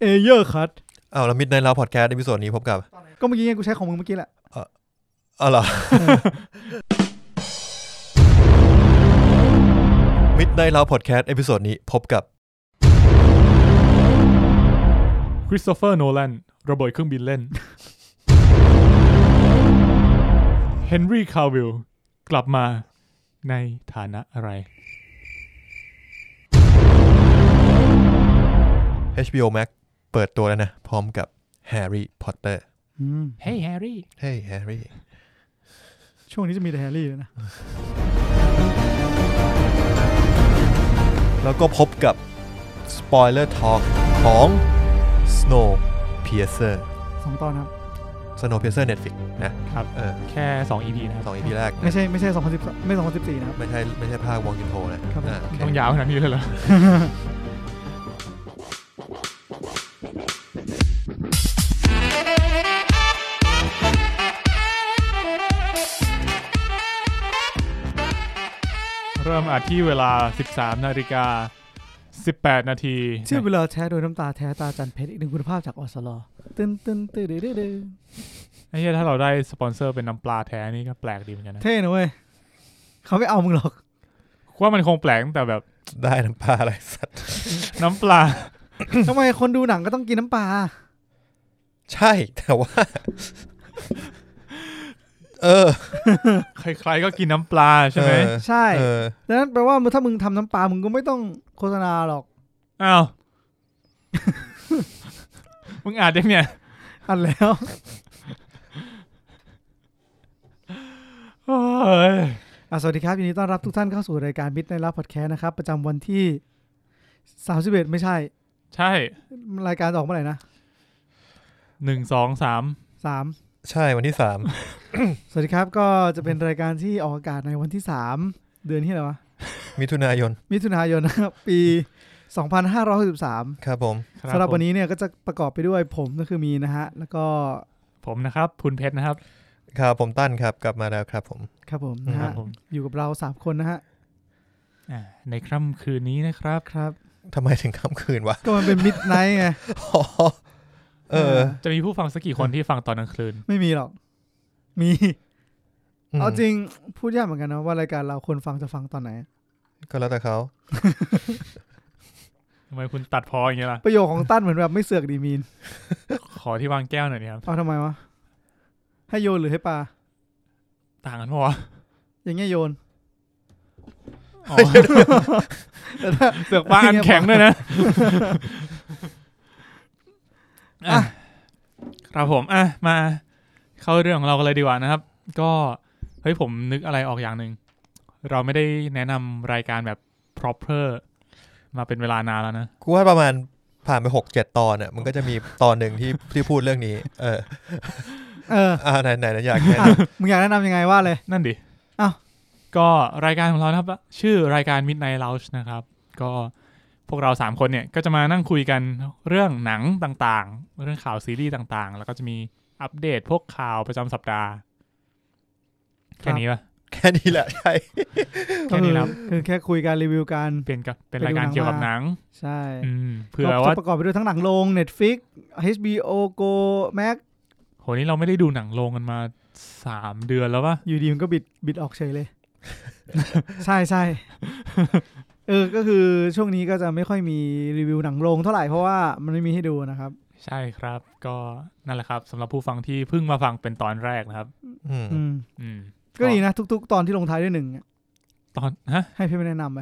เอเยอร์คัต อ้าวแล้วมิดในเราพอดแคสต์ในพิโซดนี้พบกับ ก็เมื่อกี้ไงกูใช้ของมึงเมื่อกี้แหละ อ๋อเหรอ มิดในเราพอดแคสต์เอพิโซดนี้พบกับ คริสโตเฟอร์โนแลนระเบิดเครื่องบินเล่น เฮนรี่คาวิลกลับมาในฐานะอะไร HBO Max เปิดตัวแล้วนะ พร้อมกับแฮร์รี่พอตเตอร์ อืม เฮ้ยแฮร์รี่ เฮ้ยแฮร์รี่ ช่วงนี้จะมีแต่แฮร์รี่เลยนะ แล้วก็พบกับสปอยเลอร์ทอล์กของ Snowpiercer สองตอนครับ Snowpiercer Netflix นะครับ เออ แค่ 2 EP นะครับ สองอีพีแรกนะ ไม่ใช่ไม่ใช่สองพันสิบไม่สองพันสิบสี่นะครับ ไม่ใช่ไม่ใช่ภาควองกินโทนะครับ ผม อ่าโอเค ต้องยาวขนาดนี้เลยเหรอ เริ่มอาที่เวลา 13 นาฬิกา 18 นาที เชื่อเวลาแท้โดยน้ำตาแท้ตาจันเพชรอีกหนึ่งคุณภาพจากอสลอตื้นตื้นตื้นเด้อเด้อเด้อ ไอ้เหี้ยถ้าเราได้สปอนเซอร์เป็นน้ำปลาแท้นี่ก็แปลกดีเหมือนกันนะ เท่นะเว้ยเขาไม่เอามึงหรอก ว่ามันคงแปลกตั้งแต่แบบ ได้น้ำปลาอะไรสัตว์ น้ำปลา ทำไมคนดูหนังก็ต้องกินน้ำปลา ใช่ แต่ว่า เออ ใครๆก็กินน้ำปลาใช่ไหม เออ ใช่ เออ ดังนั้นแปลว่ามึงถ้ามึงทำน้ำปลามึงก็ไม่ต้องโฆษณาหรอก อ้าว มึงอ่านได้เนี่ย อันแล้ว โอ้ย อ่ะสวัสดีครับยินดีต้อนรับทุกท่านเข้าสู่รายการมิตรในรับพอดแคสต์นะครับ ประจำวันที่ 31 ไม่ใช่ ใช่ รายการออกเมื่อไหร่นะ หนึ่งสองสาม 3 ใช่วันที่สาม สวัสดีครับก็จะเป็นรายการที่ออกอากาศในวันที่ 3 เดือนที่อะไรวะ มิถุนายน มิถุนายนนะครับ ปี 2563 ครับผม ค สำหรับวัน ผม นี้เนี่ยก็จะประกอบไปด้วยผมก็คือมีนะฮะ แล้วก็ ผมนะครับ พุนเพชรนะครับ ครับผมตั้นครับกลับมาแล้วครับผม ครับผมนะ ครั ฮะ บผม อยู่กับเรา 3 คนนะฮะ อ่าในค่ำคืนนี้นะครับ ครับ ทำไมถึงค่ำคืนวะ ก็มันเป็นมิดไนท์ไง อ๋อเออ จะมีผู้ฟังสักกี่คนที่ฟังตอนกลางคืน ไม่มีหรอก มี ม เอาจริงพูดยากเหมือนกันนะว่ารายการเราคนฟังจะฟังตอนไหน ก็แล้วแต่เขา ทำไมคุณตัดพออย่างเงี้ยล่ะ ประโยคของตั้นเหมือนแบบไม่เสือกดีมีน ขอที่วางแก้วหน่อยเนี่ยครับ เอาทำไมวะ ให้โยนหรือให้ปลา ต่างกันปะวะ อย่างเงี้ยโยน อ๋อ แต่ถ้า เสือกปลาอันแข็งด้วยนะ อ่ะ อ่ะครับผมอ่ะมา เข้าเรื่องของเรากันเลยดีกว่านะครับ ก็เฮ้ยผมนึกอะไรออกอย่างหนึ่งเราไม่ได้แนะนำรายการแบบ proper มาเป็นเวลานานแล้วนะ กูว่าประมาณผ่านไปหกเจ็ดตอนอ่ะมันก็จะมีตอนหนึ่งที่ที่พูดเรื่องนี้ เออ เออ อ่าไหนไหนไหนอยากแนะ อ่ะ น มึงอยากแนะนำยังไงว่าเลย นั่นดิ อ้าว ก็รายการของเรานะครับ ชื่อรายการ Midnight Lounge นะครับ ก็พวกเรา 3 คนเนี่ย ก็จะมานั่งคุยกันเรื่องหนังต่างๆ เรื่องข่าวซีรีส์ต่างๆ แล้วก็จะมีอัปเดตพวกข่าวประจำสัปดาห์ แค่นี้ปะ ำแค่นี้แหละใช่ แค่นี้ครับ ก็อคือแค่คุยการรีวิวการ เป็นกับเป็น ไปดู รายการ หนัง เกี่ยวกับ มา หนัง ใช่ อืมเผื่อ ก็ ว่า ประกอบไปด้วยทั้งหนังโรง Netflix HBO Go Max โหนี่เราไม่ได้ดูหนังโรงกันมา 3 เดือนแล้วปะ อยู่ดีมันก็บิดบิดออกเฉย เลย ใช่ใช่เออ ก็คือช่วงนี้ก็จะไม่ค่อยมีรีวิวหนังโรงเท่าไหร่เพราะว่ามันไม่มีให้ดูนะครับ ใช่ครับ ก็นั่นแหละครับสำหรับผู้ฟังที่เพิ่งมาฟังเป็นตอนแรกนะครับ อืม อืม อืม ก็ดีนะทุก ๆ ตอนที่ลงท้ายด้วยหนึ่งเนี่ย ตอนฮะ ให้พี่ไม่แนะนำไป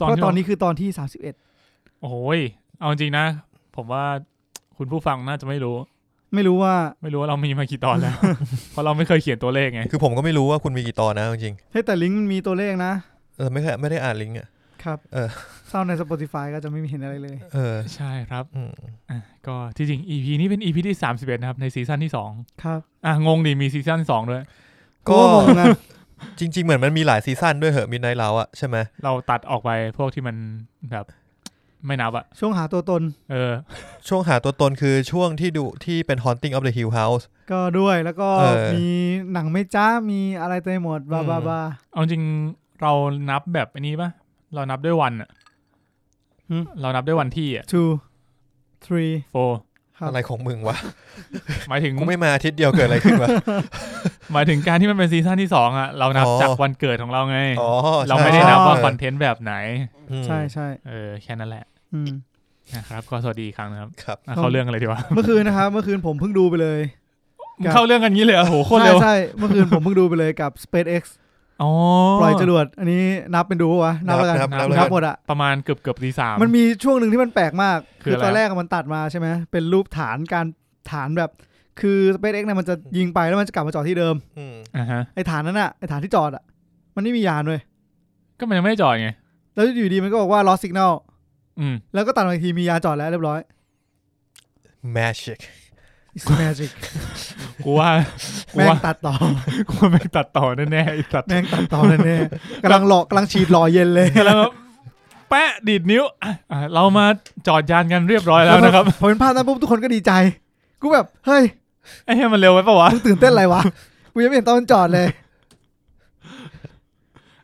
ตอน เพที่ราะตอ เรา นนี้คือตอนที่สามสิบเอ็ด โอ้ย เอาจริงนะ ผมว่าคุณผู้ฟังน่าจะไม่รู้ ไม่รู้ว่า ไม่รู้ว่าเรามีมากี่ตอนแล้ว เพราะเราไม่เคยเขียนตัวเลขไง คือผมก็ไม่รู้ว่าคุณมีกี่ตอนนะจริง เฮ้ยแต่ลิงก์มันมีตัวเลขนะ ๆเออไม่เคยไม่ได้อ่านลิงก์อ่ะ ครับ เออ เศร้าใน Spotify ก็จะไม่มีเห็นอะไรเลย เออ ใช่ครับ อืม อ่ะก็ที่จริง EP นี้เป็น EP ที่ 31 นะครับ ในซีซั่นที่ ครับ 2 อ่ะ งงดิมีซีซั่น2 ด้วย ก็ งงนะ จริง ๆ เหมือนมันมีหลายซีซั่นด้วยเหอะมินไนท์เราอะใช่ไหม เราตัดออกไปพวกที่มันแบบ ไม่นับอะ ช่วงหาตัวตน เออ ช่วงหาตัวตนคือช่วงที่ดูที่เป็น Haunting of the Hill House ก็ด้วยแล้วก็ เออ มีหนังไม่จ้ามีอะไรเต็มไปหมดบา อืม บาบา เอาจริงเรานับแบบอันนี้ปะเรานับด้วยวันอะ หืม เรานับด้วยวันที่อะ ทู three โฟ ครับ อะไรของมึงวะ หมายถึง กูไม่มาอาทิตย์เดียวเกิดอะไรขึ้นวะ หมายถึงการที่มันเป็นซีซั่นที่สองอ่ะเรานับ อ๋อ จากวันเกิดของเราไง อ๋อ เรา ใช่ ไม่ได้นับว่า ใช่ คอนเทนต์แบบไหน อืม ใช่ใช่ เออแค่นั้นแหละ อืม นะครับก็สวัสดีอีกครั้งนะครับ ครับ อ่ะ ครับ เข้าเรื่องอะไรดีวะ เมื่อคืนนะครับเมื่อคืนผมเพิ่งดูไปเลย มึงเข้าเรื่องกันงี้เลยเหรอโหโคตร ใช่ เร็ว ใช่เมื่อคืนผมเพิ่งดูไปเลยกับ SpaceX อ๋อ ปล่อยจรวด อันนี้นับเป็นดูปะวะนับแล้วกัน นับนับนับ นับหมดอะ ประมาณเกือบเกือบตีสาม มันมีช่วงหนึ่งที่มันแปลกมาก คืออะคือไร ตอนแรกอะมันตัดมาใช่ไหมเป็นรูปฐานการฐานแบบ คือ SpaceX เนี่ยมันจะยิงไปแล้วมันจะกลับมาจอดที่เดิม อืม อ่าฮะ ไอ้ฐานนั้นอะไอ้ฐานที่จอดอะมันไม่มียานเลย ก็มันยังไม่ได้จอดไง แล้วอยู่ดีมันก็บอกว่า lost signal อืม แล้วก็ตัดมาอีกทีมียานจอดแล้วเรียบร้อย แมชิก it's magic กูว่า กู แม่ง ว่า ตัดต่อ กูว่าแม่งตัดต่อแน่ๆไอ้สัตว์ แม่งตัดต่อแน่ๆกำลังหล่อกำลังฉีดหล่อเย็นเลย แล้วก็แปะดีดนิ้วอ่ะอ่ะเรามาจอดยานกันเรียบร้อยแล้ว นะครับ พอเห็นภาพนั้นปุ๊บทุกคนก็ดีใจ กูแบบ เฮ้ย ไอ้เหี้ยมันเร็วไว้ปะวะ ตื่นเต้นอะไรวะ กูยังไม่เห็นตอนมันจอดเลย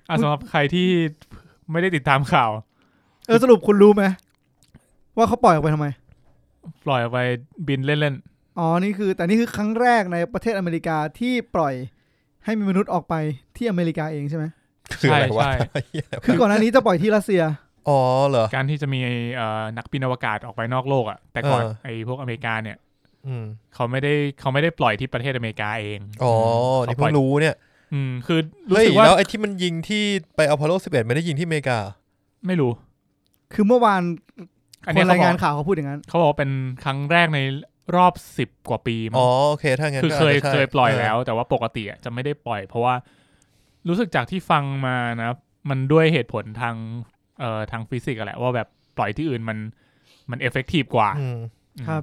อ่ะสำหรับใครที่ไม่ได้ติดตามข่าว เออสรุปคุณรู้ไหมว่าเขาปล่อยออกไปทำไม ปล่อยออกไปบินเล่น อ๋อ นี่คือ แต่นี่คือครั้งแรกในประเทศอเมริกาที่ปล่อยให้มีมนุษย์ออกไปที่อเมริกาเองใช่ไหม ๆ คืออะไรวะ ใช่ ไอ้เหี้ยอะไร คือ วะ ก่อนหน้านี้จะปล่อยที่รัสเซีย อ๋อเหรอ ๆการที่จะมีเอ่อนักบินอวกาศออกไปนอกโลกอ่ะแต่ก่อน เออ ไอ้พวกอเมริกาเนี่ย อืม เขาไม่ได้เขาไม่ได้ปล่อยที่ประเทศอเมริกาเอง อ๋อ ม นี่ ขาปล่อยเพิ่งรู้เนี่ย อืมคือรู้ เฮ้ย สึกว่า แล้วไอ้ที่มันยิงที่ไปอพอลโล11ไม่ได้ยิงที่อเมริกา ไม่รู้ คือเมื่อวาน อัน ค เนี้ยเขานราบองยาน ก ข่าวเขาพูดอย่างนั้น เขาบอกว่าเป็นครั้งแรกในรอบสิบกว่าปีมั้ง อ๋อโอเคถ้างั้น คือเคยก็าจจะใช่ เคยปล่อยแล้ว แต่ว่าปกติอะจะไม่ได้ปล่อย เพราะว่ารู้สึกจากที่ฟังมานะมันด้วยเหตุผลทางเอ่อทางฟิสิกส์อะแหละว่าแบบปล่อยที่อื่นมันมันเอฟเฟกตีฟกว่า อืม อืม ครับ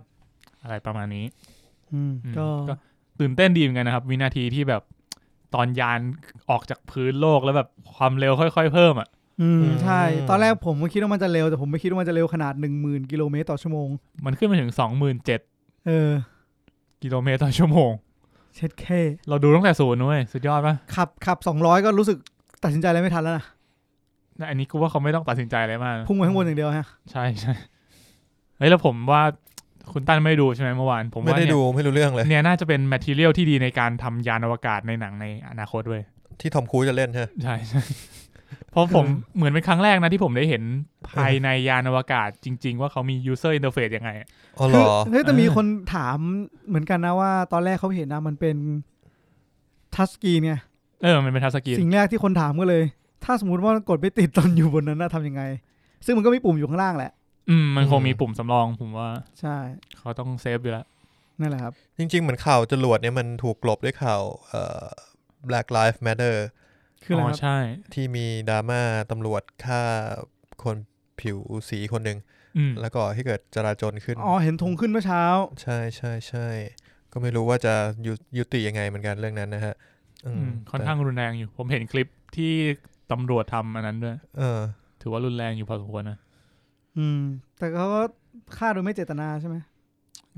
อะไรประมาณนี้ อืม อืม ก็ ก็ ตื่นเต้นดีเหมือนกันนะครับ วินาทีที่แบบตอนยานออกจากพื้นโลกแล้วแบบความเร็วค่อยๆเพิ่มอ่ะ อืมใช่ ตอนแรกผมก็คิดว่ามันจะเร็ว แต่ผมไม่คิดว่ามันจะเร็วขนาดหนึ่งหมื่นกิโลเมตรต่อชั่วโมง มันขึ้นมาถึง 27,000 เออ กิโลเมตรต่อชั่วโมง เช็ดเค เราดูตั้งแต่ศูนย์นุ้ยสุดยอดปะ ขับขับสองร้อยก็รู้สึกตัดสินใจอะไรไม่ทันแล้วนะ แต่อันนี้กูว่าเขาไม่ต้องตัดสินใจอะไรมากนะ พุ่งไปข้างบนอย่างเดียวฮะ ใช่ใช่เฮ้ยแล้วผมว่าคุณตั้นไม่ดูใช่ไหมเมื่อวาน ผม ไม่ ว่า ได้ เนี่ย ดูไม่รู้เรื่องเลย เนี่ยน่าจะเป็นแมทเทียลที่ดีในการทำยานอวกาศในหนังในอนาคตเว้ย ที่ทอมครูซจะเล่นใช่ไหม ใช่ใช่ เพราะผมเหมือนเป็นครั้งแรกนะที่ผมได้เห็นภายในยานอวกาศจริง ๆ ว่าเขามี user interface ยังไง อ๋อเหร คือ อ เฮ้ยแต่มี เออ คนถามเหมือนกันนะว่า ตอนแรกเขาเห็นนะมันเป็นทัชสกรีนไง เออมันเป็นทัชสกรีน สิ่งแรกที่คนถามก็เลย ถ้าสมมติว่ากดไม่ติดตอนอยู่บนนั้นนะทำยังไง ซึ่งมันก็มีปุ่มอยู่ข้างล่างแหละ อืมมันคง อืม มีปุ่มสำรองผมว่า ใช่ เขาต้องเซฟอยู่แล้ว นั่นแหละครับ จริง ๆ เหมือนข่าวจรวดเนี่ยมันถูกกลบด้วยข่าวเอ่อ Black Lives Matter คืออะไร อ๋อ ครับ ใช่ ที่มีดราม่าตำรวจฆ่าคนผิวสีคนหนึ่ง อืม แล้วก็ให้เกิดจราจนขึ้น อ๋อเห็นธงขึ้นเมื่อเช้า ใช่ใช่ใช่ก็ไม่รู้ว่าจะยุยติยังไงเหมือนกันเรื่องนั้นนะฮะอืม อืมค่อนข้างรุนแรงอยู่ ผมเห็นคลิปที่ตำรวจทำอันนั้นด้วย เออ ถือว่ารุนแรงอยู่พอสมควรนะ อืม แต่เขาก็ฆ่าโดยไม่เจตนาใช่ไหม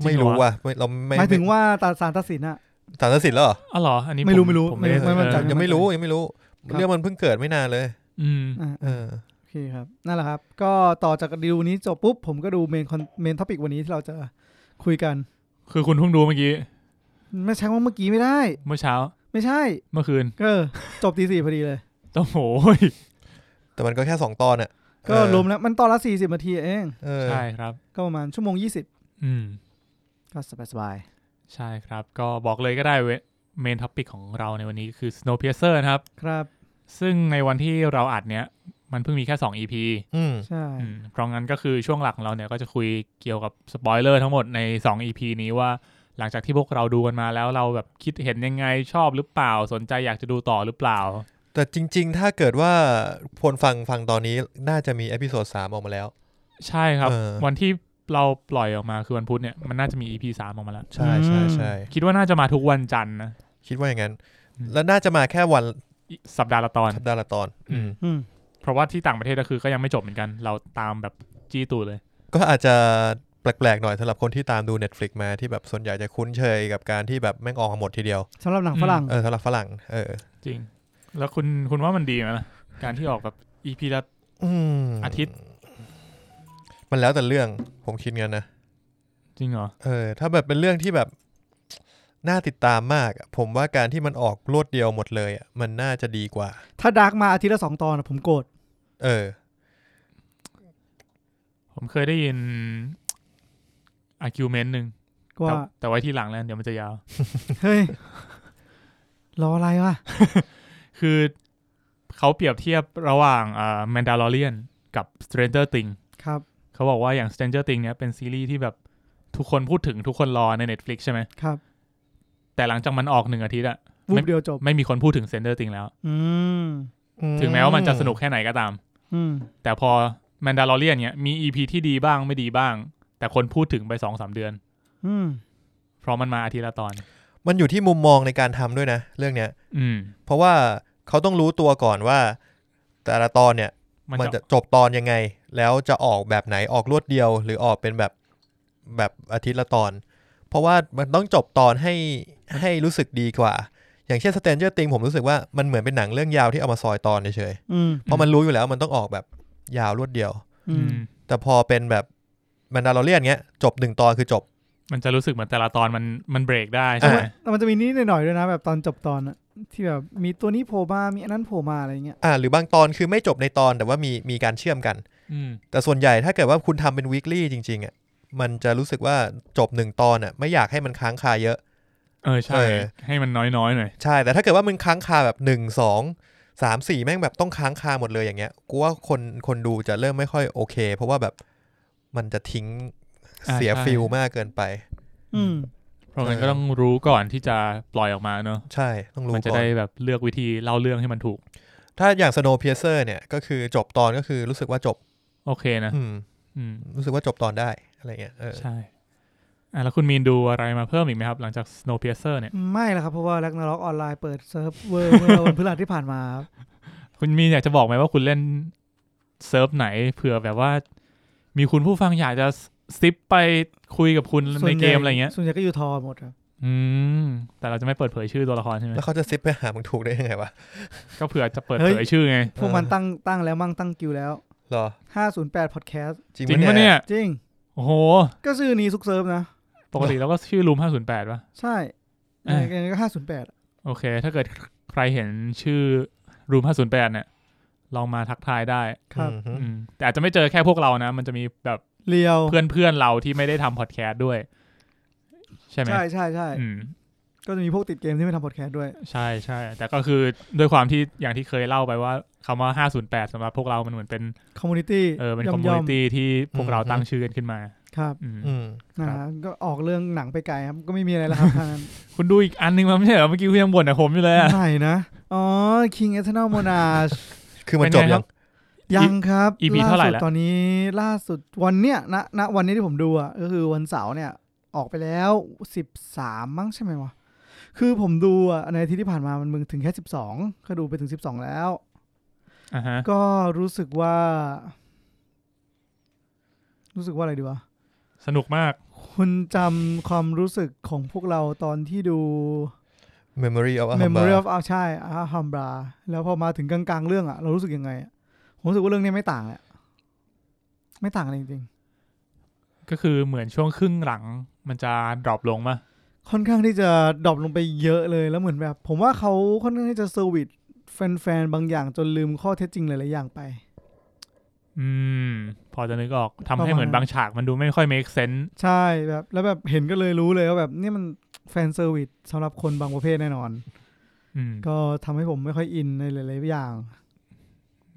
จริ ไม่ งเหรอ รู้ว่ะไม่เราไม่ หมายถึงว่าตัดสารตัดสินอะ สารตัดสินแล้วเหรอ อ๋อเหรอ อันนี้ ไม่รู้ ผ ไม่รู้ ผไม่ได้ ไม่มั่นใจ เออ ยังไม่รู้ยังไม่รู้ ครับ เรื่องมันเพิ่งเกิดไม่นานเลย อืม อ่า เออ โอเคครับ นั่นแหละครับ ก็ต่อจากดูนี้จบปุ๊บผมก็ดูเมนคอนเมนท็อปิกวันนี้ที่เราจะคุยกัน คือคุณเพิ่งดูเมื่อกี้ ไม่ใช่ว่าเมื่อกี้ไม่ได้ เมื่อเช้า ไม่ใช่ เมื่อคืน ก็จบตีสี่พอดีเลย โอ้โห แต่มันก็แค่สองตอนอ่ะ ก็ เออ รวมแล้วมันตอนละสี่สิบนาทีเอง เออ ใช่ครับ ก็ประมาณชั่วโมงยี่สิบ อืม ก็สบายสบาย ใช่ครับ ก็บอกเลยก็ได้เวเมนท็อปิกของเราในวันนี้คือ Snowpiercer นะครับ ๆครับ ซึ่งในวันที่เราอัดเนี้ย มันเพิ่งมีแค่ 2 EP อืม ใช่ อืมเพราะงั้นก็คือช่วงหลักของเราเนี่ยก็จะคุยเกี่ยวกับสปอยเลอร์ทั้งหมดใน 2 EP นี้ว่าหลังจากที่พวกเราดูกันมาแล้วเราแบบคิดเห็นยังไงชอบหรือเปล่าสนใจอยากจะดูต่อหรือเปล่า แต่จริง ๆ ถ้าเกิดว่าคนฟังฟังตอนนี้น่าจะมีเอพิโซดสามออกมาแล้ว ใช่ครับ เออ วันที่เราปล่อยออกมาคือวันพุธเนี่ยมันน่าจะมี EP สามออกมาแล้ว ใช่ใช่ใช่ คิดว่าน่าจะมาทุกวันจันทร์นะ คิดว่าอย่างนั้น อืม แล้วน่าจะมาแค่วัน อีสัปดาห์ละตอน สัปดาห์ละตอน อืม อืม เพราะว่าที่ต่างประเทศก็คือก็ยังไม่จบเหมือนกัน เราตามแบบจี้ตูดเลย ก็อาจจะแปลกๆหน่อยสำหรับคนที่ตามดู Netflix มาที่แบบส่วนใหญ่จะคุ้นเคยกับการที่แบบแม่งออกมาหมดทีเดียว สำหรับหนังฝรั่ง เออสำหรับฝรั่ง เออ จริง แล้วคุณคุณว่ามันดีไหมล่ะการที่ออกแบบ EP ละ อืม อาทิตย์ มันแล้วแต่เรื่องผมคิดงั้นนะ จริงเหรอ เออถ้าแบบเป็นเรื่องที่แบบน่าติดตามมากอะผมว่าการที่มันออกรวดเดียวหมดเลยอะมันน่าจะดีกว่า ถ้าดาร์กมาอาทิตย์ละสองตอนอะผมโกรธ เออ ผมเคยได้ยิน argument หนึ่ง ว่า แต่แต่ไว้ที่หลังแล้วกันเดี๋ยวมันจะยาว เฮ้ย รออะไรวะ คือเขาเปรียบเทียบระหว่างอ่า Mandalorian กับ Stranger Things ครับ เขาบอกว่าอย่าง Stranger Things เนี่ยเป็นซีรีส์ที่แบบทุกคนพูดถึงทุกคนรอใน Netflix ใช่ไหม ครับ แต่หลังจากมันออกหนึ่งอาทิตย์อะ วูบเดียวจบ ไม่มีคนพูดถึง Stranger Things แล้ว อืม ถึงแม้ว่ามันจะสนุกแค่ไหนก็ตาม อืม แต่พอ Mandalorian เนี่ยมี EP ที่ดีบ้างไม่ดีบ้าง แต่คนพูดถึงไปสองสามเดือน อืม เพราะมันมาอาทิตย์ละตอน มันอยู่ที่มุมมองในการทำด้วยนะ เรื่องเนี้ย อืม เพราะว่าเขาต้องรู้ตัวก่อนว่า แต่ละตอนเนี่ย มัน มัน จะ จะจบตอนยังไง แล้วจะออกแบบไหนออกรวดเดียว หรือออกเป็นแบบแบบอาทิตย์ละตอน เพราะว่ามันต้องจบตอนให้ให้รู้สึกดีกว่า อย่างเช่น Stranger Things ผมรู้สึกว่ามันเหมือนเป็นหนังเรื่องยาวที่เอามาซอยตอนเฉย อืม ๆเพราะมันรู้อยู่แล้วมันต้องออกแบบยาวรวดเดียว อื อื ม ม แต่พอเป็นแบบมันดาร์เรียนเงี้ยจบหนึ่งตอนคือจบ มันจะรู้สึกเหมือนแต่ละตอนมันมันเบรกได้ใช่ไหม อ่ะ แต่มันจะมีนิดหน่อยๆด้วยนะ แบบตอนจบตอนอะที่แบบมีตัวนี้โผล่มา มีอันนั้นโผล่มาอะไรเงี้ย อ่าหรือบางตอนคือไม่จบในตอนแต่ว่ามีมีการเชื่อมกัน อืม แต่ส่วนใหญ่ถ้าเกิดว่าคุณทำเป็น weekly จริงๆอ่ะมันจะรู้สึกว่าจบหนึ่งตอนอ่ะไม่อยากให้มันค้างคาเยอะ เออใช่ เออ ให้มันน้อยๆหน่อย ใช่แต่ถ้าเกิดว่ามึงค้างคาแบบหนึ่งสองสามสี่แม่งแบบต้องค้างคาหมดเลยอย่างเงี้ยกูว่าคนคนดูจะเริ่มไม่ค่อยโอเค เพราะว่าแบบมันจะทิ้ง อ่า เสีย ใช่ ฟิลมากเกินไป อืม เพราะงั้น เออ ก็ต้องรู้ก่อนที่จะปล่อยออกมาเนอะ ใช่ต้องรู้ มันจะ ก่อน ได้แบบเลือกวิธีเล่าเรื่องให้มันถูก ถ้าอย่าง Snowpiercer เนี่ยก็คือจบตอนก็คือรู้สึกว่าจบ โอเคนะ อืม อืม รู้สึกว่าจบตอนได้อะไรเงี้ยเออ ใช่อ่ะแล้วคุณมีนดูอะไรมาเพิ่มอีกไหมครับ หลังจาก Snowpiercer เนี่ย ไม่ละครับ เพราะว่าแลกนาล็อกออนไลน์เปิดเซิร์ฟเวอร์ เมื่อวันพฤหัสที่ผ่านมาครับ คุณมีนอยากจะบอกไหมว่าคุณเล่นเซิร์ฟไหนเผื่อแบบว่า มีคุณผู้ฟังอยากจะซิปไปคุยกับคุณในเกมอะไรเงี้ย ส่วนใหญ่ก็อยู่ทอหมดครับ อืม แต่เราจะไม่เปิดเผยชื่อตัวละครใช่ไหม แล้วเขาจะซิปไปหามึงถูกได้ยังไงวะ ก็เผื่อจะเปิดเผยชื่อไง พวกมันตั้งตั้งแล้วมั่งตั้งกิวแล้ว เหรอ 508 podcast จริง จริง ปะ ปะเนี่ย จริง โอ้โห ก็ชื่อนี้ทุกเซิร์ฟนะ ปกติเราก็ชื่อรูมห้าศูนย์แปดป่ะ ใช่ อ่า อย่างนี้ก็ 508อะ โอเค ถ้าเกิดใครเห็นชื่อรูมห้าศูนย์แปดเนี่ย ลองมาทักทายได้ ครับ อือฮึ อืม แต่อาจจะไม่เจอแค่พวกเรานะ มันจะมีแบบ เรียว เพื่อนเพื่อนๆเราที่ไม่ได้ทำพอดแคสต์ด้วย ใช่ไหม ใช่ใช่ใช่ อืม ก็จะมีพวกติดเกมที่ไม่ทำพอดแคสต์ด้วย ใช่ใช่ แต่ก็คือด้วยความที่อย่างที่เคยเล่าไปว่าคำว่า 508สำหรับพวกเรา มันเหมือนเป็น คอมมูนิตี้ เออเป็น ย่ คอ อ ม ม มู ย่อ นิ ม ตี้ที่พวกเราตั้งชื่อกันขึ้นมา ครับ อืม อืม นะ ครั ฮะ บ ก็ออกเรื่องหนังไปไกลครับ ก็ไม่มีอะไรแล้วครับ ทางนั้น คุณดูอีกอันหนึงมาไม่ใช่เหรอ เมื่อกี้คุณยังบ่นอะผมอยู่ เลยอะ ไหนนะ อ๋อ King Eternal Monarch คือมันจบยัง ยังครับ EP ล่ เท่าไหร่ สุด ละ ตอนนี้ล่าสุดวันเนี้ยณณวันนี้ที่ผมดูอ่ะก็คือวันเสาร์เนี่ย ออกไปแล้วสิบสามมั้งใช่ไหมวะ คือผมดูอ่ะในอาที่ที่ผ่านมามันมึงถึงแค่สิบสองก็ดูไปถึงสิบสองแล้ว อ่าฮะ ก็รู้สึกว่า รู้สึกว่าอะไรดีวะ สนุกมาก คุณจำความรู้สึกของพวกเราตอนที่ดู Memory of a h u m b a Memory of อาใช่อาฮัมบราแล้วพอมาถึงกลางๆเรื่องอะเรารู้สึกยังไงอะผมรู้สึกว่าเรื่องนี้ไม่ต่างแหละไม่ต่างอะไรจริง ก็คือเหมือนช่วงครึ่งหลังมันจะดรอปลงมา ๆ ค่อนข้างที่จะดรอปลงไปเยอะเลยแล้วเหมือนแบบ ผมว่าเขาค่อนข้างที่จะเซอร์วิสแฟนๆ บางอย่างจนลืมข้อเท็จจริงหลายๆอย่างไป อืม พอจะนึกออกทำ ประมา ให้ ณ เหมือนบางฉากมันดูไม่ค่อย make sense ใช่แบบแล้วแบบเห็นก็เลยรู้เลยว่าแบบเนี่ยมันแฟนเซอร์วิสสำหรับคนบางประเภทแน่นอน อืม ก็ทำให้ผมไม่ค่อยอินในหลายๆอย่าง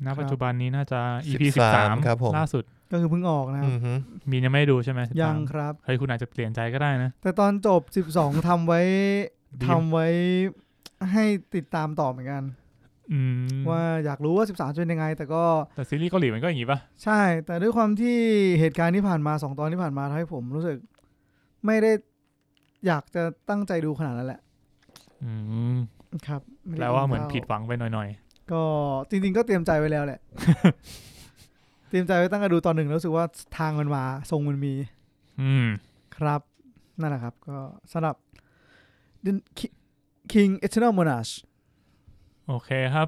ณ ครับ ปัจจุบันนี้น่าจะ EP 13 สิบสาม ครับผม ล่าสุด ก็คือเพิ่งออกนะครับ อือฮึ มีนยังไม่ได้ดูใช่ไหม13 ยังครับ เฮ้ยคุณอาจจะเปลี่ยนใจก็ได้นะ แต่ตอนจบ 12ทำไว้ ดี ทำไว้ให้ติดตามต่อเหมือนกัน อืม ว่าอยากรู้ว่า 13จะเป็นยังไง แต่ก็ แต่ซีรีส์เกาหลีมันก็อย่างงี้ปะ ใช่ แต่ด้วยความที่เหตุการณ์ที่ผ่านมา 2 ตอนที่ผ่านมาทำให้ผมรู้สึก ไม่ได้อยากจะตั้งใจดูขนาดนั้นแหละ อืม ครับไไ แปลว่าเหมือน ท่ ผิดหวังไปหน่อย ก็จริง ๆ ก็เตรียมใจไว้แล้ว แหละ เตรียมใจไว้ตั้งแต่ดูตอนหนึ่งแล้วรู้สึกว่าทางมันมาทรงมันมี ๆ อืม ครับ นั่นแหละครับ ก็สำหรับ The Ki- King Eternal Monarch โอเคครับ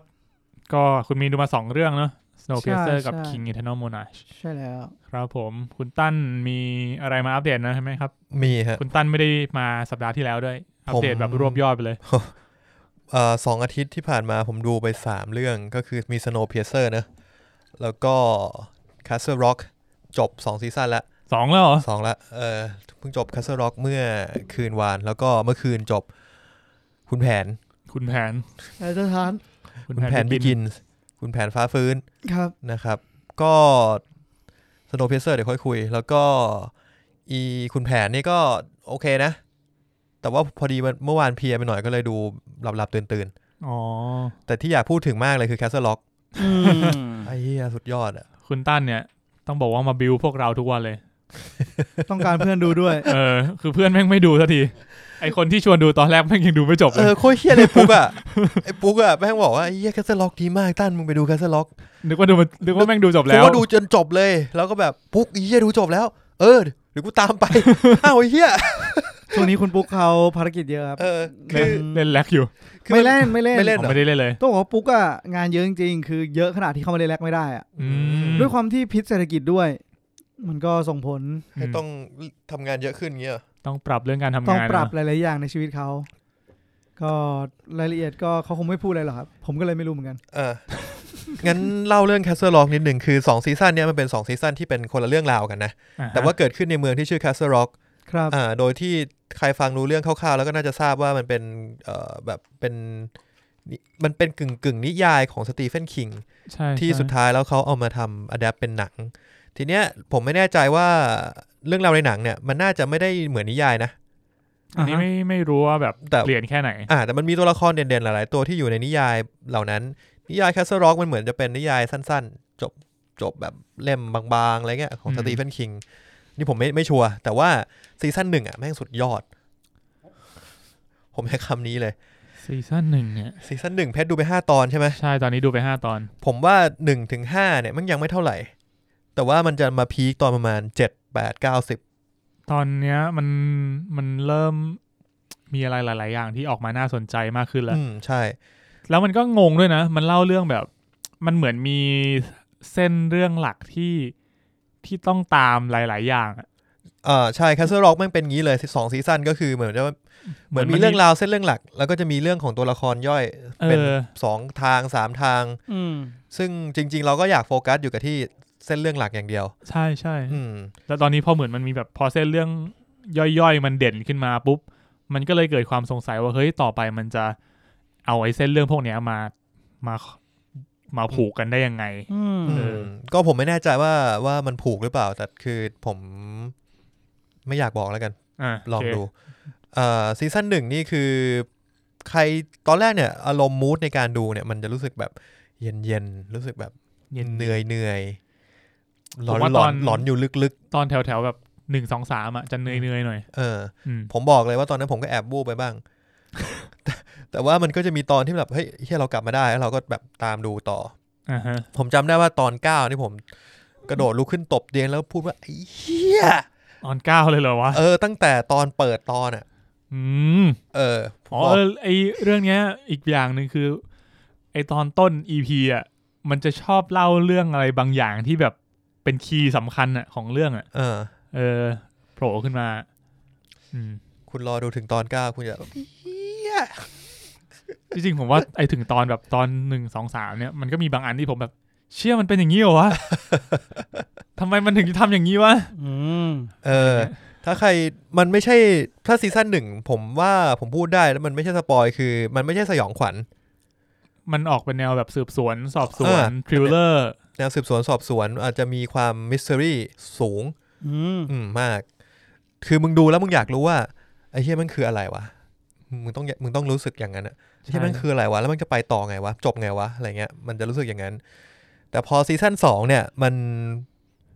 ก็คุณมีนดูมาสองเรื่องเนอะ Snowpiercer ใช่ กับ ใช่ King Eternal Monarch ใช่แล้ว ครับผมคุณตั้นมีอะไรมาอัปเดตนะใช่ไหมครับ มีฮะ คุณตั้นไม่ได้มาสัปดาห์ที่แล้วด้วย อัปเดต ผม แบบรวบยอดไปเลย เอ่อสองอาทิตย์ที่ผ่านมาผมดูไปสามเรื่องก็คือมี Snowpiercer นะ แล้วก็ Castle Rock จบสองซีซั่นละ สองแล้วเหรอ สองละ เออเพิ่งจบ Castle Rock เมื่อคืนวาน แล้วก็เมื่อคืนจบ คุณแผน คุณแผน แล้วจะทาน คุณแผนบิกิน คุณแผนฟ้าฟื้น ครับ นะครับ ก็ Snowpiercer เดี๋ยวค่อยคุย แล้วก็อีคุณแผนนี่ก็โอเคนะ แต่ว่าพอดีมันเมื่อวานเพลียไปหน่อยก็เลยดูหลับๆตื่น อ๋อ ๆ แต่ที่อยากพูดถึงมากเลยคือ Castle Rock อืม ไอ้เหี้ยสุดยอดอะ คุณตั้นเนี่ย ต้องบอกว่ามาบิวพวกเราทุกวัน เลย ต้องการเพื่อนดูด้วย เออ คือเพื่อนแม่งไม่ดูสักที ไอคนที่ชวนดูตอนแรกแม่งยังดูไม่จบ เอ เลย อโคตรเฮี้ยเลยปุ๊กอ่ะ ไอ้ปุ๊กอ่ะแม่งบอกว่าไอ้เฮี้ยแคสเซิลล็อกดีมากตั้นมึงไปดูแคสเซิลล็อก นึกว่าดูมันนึกว่าแม่งดูจบ กู แล้ว ก็ดูจนจบเลย แล้วก็แบบปุ๊กไอ้เฮี้ยดูจบแล้ว เออหรือกูตามไป อ้าวไอ้เฮี้ย ช่วงนี้คุณปุ๊กเขาภารกิจเยอะครับ เออคื เล่น อ เล่นแลกอยู่ คือ ไม่เล่นไม่เล่น ไม่เล่น ผมไม่ได้เล่นเลย ต้องบอกว่าปุ๊กอะงานเยอะจริงๆ คือเยอะขนาดที่เขามาเล่นแลกไม่ได้อะ อืม ด้วยความที่พิษเศรษฐกิจด้วย มันก็ส่งผล ให้ต้องทำงานเยอะขึ้นเงี้ยเหรอ ต้องปรับเรื่องการทำงาน ต้องปรับ นะ หลายๆอย่างในชีวิตเขา ก็รายละเอียดก็เขาคงไม่พูดอะไรหรอกครับ ผมก็เลยไม่รู้เหมือนกัน เออ งั้นเล่าเรื่องแคสเซิลล็อกนิดหนึ่งคือ2ซีซั่นเนี้ยมันเป็น2ซีซั่นที่เป็นคนละเรื่องราวกันนะ อ่ฮะ แต่ว่าเกิดขึ้นในเมืองที่ชื่อแคสเซิลล็อก ครับ อ่าโดยที่ใครฟังรู้เรื่องคร่าวๆ แล้วก็น่าจะทราบว่ามันเป็นเอ่อแบบเป็นนิมันเป็นกึ่งกึ่งนิยายของสตีเฟนคิง ใช่ ที่ ใช่ สุดท้ายแล้วเขาเอามาทำอะแดปเป็นหนัง ทีเนี้ยผมไม่แน่ใจว่าเรื่องราวในหนังเนี่ย มันน่าจะไม่ได้เหมือนนิยายนะ อันนี้ไม่ไม่รู้ว่าแบบ แต่ เปลี่ยนแค่ไหน อ่าแต่มันมีตัวละครเด่นๆ หลายๆ ตัวที่อยู่ในนิยายเหล่านั้น นิยายแคสเซอร์ร็อกมันเหมือนจะเป็นนิยายสั้นๆ จบจบแบบเล่มบางๆ อะไรเงี้ยของ อืม สตีเฟนคิงนี่ผมไม่ไม่ชัวร์แต่ว่าซีซั่นหนึ่งอ่ะแม่งสุดยอด ผมใช้คำนี้เลย ซีซั่นหนึ่งเนี่ย ซีซั่นหนึ่งเพชรดูไปห้าตอนใช่ไหม ใช่ตอนนี้ดูไปห้าตอน ผมว่าหนึ่งถึงห้าเนี่ยมันยังไม่เท่าไหร่ แต่ว่ามันจะมาพีคตอนประมาณเจ็ดแปดเก้าสิบ ตอนเนี้ยมันมันเริ่มมีอะไรหลาย ๆ อย่างที่ออกมาน่าสนใจมากขึ้นแล้ว อืมใช่ แล้วมันก็งงด้วยนะ มันเล่าเรื่องแบบ มันเหมือนมีเส้นเรื่องหลักที่ที่ต้องตามหลาย ๆ อย่างอะ อ่าใช่แคสเซอร์ร็อกแม่งเป็นงี้เลยสิบสองซีซั่นก็คือเหมือนจะว่าเหมือนมีเรื่องราวเส้นเรื่องหลัก แล้วก็จะมีเรื่องของตัวละครย่อย เอ เป็น อ สองทางสามทาง อืม ซึ่งจริง ๆ เราก็อยากโฟกัสอยู่กับที่เส้นเรื่องหลักอย่างเดียว ใช่ใช่ อืม แล้วตอนนี้พอเหมือนมันมีแบบพอเส้นเรื่องย่อย ๆ มันเด่นขึ้นมาปุ๊บ มันก็เลยเกิดความสงสัยว่าเฮ้ยต่อไปมันจะเอาไอ้เส้นเรื่องพวกเนี้ยมามามาผูกกันได้ยังไง อืม เออ ก็ผมไม่แน่ใจว่าว่ามันผูกหรือเปล่า แต่คือผมไม่อยากบอกแล้วกัน อ่ะ ลอง โเค ดูเอ่อซีซั่นหนึ่งนี่คือ ใครตอนแรกเนี่ย อารมณ์มูดในการดูเนี่ย มันจะรู้สึกแบบเย็นเย็นๆรู้สึกแบบ เย็น เหนื่อยเหนื่อยหลอผนมว่า หล ต อ อน นหลอนอยู่ลึก ตอนแถว ๆ แบบหนึ่งสองสามอ่ะจะเนื่อยๆหน่อย ๆเออ อืม ผมบอกเลยว่าตอนนั้นผมก็แอบบูบไปบ้าง แต่แต่ว่ามันก็จะมีตอนที่แบบเฮ้ยเฮียเรากลับมาได้แล้วเราก็แบบตามดูต่อ อ่าฮะ ผมจำได้ว่าตอนเก้านี่ผมกระโดดลุกขึ้นตบเตียงแล้วพูดว่าไอ้เฮีย ตอนเก้าเลยเหรอวะ เออตั้งแต่ตอนเปิดตอนอ่ะ อืม เออผม อ๋อบ ก เออไอเรื่องเนี้ย อีกอย่างหนึ่งคือ ไอตอนต้นอีพีอ่ะมันจะชอบเล่าเรื่องอะไรบางอย่างที่แบบเป็นคีย์สำคัญอ่ะของเรื่องอ่ะ เออ เออโผล่ขึ้นมา อืม คุณรอดูถึงตอนเก้าคุณจะแบบเฮีย จริงๆผมว่า ไอถึงตอนแบบตอนหนึ่งสองสามเนี่ยมันก็มีบางอันที่ผมแบบ เชื่อมันเป็นอย่างนี้เหรอวะ ทำไมมันถึงทำอย่างนี้วะ อืม เออ ถ้าใครมันไม่ใช่ถ้าซีซั่นหนึ่งผมว่าผมพูดได้แล้วมันไม่ใช่สปอยคือ มันไม่ใช่สยองขวัญ มันออกเป็นแนวแบบสืบสวน สอบส เอ ว อ นทริลเลอร์ แนวสืบสวนสอบสวนอาจจะมีความมิสซิรี่สูง อืม อืมมาก คือมึงดูแล้วมึงอยากรู้ว่าไอ้เฮียมันคืออะไรวะ มึงต้องมึงต้องรู้สึกอย่างนั้นอะไอ้เฮียมันคืออะไรวะ แล้วมันจะไปต่อไงวะ จบไงวะ อะไรเงี้ย มันจะรู้สึกอย่างนั้น แต่พอซีซั่นสองเนี่ย มัน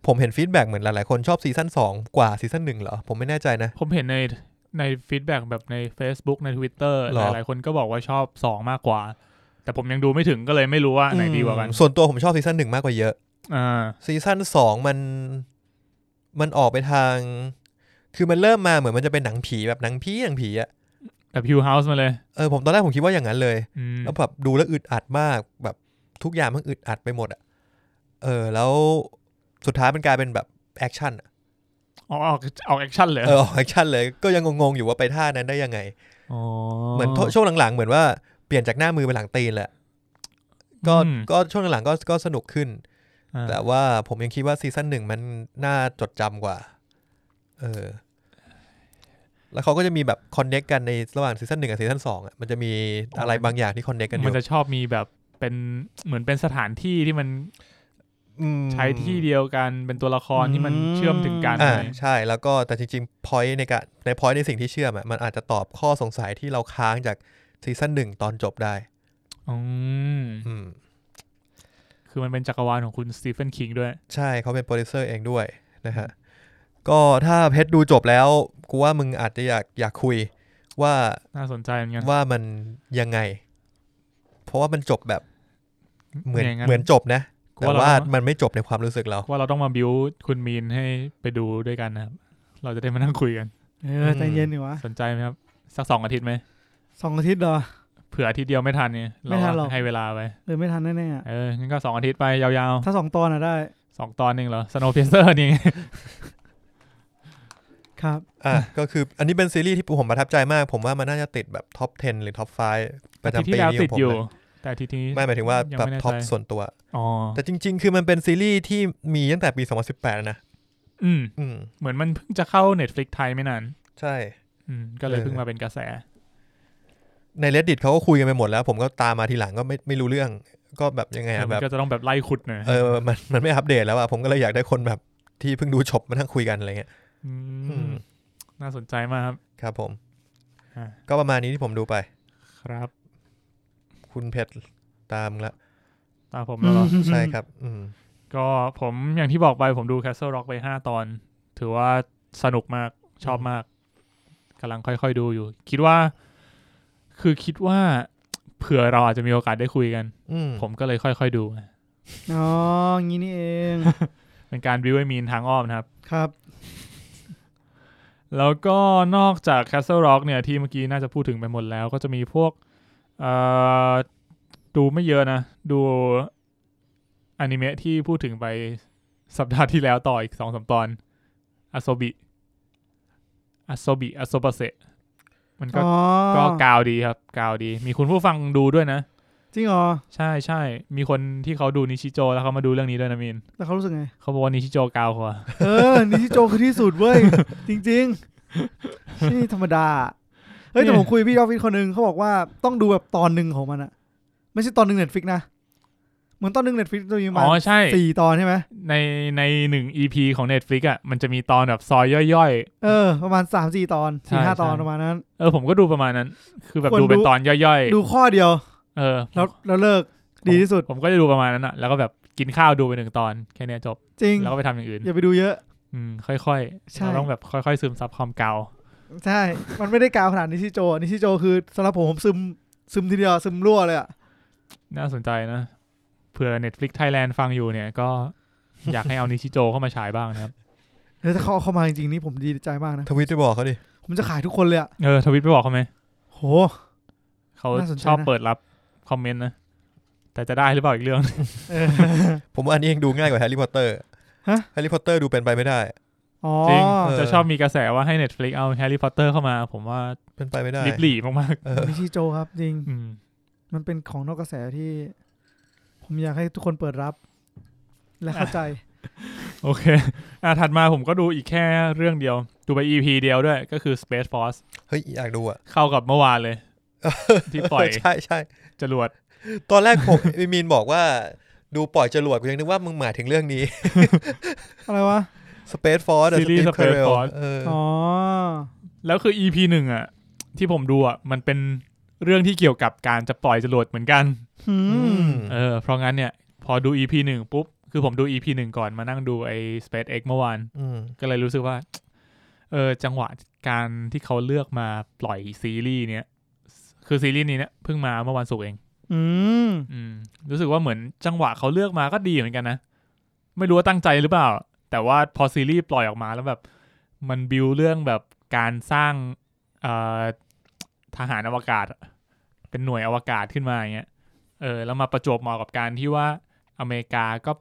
ผมเห็นฟีดแบ็กเหมือนหลายๆคนชอบซีซั่นสองกว่าซีซั่นหนึ่งเหรอ ผมไม่แน่ใจนะ ผมเห็นในในฟีดแบ็แบบใน Facebook ใน Twitter ห ห รอ ลายๆคนก็บอกว่าชอบ 2 มากกว่า แต่ผมยังดูไม่ถึงก็เลยไม่รู้ว่าอันไหนดีกว่ากัน อืมส่วนตัวผมชอบซีซั่นหนึ่งมากกว่าเยอะ อ่า ซีซั่นสองมัน มันออกไปทาง คือมันเริ่มมาเหมือนมันจะเป็นหนังผีแบบหนังผีหนังผีอะ แบบฮิวเฮาส์มาเลย เออผมตอนแรกผมคิดว่าอย่างนั้นเลย อืม แล้วแบบดูแล้วอึดอัดมากแบบทุกอย่างมันอึดอัดไปหมดอะ เออ แล้วสุดท้ายมันกลายเป็นแบบแอคชั่นอะ ออกออกออกแอคชั่นเลย เออ ออกแอคชั่นเลยก็ยังงงๆอยู่ว่าไปท่านั้นได้ยังไง อ๋อ เหมือนโทช่วงหลังๆ เหมือนว่าเปลี่ยนจากหน้ามือเป็นหลังตีนแหละก็ อืม ก็ช่วงหลังๆก็ก็สนุกขึ้น อ่า แต่ว่าผมยังคิดว่าซีซั่นหนึ่งมันน่าจดจำกว่า เออ แล้วเขาก็จะมีแบบคอนเน็กกันในระหว่างซีซั่นหนึ่งกับซีซั่นสองอะมันจะมีอะไรบางอย่างที่คอนเน็กกันอ มัน ยู่ จะชอบมีแบบเป็นเหมือนเป็นสถานที่ที่มัน อืม ใช้ที่เดียวกันเป็นตัวละครที่มัน อืม เชื่อมถึงกัน อ่า อะไร ใช่ แล้วก็แต่จริงๆพอยต์ในการในพอยต์ในสิ่งที่เชื่อมอะมันอาจจะตอบข้อสงสัยที่เราค้างจากซีซั่นหนึ่งตอนจบได้ อืม อืม คือมันเป็นจักรวาลของคุณสตีเฟนคิงด้วย ใช่เขาเป็นโปรดิวเซอร์เองด้วยนะฮะ ก็ถ้าเพชรดูจบแล้วกูว่ามึงอาจจะอยากอยากคุยว่า น่าสนใจเหมือนกัน ว่ามันยังไง เพราะว่ามันจบแบบเหมือน อย่างนั้น เหมือนจบนะ กู แต่ ว่าเรา ว่า ต้อง มันไม่จบในความรู้สึกเรา กูว่าเราต้องมาบิวคุณมีนให้ไปดูด้วยกันนะครับ เราจะได้มานั่งคุยกัน เออใจเย็นดีวะ สนใจไหมครับ สักสองอาทิตย์ไหม สองอาทิตย์เหรอ เผื่ออาทิตย์เดียวไม่ทันเนี่ย ไม่ทันหรอก ให้เวลาไป เออไม่ทันแน่ๆอะ เอองั้นก็สองอาทิตย์ไปยาว ถ้าสองตอนอะได้ ๆสองตอนหนึ่งเหรอสโนว์เพเซอร์ นี่ ครับ อ่ะ ก็คืออันนี้เป็นซีรีส์ที่ผมประทับใจมาก ผมว่ามันน่าจะติดแบบท็อป 10 หรือท็อป 5 ประ อาทิตย์ที่จำปี แล้ว นี้ ติด ของผม อยู่ เลย แต่อาทิตย์นี้ ไม่หมายถึงว่า ยัง แบบ ไม่แน่ ท็อป ใจ ส่วนตัว อ๋อ แต่จริง ๆ คือมันเป็นซีรีส์ที่มีตั้งแต่ปี 2018แล้วนะ อืม อืม เหมือนมันเพิ่งจะเข้า Netflix ไทยไม่นาน ใช่ อืมก็เลย เออ เพิ่งมาเป็นกระแส ใน reddit เขาก็คุยกันไปหมดแล้ว ผมก็ตามมาทีหลังก็ไม่ไม่รู้เรื่อง ก็แบบยังไงอะ มั แบ น บ ก็จะต้องแบบไล่ขุดหน่อย เออมันมันไม่อัปเดตแล้วอะผมก็เลยอยากได้คนแบบที่เพิ่งดูจบมานั่งคุยกันอะไรเงี้ย ม อืม น่าสนใจมากครับ ครับผม อ่ะ ก็ประมาณนี้ที่ผมดูไป ครับ คุณเพชรตามละ ตามผมแล้วเหรอ ใช่ครับ อืม ก็ผมอย่างที่บอกไปผมดู Castle Rock ไป 5 ตอน ถือว่าสนุกมากชอบมากกำลังค่อยๆดูอยู่ คิดว่า คือคิดว่า เผื่อเราอาจจะมีโอกาสได้คุยกัน อืม ผมก็เลยค่อยๆดู อ๋องี้นี่เอง เป็นการวิวให้มีนทางอ้อมนะครับ ครับ แล้วก็นอกจาก Castle Rock เนี่ยที่เมื่อกี้น่าจะพูดถึงไปหมดแล้ว ก็จะมีพวกเอ่อดูไม่เยอะนะ ดูอนิเมะที่พูดถึงไปสัปดาห์ที่แล้วต่ออีกสองสามตอนอ s โซบิอ s โซบิอ s โซบ s เซมันก็ อ๋อ ก็กาวดีครับ กาวดี มีคุณผู้ฟังดูด้วยนะ จริงเหรอ ใช่ใช่มีคนที่เขาดูนิชิโจแล้วเขามาดูเรื่องนี้ด้วยนะมิน แล้วเขารู้สึกไง เขาบอกว่านิชิโจกาวกว่า เออ นิชิโจคือที่สุดเว้ย จริงๆที่ธรรมดา เฮ้ย แต่ เนี่ย ผมคุยกับพี่ยอฟฟิศคนหนึ่งเขาบอกว่าต้องดูแบบตอนหนึ่งของมันอะไม่ใช่ตอนหนึ่งเน็ตฟิกนะ เหมือนตอนหนึ่งเน็ตฟิกจะมีประมา อ๋ ณ อใช่ สี่ตอนใช่ไหม ในในหนึ่ง EP ของ Netflix อ่ะมันจะมีตอนแบบซอยย่อย เออ ประมาณสามสี่ตอน ใช่ สี่ห้าตอน ใช่ ประมาณนั้น ๆ เออผมก็ดูประมาณนั้น คือแบบ ควร ดูเป็น ดู ตอนย่อย ดูข้อเดียว ๆ เออ แล้วแล้วเลิกดีที่สุด ผมก็จะดูประมาณนั้นอ่ะ แล้วก็แบบกินข้าวดูไปหนึ่งตอนแค่เนี้ยจบ จริง แล้วก็ไปทำอย่างอื่น อย่าไปดูเยอะ อืมค่อยๆ ใช่ เราต้องแบบค่อยๆ ซึมซับความเก่า ใช่ มันไม่ได้กาวขนาดนิชิโจ นิชิโจคือสำหรับผมผมซึมซึมทีเดียวซึมรั่วเลยอะ น่าสนใจนะ เผื่อ Netflix Thailand ฟังอยู่เนี่ยก็ อยากให้เอานิชิโจเข้ามาฉายบ้าง นะครับ แล้วถ้าเขาเอาเข้ามาจริงๆนี่ผมดีใจมากนะ ทวิตไปบอกเขาดิ ผมจะขายทุกคนเลยอะ เออทวิตไปบอกเขาไหม โห เขา น่าสนใจนะ ชอบเปิดรับคอมเมนต์นะ แต่จะได้หรือเปล่าอีกเรื่อง เออ ผมว่าอันนี้ยังดูง่ายกว่าแฮร์รี่พอตเตอร์ ฮะ แฮร์รี่พอตเตอร์ดูเป็นไปไม่ได้ อ๋อ จริง เออ จะชอบมีกระแสว่าให้ Netflix เอา Harry Potter เข้ามา ผมว่า เป็นไปไม่ได้ ลิบหลี่มาก เออ ไม่ใช่โจครับจริง ๆอืม มันเป็นของนอกกระแสที่ ผมอยากให้ทุกคนเปิดรับ และเข้าใจ โอเค อ่ะถัดมาผมก็ดูอีกแค่เรื่องเดียว ดูไป EP เดียวด้วย ก็คือ Space Force เฮ้ยอยากดูอ่ะ เข้ากับเมื่อวานเลย ที่ปล่อย ใช่ใช่ จรวด ตอนแรก ผม มีนบอกว่าดูปล่อยจรวดกูยังนึกว่ามึงหมายถึงเรื่องนี้ อะไรวะ Space Force อะ ซีรีส์ Steve Space Carell Force เออ อ๋อ แล้วคือ EP หนึ่งอ่ะ ที่ผมดูอ่ะ มันเป็นเรื่องที่เกี่ยวกับการจะปล่อยจรวดเหมือนกัน หื อื ม ม เออ เพราะงั้นเนี่ย พอดู EP หนึ่งปุ๊บ คือผมดู EP หนึ่งก่อนมานั่งดูไอ้ SpaceX เมื่อวาน อืม ก็เลยรู้สึกว่า เออ จังหวะการที่เขาเลือกมาปล่อยซีรีส์เนี้ย คือซีรีส์นี้เนี่ยเพิ่งมาเมื่อวันศุกร์เอง อืม อืมรู้สึกว่าเหมือนจังหวะเขาเลือกมาก็ดีเหมือนกันนะ ไม่รู้ว่าตั้งใจหรือเปล่า แต่ว่าพอซีรีส์ปล่อยออกมาแล้วแบบ มันบิวเรื่องแบบการสร้างเอ่อทหารอวกาศอะเป็นหน่วยอวกาศขึ้นมาอย่างเงี้ยเออแล้วมาประจวบเหมาะกับการที่ว่าอเมริกาก็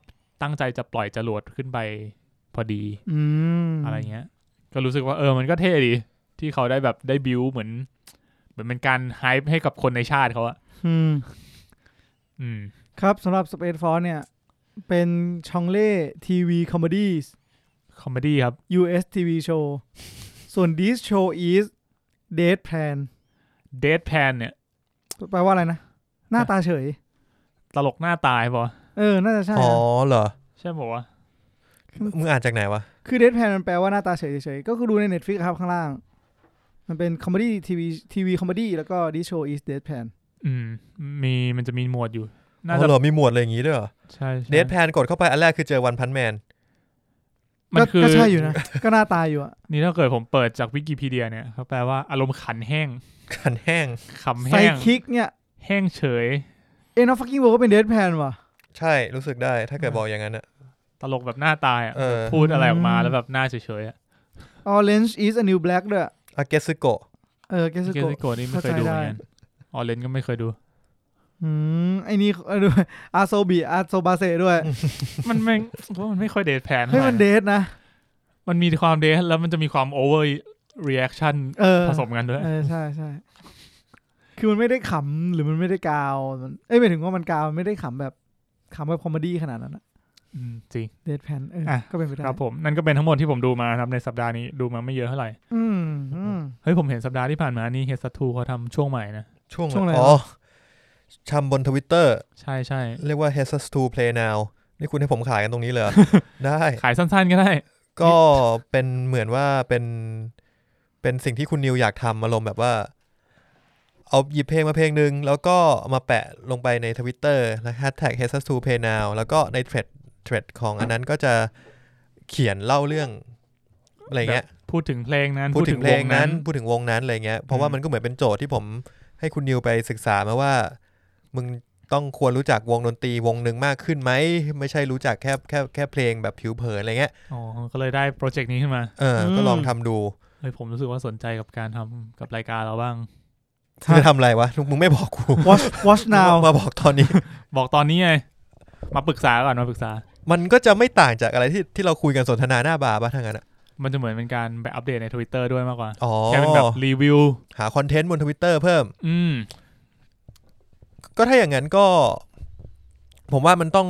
ตั้งใจจะปล่อยจรวดขึ้นไปพอดี อืม อะไรเงี้ย ก็รู้สึกว่าเออ มันก็เท่ดี ที่เขาได้แบบได้บิวเหมือน เหมือนเป็นการไฮป์ให้กับคนในชาติเขาอะ อืม อืม ครับสำหรับ Space Force เนี่ย เป็นช่องเล่ทีวีคอมเมดี้ คอมเมดี้ครับ US TV show ส่วน this show is date plan เดทแพนเนี่ย แปลว่าอะไรนะ หน้าตาเฉย ตลกหน้าตายปะวะ เออ น่าจะใช่ อ๋อ นะ เหรอ ใช่ปะวะ มึงอ่านจากไหนวะ คือ date plan มันแปลว่าหน้าตาเฉยเฉยๆก็คือดูใน Netflix ครับข้างล่าง มันเป็นคอมเมดี้ทีวีทีวีคอมเมดี้แล้วก็ this show is date plan อืม มีมันจะมีหมวดอยู่ อ๋ น่า อ จะ เหรอ มีหมวดอะไรอย่างงี้ด้วยเหรอ ใช่ใช่ เดทแพนกดเข้าไปอันแรกคือเจอวันพันแมน มัน ก็ คือ ก็ใช่อยู่นะ ก็หน้าตาอยู่อะ นี่ถ้าเกิดผมเปิดจากวิกิพีเดียเนี่ยเขาแปลว่าอารมณ์ขันแห้ง กันแห้ง ขำ ไซ แห้ง คิกเนี่ย แห้งเฉย เอ็นออฟฟักกิ้งโวก็เป็น date plan ว่ะ ใช่ รู้สึกได้ ถ้าเกิดบอกอย่างนั้นอะ ตลกแบบหน้าตายอะ เออ พูดอะไรออกมาแล้วแบบหน้าเฉยๆอะ orange is a new black ด้วย อาเกสึโกะ เออเกส เก โก สโกะนี่ไม่เคยดูเหมือนกันออเรนก็ไม่เคยดู อืมไอ้นี่เออด้วยอาโซบีอาโซบาเซด้วย มันไม่เพราะมันไม่ค่อยเดทแพน เฮ้ยมันเดทนะ มันมีความเดทแล้วมันจะมีความโอเวอร์เรีแอคชั่น เออ ผสมกันด้วย เออใช่ใช่คือมันไม่ได้ขำหรือมันไม่ได้กาวมันเอ้ยหมายถึงว่ามันกาวมันไม่ได้ขำแบบขำแบบคอมเมดี้ขนาดนั้นอะ อืมจริง เดทแพนเอออะ ก็เป็นไปได้ ครับผม นั่นก็เป็นทั้งหมดที่ผมดูมาครับในสัปดาห์นี้ดูมาไม่เยอะเท่าไหร่ อืมอืม เฮ้ยผมเห็นสัปดาห์ที่ผ่านมานี่เฮสทูเขาทำช่วงใหม่นะ ช่วง ช่วงอะไร อ๋อทำบนทวิตเตอร์ ใช่ใช่ เรียกว่า h e s to Play Now นี่คุณให้ผมขายกันตรงนี้เลยเหรอ ได้ ขายสั้นๆก็ได้ ก็เป็นเหมือนว่าเป็นเป็นสิ่งที่คุณนิวอยากทำอารมณ์แบบว่า เอาหยิบเพลงมาเพลงหนึ่งแล้วก็เอามาแปะลงไปในทวิตเตอร์แล้วแฮชแท็ก h e s to Play Now แล้วก็ในเทรดเทรดของอันนั้นก็จะเขียนเล่าเรื่อง อะไรเงี้ย พูดถึงเพลงนั้น พูดถึงเพลง ว นั้น พูดถึงวงนั้นอะไรเงี้ย เพราะว่า อืม มันก็เหมือนเป็นโจทย์ที่ผมให้คุณนิวไปศึกษามาว่า มึงต้องควรรู้จักวงดนตรีวงหนึ่งมากขึ้นไหม ไม่ใช่รู้จักแค่แค่แค่เพลงแบบผิวเผินอะไรเงี้ย อ๋อก็เลยได้โปรเจกต์นี้ขึ้นมา เออ อืม ก็ลองทำดู เฮ้ยผมรู้สึกว่าสนใจกับการทำกับรายการเราบ้าง ฮะ จะทำอะไรวะ มึงไม่บอกกู watch watch now มาบอกตอนนี้ บอกตอนนี้ไงมาปรึกษาก่อนมาปรึกษา มันก็จะไม่ต่างจากอะไรที่ที่เราคุยกันสนทนาหน้าบาร์ป่ะทางนั้นอะ มันจะเหมือนเป็นการไปอัปเดตในทวิตเตอร์ด้วยมากกว่า อ๋อ แค่เป็นแบบรีวิว หาคอนเทนต์บนทวิตเตอร์เพิ่ม อืม ก็ถ้าอย่างนั้นก็ ผมว่ามันต้อง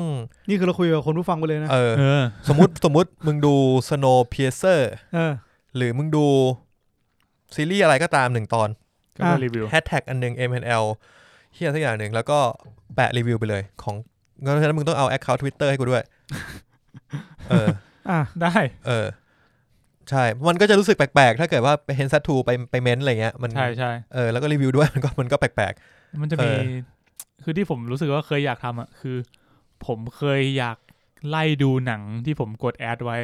นี่คือเราคุยกับคนผู้ฟังไปเลยนะ เออ เออ สมมติสมมติมึงดู Snowpiercer เออ หรือมึงดูซีรีส์อะไรก็ตามหนึ่งตอน ก็ได้ อ่ะ รีวิว แฮชแท็กอันหนึ่ง MNL เฮียสักอย่างหนึ่งแล้วก็แปะรีวิวไปเลยของงั้นฉะนั้นมึงต้องเอา Account Twitter ให้กูด้วย เออ อ่ะ ได้ เออ ใช่ มันก็จะรู้สึกแปลกๆ ถ้าเกิดว่าไปเห็นซัตทูไปไปเม้นอะไรเงี้ยมัน ใช่ใช่ เออแล้วก็รีวิวด้วย มันก็มันก็แปลก มันจะ เอ มี อ คือที่ผมรู้สึกว่าเคยอยากทำอ่ะ คือ ผมเคยอยากไล่ดูหนังที่ผมกดแอดไว้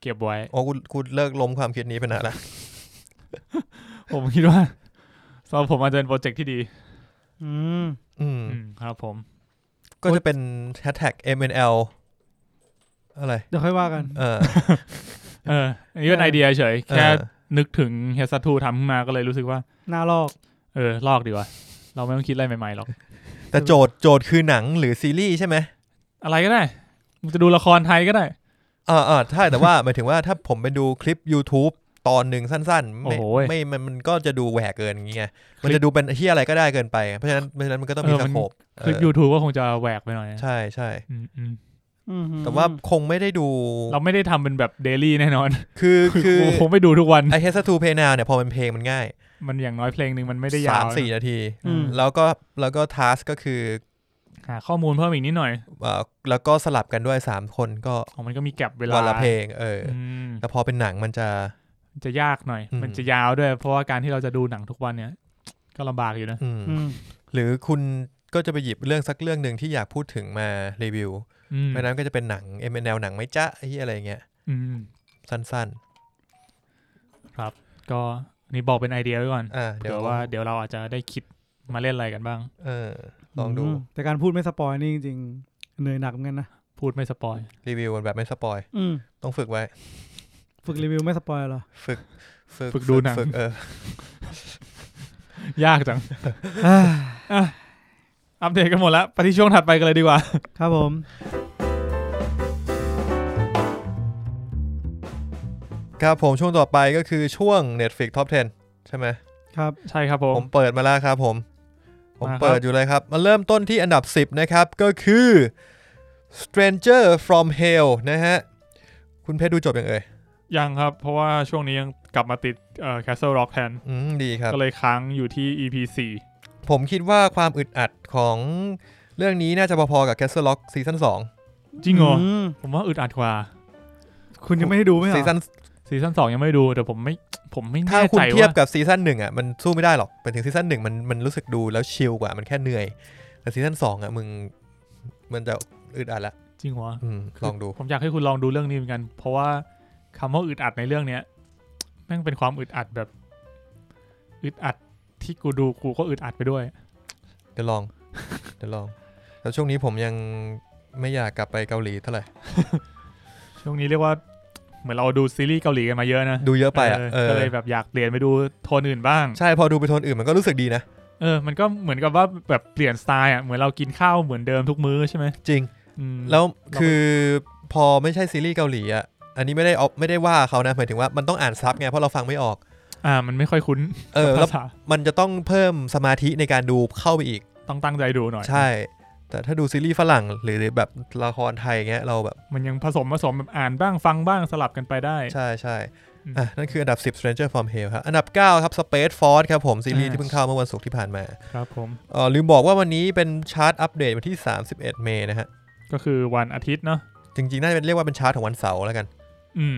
เก็บไว้ ๆ โอ้กูกูเลิกล้มความคิดนี้ไปนานละ ผมคิดว่าสำหรับผมอาจจะเป็นโปรเจกต์ที่ดี อืม อืม อืมครับผม ก็จะเป็นแฮชแท็ก MNL อะไร เดี๋ยวค่อยว่ากัน เออ เออ อันนี้เป็น เออ ไอเดียเฉย เอ แค่ อ นึกถึงเฮสัทูทำขึ้นมาก็เลยรู้สึกว่า หน้าลอก เออ ลอกดีกว่า เราไม่ต้องคิดอะไรใหม่ๆหรอก แต่โจทย์โจทย์คือหนังหรือซีรีส์ใช่ไหม อะไรก็ได้มึงจะดูละครไทยก็ได้ อ่าอ่าใช่แต่ว่า หมายถึงว่าถ้าผมไปดูคลิป YouTube ตอนหนึ่งสั้นๆ ไม่ โอ้โห ไม่มันมันก็จะดูแหวกเกินอย่างเงี้ย คลิป มันจะดูเป็นเฮียอะไรก็ได้เกินไป เพราะฉะนั้นเพราะฉะนั้นมันก็ต้องมี เออ ส มัน โคป คลิป เออ YouTube ก็คงจะแหวกไปหน่อย ใช่ใช่ อืมอืม อืม แต่ว่าคงไม่ได้ดู เราไม่ได้ทำเป็นแบบเดลี่แน่นอน คือ คือ กูคงไม่ดูทุกวัน ไอเฮสทูเพย์นาวเนี่ย พอมันเพลงมันง่าย มันอย่างน้อยเพลงหนึ่งมันไม่ได้ยาว สาม นะ สี่นาที อืม แล้วก็แล้วก็ทาสก็คือ หาข้อมูลเพิ่มอีกนิดหน่อย เอ่อแล้วก็สลับกันด้วยสามคนก็ ของมันก็มีแก็บเวลา วันละเพลง เออ อืม แต่พอเป็นหนังมันจะ มันจะยากหน่อย อืม มันจะยาวด้วย เพราะว่าการที่เราจะดูหนังทุกวันเนี่ย ก็ลำบากอยู่นะ อืม อืม หรือคุณก็จะไปหยิบเรื่องสักเรื่องหนึ่งที่อยากพูดถึงมารีวิว อืม ไม่นั้นก็จะเป็นหนังเอ็มแนวหนังไม่จ๊ะไอ้เหี้ยอะไรเงี้ย อืม สั้น ก็นี่บอกเป็นไอเดียไว้ก่อน ๆ อ่าเดี๋ เดี๋ยยววว่าเดี๋ยวเราอาจจะได้คิดมาเล่นอะไรกันบ้าง เออลองดู มแต่การพูดไม่สปอยนี่จริงๆเหนื่อยหนักเหมือนกันนะ พูดไม่สป อย รีวิวมันแบบไม่สปอย อืม ต้องฝึกไว้ ฝึกรีวิวไม่สปอยเหรอ ฝึกฝึก ฝึกดูหนัง ฝึกเออ ยากจัง อ่า อัปเดตกันหมดแล้วไปที่ช่วงถัดไปกันเลยดีกว่า ครับผม ครับผมช่วงต่อไปก็คือช่วง Netflix Top 10 ใช่ไหม ครับ ใช่ครับผม ผมเปิดมาแล้วครับผม ผม มาครับ เปิดอยู่เลยครับ มาเริ่มต้นที่อันดับ 10 นะครับ ก็คือ Stranger from Hell นะฮะ คุณเพชรดูจบยังเอ่ย ยังครับ เพราะว่าช่วงนี้ยังกลับมาติดเอ่อ Castle Rock แทน อืมดีครับ ก็เลยค้างอยู่ที่ EP 4 ผมคิดว่าความอึดอัดของเรื่องนี้น่าจะพอๆกับ Castle Rock ซีซั่น จริงเหรออ ม ผมว่าอึดอัดกว่า คุณยังไม่ได้ดูไหม2เหร ซี อ ซั่น ซีซั่น2ยังไม่ดู แต่ผมไม่ผมไม่ ถ้า แน่ คุณ ใจ เทีย ว่า บกับซีซั่นหนึ่งอ่ะมันสู้ไม่ได้หรอกเป็นถึงซีซั่นหนึ่งมันมันรู้สึกดูแล้วชิลกว่ามันแค่เหนื่อย แต่ซีซั่นสองอ่ะมึงมันจะอึดอัดละ จริงเหรอ อืมลองดู ผมอยากให้คุณลองดูเรื่องนี้เหมือนกัน เพราะว่าคำว่าอึดอัดในเรื่องเนี้ยแม่งเป็นความอึดอัดแบบอึดอัดที่กูดูกูก็อึดอัดไปด้วย เดี๋ยวลอง เดี๋ยวลอง แล้วช่วงนี้ผมยังไม่อยากกลับไปเกาหลีเท่าไหร่ ช่วงนี้เรียกว่าเหมือนเราดูซีรีส์เกาหลีกันมาเยอะนะ ดูเยอะไปอ่ะเออเก็เลยแบบอยากเปลี่ยนไปดูโทนอื่นบ้าง ใช่ พอดูไปโทนอื่นมันก็รู้สึกดีนะ เออ มันก็เหมือนกับว่าแบบเปลี่ยนสไตล์อ่ะ เหมือนเรากินข้าวเหมือนเดิมทุกมื้อใช่ไหม จริง อืม แล้วคือพอไม่ใช่ซีรีส์เกาหลีอ่ะ อันนี้ไม่ได้เอาไม่ได้ว่าเขานะ หมายถึงว่ามันต้องอ่านซับไง เพราะเราฟังไม่ออก อ่า มันไม่ค่อยคุ้น เออ แล้ว ภาษา มันจะต้องเพิ่มสมาธิในการดูเข้าไปอีก ต้องตั้งใจดูหน่อย ใช่ แต่ถ้าดูซีรีส์ฝรั่งหรือแบบละครไทยเงี้ยเราแบบ มันยังผสมผสมแบบอ่านบ้างฟังบ้างสลับกันไปได้ ใช่ใช่ อืม อ่ะนั่นคืออันดับ 10 Stranger from Hell ครับ อันดับ 9 ครับ Space Force ครับผมซีรีส์ที่เพิ่งเข้าเมื่อวันศุกร์ที่ผ่านมา ครับผม เออลืมบอกว่าวันนี้เป็นชาร์ตอัปเดตวันที่ 31 เมษนะฮะ ก็คือวันอาทิตย์เนาะ จริงๆ น่าจะเป็นเรียกว่าเป็นชาร์ตของวันเสาร์แล้วกัน อืม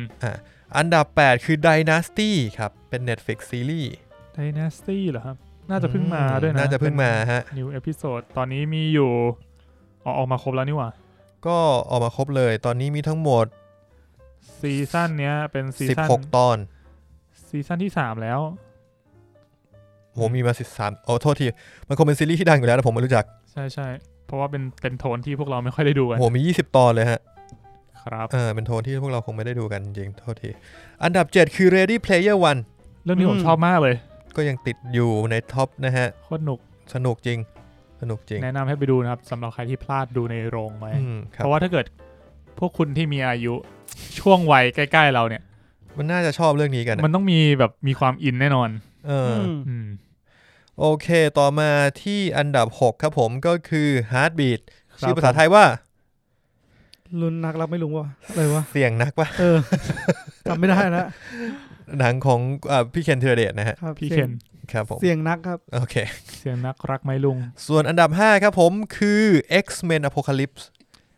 อันดับ 8 คือ Dynasty ครับ เป็น Netflix ซีรีส์ Dynasty เหรอครับ น่าจะเพิ่งมาด้วยนะ น่าจะเพิ่งมาฮะ เป็น new episode ตอนนี้มีอยู่อ๋อออกมาครบแล้วนี่หว่า ก็ออกมาครบเลย ตอนนี้มีทั้งหมด ซีซั่นเนี้ยเป็นซีซั่น 16 ตอน ซีซั่นที่สามแล้ว โหมีมา 13โอ้โทษที มันคงเป็นซีรีส์ที่ดังอยู่แล้วแต่ผมไม่รู้จัก ใช่ใช่เพราะว่าเป็นเป็นโทนที่พวกเราไม่ค่อยได้ดูกัน โหมี 20 ตอนเลยฮะ ครับ เออ เป็นโทนที่พวกเราคงไม่ได้ดูกันจริงๆโทษที อันดับ 7 คือ Ready Player One เรื่องนี้ผมชอบมากเลย ก็ยังติดอยู่ในท็อปนะฮะ โคตรหนุก สนุกจริง สนุกจริง แนะนำให้ไปดูนะครับสำหรับใครที่พลาดดูในโรงไหม อืมครั เพ บ ราะว่าถ้าเกิดพวกคุณที่มีอายุ ช่วงวัยใกล้ๆเราเนี่ย มันน่าจะชอบเรื่องนี้กันอะ มันต้องมีแบบมีความอินแน่นอน เอออ ม อืม โอเค ต่อมาที่อันดับ 6 ครับผมก็คือ Heartbeat ครับ ชื่อภาษาไทยว่า ลุ้นนักรับไม่รู้ว่าอะไรวะ เสียงนักวะ เออจำไม่ได้นะ หนังของอาพี่เคนธีรเดชนะฮะ ครับ พี่เคสียง น ครับผม เสียงนักครับ โอเค เสียงนักรักไหมลุง ส่วนอันดับ 5 ครับผมคือ X-Men Apocalypse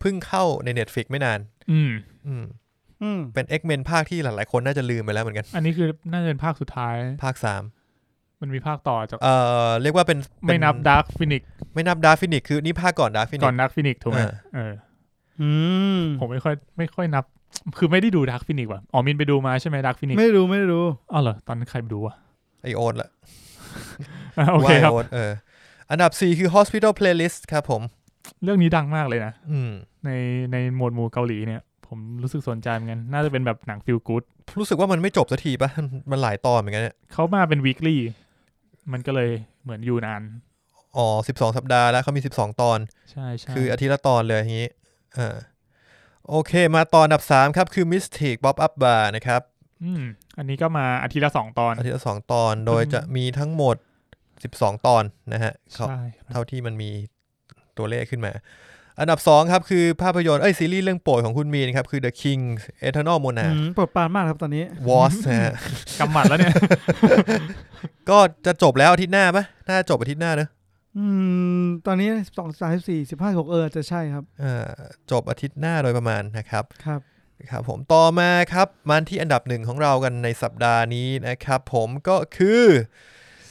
เพิ่งเข้าใน Netflix ไม่นาน อืม อืม อืม เป็น X-Men ภาคที่หลายๆคนน่าจะลืมไปแล้วเหมือนกัน อันนี้คือน่าจะเป็นภาคสุดท้าย ภาค 3 มันมีภาคต่อจาก เอ่อ เรียกว่าเป็นเป็ ไม่นับดาร์คฟินิก ไม่นับดาร์ฟินิกคือนี่ภาคก่อนดาร์ฟินิ ก่อก นดาร์คฟินิกถูกไหม อ่า เออ อืม ผมไม่ค่อยไม่ค่อยนับ คือไม่ได้ดูดาร์คฟินิกว่ะอ๋อมินไปดูมาใช่ไหมดาร์คฟินิก ไม่ได้ดูไม่ได้ดู อ๋อเหรอตอนนั้นใครไปดูอ่ะ ไอโอนละ อ่ ะโอเคครับ ว่าไโอนเอออันดับ 4 คือ Hospital Playlist ครับผม เรื่องนี้ดังมากเลยนะ อืม ในในหมวดหมู่เกาหลีเนี่ย ผมรู้สึกสนใจเหมือนกัน น่าจะเป็นแบบหนังฟิลกู๊ด รู้สึกว่ามันไม่จบสักทีปะมันหลายตอนเหมือนกันเนี่ย เขามาเป็นวีคลี่มันก็เลยเหมือนอยู่นาน อ๋อสิบสองสัปดาห์แล้วเขามีสิบสองตอน ใช่ใช่ คืออาทิตย์ละตอนเลยอย่างนี้อ่าโอเค มาตอนอันดับสามครับ คือ Mystic Pop Up Bar นะครับ อืมอันนี้ก็มาอาทิตย์ละสองตอน อาทิตย์ละสองตอนโดยจะมีทั้งหมดสิบสองตอนนะฮะเขา ใช่ครับ เท่าที่มันมีตัวเลขขึ้นมา อันดับสองครับ คือภาพยนตร์เอ้ยซีรีส์เรื่องโปรดของคุณมีนครับ คือ The King Eternal อื Monarch มโปรดปรานมากครับตอนนี้ Wars นะฮะ กำหมัดแล้วเนี่ย ก็จะจบแล้วอาทิตย์หน้าปะน่าจะจบอาทิตย์หน้าเนอะ อืมตอนนี้สิบสองสามสิบสี่สิบห้าหกเออจะใช่ครับ อ่าจบอาทิตย์หน้าโดยประมาณนะครับ ครับ ครับผมต่อมาครับมาที่อันดับหนึ่งของเรากันในสัปดาห์นี้นะครับ ผมก็คือ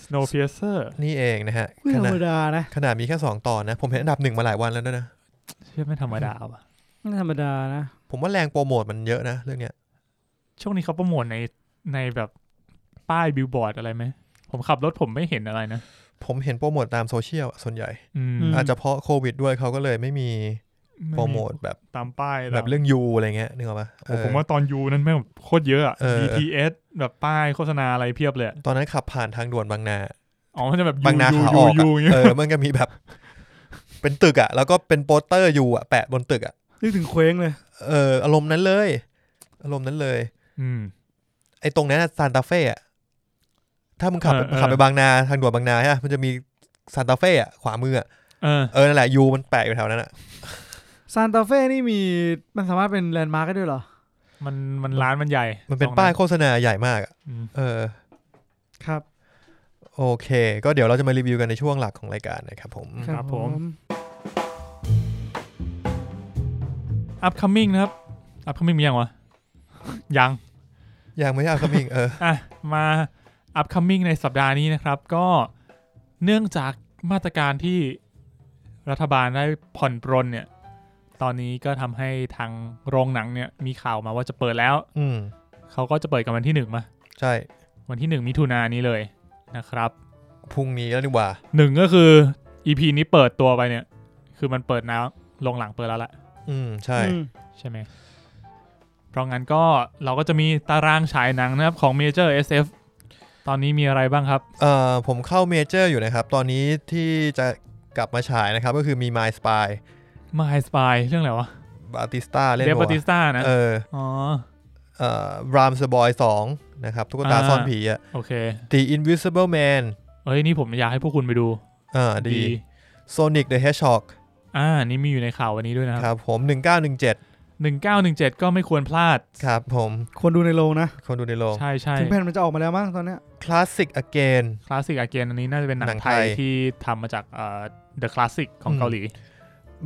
Snowpiercer นี่เองนะฮะ ไม่ ข ธร นาด รมดานะ ขนาดมีแค่สองตอนนะ ผมเห็นอันดับหนึ่งมาหลายวันแล้วด้วยนะ เชื่อไม่ธรรมดาว่ะ ไม่ธรรมดานะ ผมว่าแรงโปรโมทมันเยอะนะเรื่องเนี้ย ช่วงนี้เขาโปรโมทในในแบบป้ายบิลบอร์ดอะไรไหม ผมขับรถผมไม่เห็นอะไรนะ ผมเห็นโปรโมทตามโซเชียลอะส่วนใหญ่ อืม อืม อาจจะเพราะโควิดด้วยเขาก็เลยไม่มีโปรโมทแบบ ตามป้ายหร แบบเรื่องยูอะไรเงี้ยนึกออกปะ โอ้ เออ ผมว่าตอนยูนั้นแม่งโคตรเยอะอะ เออ BTS แบบป้ายโฆษณาอะไรเพียบเลยอะ ตอนนั้นขับผ่านทางด่วนบางนา อ๋อมันจะแบบยู บางนา ยู ขาอ ยู อก ยู อะ อย่างเงี้ย เออมันก็มีแบบ เป็นตึกอะแล้วก็เป็นโปสเตอร์ยูอะแปะบนตึกอะ นึกถึงเคว้งเลย เอออารมณ์นั้นเลย อารมณ์นั้นเลย อืม ไอ้ตรงนั้นซานตาเฟ่อะถ้ามึงขับ เออเออ ขับไปบางนาทางด่วนบางนาฮะมันจะมีซานตาเฟ่อะขวามืออะ เออ เออนั่นแหละยูมันแปะอยู่แถวนั้นอะ ซานตาเฟ่นี่มีมันสามารถเป็นแลนด์มาร์กได้ด้วยเหรอ มันมันร้านมันใหญ่ มันเป็น ตรง ป้ายโฆษณาใหญ่มากอะ อืม เออ ครับ โอเค ก็เดี๋ยวเราจะมารีวิวกันในช่วงหลักของรายการนะครับผม ครับผม อัพคัมมิ่งนะครับอัพคัมมิ่งมียังวะ ยัง ยังไม่ใช่อัพคัมมิ่งเออ อ่ะ มาอัพคัมมิ่งในสัปดาห์นี้นะครับ ก็เนื่องจากมาตรการที่รัฐบาลได้ผ่อนปรนเนี่ย ตอนนี้ก็ทำให้ทางโรงหนังเนี่ย มีข่าวมาว่าจะเปิดแล้ว อืม เขาก็จะเปิดกันวันที่หนึ่งมา ใช่ วันที่หนึ่งมิถุนายนนี้เลยนะครับ พรุ่งนี้แล้วดีกว่า หนึ่งก็คือ EP นี้เปิดตัวไปเนี่ย คือมันเปิดแล้วลงหลังเปิดแล้วแหละ อืม ใช่ อืม ใช่ไหมเพราะงั้นก็เราก็จะมีตารางฉายหนังนะครับของ Major SF ตอนนี้มีอะไรบ้างครับ เอ่อ ผมเข้าเมเจอร์อยู่นะครับ ตอนนี้ที่จะกลับมาฉายนะครับ ก็คือมี My Spy My Spy เรื่องอะไรวะ บาติสตาเล่น เดฟ ตัว บัติสต้านะ เออ อ๋อ เอ่อรามสบอยสองนะครับ ตุ๊กตา อ่า ซ่อนผีอะ โอเค The Invisible Man เอ้ย นี่ผมอยากให้พวกคุณไปดู อ่าดี Sonic the Hedgehog อ่า นี่มีอยู่ในข่าววันนี้ด้วยนะ ค ครับ รับผม 1917 หนึ่งเก้าหนึ่งเจ็ดก็ไม่ควรพลาด ครับผม ควรดูในโรงนะ คนดูในโรง ใช่ใช่ ถึงแผ่นมันจะออกมาแล้วมั้งตอนเนี้ย Classic Again คลาสสิกอาเกนอันนี้น่าจะเป็นหนั หนั ง ง ไท ไท ย ย ที่ทำมาจากเอ่อ The Classic ของเกาหลี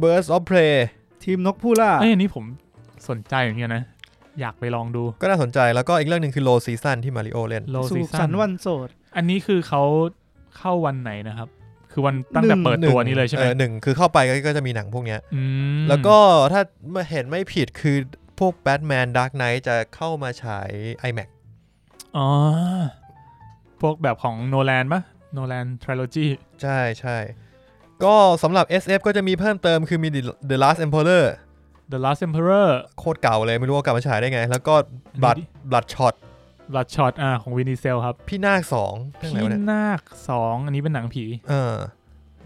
Birds of Prey ทีมนกผู้ล่า เอ้ยอันนี้ผมสนใจอย่างเงี้ยนะ อยากไปลองดู ก็น่าสนใจแล้วก็อีกเรื่องหนึ่งคือ Low Season ที่มาริโอเล่น Low สุขสั Season นต์วันโสด อันนี้คือเขาเข้าวันไหนนะครับ คือวันตั้งแต่ หนึ่ง เปิดตัวนี้เลยใช่ไหม ออหนึ่งคือเข้าไปก็ก็จะมีหนังพวกเนี้ย ม แล้วก็ถ้าเห็นไม่ผิดคือพวก Batman Dark Knight จะเข้ามาฉาย iMac อ๋อ พวกแบบของโนแลนปะโนแลนทริโลจี ใช่ใช่ก็สำหรับ SF ก็จะมีเพิ่มเติมคือมี The- The Last Emperor The Last Emperor โคตรเก่าเลยไม่รู้ว่ากลับมาฉายได้ไง แล้วก็ อันนี้ บัต ดิ บัตช็อต บัตช็อตอ่าของวินิเซลครับ พี่นาคสองเรื่อง พี่ อะไรวะเนี่ย นาคสองอันนี้เป็นหนังผี เออ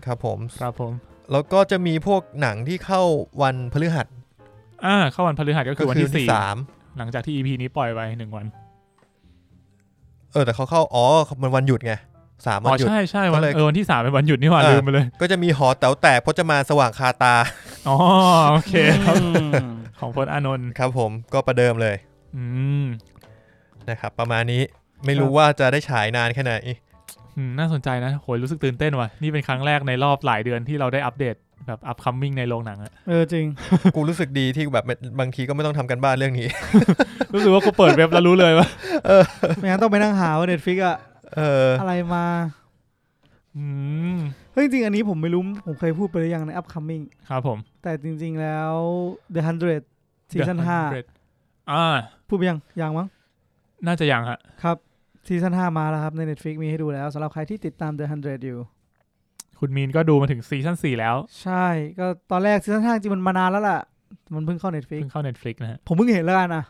ครับผม ครับผม แล้วก็จะมีพวกหนังที่เข้าวันพฤหัส อ่า เข้าวันพฤหัสก็คือวันที่สี่ สาม หลังจากที่ EP นี้ปล่อยไปหนึ่งวัน เออแต่เขาเข้าอ๋อมันวันหยุดไงสาม อ๋ วั อน หยุด ใช่ใช่วัน ก็เลย เออวันที่สามเป็นวันหยุดนี่หว่า อ่า ลืมไปเลย ก็จะมีหอแต๋วแตกพจมานสว่างคาตา อ๋อโอเค ครับ อืม ของพลอานนท์ ครับผมก็ประเดิมเลย อืม นะครับ ประมาณนี้ไม่รู้ว่าจะได้ฉายนานแค่ไหน อืมน่าสนใจนะโหยรู้สึกตื่นเต้นว่ะ นี่เป็นครั้งแรกในรอบหลายเดือนที่เราได้อัปเดตแบบ upcoming ในโรงหนังอะ เออจริง กูรู้สึกดีที่แบบบางทีก็ไม่ต้องทำกันบ้านเรื่องนี้ รู้สึกว่ากูเปิดเว็บแล้วรู้เลยว่า ไม่งั้นต้องไปนั่งหาว่าเน็ตฟิกอะ เออ อะไรมา อืม เฮ้ยจริงๆอันนี้ผมไม่รู้ ผมเคยพูดไปหรือยังใน upcoming ครับผม แต่จริง ๆแล้ว The 100ซีซั่น The 100อ่า 5พูดไปยังยังมั้ง น่าจะยังฮะ ครับซีซั่น5มาแล้วครับใน Netflix มีให้ดูแล้วสำหรับใครที่ติดตาม The 100อยู่ คุณมีนก็ดูมาถึงซีซั่น4แล้ว ใช่ ก็ตอนแรกซีซั่น5จริงมันมานานแล้วล่ะ มันเพิ่งเข้า Netflix เพิ่งเข้า Netflix นะฮะ ผมเพิ่งเห็นแล้วกันนะ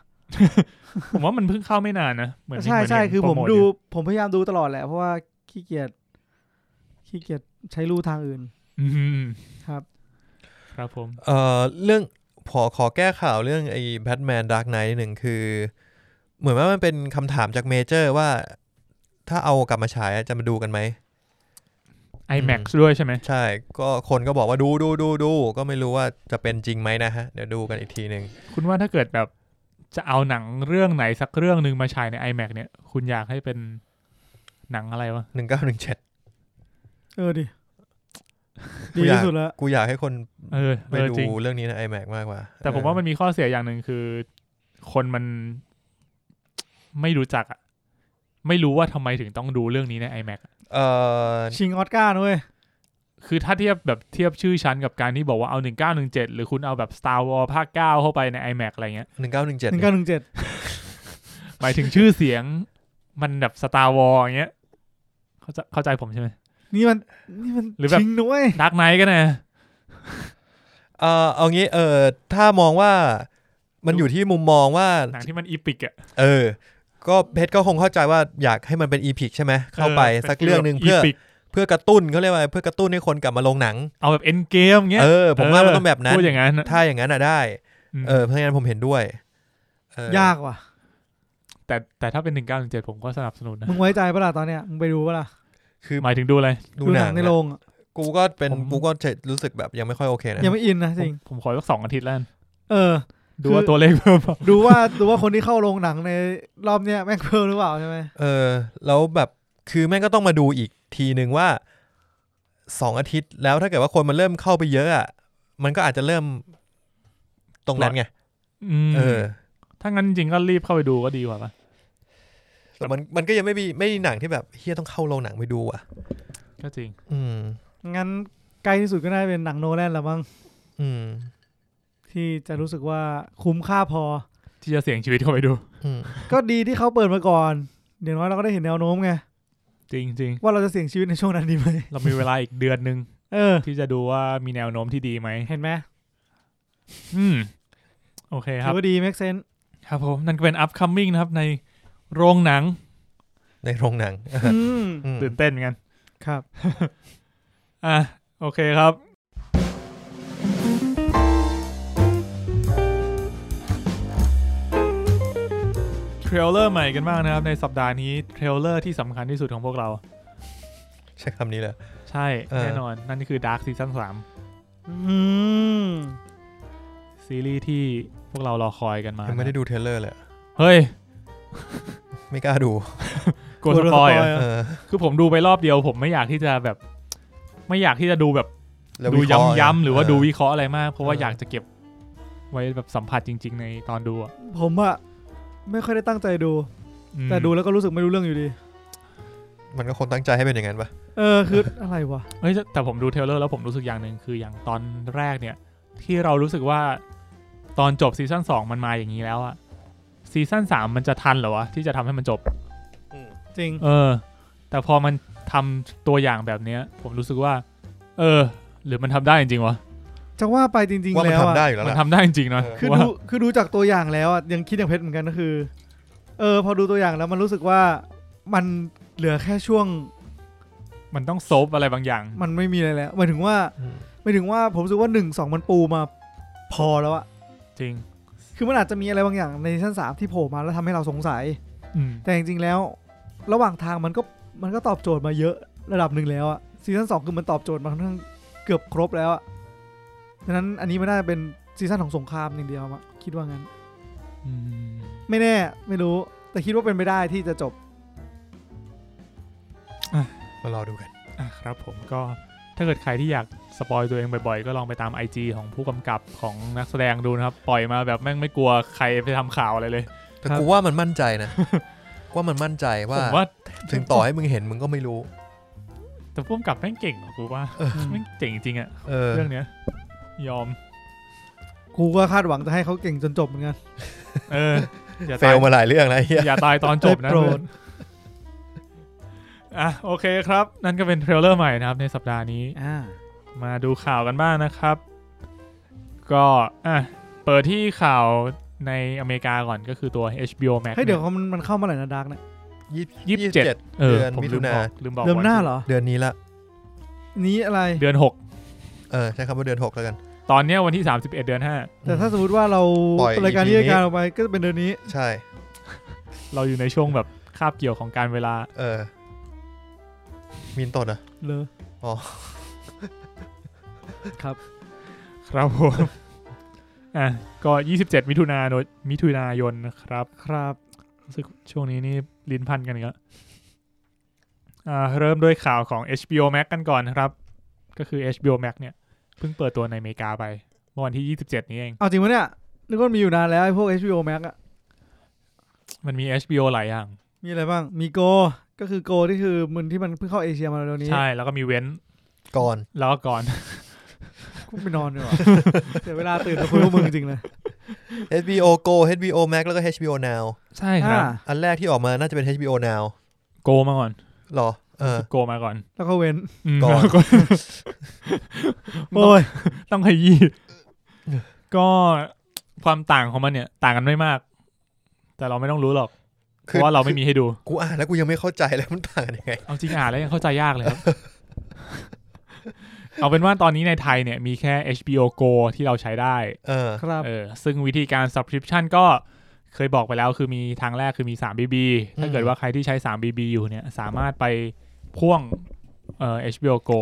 ผมว่ามันเพิ่งเข้าไม่นานนะ เหมือน ใช่ เหน ใช่ ยัง คือ โป ผม รโท ดู ยู่ ผมพยายามดูตลอดแหละ เพราะว่าขี้เกียจขี้เกียจใช้รูทางอื่น อืม ครับ ครับผม เออเรื่องขอขอแก้ข่าวเรื่องไอ้แบทแมนดาร์กไนท์หนึ่งคือ เหมือนว่ามันเป็นคำถามจากเมเจอร์ว่า ถ้าเอากลับมาฉายอะจะมาดูกันไหม iMac ด้วยใช่ไหม ใช่ ก็คนก็บอกว่าดูดูดูดูก็ไม่รู้ว่าจะเป็นจริงไหมนะฮะ เดี๋ยวดูกันอีกทีหนึ่ง คุณว่าถ้าเกิดแบบจะเอาหนังเรื่องไหนสักเรื่องหนึ่งมาฉายใน iMac เนี่ย คุณอยากให้เป็นหนังอะไรวะ หนึ่งเก้าหนึ่งเจ็ด เออดิ กู ดี อยาก ที่สุดแล้ว กูอยากให้คน เออ ไป เออ ดู จริง เรื่องนี้ใน iMac มากกว่า แต่ผมว่ามันมีข้อเสียอย่างหนึ่งคือ คนมันไม่รู้จักอะไม่รู้ว่าทำไมถึงต้องดูเรื่องนี้ใน iMac อะ เออ ชิงออสการ์ด้วย คือถ้าเทียบแบบเทียบชื่อชั้นกับการที่บอกว่าเอา 1917 หรือคุณเอาแบบ Star Wars ภาค 9 เข้าไปใน iMac อะไรเงี้ย หนึ่งเก้าหนึ่งเจ็ด หนึ่งเก้าหนึ่งเจ็ด หมายถึงชื่อเสียงมันแบบ Star Wars อย่างเงี้ย เข้าใจเข้าใจผมใช่ไหม นี่มันนี่มัน หรือแบบ ชิงนุ้ย ดักไนก็นะ เออเอางี้เออถ้ามองว่ามันอยู่ที่มุมมองว่า หนังที่มันอีพิกอะ เออ ก็เพชรก็คงเข้าใจว่าอยากให้มันเป็นอีพิกใช่ไหมเข้าไปสักเรื่องหนึ่งเพื่อ epic เพื่อกระตุ้นเขาเรียกว่าเพื่อกระตุ้นให้คนกลับมาลงหนัง เอาแบบเอ็นเกมเงี้ย เออ ผมว่ามันต้องแบบนั้น พูดอย่างนั้นอะ ถ้าอย่างนั้นอ่ะได้ ม เออเพราะงั้นผมเห็นด้วยเออย ากว่ะ แต่ แต่แต่ถ้าเป็นหนึ่งเก้าหนึ่งเจ็ดผมก็สนับสนุนนะ มึงไว้ใจปะล่ะตอนเนี้ยมึงไปดูปะล่ะ คือ หมายถึงดูอะไร ดู ดู ห ห นั นั ง งใน อะ โรงอะ กูก็เป็น ผม กูก็เฉยรู้สึกแบบยังไม่ค่อยโอเคนะ ยังไม่อินนะ ผ จริ ม ง ผมขอสักสองอาทิตย์แล้วกัน เออ ดูว่า คือ ตัวเลขเพิ่มเป ล่า ดูว่าดูว่าคนที่เข้าโรงหนังในรอบเนี้ยแม่งเพิ่มหรือเปล่าใช่ไหม เออแล้วแบบคือแม่งก็ต้องมาดูอีกทีหนึ่งว่าสองอาทิตย์แล้วถ้าเกิดว่าคนมันเริ่มเข้าไปเยอะอ่ะมันก็อาจจะเริ่มตรงนั้นไง อืม เออ ถ้างั้นจริงก็รีบเข้าไปดูก็ดีกว่าปะ แต่มันมันก็ยังไม่มีไม่มีหนังที่แบบเฮียต้องเข้าโรงหนังไปดูอ่ะ ก็จริง อืม งั้นใกล้ที่สุดก็น่าจะเป็นหนังโนแลนแล้วมั้ง อืม ที่จะรู้สึกว่าคุ้มค่าพอ ที่จะเสี่ยงชีวิตเข้าไปดู อืม ก็ดีที่เขาเปิดมาก่อนอย่างน้อยเราก็ได้เห็นแนวโน้มไง จริงจริง ว่าเราจะเสี่ยงชีวิตในช่วงนั้นดีไหม เรามีเวลาอีกเดือนหนึ่ง เออ ที่จะดูว่ามีแนวโน้มที่ดีไหม เห็นไหม อืมโอเคค ถื รับ อว่าดีแม็กเซน ครับผม นั่นก็เป็น upcoming นะครับในโรงหนัง ในโรงหนังอืม ตื่นเต้นเหมือนกัน ครับ อ่ะ โอเคครับ เทรลเลอร์ใหม่กันบ้างนะครับ ในสัปดาห์นี้เทรลเลอร์ที่สำคัญที่สุดของพวกเรา ใช้คำนี้เลย ใช่ เออ แน่นอน นั่นก็คือ Dark Season อืม 3 ซีรีส์ที่พวกเรารอคอยกันมา ยังไม่ได้ นะ ดูเทรลเลอร์เลยอะ เฮ้ย ไม่กล้าดู กลัวสปอยล์เหรอ เออ คือผมดูไปรอบเดียวผมไม่อยากที่จะแบบ ไม่อยากที่จะดูแบบ แล้ว ดู วิเคราะห์ ย้ำๆหรือว่า เ ดูวิเคราะห์อะไรมาก เพราะว่า เออ อ อ ยากจะเก็บไว้แบบสัมผัสจริง ๆ ในตอนดูอะ ผมอะไม่ค่อยได้ตั้งใจดู อืม แต่ดูแล้วก็รู้สึกไม่รู้เรื่องอยู่ดี มันก็คงตั้งใจให้เป็นอย่างนั้นปะ เออคืออะไรวะ เฮ้ยแต่ผมดูเทรลเลอร์แล้วผมรู้สึกอย่างหนึ่งคืออย่างตอนแรกเนี่ย ที่เรารู้สึกว่าตอนจบซีซั่นสองมันมาอย่างนี้แล้วอะซีซั่นสามมันจะทันเหรอวะที่จะทำให้มันจบ จริง เออ แต่พอมันทำตัวอย่างแบบเนี้ย ผมรู้สึกว่า เออ หรือมันทำได้จริงๆวะ จะว่าไปจริง ๆ ว่ามัน แล้ว ทำได้ออะยู่แล้ว มัน ล่ะ ทำได้จริงๆนะ เออ คือ ว่า ดูคือดูจากตัวอย่างแล้วอะยังคิดอย่างเพชรเหมือนกันก็คือ เออ พอดูตัวอย่างแล้วมันรู้สึกว่ามันเหลือแค่ช่วง มันต้องโซฟอะไรบางอย่าง มันไม่มีอะไรแล้วหมายถึงว่า อืม หมายถึงว่าผมรู้สึกว่าหนึ่งสองมันปูมาพอแล้วอะ จริง คือมันอาจจะมีอะไรบางอย่างในซีซั่นสามที่โผล่มาแล้วทำให้เราสงสัย อืม แต่จริงๆแล้ว ระหว่างทางมันก็มันก็ตอบโจทย์มาเยอะระดับหนึ่งแล้วอะซีซั่นสองคือมันตอบโจทย์มาทั้งเกือบครบแล้วอะดังนั้นอันนี้ไม่น่าจะเป็นซีซั่นของสงครามอย่างเดียวอะคิดว่างั้น อืม ไม่แน่ไม่รู้ แต่คิดว่าเป็นไปได้ที่จะจบ มารอดูกัน อ่ะครับผมก็ถ้าเกิดใครที่อยากสปอยตัวเองบ่อยๆ ก็ลองไปตาม IG ของผู้กำกับของนักแสดงดูนะครับ ปล่อยมาแบบแม่งไม่กลัวใครไปทำข่าวอะไรเลย แต่ ครับ กูว่ามันมั่นใจ นะ ว่ามันมั่นใจว่า ผมว่า ถึงต่อให้มึงเห็นมึงก็ไม่รู้ แต่ผู้กำกับแม่งเก่งกว่ากูว่าแม่งเจ๋งจริงอะ เออ เรื่องเนี้ย ยอม กูก็คาดหวังจะให้เขาเก่งจนจบเหมือนกัน เออ อย่า เฟ ตาย ลมาหลายเรื่องนะเฮีย อย่าตายตอนจบนะ ได้โปรด เพื่อนอ่ะโอเคครับ นั่นก็เป็นเทรลเลอร์ใหม่นะครับในสัปดาห์นี้ อ่า มาดูข่าวกันบ้างนะครับ ก็อ่ะเปิดที่ข่าวในอเมริกาก่อนก็คือตัว HBO Max เฮ้ยเดี๋ยวเขามันมันเข้ามาไหนนะดาร์กเนี่ย ยี่สิบเจ็ดเออ เดือน ผม มิ ลื ถุ ม นา บอกลืมบอก เดือนหน้า วั เหรอ เดือนนี้ละ นี้อะไร เดือนหก เออใช้คำว่าเดือนหกแล้วกัน ตอนเนี้ยวันที่สามสิบเอ็ดเดือนห้า แต่ถ้าสมมติว่าเรา ปล่อย รายการ EP นี้รายการออกไปก็จะเป็นเดือนนี้ ใช่ เราอยู่ในช่วงแบบคาบเกี่ยวของการเวลา เออ มินตดอ่ะ เลย อ๋อ ครับผม อ่ะก็ยี่สิบเจ็ดมิถุนายนมิถุนายนนะครับ ครับ รู้สึกช่วงนี้นี่ลิ้นพันกันอีกแล้วอ่าเริ่มด้วยข่าวของ HBO Max กันก่อนนะครับ ก็คือ HBO Max เนี่ยเพิ่งเปิดตัวในอเมริกาไปเมื่อวันที่ยี่สิบเจ็ดนี้เอง เอาจริงปะเนี่ยนึกว่ามีอยู่นานแล้วไอ้พวก HBO Max อะ มันมี HBO หลายอย่าง มีอะไรบ้าง มีโก ก็คือโกที่คือมึงที่มันเพิ่งเข้าเอเชียมาเร็วๆนี้ ใช่แล้วก็มีเว้น ก่อน แล้วก็ก่อน กูไปนอนดีกว่า เสียเวลาตื่นมาคุยกับมึงจริงๆเลย HBO Go HBO Max แล้วก็ HBO Now ใช่ครับ อ่า อันแรกที่ออกมาน่าจะเป็น HBO Now โกมาก่อน หรอ เออ โกมาก่อน แล้วก็เว้น ม ก่อ นแล้วก็ โอ้ย ต้องขยี้ก็ความต่างของมันเนี่ย ต่างกันไม่มาก แต่เราไม่ต้องรู้หรอก เพ คือ ราะว่าเราไม่มีให้ดู กูอ่านแล้วกูยังไม่เข้าใจเลยมันต่างกันยังไง เอาจริงอ่านแล้วยังเข้าใจยากเลยครับ เอาเป็นว่าตอนนี้ในไทยเนี่ย มีแค่ HBO Go ที่เราใช้ได้ เออ ครับ เออ ซึ่งวิธีการ subscription ก็ เคยบอกไปแล้วคือมีทางแรกคือมี 3BB ถ้าเกิดว่าใครที่ใช้ 3BB อยู่เนี่ย สามารถไปพ่วงเอ่อ HBO Go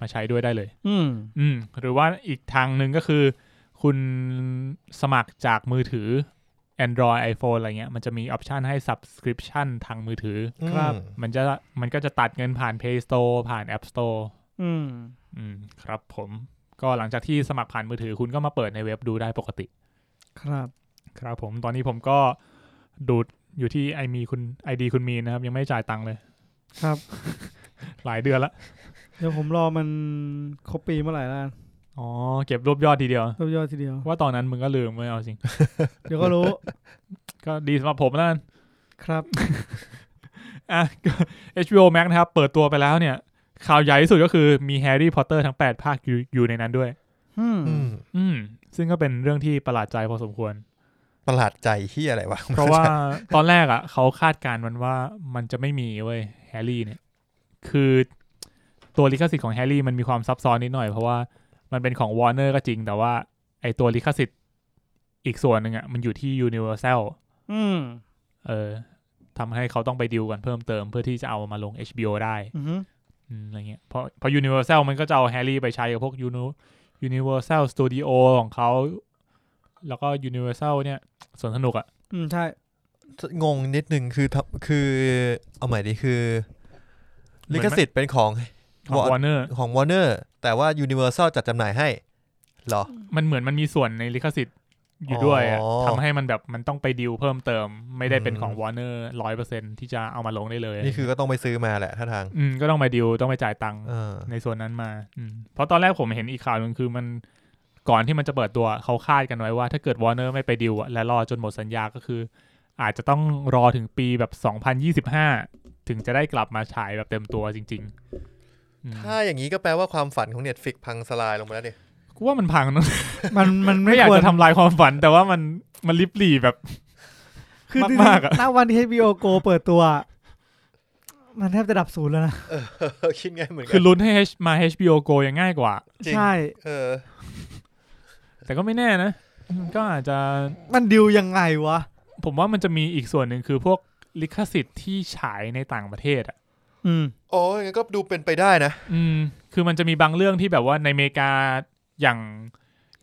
มาใช้ด้วยได้เลย อืม อืมหรือว่าอีกทางหนึ่งก็คือ คุณสมัครจากมือถือ Android iPhone อะไรเงี้ย มันจะมีออปชันให้ Subscription ทางมือถือ ครับ อืม มันจะมันก็จะตัดเงินผ่าน Play Store ผ่าน App Store อืม อืมครับผม ก็หลังจากที่สมัครผ่านมือถือคุณก็มาเปิดในเว็บดูได้ปกติ ครับ ครับผมตอนนี้ผมก็ดูดอยู่ที่ไอมีคุณไอดีคุณมีนนะครับ ยังไม่จ่ายตังค์เลย ครับ หลายเดือนละ เดี๋ยวผมรอมันครบปีเมื่อไหร่แล้วกัน อ๋อ เก็บรวบยอดทีเดียว รอบยอดทีเดียว ว่าตอนนั้นมึงก็ลืมไม่เอาจริง เดี๋ยวก็รู้ ก็ดีสำหรับผมแล้วกัน ครับ อ่ะ ก็ HBO Max นะครับ เปิดตัวไปแล้วเนี่ย ข่าวใหญ่ที่สุดก็คือมีแฮร์รี่พอตเตอร์ทั้ง 8 ภาคอยู่อยู่ในนั้นด้วย อืม อืม อืม ซึ่งก็เป็นเรื่องที่ประหลาดใจพอสมควร ประหลาดใจที่อะไรวะ เพราะว่าตอนแรกอ่ะ เขาคาดการณ์มันว่ามันจะไม่มีเว้ยแฮร์รี่เนี่ย คือตัวลิขสิทธิ์ของแฮร์รี่มันมีความซับซ้อนนิดหน่อย เพราะว่ามันเป็นของวอร์เนอร์ก็จริง แต่ว่าไอตัวลิขสิทธิ์อีกส่วนหนึ่งอ่ะ มันอยู่ที่ยูนิเวอร์แซล อืม เออทำให้เขาต้องไปดิวกันเพิ่มเติมเพื่อที่จะเอามาลง HBO ได้ อือหือ อืมอะไรเงี้ยเพราะเพราะ Universal มันก็จะเอาแฮร์รี่ไปใช้กับพวก Uni- Universal Studio ของเขา แล้วก็ Universal เนี่ยสวนสนุกอะ่ะ อืม ใช่ งงนิดนึงคือทำคือเอาใหม่ดิคือ เหมื ลิ อน ขสิทธิ์เป็นของ ของ Wa- Warner ของ Warner แต่ว่า Universal จัดจำหน่ายให้เหรอ มันเหมือนมันมีส่วนในลิขสิทธิ์อยู่ด้วยอะ อ๋อ ทำให้มันแบบมันต้องไปดิวเพิ่มเติม ไม่ได้เป็นของ อืม Warner ร้อยเปอร์เซ็นที่จะเอามาลงได้เลย นี่คือก็ต้องไปซื้อมาแหละท่าทาง อืมก็ต้องไปดิวต้องไปจ่ายตังค์ เออ ในส่วนนั้นมาอืมเพราะตอนแรกผมเห็นอีกข่าวหนึ่งคือมันก่อนที่มันจะเปิดตัวเขาคาดกันไว้ว่า ถ้าเกิด Warner ไม่ไปดิวอะและรอจนหมดสัญญาก็คือ อาจจะต้องรอถึงปีแบบ 2025 ถึงจะได้กลับมาฉายแบบเต็มตัวจริงๆอืม ถ้าอย่างนี้ก็แปลว่าความฝันของ Netflix พังสลายลงไปแล้วเนี่ย กูว่ามันพังนะ มัน มัน ไม่ ไม่ อยาก ควร จะทำลายความฝัน แต่ว่ามันมันลิบหลีแบบ คือจริง มากๆอะ ๆณวันที่ HBO Go เปิดตัว มันแทบจะดับศูนย์แล้วนะ เอ อคิดง่ายเหมือนกั คือลุ้นให้ H มา HBO Go ยังง่ายกว่า จริง ใช่ เออ แต่ก็ไม่แน่นะมันก็อาจจะ มันดิวยังไงวะ ผมว่ามันจะมีอีกส่วนหนึ่งคือพวกลิขสิทธิ์ที่ฉายในต่างประเทศอ่ะ อืม โอ้ยงั้นก็ดูเป็นไปได้นะ อืม คือมันจะมีบางเรื่องที่แบบว่าในอเมริกาอย่าง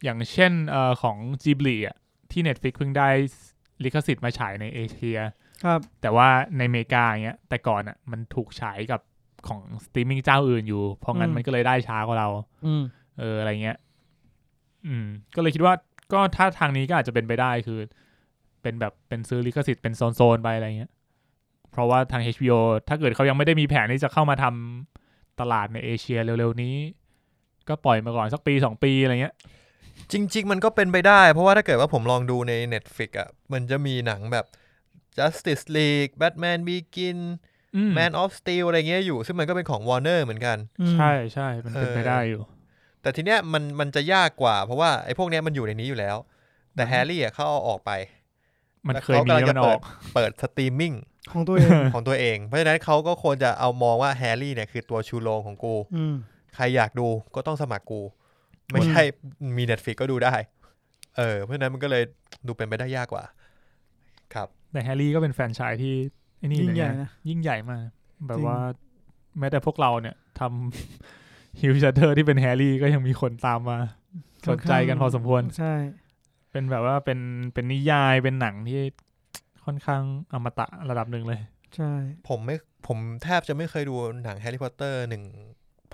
อย่างเช่นเอ่อของจีบลีอ่ะที่ Netflix เพิ่งได้ลิขสิทธิ์มาฉายในเอเชีย ครับ แต่ว่าในอเมริกาอย่างเงี้ยแต่ก่อนอ่ะมันถูกฉายกับของสตรีมมิ่งเจ้าอื่นอยู่ เพราะงั้น อืม มันก็เลยได้ช้ากว่าเรา อืม เอออะไรเงี้ย อืม ก็เลยคิดว่าก็ถ้าทางนี้ก็อาจจะเป็นไปได้คือ เป็นแบบเป็นซื้อลิขสิทธิ์เป็นโซน ๆ ไปอะไรเงี้ย เพราะว่าทาง HBO ถ้าเกิดเขายังไม่ได้มีแผนที่จะเข้ามาทำตลาดในเอเชียเร็ว ๆ นี้ ก็ปล่อยมาก่อนสักปีสองปีอะไรเงี้ย จริง ๆ มันก็เป็นไปได้ เพราะว่าถ้าเกิดว่าผมลองดูใน Netflix อ่ะ มันจะมีหนังแบบ Justice League Batman Begin อืม Man of Steel อะไรเงี้ยอยู่ ซึ่งมันก็เป็นของ Warner เหมือนกัน ใช่ใช่มันเป็นไปได้อยู่ แต่ทีเนี้ยมันมันจะยากกว่า เพราะว่าไอ้พวกเนี้ยมันอยู่ในนี้อยู่แล้ว แต่แฮร์รี่อ่ะเขาเอาออกไป มัน แล้ว เคยมีแล้วมันอ เปิ อ ด ก เปิดสตรีมมิ่ง ของตัวเอง ของตัวเอง เพราะฉะนั้นเขาก็ควรจะเอามองว่าแฮร์รี่เนี่ยคือตัวชูโรงของกู อืม ใครอยากดูก็ต้องสมัครกู ไม่ใช่มี Netflix ก็ดูได้ เออ เพราะฉะนั้นมันก็เลยดูเป็นไปได้ยากกว่า แต่แฮร์รี่ก็เป็นแฟรนไชายที่ไอ้นี่ ยิ่งใหญ่ เลยนะ นะ ยิ่งใหญ่มาก แบ จ บ ริง ว่า แม้แต่พวกเราเนี่ยทำ ฮิวชัตเตอร์ที่เป็นแฮร์รี่ก็ยังมีคนตามมา สนใจกันพอสมควร ใช่ เป็นแบบว่าเป็นเป็นนิยายเป็นหนังที่ค่อนข้างอมตะระดับหนึ่งเลย ใช่ ผมไม่ผมแทบจะไม่เคยดูหนังแฮร์รี่พอตเตอร์หนึ่ง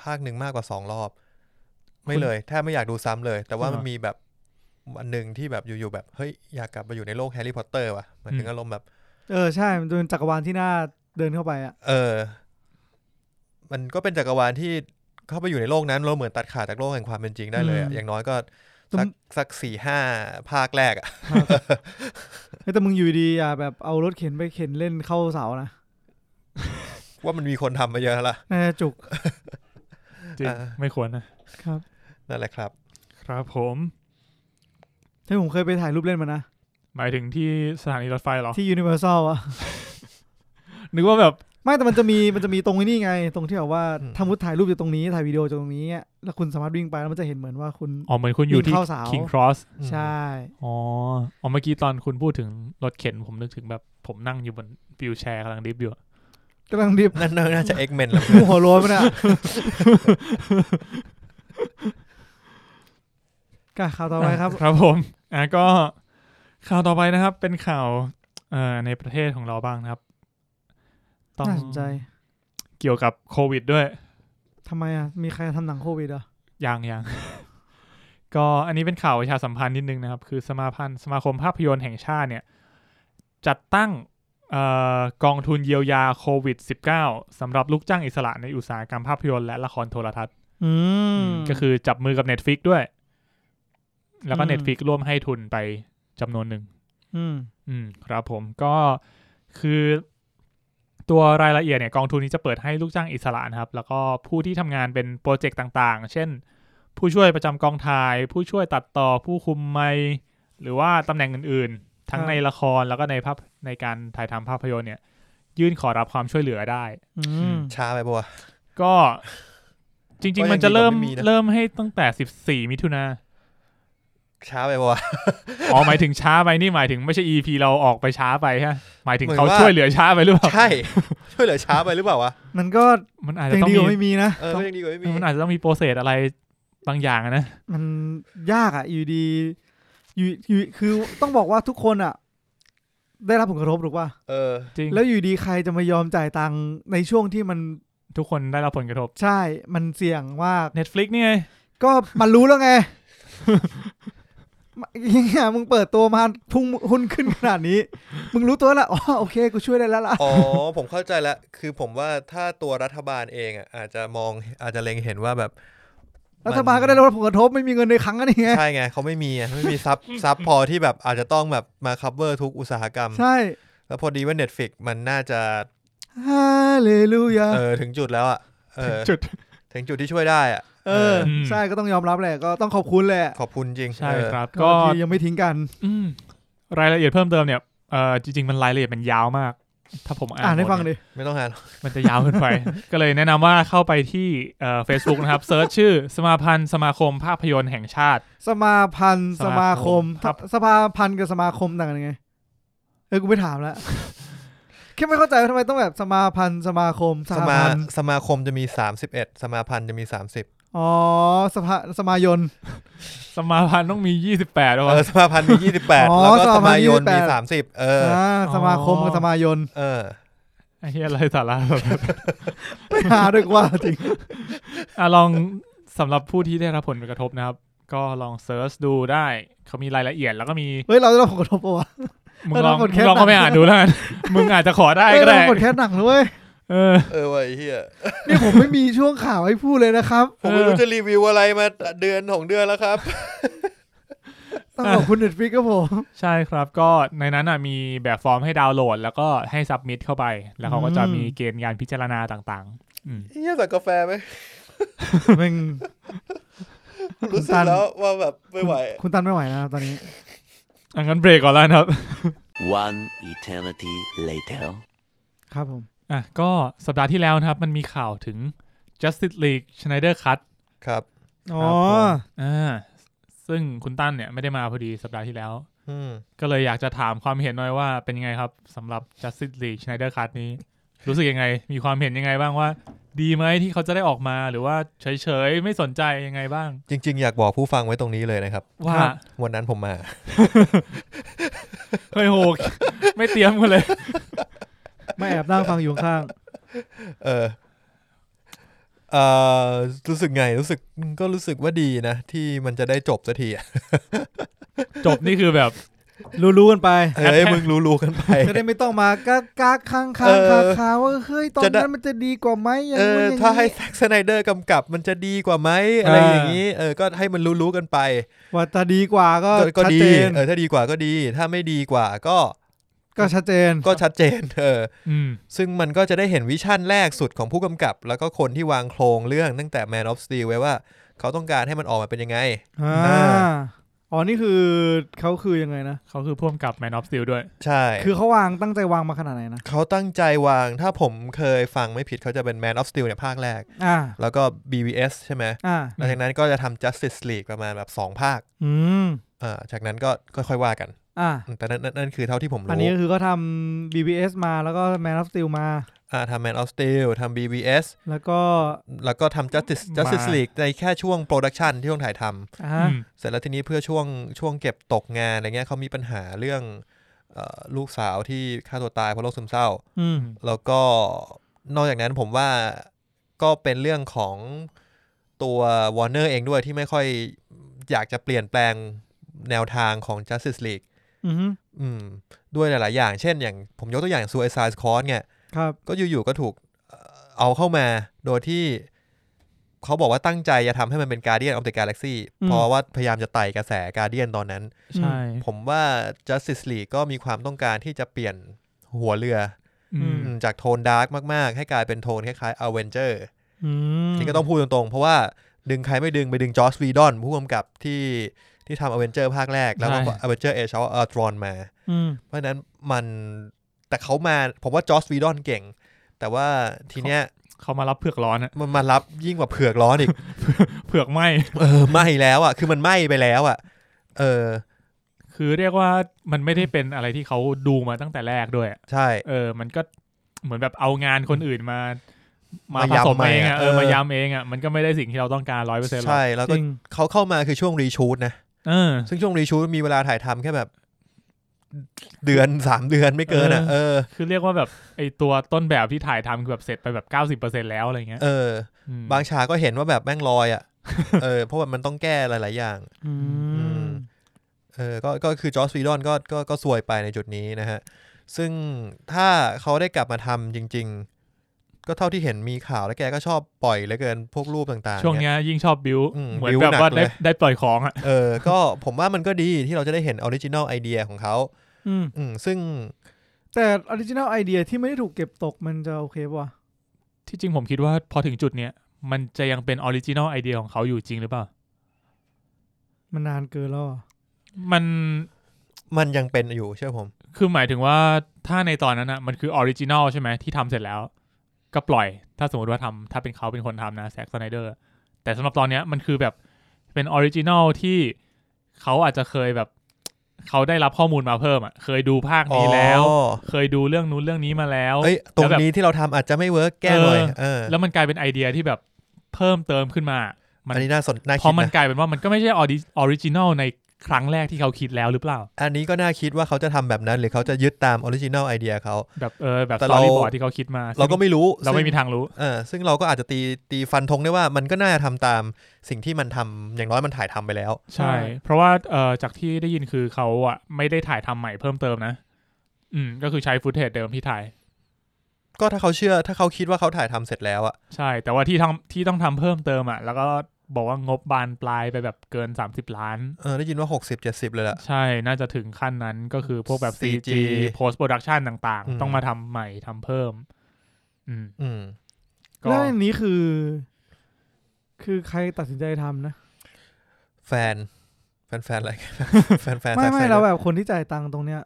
ภาคหนึ่งมากกว่าสองรอบ ไม่เลยแทบไม่อยากดูซ้ำเลย แต่ว่า อ่ามั มันมีแบบวันหนึ่งที่แบบอยู่ๆแบบเฮ้ยอยากกลับไปอยู่ในโลกแฮร์รี่พอตเตอร์ว่ะเหมันถึง อืม อารมณ์แบบ เออ ใช่ มันเป็นจักรวาลที่น่าเดินเข้าไปอ่ะ เออ มันก็เป็นจักรวาลที่เข้าไปอยู่ในโลกนั้นเราเหมือนตัดขาดจากโลกแห่งความเป็นจริงได้เลยอะ อืม อย่างน้อยก็สัก แต่มัน สักสี่ห้าภาคแรกอะ เฮ้ยแต่มึงอยู่ดีอ่ะแบบเอารถเข็นไปเข็นเล่นเข้าเสานะ ว่ามันมีคนทำมาเยอะแล้วละ น่าจะจุก จริง อ่า ไม่ควรนะ ครับ นั่นแหละครับ ครับผม เฮ้ยผมเคยไปถ่ายรูปเล่นมานะ หมายถึงที่สถานีรถไฟเหรอ ที่ Universal อ่ะ นึกว่าแบบ ไม่แต่มันจะมีมันจะมีตรงนี้ไง ตรงที่แบบว่า อืม ถ้ามุดถ่ายรูปจากตรงนี้ถ่ายวิดีโอจากตรงนี้อะแล้วคุณสามารถวิ่งไปแล้วมันจะเห็นเหมือนว่าคุณ อ๋อเหมือนคุณอยู่ที่ วิ่งเข้าเสา King Cross ใช่ อ๋ออ๋อเมื่อกี้ตอนคุณพูดถึงรถเข็นผมนึกถึงแบบผมนั่งอยู่บนวิวแชร์กำลังดริฟต์อยู่อะ กำลังดิบ นั่นน่าจะ X-Men แหละ มูหัวโล้นมันอ่ะก็ข่าว ต่อไปครับ ครับผมอ่ะก็ข่าวต่อไปนะครับ เป็นข่าวเอ่อในประเทศของเราบ้างนะครับ ต้อง น่าสนใจ เกี่ยวกับโควิดด้วย ทำไมอ่ะ มีใครทำหนังโควิดเหรอ่ะ ยังยัง ก็อันนี้เป็นข่าวประชาสัมพันธ์นิดนึงนะครับ คือสมาพันธ์สมาคมภาพยนตร์แห่งชาติเนี่ย จัดตั้งเออกองทุนเยียวยาโควิด -19 สำหรับลูกจ้างอิสระในอุตสาหกรรมภาพยนตร์และละครโทรทัศน์ อืม ก็คือจับมือกับ Netflix ด้วย แล้วก็ อืม Netflix ร่วมให้ทุนไปจำนวนหนึ่ง อืม อืมครับผมก็คือตัวรายละเอียดเนี่ยกองทุนนี้จะเปิดให้ลูกจ้างอิสระนะครับ แล้วก็ผู้ที่ทำงานเป็นโปรเจกต์ต่างๆ เช่น ผู้ช่วยประจำกองถ่าย ผู้ช่วยตัดต่อผู้คุมไมค์หรือว่าตำแหน่งอื่นๆ ทั้ง ครับ ในละครแล้วก็ในภาพในการถ่ายทำภาพยนตร์เนี่ย ยื่นขอรับความช่วยเหลือได้ อืม ช้าไปปะวะ ก็จริงๆก็ยังดีกว่า มันจะเริ่ม ไม่มีนะ เริ่มให้ตั้งแต่ 14 มิถุนา ช้าไป ปะวะ อ๋อหมายถึงช้าไปนี่หมายถึงไม่ใช่ EP เราออกไปช้าไปฮะหมายถึง เหมือน เขา ว่า ช่วยเหลือช้าไปหรือเปล่า ใช่ ช่วยเหลือช้าไปหรือเปล่าวะ มันก็ มันอาจจะ ยัง ต้อง ดีกมีว่าไม่มีนะ เออก็ยังดีกว่าไม่มี มันอาจจะต้องมีโปรเซสอะไรบางอย่างอะนะ มันยากอ่ะ อยู่ดีอยู่อยู่คือต้องบอกว่าทุกคนอ่ะ ได้รับผลกระทบหรือว่า เออ จริง แล้วอยู่ดีใครจะมายอมจ่ายตังค์ในช่วงที่มัน ทุกคนได้รับผลกระทบ ใช่ มันเสี่ยงมาก Netflix นี่ไง ก็มันรู้แล้วไง ยังไงมึงเปิดตัวมาพุ่งหุ้นขึ้นขนาดนี้ มึงรู้ตัวแล้วอ๋อโอเค กูช่วยได้แล้วล่ะ อ๋อ ผมเข้าใจแล้ว คือผมว่าถ้าตัวรัฐบาลเองอ่ะอาจจะมองอาจจะเล็งเห็นว่าแบบ รัฐบาลก็ได้รับผลกระทบไม่มีเงินในครั้งนี้ไง ใช่ไงเขาไม่มีอะไม่มีซับ ซับพอที่แบบอาจจะต้องแบบมา cover ทุกอุตสาหกรรม ใช่ แล้วพอดีว่า Netflix มันน่าจะ ฮาเลลูยา เออ ถึงจุดแล้วอ่ะเออ จุด ถึงจุดที่ช่วยได้อ่ะ เออ อืม ใช่ก็ต้องยอมรับแหละ ก็ต้องขอบคุณแหละ ขอบคุณจริง ใช่ เออ ครับ ก็ ที่ยังไม่ทิ้งกัน อืมรายละเอียดเพิ่มเติมเนี่ยเออจริง ๆ มันรายละเอียดมันยาวมาก ถ้าผมอ่าน อ่านให้ ม ฟัง เย ดิ ไม่ต้องหาหรอก มันจะยาวเกินไป ก็เลยแนะนำว่าเข้าไปที่เอ่อ Facebook นะครับเซิร์ชชื่อสมาพันธ์สมาคมภาพยนตร์แห่งชาติ สมาพันธ์ส ส มา มา ค ค ม ม ถ้าสมาพันธ์กับสมาคมต่างกันยังไง เออ กูไม่ถามแล้วแค่ไม่เข้าใจว่าทำไมต้องแบบสมาพันธ์สมาคมส ส ห มา พันธ์ สมาคมจะมี 31 สมาพันธ์จะมี 30 อ๋อสภาสมายน สมาพันธ์ต้องมี 28ด้วย เอ วะ อสมาพันธ์มี อ๋อ 28 แล้วก็ ส ส มาพัน มา ธ์ ยนมี 28 30 เออ อ่าสมาคมกับ อ๋อ สมายน เออ ไอ้เหี้ยอะไรสาระ ไม่หาด้วยกว่าจริง อ่ะลองสำหรับผู้ที่ได้รับผลกระทบนะครับ ก็ลองเซิร์ชดูได้เขามีรายละเอียดแล้วก็มี เฮ้ย เราจะรับผลกระทบปะวะ มึง เออ ลอง เรากดแค มึ ป งลอง หนัง เข้าไปอ่านดูแล้วกัน มึงอาจจะขอได้ เฮ้ย ก็ เรา ได้ กดแค่หนังเลยเว้ย เออ เออไอ้เหี้ย นี่ผมไม่มีช่วงข่าวให้พูดเลยนะครับ ผมไม่ เออ รู้จะรีวิวอะไรมาเดือนของเดือนแล้วครับ ต้องขอบคุณเน็ตฟิกครับผม ใช่ครับก็ในนั้นน่ะมีแบบฟอร์มให้ดาวน์โหลด แล้วก็ให้สับมิดเข้าไป แล้วเขาก็จะ อืม มีเกณฑ์การพิจารณาต่างๆอืม เฮียสั่งกาแฟไหม มึง รู้สึกแล้วว่าแบบไม่ไหว คุณตันไม่ไหวนะครับตอนนี้ อังั้นเบรกก่อนแล้วนะครับ One eternity later. ครับผม อ่ะก็สัปดาห์ที่แล้วนะครับ มันมีข่าวถึง Justice League Snyder Cut ครับ อ๋อ ครับผมอ่าซึ่งคุณตั้นเนี่ยไม่ได้มาพอดีสัปดาห์ที่แล้ว อืม ก็เลยอยากจะถามความเห็นหน่อยว่าเป็นยังไงครับสำหรับ Justice League Snyder Cut นี้ รู้สึกยังไง มีความเห็นยังไงบ้างว่า ดีไหมที่เขาจะได้ออกมาหรือว่าเฉยๆ ไม่สนใจยังไงบ้าง จริง ๆ อยากบอกผู้ฟังไว้ตรงนี้เลยนะครับ ว่า ครับ วันนั้นผมมา เฮ้ยโห ไม่เตรียมกันเลย ไม่แอบนั่งฟังอยู่ข้าง เออเออรู้สึกไง รู้สึกก็รู้สึกว่าดีนะ ที่มันจะได้จบสักที อะ จบนี่คือแบบ ๆรู้ๆกันไป เอ้ยมึงรู้ๆ กันไป จะได้ไม่ต้องมากักกักค้างค้า เอง อ คาคาว่าเฮ้ยตอน จะได้ นั้นมันจะดีกว่าไหมอย่าง เอ นู้น อ อย่างนี้ ถ้าให้แซ็กสไนเดอร์กำกับมันจะดีกว่าไหมอะไรอย่างนี้ เออ ก็ให้มันรู้ๆกันไป ว่าจะดีกว่าก็ ก็ก็ ชัด ดี เจน เออ ถ้าดีกว่าก็ดี ถ้าไม่ดีกว่าก็ ก็ชัดเจน ก็ชัดเจน เออ อืม ซึ่งมันก็จะได้เห็นวิชั่นแรกสุดของผู้กำกับ แล้วก็คนที่วางโครงเรื่องตั้งแต่ Man of Steel ไว้ว่า เขาต้องการให้มันออกมาเป็นยังไง อ่า อ่า อ๋อนี่คือเขาคือยังไงนะ เขาคือพ่วงกับ Man of Steel ด้วย ใช่ คือเขาวางตั้งใจวางมาขนาดไหนนะ เขาตั้งใจวางถ้าผมเคยฟังไม่ผิดเขาจะเป็น Man of Steel เนี่ยภาคแรก อ่า แล้วก็ BVS ใช่ไหม อ่า หลังจากนั้นก็จะทำ Justice League ประมาณแบบ 2 ภาค อืม อ่าจากนั้นก็ค่อยๆว่ากัน อ่า อืมแต่นั่นนั่นนั่นคือเท่าที่ผม อันนี้ รู้ ก็คือก็ทำ BBS มาแล้วก็ Man of Steel มา อ่าทำ Man of Steel ทำ BVS แล้วก็ แล้วก็ทำ Justice มา Justice League ในแค่ช่วงโปรดักชันที่ต้องถ่ายทำ อ่า อืม เสร็จแล้วทีนี้เพื่อช่วงช่วงเก็บตกงานอะไรเงี้ยเขามีปัญหาเรื่องเอ่อลูกสาวที่ฆ่าตัวตายเพราะโรคซึมเศร้า อืม แล้วก็นอกจากนั้นผมว่าก็เป็นเรื่องของตัววอร์เนอร์เองด้วยที่ไม่ค่อยอยากจะเปลี่ยนแปลงแนวทางของ Justice League อืม อืมด้วยหลาย ๆ อย่างเช่นอย่างผมยกตัวอย่าง Suicide Squad เนี่ย ครับ ก็อยู่ ๆ ก็ถูกเอ่อเอาเข้ามาโดยที่เขาบอกว่าตั้งใจจะทำให้มันเป็น Guardian of the Galaxy อืม เพราะว่าพยายามจะไต่กระแส Guardian ตอนนั้น ใช่ ผมว่า Justice League ก็มีความต้องการที่จะเปลี่ยนหัวเรือ อืม อืมจากโทนดาร์กมาก ๆ ให้กลายเป็นโทนคล้ายๆอเวนเจอร์ อืม นี่ก็ต้องพูดตรง ๆ เพราะว่าดึงใครไม่ดึง ไปดึงจอร์ w วีดอนผู้กำกับที่ที่ทำอเวนเจอร์ภาคแรก แล้วก็อเวนเจอร์เอชอัลตรอนมา อืม เพราะฉะนั้นมันแต่เขามา ผมว่าจอร์ w วีดอนเก่ง แต่ว่าทีเนี้ย เขามารับเผือกร้อนอะ มันมารับยิ่งกว่าเผือกร้อนอีก เผือกไหม เออไหม้แล้วอ่ะ คือมันไหม้ไปแล้วอ่ะ เออ คือเรียกว่ามันไม่ได้เป็นอะไรที่เขาดูมาตั้งแต่แรกด้วย ใช่ เออ มันก็เหมือนแบบเอางานคนอื่นมา มา มา ผ ยำ สมเองอ่ะ มา เออ เออ มายำเองอ่ะ มันก็ไม่ได้สิ่งที่เราต้องการร้อยเปอร์เซ็นต์หรอก ใช่แล้วก็ จริง เขาเข้ามาคือช่วงรีชูดนะ เออ ซึ่งช่วงรีชูดมีเวลาถ่ายทำแค่แบบเดือนสามเดือนไม่เกินอ่ะ เออ คือเรียกว่าแบบไอตัวต้นแบบที่ถ่ายทำคือแบบเสร็จไปแบบเก้าสิบเปอร์เซ็นต์แล้วอะไรเงี้ย เออ อืม บางฉากก็เห็นว่าแบบแม่งลอยอ่ะ เออ เพราะว่ามันต้องแก้หลาย ๆ อย่าง อืม เออ ก็ ก็คือจอร์จวีดอนก็ ก็ ก็สวยไปในจุดนี้นะฮะ ซึ่งถ้าเขาได้กลับมาทำจริง ๆ ก็เท่าที่เห็นมีข่าวแล้วแกก็ชอบปล่อยเหลือเกินพวกรูปต่าง ๆ ช่วงเนี้ยยิ่งชอบบิว อืม เหมือ บิ้ น ว แบบ หนัก ว่าได้ เลย ได้ปล่อยของอ่ะ เออ ก็ผมว่ามันก็ดีที่เราจะได้เห็นออริจินอลไอเดียของเขา อืม อืม ซึ่ง แต่ออริจินัลไอเดียที่ไม่ได้ถูกเก็บตกมันจะโอเคป่ะวะ ที่จริงผมคิดว่าพอถึงจุดเนี้ยมันจะยังเป็นออริจินอลไอเดียของเขาอยู่จริงหรือเปล่า มันนานเกินแล้วอ่ะ มัน มันยังเป็นอยู่เชื่อผม คือหมายถึงว่าถ้าในตอนนั้นอ่ะมันคือออริจินอลใช่ไหมที่ทำเสร็จแล้ว ก็ปล่อย ถ้าสมมติว่าทำถ้าเป็นเขาเป็นคนทำนะแซกสไนเดอร์แต่สำหรับตอนเนี้ยมันคือแบบเป็นออริจินอลที่เขาอาจจะเคยแบบเขาได้รับข้อมูลมาเพิ่มอ่ะเคยดูภาคนี้แล้ว อ๋อ เคยดูเรื่องนู้นเรื่องนี้มาแล้ว เอ้ยตรงนี้ที่เราทำอาจจะไม่เวิร์กแก้หน่อย เออ เออ แล้วมันกลายเป็นไอเดียที่แบบเพิ่มเติมขึ้นมา มัน อันนี้น่าสนน่า เพ คิด ราะมัน นะ กลายเป็นว่ามันก็ไม่ใช่ออริจินอลในครั้งแรกที่เขาคิดแล้วหรือเปล่า อันนี้ก็น่าคิดว่าเขาจะทำแบบนั้น หรือเขาจะยึดตามออริจิน l ลไอเดียเขา แบบเออแบบ แต่ สต เรา อรี่บอร์ดที่เขาคิดมา เราก็ ซึ่ง ไม่รู้ เราไม่มี ซึ่ง ทางรู้ เออซึ่งเราก็อาจจะตีตีฟันธงได้ว่ามันก็น่าจะทำตามสิ่งที่มันทำอย่างน้อยมันถ่ายทำไปแล้ว ใช่ เพราะว่าเออจากที่ได้ยินคือเขาอ่ะไม่ได้ถ่ายทำใหม่เพิ่มเติมนะ อืม ก็คือใช้ฟุตเทจเดิมที่ถ่าย ก็ถ้าเขาเชื่อถ้าเขาคิดว่าเขาถ่ายทำเสร็จแล้วอะ ใช่ แต่ว่าที่ทำที่ต้องทำเพิ่มเติมอ่ะ แล้วก็บอกว่างบบานปลายไปแบบเกิน 30 ล้าน เออได้ยินว่า 60 70 เลยล่ะ ใช่น่าจะถึงขั้นนั้นก็คือพวกแบบ CG CG post production ต่าง อืม ๆ ต้องมาทำใหม่ทำเพิ่ม อืม อืม ก็ แล้วอันนี้คือ คือใครตัดสินใจทำนะ แฟน แฟนแฟนอะไร แฟนแฟน ไม่ไม่ แฟน เราแบบคนที่จ่ายตังค์ตรงเนี้ย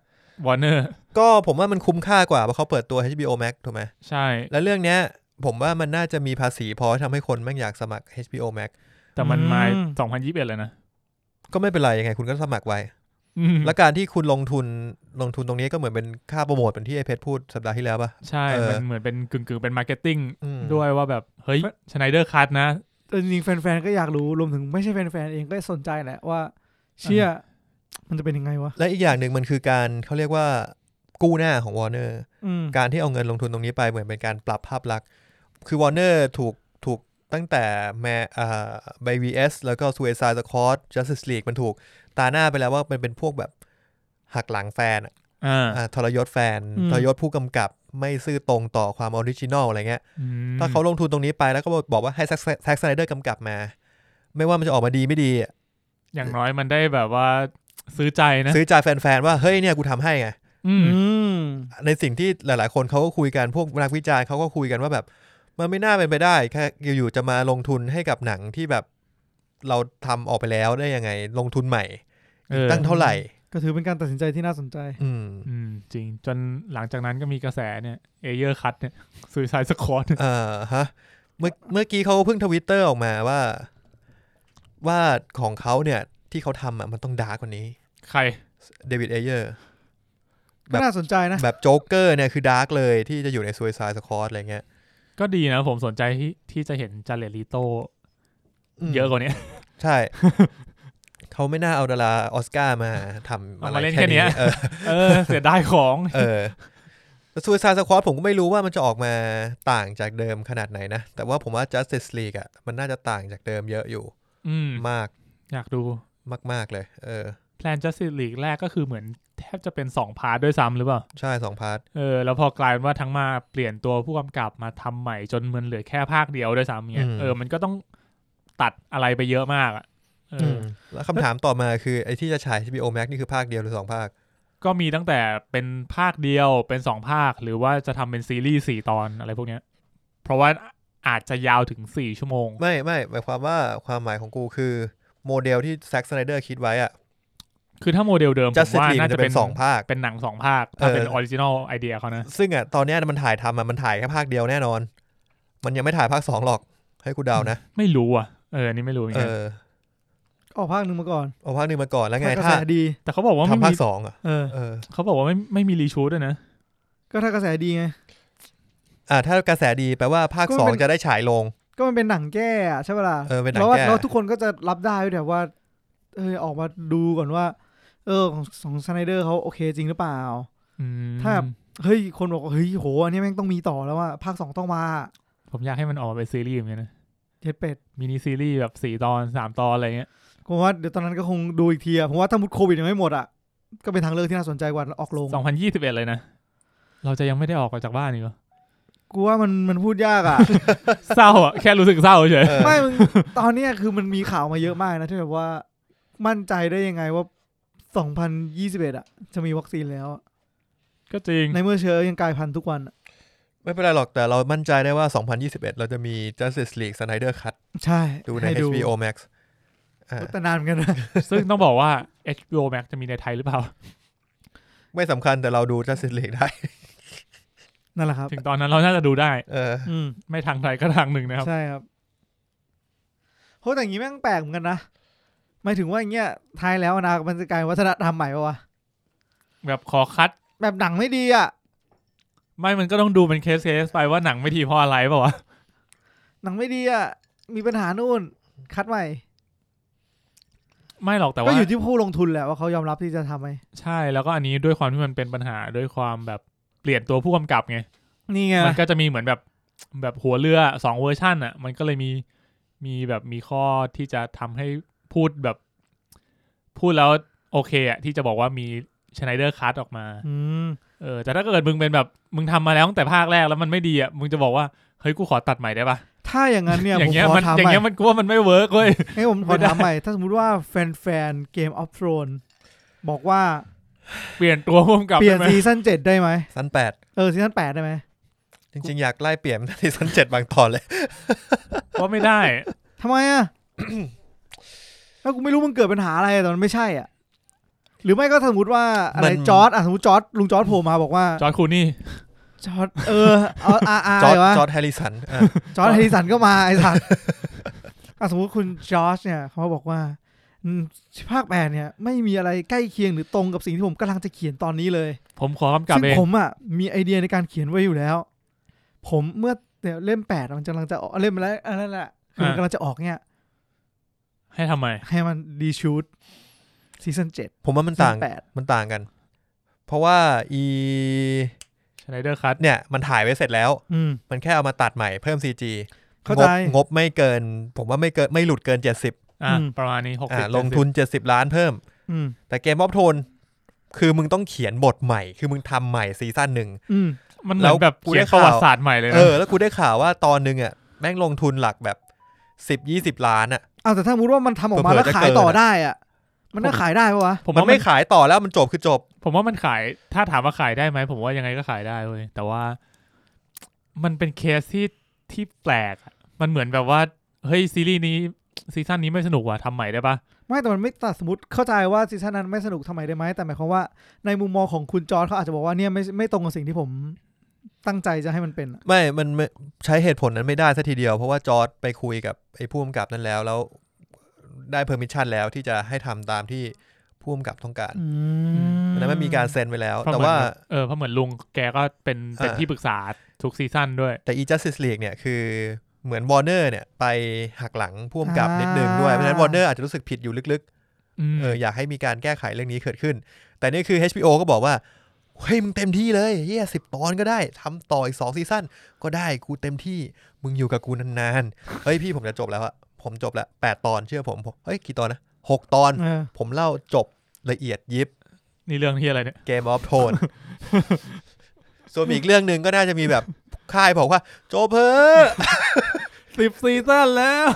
ว อร์เนอร์ ก็ผมว่ามันคุ้มค่ากว่าเพราะเขาเปิดตัว HBO Max ถูกไหม ใช่ แล้วเรื่องเนี้ยผมว่ามันน่าจะมีภาษีพอทำให้คนแม่งอยากสมัคร HBO Max แต่มันมา2021เลยนะ ก็ไม่เป็นไรยังไงคุณก็สมัครไว้ อืม แล้วการที่คุณลงทุนลงทุนตรงนี้ก็เหมือนเป็นค่าโปรโมทเป็นที่ไอเพชรพูดสัปดาห์ที่แล้วปะ ใช่ เออ มันเหมือนเป็นกึ่งกึ่งๆ เป็นมาร์เก็ตติ้ง อืม ด้วยว่าแบบ เฮ้ยชไนเดอร์คัตนะ แต่จริงๆแฟนๆก็อยากรู้รวมถึงไม่ใช่แฟนๆเองก็สนใจแหละว่า เชื่อ มันจะเป็นยังไงวะ และอีกอย่างหนึ่งมันคือการเขาเรียกว่ากู้หน้าของวอร์เนอร์ อืม การที่เอาเงินลงทุนตรงนี้ไปเหมือนเป็นการปรับภาพลักษณ์คือวอร์เนอร์ถูกถูกตั้งแต่แม่อ่าไบวีเอสแล้วก็ซูเอซายสคอร์ Justice League มันถูกตาหน้าไปแล้วว่ามันเป็นพวกแบบหักหลังแฟนอะ อ่า อ่าทรยศแฟนทรยศผู้กำกับไม่ซื่อตรงต่อความออริจินอลอะไรเงี้ย อืม ถ้าเขาลงทุนตรงนี้ไปแล้วก็บอกว่าให้แซ็กสไนเดอร์กำกับมา ไม่ว่ามันจะออกมาดีไม่ดีอะ อย่างน้อยมันได้แบบว่าซื้อใจนะ ซื้อใจแฟนๆว่า เฮ้ยเนี่ยกูทำให้ไง อืม อืม ในสิ่งที่หลายๆ คนเขาก็คุยกัน พวกนักวิจารณ์เขาก็คุยกันว่าแบบ มันไม่น่าเป็นไปได้แค่อยู่ๆจะมาลงทุนให้กับหนังที่แบบเราทำออกไปแล้วได้ยังไง ลงทุนใหม่ เออ ตั้งเท่าไหร่ ก็ถือเป็นการตัดสินใจที่น่าสนใจ อืม อืมจริงจนหลังจากนั้นก็มีกระแสเนี่ยเอเยอร์คัตเนี่ยซูซายสควอต เอ่อฮะเมื่อเมื่อกี้เขาเพิ่งทวิตเตอร์ออกมาว่า ว่าของเขาเนี่ยที่เขาทำอ่ะมันต้องดาร์กกว่านี้ ใคร เดวิดเอเยอร์ แบบ ก็น่าสนใจนะ แบบโจ๊กเกอร์เนี่ยคือดาร์กเลยที่จะอยู่ในซูซายสคอตอะไรเงี้ย ก็ดีนะผมสนใจที่ที่จะเห็นจาเลตลิโต ม เยอะกว่านี้ ใช่ เขาไม่น่าเอาดาราออสการ์มาทำ เอา อะไร มาเล่นแค่เนี้ย เออ เอ อ เสียดายของ เอ อซูซายสควอตผมก็ไม่รู้ว่ามันจะออกมาต่างจากเดิมขนาดไหนนะ แต่ว่าผมว่า Justice League อ่ะมันน่าจะต่างจากเดิมเยอะอยู่ อืม มาก อยากดู มาก ๆ เลย เออ แพลนจัส i ิ e ลีกแรกก็คือเหมือนแทบจะเป็นสองพาร์ทด้วยซ้ำหรือเปล่า ใช่สองพาร์ท เออ แล้วพอกลายเป็นว่าทั้งมาเปลี่ยนตัวผู้กำกับมาทำใหม่จนมันเหลือแค่ภาคเดียวด้วยซ้ำเนี่ยเออมันก็ต้องตัดอะไรไปเยอะมากอะเอออ แล้วคำถามต่อมาคือ ไอ้ที่จะฉาย HBO Max นี่คือภาคเดียวหรือสองภาค ก็มีตั้งแต่เป็นภาคเดียวเป็นสองภาค หรือว่าจะทำเป็นซีรีส์สี่ตอนอะไรพวกเนี้ย เพราะว่าอาจจะยาวถึงสี่ชั่วโมง ไม่ไม่หมายความว่าความหมายของกูคือ โมเดลที่แซ็กสไนเดอร์คิดไว้อ่ะ คือถ้าโมเดลเดิมผม Justice ว่า League มั น่าน จะ จะ เป็ เป็น นสองภาค เป็นหนังสองภาคถ้า เออ เป็นออริจินอลไอเดียเขานะ ซึ่งอ่ะตอนเนี้ยมันถ่ายทำอ่ะมันถ่ายแค่ภาคเดียวแน่นอน มันยังไม่ถ่ายภาคสองหรอก ให้กูเดานะ ไม่รู้อ่ะเอออันนี้ไม่รู้เหมือน เอ กัน อ ออกภาคหนึ่งมาก่อน เอาภาคหนึ่งมาก่อนแล้วไง ถ้ากระ ถ้า แสดี แต่เขาบอกว่าไม่ ทำภา มี คสองอ่ะ เออ เออ เขาบอกว่าไม่ไม่มีรีชูดด้วยนะ ก็ถ้ากระแสดีไง อ่าถ้ากระแสดีแปลว่าภาค ก็มัน สอง เป็น จะได้ฉายลง ก็มันเป็นหนังแก้อะใช่ปะล่ะ เออเป็นหนัง แล้วว่า แก้ แล้วทุกคนก็จะรับได้ด้วยแต่ว่าเออออกมาดูก่อนว่า เออของของสไนเดอร์เขาโอเคจริงหรือเปล่า อืม ถ้า เฮ้ยคนบอกว่าเฮ้ยโหอันนี้แม่งต้องมีต่อแล้วว่าภาคสองต้องมา ผมอยากให้มันออกมาเป็นซีรีส์เหมือนกันนะ เจ็ดเป็ด มินิซีรีส์แบบสี่ตอนสามตอนอะไรเงี้ย ผมว่าเดี๋ยวตอนนั้นก็คงดูอีกทีอะผมว่าถ้ามุดโควิดยังไม่หมดอะก็เป็นทางเลือกที่น่าสนใจกว่าออกลง สองพันยี่สิบเอ็ดเลยนะ เราจะยังไม่ได้ออกมาจากบ้านอีกเหรอ กูว่ามันมันพูดยากอะ เศร้าอ่ะแค่รู้สึกเศร้าเฉย เออ ไม่มึง ตอนเนี้ยคือมันมีข่าวมาเยอะมากนะที่แบบว่า มั่นใจได้ยังไงว่า 2021 อ่ะ จะมีวัคซีนแล้วอะ ก็จริง ในเมื่อเชื้อยังกลายพันธุ์ทุกวันอะ ไม่เป็นไรหรอกแต่เรามั่นใจได้ว่า 2021 เราจะมี Justice League Snyder Cut ใช่ ดูใน ห้ HBO Max อ่า แต่นานเหมือนกันนะ ซึ่งต้องบอกว่า HBO Max จะมีในไทยหรือเปล่า ไม่สำคัญแต่เราดู Justice League ได้ นั่นแหละครับ ถึงตอนนั้นเราน่าจะดูได้ เออ อืม ไม่ทางใดก็ทางหนึ่งนะครับ ใช่ครับโหแต่อย่างนี้แม่งแปลกเหมือนกันนะหมายถึงว่าอย่างเงี้ยท้ายแล้วอนะมันจะกลายเป็นวัฒนธรรมใหม่ปะวะ แบบขอคัด แบบหนังไม่ดีอ่ะ ไม่มันก็ต้องดูเป็นเคสเคสไปว่าหนังไม่ดีเพราะอะไรเปล่าวะ หนังไม่ดีอ่ะ มีปัญหานู่น คัดใหม่ ไม่หรอกแต่ ก็ ว่า อยู่ที่ผู้ลงทุนแหละว่าเขายอมรับที่จะทำไหม ใช่แล้วก็อันนี้ด้วยความที่มันเป็นปัญหาด้วยความแบบเปลี่ยนตัวผู้กำกับไง นี่ไง มันก็จะมีเหมือนแบบแบบหัวเรือสองเวอร์ชันอ่ะ มันก็เลยมีมีแบบมีข้อที่จะทำให้พูดแบบ พูดแล้วโอเคอ่ะที่จะบอกว่ามีชไนเดอร์คัตออกมา อืม เออแต่ถ้าเกิดมึงเป็นแบบมึงทำมาแล้วตั้งแต่ภาคแรกแล้วมันไม่ดีอ่ะมึงจะบอกว่าเฮ้ยกูขอตัดใหม่ได้ปะ ถ้าอย่างนั้นเนี่ย อ ผ ย่าง ม เงี้ย ขอ มัน ถาม อย่างใหม่ เงี้ยมันกูว่ามันไม่เวิร์กเว้ย ให้ผมข ไม่ อ ได้ ถามใหม่ ถ้าสมมติว่าแฟนๆ เกมออฟโ n e นบอกว่า เปลี่ยนตัวร่วมกับ เปลี่ยน ได้ไหม ซีซั่นเจ็ดได้ไหม สั้น8 เออ ซีซั่นแปดได้ไหม จริง ๆ อยากไล่เปลี่ยนที่สั้น7บางตอนเลย ว่าไม่ได้ ทำไมอ่ะ ถ้ากูไม่รู้มันเกิดปัญหาอะไรอะแต่มันไม่ใช่อ่ะ หรือไม่ก็สมมติว่าอะไร มัน จอร์ดอ่ะสมมติจอร์ดลุงจอร์ดโผล่มาบอกว่า จอร์ดคูนี่ จอร์ดเออ เอาอาอา จอร์ วะ จจอร์แฮริสันอ่ะ จอร์ดเฮริสันก็มาไอ้สัตว์ อ่ะสมมติคุณจอร์จเนี่ย เขาบอกว่าอืมภาคแปดเนี่ย ไม่มีอะไรใกล้เคียงหรือตรงกับสิ่งที่ผมกำลังจะเขียนตอนนี้เลย ผมขอกำกับ ซึ่ง เอง ผมอ่ะมีไอเดียในการเขียนไว้อยู่แล้ว ผมเมื่อเดี๋ยวเล่มแปดมันกำลังจะออกเล่มแล้วอะไรแหละคือมันกำลังจะออกเนี่ย ให้ทำไม ให้มันดีชูดซีซั่นเจ็ด ผมว่ามัน ซี ต่า ซั่ ง นแปด มันต่างกัน เพราะว่าอี ชไนเดอร์คัต เนี่ยมันถ่ายไว้เสร็จแล้ว อืม มันแค่เอามาตัดใหม่เพิ่ม CG เข้าใจ งบงบไม่เกิน ผมว่าไม่เกินไม่หลุดเกิน 70 อ่ะ อืม ประมาณนี้หกสิ อ่า บ ลงทุน 70 ล้านเพิ่ม อืม แต่เกมออฟโทนคือมึงต้องเขียนบทใหม่ คือมึงทำใหม่ซีซั่นหนึ่ง อืม มันเห แล้ มือ วน แบบ กู เขียน ได้ ป ข่าว ระวัติศาสตร์ใหม่เลย เอ นะ อ แล้วกูได้ข่าวว่าตอนหนึ่งอ่ะแม่งลงทุนหลักแบบสิบยี่สิบล้านอ่ะ เอาแต่ถ้าสมมติว่ามันทำออกมา เผลอๆ แล้ว จะ ขาย เกิน ต่อได้อ่ะ มันน่าขายได้ปะวะ ผม มัน ว่ามั ไม่ น ขายต่อแล้วมันจบคือจบ ผมว่ามันขายถ้าถามว่าขายได้ไหมผมว่ายังไงก็ขายได้เว้ยแต่ว่า มันเป็นเคสที่ที่แปลกอะมันเหมือนแบบว่าเฮ้ยซีรีส์นี้ซีซั่นนี้ไม่สนุกว่ะทำใหม่ได้ปะ ไม่แต่มันไม่ตัดสมมติเข้าใจว่าซีซั่นนั้นไม่สนุกทำไมได้ไหมแต่หมายความว่าในมุมมองของคุณจอร์ดเขาอาจจะบอกว่าเนี่ยไม่ไม่ตรงกับสิ่งที่ผมตั้งใจจะให้มันเป็นอะ ไม่มันไม่ใช้เหตุผลนั้นไม่ได้ซะทีเดียว เพราะว่าจอร์ดไปคุยกับไอ้ผู้กำกับนั้นแล้ว แล้วได้เพอร์มิชันแล้วที่จะให้ทำตามที่ผู้กำกับต้องการ อื อันนั้นมันมีการเซ็นไว้แล้ว เพระ แต่ เหมือน ว่า เออเพราะเหมือนลุงแกก็เป็นเป็น อ่า ที่ปรึกษาทุกซีซั่นด้วย แต่ e justice league เนี่ยคือเหมือนวอร์เนอร์เนี่ยไปหักหลังพ่วงกับนิดนึงด้วย เพราะฉะนั้นวอร์เนอร์อาจจะรู้สึกผิดอยู่ลึก อืม ๆเอออยากให้มีการแก้ไขเรื่องนี้เกิดขึ้น แต่นี่คือ HBO ก็บอกว่า เฮ้ย มึงเต็มที่เลยเฮียสิบตอนก็ได้ทำต่ออีกสองซีซั่นก็ได้กูเต็มที่มึงอยู่กับกูนานๆ เฮ้ยพี่ผมจะจบแล้วอะผมจบแล้วแปดตอนเชื่อผมผมเฮ้ย กี่ตอนนะหกตอน เออ ผมเล่าจบละเอียดยิบ นี่เรื่องที่อะไรเนี่ย เกมออฟโทน ส่วนอีกเรื่องหนึ่งก็น่าจะมีแบบค่ายบอกว่า โจบเพอ สิบซีซั่นแล้ว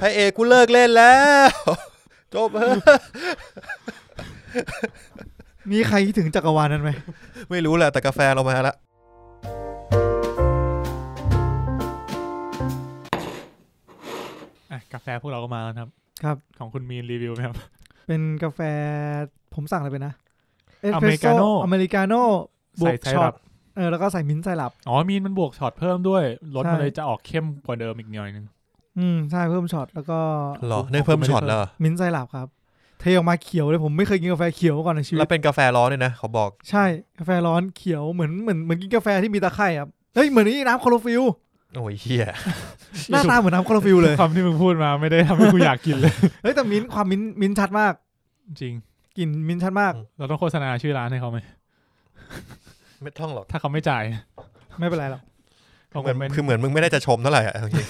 พระเอกกูเลิกเล่นแล้ว จบเฮ้ย มีใครคิดถึงจักรวาลนั้นไหม ไม่รู้แหละแต่กาแฟเรามาละ อ่ะกาแฟพวกเราก็มาแล้วนะครับ ครับ ของคุณมีนรีวิวไหมครับ เป็นกาแฟผมสั่งอะไรไปนะ อเมริกาโน่ Espresso อเมริกาโน่บวก ใส่ไซ ช็อ รั ต ป เออแล้วก็ใส่มิ้นท์ไซรัป อ๋อมีนมันบวกช็อตเพิ่มด้วยรสมัน ใช่ เลยจะออกเข้มกว่าเดิมอีกหน่อยนึง อืมใช่เพิ่มช็อตแล้วก็ หรอเนื่อเพิ่มช็อตแล้ว มิ้นท์ไซรัปครับ เทออกมาเขียวเลยผมไม่เคยกินกาแฟเขียวมาก่อนในชีวิ แล้ ต วเป็นกาแฟร้อนเลยนะเขาบอก ใช่กาแฟร้อนเขียวเหมือนเหมือนเหมือนกินกาแฟที่มีตะไคร่ครับเฮ้ยเหมือนนี่น้ำคลอโรฟิลล โอ้ยเฮีย หน้าตาเหมือนน้ำคลอโรฟิลลเลย คำที่มึงพูดมาไม่ได้ทำให้กูอยากกินเลย เฮ้ยแต่มิ้นท์ความมิ้นท์มิ้นท์ชัดมาก จริง กลิ่นมิ้นท์ชัดมาก เราต้องโฆษณาชื่อร้านให้เขาไหม ไม่ต้องหรอก ถ้าเขาไม่จ่าย ไม่เป็นไรหรอก เขา เหมือน คงเป็น คือเหมือนมึงไม่ได้จะชมเท่าไหร่อะจริง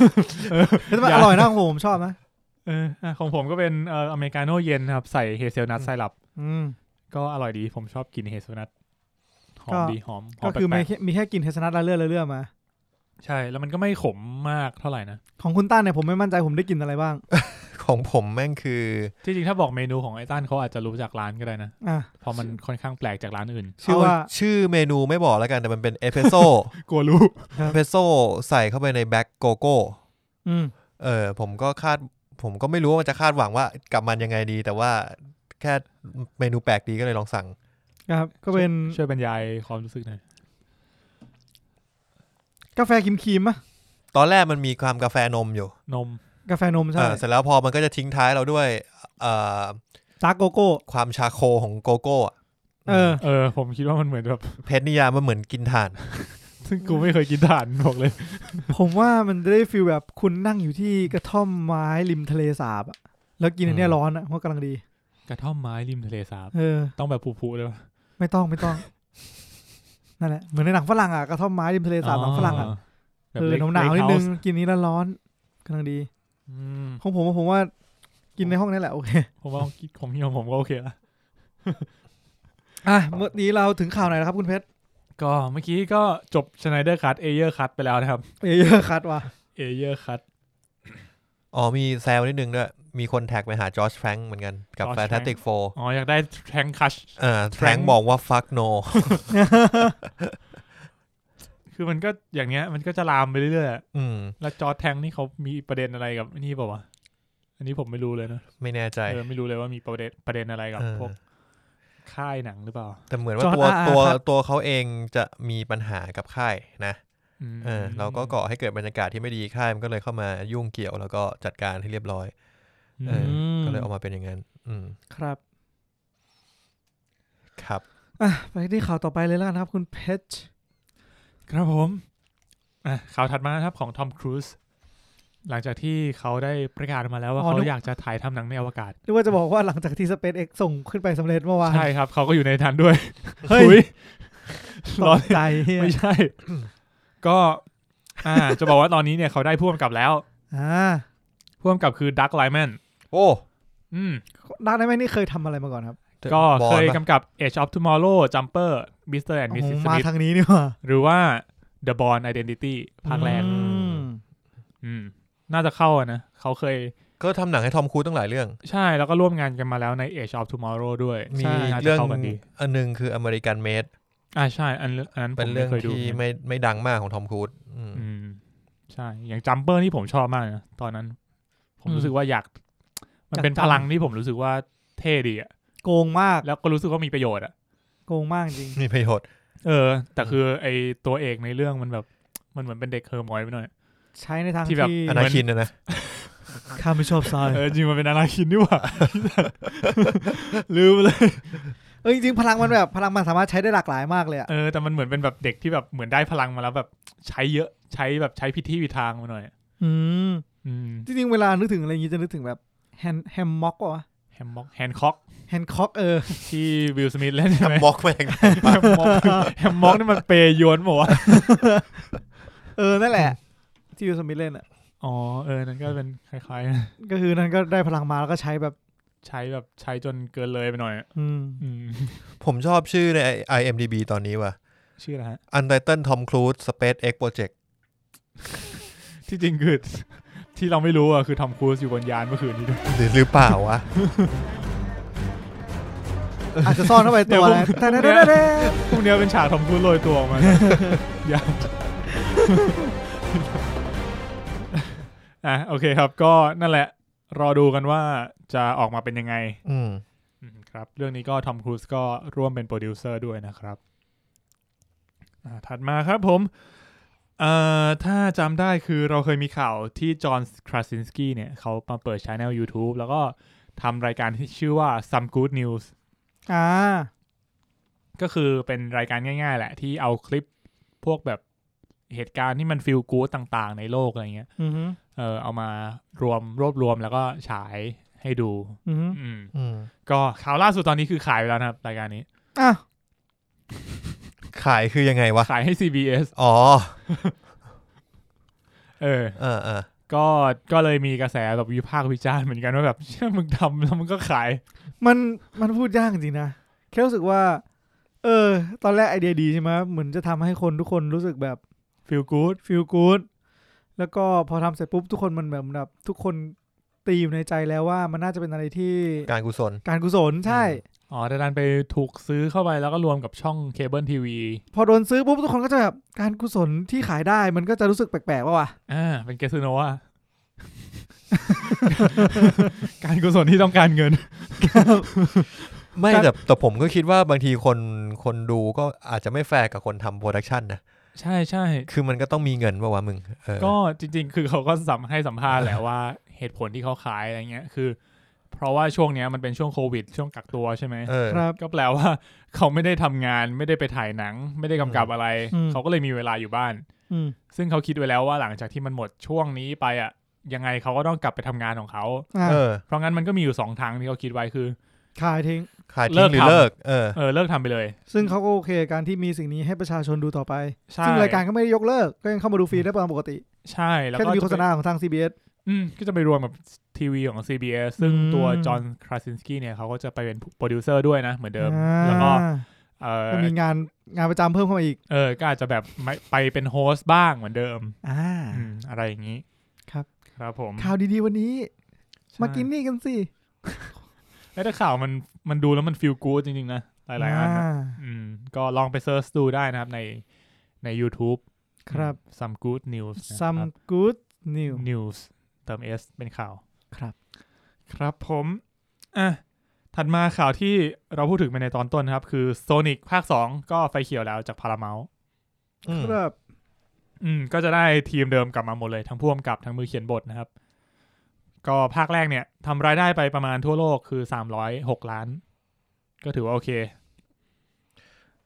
เฮ้ยแต่มันอร่อยนะของผมผมชอบนะ เอออ่ะของผมก็เป็นเอ่ออเมริกาโน่เย็นครับ ใส่เฮเซลนัทไซรัป อืม ก็อร่อยดี ผมชอบกินเฮเซลนัทหอ ก็ มดีหอมหอ ก็ มแป คือ ล มี ก แค่มีแค่กลิ่นเทสนัทละเลื่อละเลื่อมา ๆใช่ แล้วมันก็ไม่ขมมากเท่าไหร่นะ ของคุณต้านเนี่ยผมไม่มั่นใจผมได้กลิ่นอะไรบ้าง ๆ ของผมแม่งคือ ที่จริงถ้าบอกเมนูของไอ้ต้านเขาอาจจะรู้จากร้านก็ได้นะ อ่ะ เพราะมันค่อนข้างแปลกจากร้านอื่น ชื่อว่า เชื่อเมนูไม่บอกแล้วกันแต่มันเป็นเอสเปรสโซ กลัวรู้ เอสเปรสโซใส่เข้าไปในแบล็กโกโก้ อืม เออผมก็คาดผมก็ไม่รู้ว่ามันจะคาดหวังว่ากับมันยังไงดี แต่ว่าแค่เมนูแปลกดีก็เลยลองสั่ง ครับ ก็เป็น ช่วยบรรยายความรู้สึกหน่อย กาแฟครีมๆมะ ตอนแรกมันมีความกาแฟนมอยู่ นม กาแฟนมใช่ อ่าเสร็จแล้วพอมันก็จะทิ้งท้ายเราด้วยเอ่อ ดาร์กโกโก้ ความชาโคของโกโก้อะ เออ เออ ผมคิดว่ามันเหมือนแบบ เพชรนิยามมันเหมือนกินถ่าน ซึ่งกูไม่เคยกินถ่านบอกเลย ผมว่ามันได้ฟีลแบบคุณนั่งอยู่ที่กระท่อมไม้ริมทะเลสาบอะแล้วกินอันเนี้ย อืม ร้อนอ่ะมันกำลังดี กระท่อมไม้ริมทะเลสาบ เออ ต้องแบบผูๆเลยวะ ไม่ต้องไม่ต้อง นั่นแหละเหมือนในหนังฝรั่งอ่ะกระท่อมไม้ริมทะเลสาบหนังฝรั่งอ่ะ แบบ เออ เล็ก หนาวๆนิดนึง เล็กเฮาส์ กินนี้แล้วร้อนกำลังดี อืม ของผมอะผมว่ากินในห้องนี่แหละโอเค ผมว่าของพี่ของผมก็โอเคละ อ่ะเมื่อนี้เราถึงข่าวไหนแล้วครับคุณเพชร ก็เมื่อกี้ก็จบชไนเดอร์คัตเอเยอร์คัตไปแล้วนะครับ เอยเยอะคัดว่ะ เอเยอร์คัต อ๋อมีแซวนิดนึงด้วย มีคนแท็กไปหาจอร์จแฟรงค์เหมือนกันกับ George Fantastic Four อ๋อ อยากได้แทงคัช อ่าแฟรง Frank ค์บอกว่า fuck no คือมันก็อย่างเงี้ยมันก็จะลามไปเรื่อยๆอะ อืม แล้วจอร์จแทงนี่เขามีประเด็นอะไรกับนี่เปล่าวะอันนี้ผมไม่รู้เลยนะ ไม่แน่ใจ เออไม่รู้เลยว่ามีประเด็นประเด็นอะไรกับ เออ พวกค่ายหนังหรือเปล่า แต่เหมือนว่า George ตัวตั R.R. ว ครับ ตัวเขาเองจะมีปัญหากับค่ายนะ ม เออเราก็ก่อให้เกิดบรรยากาศที่ไม่ดีค่ายมันก็เลยเข้ามายุ่งเกี่ยวแล้วก็จัดการให้เรียบร้อย เออ ม ก็เลยออกมาเป็นอย่างนั้น อืม ครับ ครับ อ่ะไปที่ข่าวต่อไปเลยแล้วกันครับคุณเพชร ครับผมอ่ะข่าวถัดมานะครับของทอมครูซหลังจากที่เขาได้ประกาศออกมาแล้วว่า อ๋อ เขา นึก อยากจะถ่ายทำหนังในอวกาศ นึกว่าจะบอกว่าหลังจากที่ SpaceX ส่งขึ้นไปสำเร็จเมื่อวาน ใช่ครับ เขาก็อยู่ในทันด้วย เฮ้ย อุ๊ ต ร้อก น ใจเฮีย ไม่ใช่ ก็ อ่า จะบอกว่าตอนนี้เนี่ยเขาได้พ่วงกับแล้ว อ่า พ่วงกับคือดักไลแมน โอ้ อืม ดักไนแมนนี่เคยทำอะไรมาก่อนครับ ก็เคย บอลปะ กำกับ Age of Tomorrow Jumper Mr. and โอ้โห Mrs. มา Smith ทางนี้นี่หว่า หรือว่า The Born Identity ภาคแรก อืม อืม น่าจะเข้าอะนะเขาเคย ก็ทำหนังให้ทอมครูซตั้งหลายเรื่อง ใช่แล้วก็ร่วมงานกันมาแล้วใน Age of Tomorrow ด้วย มี ใช่น่าจะ เรื่อง ข้ากันดี อันหนึงคืออเมริกันเมด อ่าใช่ อันเรื่องอันนั้นผ เป็น ม เรื่ ไม่ อง เคยดู ที่ เหมือนกัน ไม่ไม่ดังมากของทอมครูซอืม อืม ใช่ อย่างจัมเปอร์นี่ผมชอบมากนะตอนนั้น ผมรู้สึกว่าอยาก มันเป็น จัดพจ้านลังที่ผมรู้สึกว่าเท่ดีอะ โกงมาก แล้วก็รู้สึกว่ามีประโยชน์อะ โกงมากจริง มีประโยชน์ เออ แต่คือไอตัวเอกในเรื่องมันแบบ มันเหมือนเป็นเด็กเฮอร์มอยไปหน่อย ใช้ในทาง ที่ ที่ แบบ อนาคินนะนะ ข้าไม่ชอบซอย เออจริงมันเป็นอนาคินนี่หว่า ลืมไปเลย เออจริงๆพลังมันแบบพลังมันสามารถใช้ได้หลากหลายมากเลยอะ เออแต่มันเหมือนเป็นแบบเด็กที่แบบเหมือนได้พลังมาแล้วแบบใช้เยอะใช้แบบใช้พิธีพิทางมาหน่อย อืม อืม จริงๆเวลานึกถึงอะไรอย่างงี้จะนึกถึงแบบแฮนแฮมม็อกวะ แฮมม็อกแฮนค็อก แฮนคอกเออ ที่วิลสมิธเล่นใช่ไหม มอกแม่ง แฮมม็อกแฮมม็อกนี่มันเปยวนหมด เออนั่นแหละ ที่ยูสมิธเล่นอ่ะ อ๋อเออนั่นก็เป็นคล้าย ก็คือนั่นก็ได้พลังมาแล้วก็ใช้แบบ ๆ ใช้แบบใช้จนเกินเลยไปหน่อย อืม อืม ผมชอบชื่อใน IMDB ตอนนี้ว่ะ ชื่ออะไรฮะ Untitled Tom Cruise Space X Project ที่จริงคือ ที่เราไม่รู้อ่ะคือทอมครูซอยู่บนยานเมื่อคืนนี้ด้วย หรือหรือเปล่าวะ อาจจะซ่อนเข้าไป เดี๋ ตั ยว วผม นะแต่แต่แต่แต่ พรุ่งนี้เป็นฉากทอมครูซโรยตัวออกมาอยา อ่ะโอเคครับ ก็นั่นแหละ รอดูกันว่าจะออกมาเป็นยังไง อืม อืมครับ เรื่องนี้ก็ทอมครูซก็ร่วมเป็นโปรดิวเซอร์ด้วยนะครับอ่าถัดมาครับผมเอ่อถ้าจำได้คือเราเคยมีข่าวที่จอห์นคราซินสกี้เนี่ย เขามาเปิดช anel YouTube แล้วก็ทำรายการที่ชื่อว่า Some Good News อ่า ก็คือเป็นรายการง่าย ๆ แหละ ที่เอาคลิปพวกแบบเหตุการณ์ที่มันฟิลกู๊ดต่างๆ ในโลกอะไรเงี้ย อือหือ เออเอามารวมรวบรวมแล้วก็ฉายให้ดู อือหือ อืม อืม ก็ข่าวล่าสุดตอนนี้คือขายไปแล้วนะครับ รายการนี้ อ่ะ ขายคือยังไงวะ ขายให้ CBS อ๋อ เออ เออเออ ก็ก็เลยมีกระแสแบบวิพากษ์วิจารณ์เหมือนกันว่าแบบ เชื่อมึงทำแล้วมึงก็ขาย มันมันพูดยากจริงๆนะแค่รู้สึกว่า เออ ตอนแรกไอเดียดีใช่ไหมเหมือนจะทำให้คนทุกคนรู้สึกแบบ ฟิลกู๊ด ฟีลกู๊ดแล้วก็พอทำเสร็จปุ๊บทุกคนมันแบบแบบทุกคนตีอยู่ในใจแล้วว่ามันน่าจะเป็นอะไรที่ การกุศล การกุศลใช่ อ๋อแต่ดันไปถูกซื้อเข้าไปแล้วก็รวมกับช่องเคเบิลทีวี พอโดนซื้อปุ๊บทุกคนก็จะแบบการกุศลที่ขายได้มันก็จะรู้สึกแปลกๆว่ะวะ อ่าเป็นเกสโนวา การกุศลที่ต้องการเงิน ไม่แต่แต่ผมก็คิดว่าบางทีคนคนดูก็อาจจะไม่แฟร์กับคนทำโปรดักชันนะ ใช่ใช่ คือมันก็ต้องมีเงินป่าวะมึง เออ ก็จริงๆ คือเขาก็สัมให้สัมภาษณ์แหละว่าเหตุผลที่เขาขายอะไรเงี้ยคือ เพราะว่าช่วงเนี้ยมันเป็นช่วงโควิด ช่วงกักตัวใช่ไหม เออ ครับ ก็แปลว่าเขาไม่ได้ทำงานไม่ได้ไปถ่ายหนัง ไม่ได้กำกับอะไร อืม เขาก็เลยมีเวลาอยู่บ้าน อืม ซึ่งเขาคิดไว้แล้วว่าหลังจากที่มันหมดช่วงนี้ไปอ่ะยังไงเขาก็ต้องกลับไปทำงานของเขา อ่ะ เออ เพราะงั้นมันก็มีอยู่สองทางที่เขาคิดไว้คือ ขายทิ้ง ขายทิ้งหรือ เลิ เลิก ก เออ เออเลิกทำไปเลย ซึ่งเขาก็โอเคกับการที่มีสิ่งนี้ให้ประชาชนดูต่อไป ใช่ ซึ่งรายการก็ไม่ได้ยกเลิก ก็ยังเข้ามาดูฟรีได้ตามปกติ ใช่แล้ว แค่ ก็ จะมีโฆษ จะไป ณาของทาง CBS อืมก็จะไปรวมกับทีวีของ CBS ซึ่งตัว อืม จอห์นคราซินสกี้เนี่ยเขาก็จะไปเป็นโปรดิวเซอร์ด้วยนะเหมือนเดิม อ่า แล้วก็ เออ ก็มีงานงานประจำเพิ่มเข้ามาอีก เออก็อาจจะแบบไม่ไปเป็นโฮสต์บ้างเหมือนเดิม อ่า อืมอะไรอย่างนี้ ครับ ครับผม ข่าวดีๆวันนี้ ใช่ มากินนี่กันสิ เอ้ยแต่ข่าวมันมันดูแล้วมันฟีลกู๊ดจริง ๆ นะ หลาย ๆ อันนะ า อืมก็ลองไปเซิร์ชดูได้นะครับในใน YouTube ครับ อืม some good news นะครับ some good news news เติม s เป็นข่าว ครับ ครับผมอ่ะถัดมาข่าวที่เราพูดถึงไปในตอนต้นนะครับ คือ Sonic ภาค 2 ก็ไฟเขียวแล้วจากพาราเมล อืม ครับ อืมก็จะได้ทีมเดิมกลับมาหมดเลย ทั้งพ่วงกับทั้งมือเขียนบทนะครับ ก็ภาคแรกเนี่ยทำรายได้ไปประมาณทั่วโลกคือสามร้อยหกล้าน ก็ถือว่าโอเค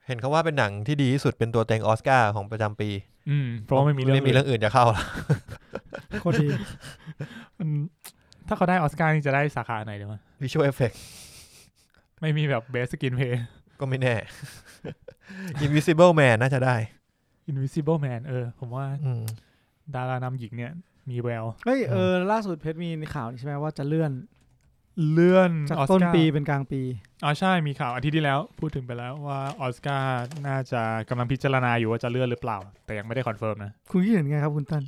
เห็นเขาว่าเป็นหนังที่ดีที่สุดเป็นตัวเต็งออสการ์ของประจำปี อืมเพราะว่าไม่มีเรื่อง ไม่มีเรื่องอื่นจะเข้า ละ โคตรดี อืมถ้าเขาได้ออสการ์นี่จะได้สาขาไหนเดี๋ยวมา วิชวลเอฟเฟก ไม่มีแบบเบสสกินเพย์ ก็ไม่แน่ Invisible Man น่าจะได้ Invisible Man เออ ผมว่า อืม ดารานำหญิงเนี่ย มีแวว เฮ้ยเออล่าสุดเพชรมีข่าวนี่ใช่ไหมว่าจะเลื่อน เลื่อน จาก ออส ต้น การ์ ปีเป็นกลางปี อ๋อใช่มีข่าวอาทิตย์ที่แล้ว พูดถึงไปแล้วว่าออสการ์น่าจะกำลังพิจารณาอยู่ว่าจะเลื่อนหรือเปล่า แต่ยังไม่ได้คอนเฟิร์มนะ คุณคิดเห็นไงครับคุณตั้น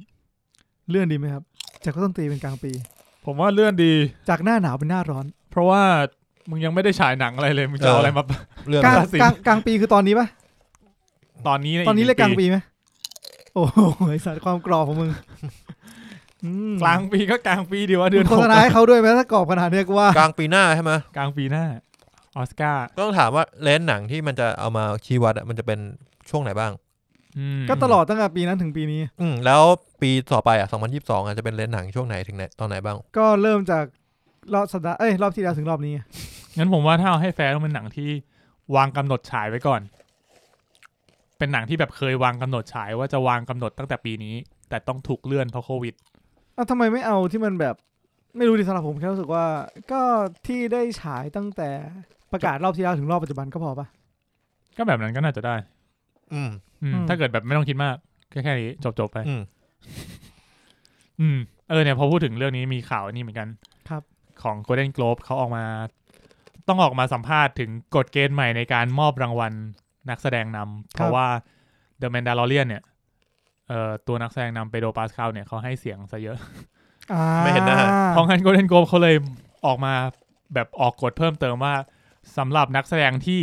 เลื่อนดีไหมครับ จากต้นปีเป็นกลางปี ผมว่าเลื่อนดี จากหน้าหนาวเป็นหน้าร้อน เพราะว่ามึงยังไม่ได้ฉายหนังอะไรเลย มึงจะเอาอะไรมา เรื่อง กลาง ราศี กลางกลางปีคือตอนนี้ปะ ตอนนี้ใ ตอนนี้เลย ห กลาง งปี ปีไหมโอ้โหไอ้สารความกรอบของมึง อืม กลางปีก็กลางปีเดียววะเดือน โฆษณาให้เขาด้วยไหมถ้ากรอบขนาดเนี้ยกูว่าก ลางปีหน้าใช่ไหม กลางปีหน้าออสการ์ ก็ต้องถามว่าเลนส์หนังที่มันจะเอามาชี้วัดอะมันจะเป็นช่วงไหนบ้าง อืม ก็ตลอดตั้งแต่ปีนั้นถึงปีนี้ อืมแล้วปีต่อไปอ่ะ 2022อ่ะจะเป็นเลนส์หนังช่วงไหนถึงไหนตอนไหนบ้าง ก็เริ่มจากรอบสัปดาห์เอ้ยรอบที่แล้วถึงรอบนี้ งั้นผมว่าถ้าเอาให้แฟร์ต้องเป็นหนังที่วางกำหนดฉายไว้ก่อน เป็นหนังที่แบบเคยวางกำหนดฉายว่าจะวางกำหนดตั้งแต่ปีนี้ แต่ต้องถูกเลื่อนเพราะโควิด อ่ะทำไมไม่เอาที่มันแบบไม่รู้ดิสำหรับผมแค่รู้สึกว่า ก็ที่ได้ฉายตั้งแต่ประกาศรอบที่แล้วถึงรอบปัจจุบันก็พอปะ ก็แบบนั้นก็น่าจะได้ อืม อืม อืม ถ้าเกิดแบบไม่ต้องคิดมากก็แค่นี้จบๆไป อืม อืมเออเนี่ยพอพูดถึงเรื่องนี้มีข่าวอันนี้เหมือนกัน ครับ ของ Golden Globe เขาออกมา ต้องออกมาสัมภาษณ์ถึงกฎเกณฑ์ใหม่ในการมอบรางวัลนักแสดงนำเพราะว่า The Mandalorian เนี่ยเอ่อตัวนักแสดงนำเปโดรปาสคาลเนี่ยเขาให้เสียงซะเยอะ อ่า ไม่เห็นหน้า เพราะงั้น Golden Globe เขาเลยออกมาแบบออกกฎเพิ่มเติมว่าสำหรับนักแสดงที่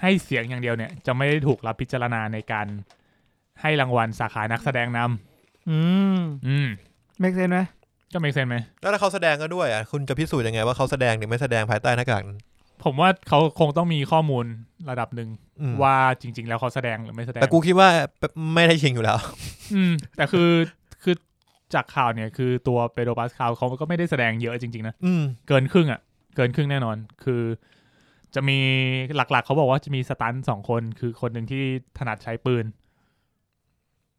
ให้เสียงอย่างเดียวเนี่ย จะไม่ได้ถูกรับพิจารณาในการให้รางวัลสาขานักแสดงน อืม ำอืม เมกเซนไหม ก็เมกเซนไหม แล้วถ้าเขาแสดงก็ด้วยอ่ะคุณจะพิสูจน์ยังไงว่าเขาแสดงหรือไม่แสดงภายใต้หน้ากากนั้น ผมว่าเขาคงต้องมีข้อมูลระดับหนึ่ง อืม ว่าจริง ๆ แล้วเขาแสดงหรือไม่แสดง แต่กูคิดว่าไม่ได้ชิงอยู่แล้ว อืม แต่คือคือจากข่าวเนี่ยคือตัวเปโดรปาสคาลเขาก็ไม่ได้แสดงเยอะจริง ๆ นะ อืม เกินครึ่งอะ่ะ เกินครึ่งแน่นอน คือจะมีหลักๆ เขาบอกว่าจะมีสตันท์สองคน คือคนหนึ่งที่ถนัดใช้ปืน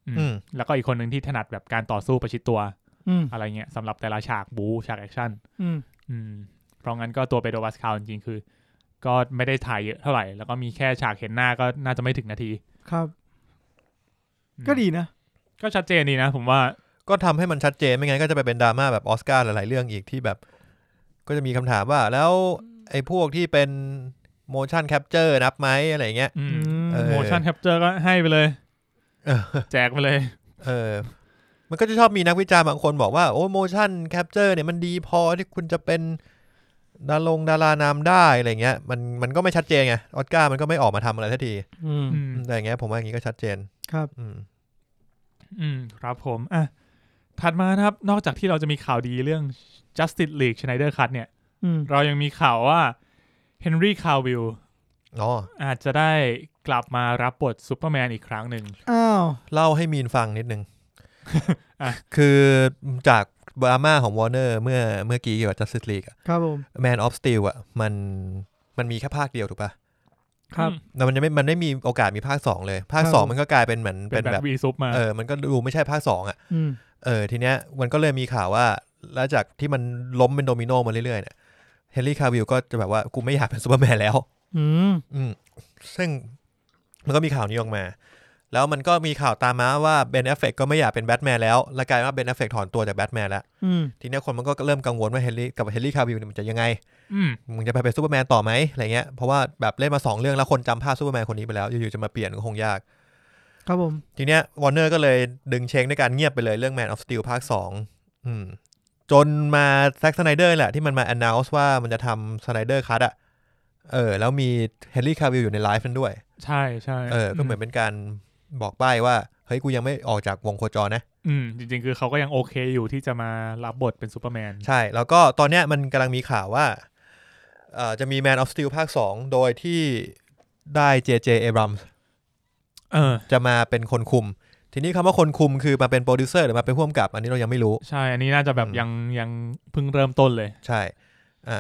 อืม อืม แล้วก็อีกคนหนึ่งที่ถนัดแบบการต่อสู้ประชิดตัว อืม อะไรเงี้ยสำหรับแต่ละฉากบูฉากแอคชั่น อืม อืมเพราะงั้นก็ตัวเปโดรวัสคาวจริงๆคือ ก็ไม่ได้ถ่ายเยอะเท่าไหร่ แล้วก็มีแค่ฉากเห็นหน้าก็น่าจะไม่ถึงนาที ครับ อืม ก็ดีนะ ก็ชัดเจนดีนะ ผมว่า ก็ทำให้มันชัดเจนไม่งั้นก็จะไปเป็นดราม่าแบบออสการ์หลายๆเรื่องอีกที่แบบ ก็จะมีคำถามว่าแล้วไอ้พวกที่เป็น motion capture นับไหมอะไรอย่างเงี้ย อืม เออ motion capture ก็ให้ไปเลย เออ แจกไปเลย เออ มันก็จะชอบมีนักวิจารณ์บางคนบอกว่า โอ้ motion capture เนี่ยมันดีพอที่คุณจะเป็นดารงดารานามได้อะไรเงี้ย มันมันก็ไม่ชัดเจนไงออสการ์มันก็ไม่ออกมาทำอะไรทันที อืม อืม แต่อย่างเงี้ยผมว่าอย่างงี้ก็ชัดเจน ครับ อืม อืม ครับผมอ่ะถัดมานะครับ นอกจากที่เราจะมีข่าวดีเรื่อง Justice League Snyder Cut เนี่ย อืม เรายังมีข่าวว่า Henry Cavill อ๋อ อาจจะได้กลับมารับบทซูเปอร์แมนอีกครั้งหนึ่ง อ้าว เล่าให้มีนฟังนิดนึง อ่ะ คือจากดราม่าของวอร์เนอร์เมื่อเมื่อกี้เกี่ยวกับ Justice League อะ ครับผม Man of Steel อ่ะมันมันมีแค่ภาคเดียวถูกปะ่ะ ครับ อืม แล้วมันจะไม่มันไม่มีโอกาสมีภาค 2 เลย ภาค ครับ 2 มันก็กลายเป็นเหมือน เป็ เป็น น แบ แบบ บ วีซุปมา เออ มันก็ดูไม่ใช่ภาค 2 อ่ะ อืม เออ ทีเนี้ยมันก็เลยมีข่าวว่า แล้วจากที่มันล้มเป็นโดมิโนมาเรื่อยๆเนี่ยเฮนรี่คาวิลก็จะแบบว่า กูไม่อยากเป็นซูเปอร์แมนแล้ว อืม อืมซึ่งมันก็มีข่าวนี้ออกมา แล้วมันก็มีข่าวตามมาว่าเบนแอฟเฟกก็ไม่อยากเป็นแบทแมนแล้วและกลายว่าเบนแอฟเฟกถอนตัวจากแบทแมนแล้ว อืม ทีเนี้ยคนมันก็เริ่มกังวลว่าเฮนรี่กับเฮนรี่คาวิลเนี่ยมันจะยังไง อืม มึงจะไปเป็นซูเปอร์แมนต่อไหมอะไรเงี้ย เพราะว่าแบบเล่นมาสองเรื่องแล้วคนจำภาพซูเปอร์แมนคนนี้ไปแล้ว อยู่ๆจะมาเปลี่ยนก็คงยาก ครับผม ทีเนี้ยวอร์เนอร์ก็เลยดึงเชงด้วยการเงียบไปเลยเรื่อง Man of Steel ภาคสองอืมจนมาแซ็กสไนเดอร์แหละที่มันมา announce ว่ามันจะทำสไนเดอร์คัตอะเออ แล้วมีเฮนรี่คาวิลอยู่ในไลฟ์นั้นด้วย ใช่ใช่ เออ ก็เหมือนเป็นการบอกใบ้ว่า เฮ้ย กูยังไม่ออกจากวงโคจรนะ อืม จริงๆ คือเขาก็ยังโอเคอยู่ที่จะมารับบทเป็นซูเปอร์แมน ใช่ แล้วก็ตอนเนี้ยมันกำลังมีข่าวว่าเอ่อจะมี Man of Steel ภาคสองโดยที่ได้ JJ Abrams เออ จะมาเป็นคนคุม ทีนี้คำว่าคนคุมคือมาเป็นโปรดิวเซอร์หรือมาเป็นผู้กำกับ อันนี้เรายังไม่รู้ ใช่ อันนี้น่าจะแบบ อืม ยังยังเพิ่งเริ่มต้นเลย ใช่ อ่า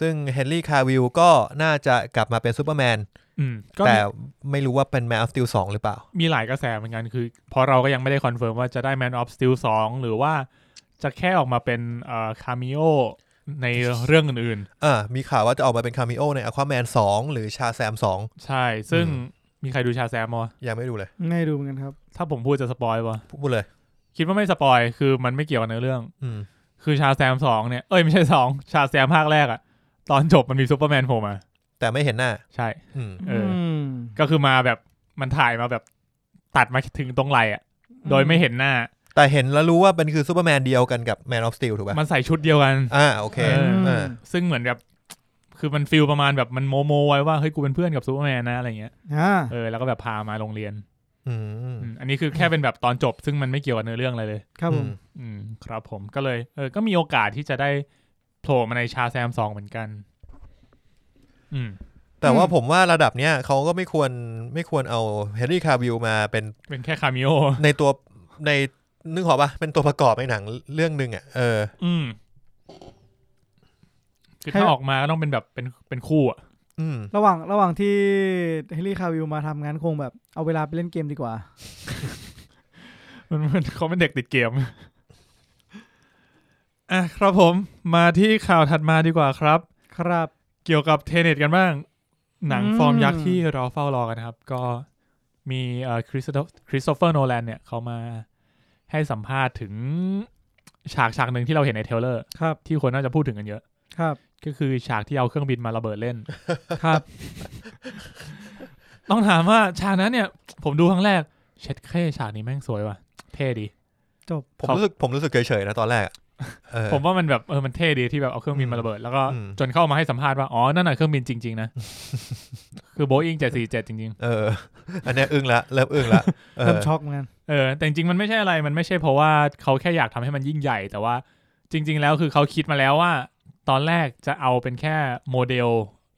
ซึ่งเฮนรี่คาวิลก็น่าจะกลับมาเป็นซูเปอร์แมน อืม ก็ แต่ มี ไม่รู้ว่าเป็น Man of Steel 2 หรือเปล่า มีหลายกระแสเหมือนกัน คือเพราะเราก็ยังไม่ได้คอนเฟิร์มว่าจะได้ Man of Steel 2 หรือว่าจะแค่ออกมาเป็นเอ่อคาเมโอในเรื่องอื่น อ่า มีข่าวว่าจะออกมาเป็นคาเมโอใน Aquaman 2 หรือชาแซม ๆ ใช่ ซึ่งมีใครดูชาแซมมั้ 2 ยังไม่ดูเลย ง่ายดูเหมือนกันครับ ถ้าผมพูดจะสปอยปะ พูดเลย คิดว่าไม่สปอย คือมันไม่เกี่ยวกับเนื้อเรื่อง อืม คือชาแซมสองเนี่ย เอ้ยไม่ใช่สองชาแซมภาคแรกอะตอนจบมันมีซูเปอร์แมนโผล่มา แต่ไม่เห็นหน้า ใช่ อืม เอออื ม ก็คือมาแบบมันถ่ายมาแบบตัดมาถึงตรงไหลอะโดยไม่เห็นหน้า แต่เห็นแล้วรู้ว่าเป็นคือซูเปอร์แมนเดียวกันกับ Man of Steel ถูกป่ะ มันใส่ชุดเดียวกัน อ่า โอเค เออ ม เออ ซึ่งเหมือนแบบ คือมันฟิลประมาณแบบมันโมโมไว้ว่า เฮ้ย กูเป็นเพื่อนกับซูเปอร์แมนนะ อะไรเงี้ย อ่า เออแล้วก็แบบพามาโรงเรียน อืม อืมอันนี้คือแค่เป็นแบบตอนจบ ซึ่งมันไม่เกี่ยวกับเนื้อเรื่องอะไรเลย ครับผม อืมครับผมก็เลยเออก็มีโอกาสที่จะได้โผล่มาในชาแซมสองเหมือนกัน อืม แต่ว่าผมว่าระดับเนี้ยเขาก็ไม่ควรไม่ควรเอาเฮนรี่คาวิลมาเป็น เป็นแค่คาเมโอ ในตัวในนึกออกปะเป็นตัวประกอบในหนังเรื่องหนึ่งอ่ะเออ อืมคือถ้าออกมาก็ต้องเป็นแบบเป็นเป็นคู่อ่ะ อืม ระหว่างระหว่างที่เฮนรี่คาวิลมาทำงานคงแบบเอาเวลาไปเล่นเกมดีกว่า มัน มันเขาเป็นเด็กติดเกม อ่ะครับผมมาที่ข่าวถัดมาดีกว่าครับ ครับ เกี่ยวกับเทเน็ตกันบ้าง หนัง อืม ฟอร์มยักษ์ที่เราเฝ้ารอกันนะครับ ก็มีเอ่อคริสคริสโตเฟอร์โนแลนเนี่ยเขามาให้สัมภาษณ์ถึงฉากฉากหนึ่งที่เราเห็นในเทรลเลอร์ ครับ ที่คนน่าจะพูดถึงกันเยอะ ครับ ก็คือฉากที่เอาเครื่องบินมาระเบิดเล่น ครับ ต้องถามว่าฉากนั้นเนี่ย ผมดูครั้งแรก เช็ดเคฉากนี้แม่งสวยว่ะ เท่ดี ผม เขา รู้สึกผมรู้สึกเฉยๆนะตอนแรกอะเออ ผมว่ามันแบบเออมันเท่ดีที่แบบเอาเครื่องบินมาระเบิด แล้วก็ อืม จนเข้ามาให้สัมภาษณ์ว่า อ๋อ นั่นน่ะเครื่องบินจริ ง ๆ นะ คือโบอิงเจ็ดสี่เจ็ดจริง เออ อันเนี้ยอึ้งละเริ่มอึ้งละเอ เริ่ม อ ช็อกเหมือนกัน ๆ เออ แต่จริงๆ มันไม่ใช่อะไรมันไม่ใช่เพราะว่าเขาแค่อยากทำให้มันยิ่งใหญ่ แต่ว่าจริง ๆ แล้วคือเขาคิดมาแล้วว่า ตอนแรกจะเอาเป็นแค่โมเดล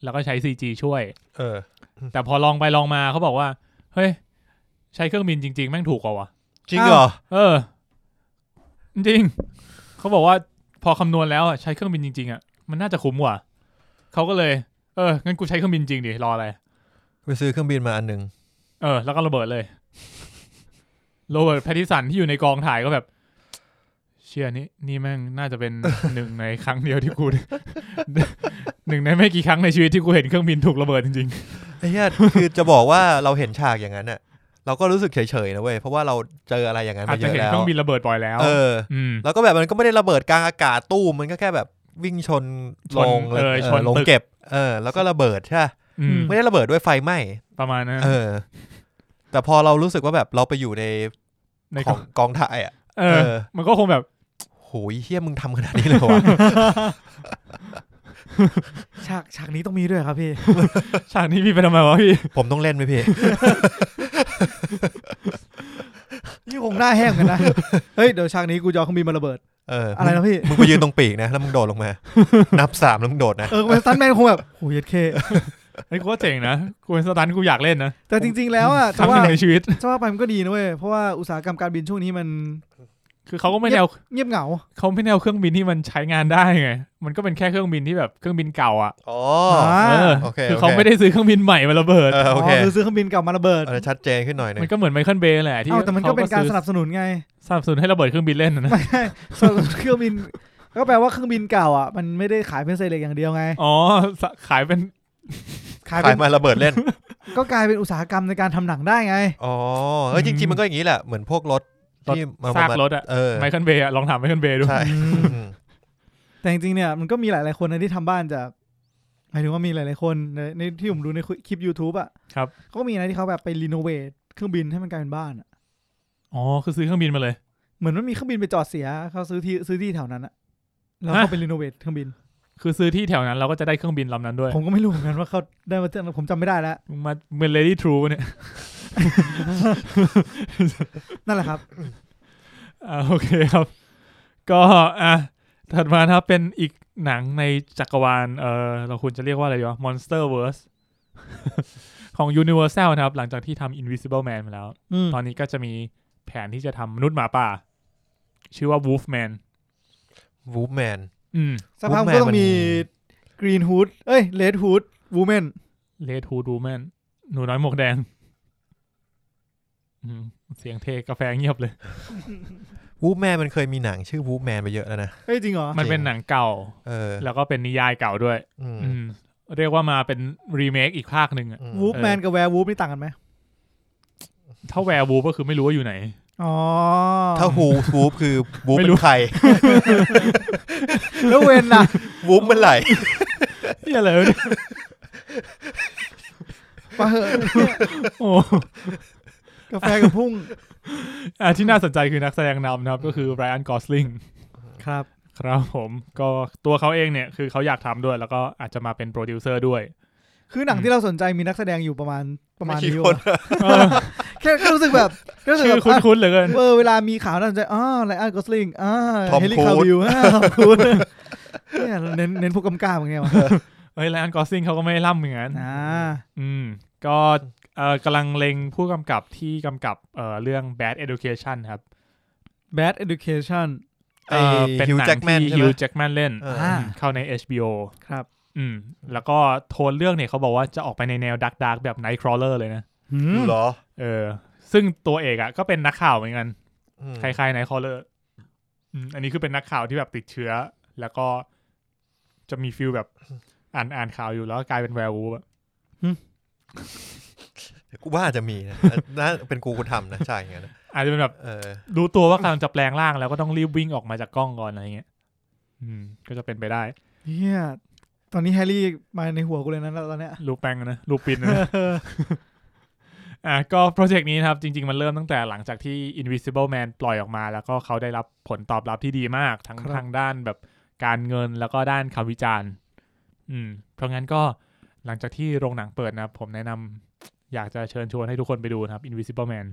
แล้วก็ใช้ CG ช่วย เออ แต่พอลองไปลองมาเขาบอกว่า เฮ้ย ใช้เครื่องบินจริง ๆ แม่งถูกกว่าวะ จริงเหรอ เออ จริงๆเขาบอกว่าพอคำนวณแล้วอะใช้เครื่องบินจริง ๆอ่ะมันน่าจะคุ้มกว่าเขาก็เลย เอองั้นกูใช้เครื่องบินจริงดิรออะไร ไปซื้อเครื่องบินมาอันหนึ่ง เออแล้วก็ระเบิดเลยโรเบิร์ตแพตติสันที่อยู่ในกองถ่ายก็แบบ เชื่อนี่นี่แม่งน่าจะเป็น หนึ่งในครั้ง เดียวที่กู หนึ่งในไม่กี่ครั้งในชีวิตที่กูเห็นเครื่องบินถูกระเบิดจริง ไอ้เหี้ย คือจะบอกว่าเราเห็นฉากอย่างนั้นอ่ะ เราก็รู้สึกเฉยๆนะเว้ย เพราะว่าเราเจออะไรอย่างนั้ ๆ น อาจ มาเย จะ อะ เห็น แล้ เคว รื่องบินระเบิดบ่อยแล้ว เออ อืม แล้วก็แบบมันก็ไม่ได้ระเบิดกลางอากาศตู้มันก็แค่แบบวิ่งชน ช ล น งเลย เออชน ลง ตึก เก็บ เออ แล้วก็ระเบิดใช่ปะ อืม ไม่ได้ระเบิดด้วยไฟไหม้ ประมาณนั้น เออ แต่พอเรารู้สึกว่าแบบเราไปอยู่ใน ใน ของกองถ่ายอ่ะ เอ เอ อ อ มันก็คงแบบ โหยเฮี้ยมึงทำขนาดนี้เลยวะ ฉากฉากนี้ต้องมีด้วย ครับพี่ ฉากนี้พี่ไปทำไมวะพี่ ผมต้องเล่นไหมพี่ นี่คงหน้าแห้งเหมือนกันนะ เฮ้ย เดี๋ยวฉากนี้กูจะเอาเครื่องบินมาระเบิด เออ อะไรนะพี่ มึงไปยืนตรงปีกนะ แล้วมึงโดดลงมา นับสามแล้วมึงโดดนะ เออเป็นสตันแมนคงแบบโหเย็ดเค ไอ้ยกูว่าเจ๋งนะกูเป็นสตันท์กูอยากเล่นนะ แต่จริง ๆ แล้วอ่ะ ค จะ รั้งห ว่า นึ่งในชีวิต จะว่าไปมันก็ดีนะเว้ย เพราะว่าอุตสาหกรรมการบินช่วงนี้มัน คือเขาก็ไม่ได้เอา เงียบเหงา เขาไม่ได้เอาเครื่องบินที่มันใช้งานได้ไง มันก็เป็นแค่เครื่องบินที่แบบเครื่องบินเก่าอ่ะ อ๋อ อ่า เออ โอเค คือเขา โอเค ไม่ได้ซื้อเครื่องบินใหม่มาระเบิด เออโอเค อ๋อคือซื้อเครื่องบินกลับมาระเบิด เอาชัดเจนขึ้นหน่อยหนึง มันก็เหมือนไมเคิลเบย์แหละที่ เอ้าแต่มันก็เป็นการ ซื้อ สนับสนุนไง สนับสนุนให้ระเบิดเครื่องบินเล่น นะนะ ไม่ใช่สนับสนุนเครื่องบิน ก็แปลว่าเครื่องบินเก่าอ่ะมันไม่ได้ขายเป็นเศษเหล็กอย่างเดียวไง อ๋อสขายเป็น ขาย ขา เป็ ย น มาระเบิดเล่น ก็กลายเป็นอุตสาหกรรมในการทำหนังได้ไง อ๋อเออจริงๆมันก็อย่างนี้แหละ เหมือนพวกรถที่มา ซาก มาร ถอ่ะ เออ ไมเคิลเบย์อะลองถามไมเคิลเบย์ดู ใช่ อืม แต่จริงๆเนี่ยมันก็มีหลายๆคนนะที่ทำบ้านจากหมายถึงว่ามีหลายๆคนในในที่ผมดูในคลิป YouTube อ่ะ ครับ เขาก็มีนะที่เขาแบบไปรีโนเวทเครื่องบินให้มันกลายเป็นบ้านอะ อ๋อคือซื้อเครื่องบินมาเลย เหมือนมันมีเครื่องบินไปจอดเสียเขาซื้อที่ซื้อที่แถวนั้นอะแล้วเขา ฮะ ไปรีโนเวทเครื่องบิน คือซื้อที่แถวนั้นเราก็จะได้เครื่องบินลำนั้นด้วย ผมก็ไม่รู้เหมือนกันว่าเขาได้มาจากไหนผมจำไม่ได้แล้ว มึงมาเหมือน Lady True เนี่ย นั่นแหละครับ อ่า โอเคครับ ก็อ่ะถัดมานะครับเป็นอีกหนังในจักรวาลเออเราควรจะเรียกว่าอะไรดีวะ Monsterverse ของ Universal นะครับ หลังจากที่ทำ Invisible Man มาแล้ว อืม ตอนนี้ก็จะมีแผนที่จะทำมนุษย์หมาป่า ชื่อว่า Wolfman วูฟแมน อืม สักพัก Wolfman ก็ต้องมี มั กรีนฮูดเอ้ยเลดฮูดวูแมน Red Hood Woman หนูน้อยหมวกแดงอืมเสียงเทกาแฟเงียบเลย วูฟแมนมันเคยมีหนังชื่อวูฟแมนไปเยอะแล้วนะ เฮ้ยจริงเหรอ มันเป็นหนังเก่า เออ แล้วก็เป็นนิยายเก่าด้วย อืม อืม เรียกว่ามาเป็นรีเมคอีกภาคหนึ่งอะ อืม วูฟแมนกับแวร์วูฟนี่ต่างกันไหม ถ้าแวร์วูฟก็คือไม่รู้ว่าอยู่ไหน อ๋อ ถ้าฮูวูฟคือวูฟ ไม่ เป็ รู้ นใคร แล้วเวนน่ะ วูฟมันไหล เฮียอะไรวะเนี่ย ปะเหอะ โอ้ กาแฟกับพุ่ง อ่ะที่น่าสนใจคือนักแสดงนำนะครับ ก็คือไรอันกอสลิง ครับ ครับผมก็ตัวเขาเองเนี่ยคือเขาอยากทำด้วย แล้วก็อาจจะมาเป็นโปรดิวเซอร์ด้วย คือหนังที่เราสนใจมีนักแสดงอยู่ประมาณประมาณ กี่ นี้ คน วะแ แค่แค่รู้สึกแบบแค่รู้สึก ชื่ แบ อบ อ่ะ คุ้นๆเหลือเกิน เออเวลามีข่าวน่าสนใจอ๋อไลอ้อนกอสลิงอ๋อ Tom เฮลิคา Cruise วิลทอมครูซเนี่ยเน้นเน้นผู้กำกับอย่างเงี้ยวะ เฮ้ยไลออนกอสซิงเขาก็ไม่ล่ำเหมือนกัน อ่า อืม ก็เออกำลังเล็งผู้กำกับที่กำกับเอ่อเรื่อง Bad Education ครับ Bad Education ไอ้ อ่อเป็น ฮิว หนั แจ็ ง คแมน ที่ ใช่ ฮิ ไหม วแจ็คแมนเล่น เออ อ่าเข้าใน HBO ครับ อืม แล้วก็โทนเรื่องเนี่ยเขาบอกว่าจะออกไปในแนวดักดักแบบ Nightcrawler เลยนะ หืม เหรอ เออ ซึ่งตัวเอกอ่ะก็เป็นนักข่าวเหมือนกัน อืม คล้ายๆ Nightcrawler อืมอันนี้คือเป็นนักข่าวที่แบบติดเชื้อ แล้วก็จะมีฟิลแบบอ่านอ่านข่าวอยู่แล้วก็กลายเป็นแวร์วูฟอะ กูว่าจะมีนะ น่าเป็นกูกูทำนะใช่อย่างนั้นนะ อาจจะเป็นแบบ เออ รู้ตัวว่ากำลังจะแปลงร่างแล้วก็ต้องรีบวิ่งออกมาจากกล้องก่อนอะไรเงี้ย อืม ก็จะเป็นไปได้ เฮียตอนนี้แฮร์รี่มาในหัวกูเลยนะตอนเนี้ย รูปแป้งนะ รูปปินนะ อ่ะก็โปรเจกต์นี้นะครับ จริง ๆ มันเริ่มตั้งแต่หลังจากที่ Invisible Man ปล่อยออกมา แล้วก็เขาได้รับผลตอบรับที่ดีมาก ทั้งทางด้านแบบการเงินแล้วก็ด้านคำวิจารณ์ อืม เพราะงั้นก็หลังจากที่โรงหนังเปิดนะครับ ผมแนะนำอยากจะเชิญชวนให้ทุกคนไปดูนะครับ Invisible Man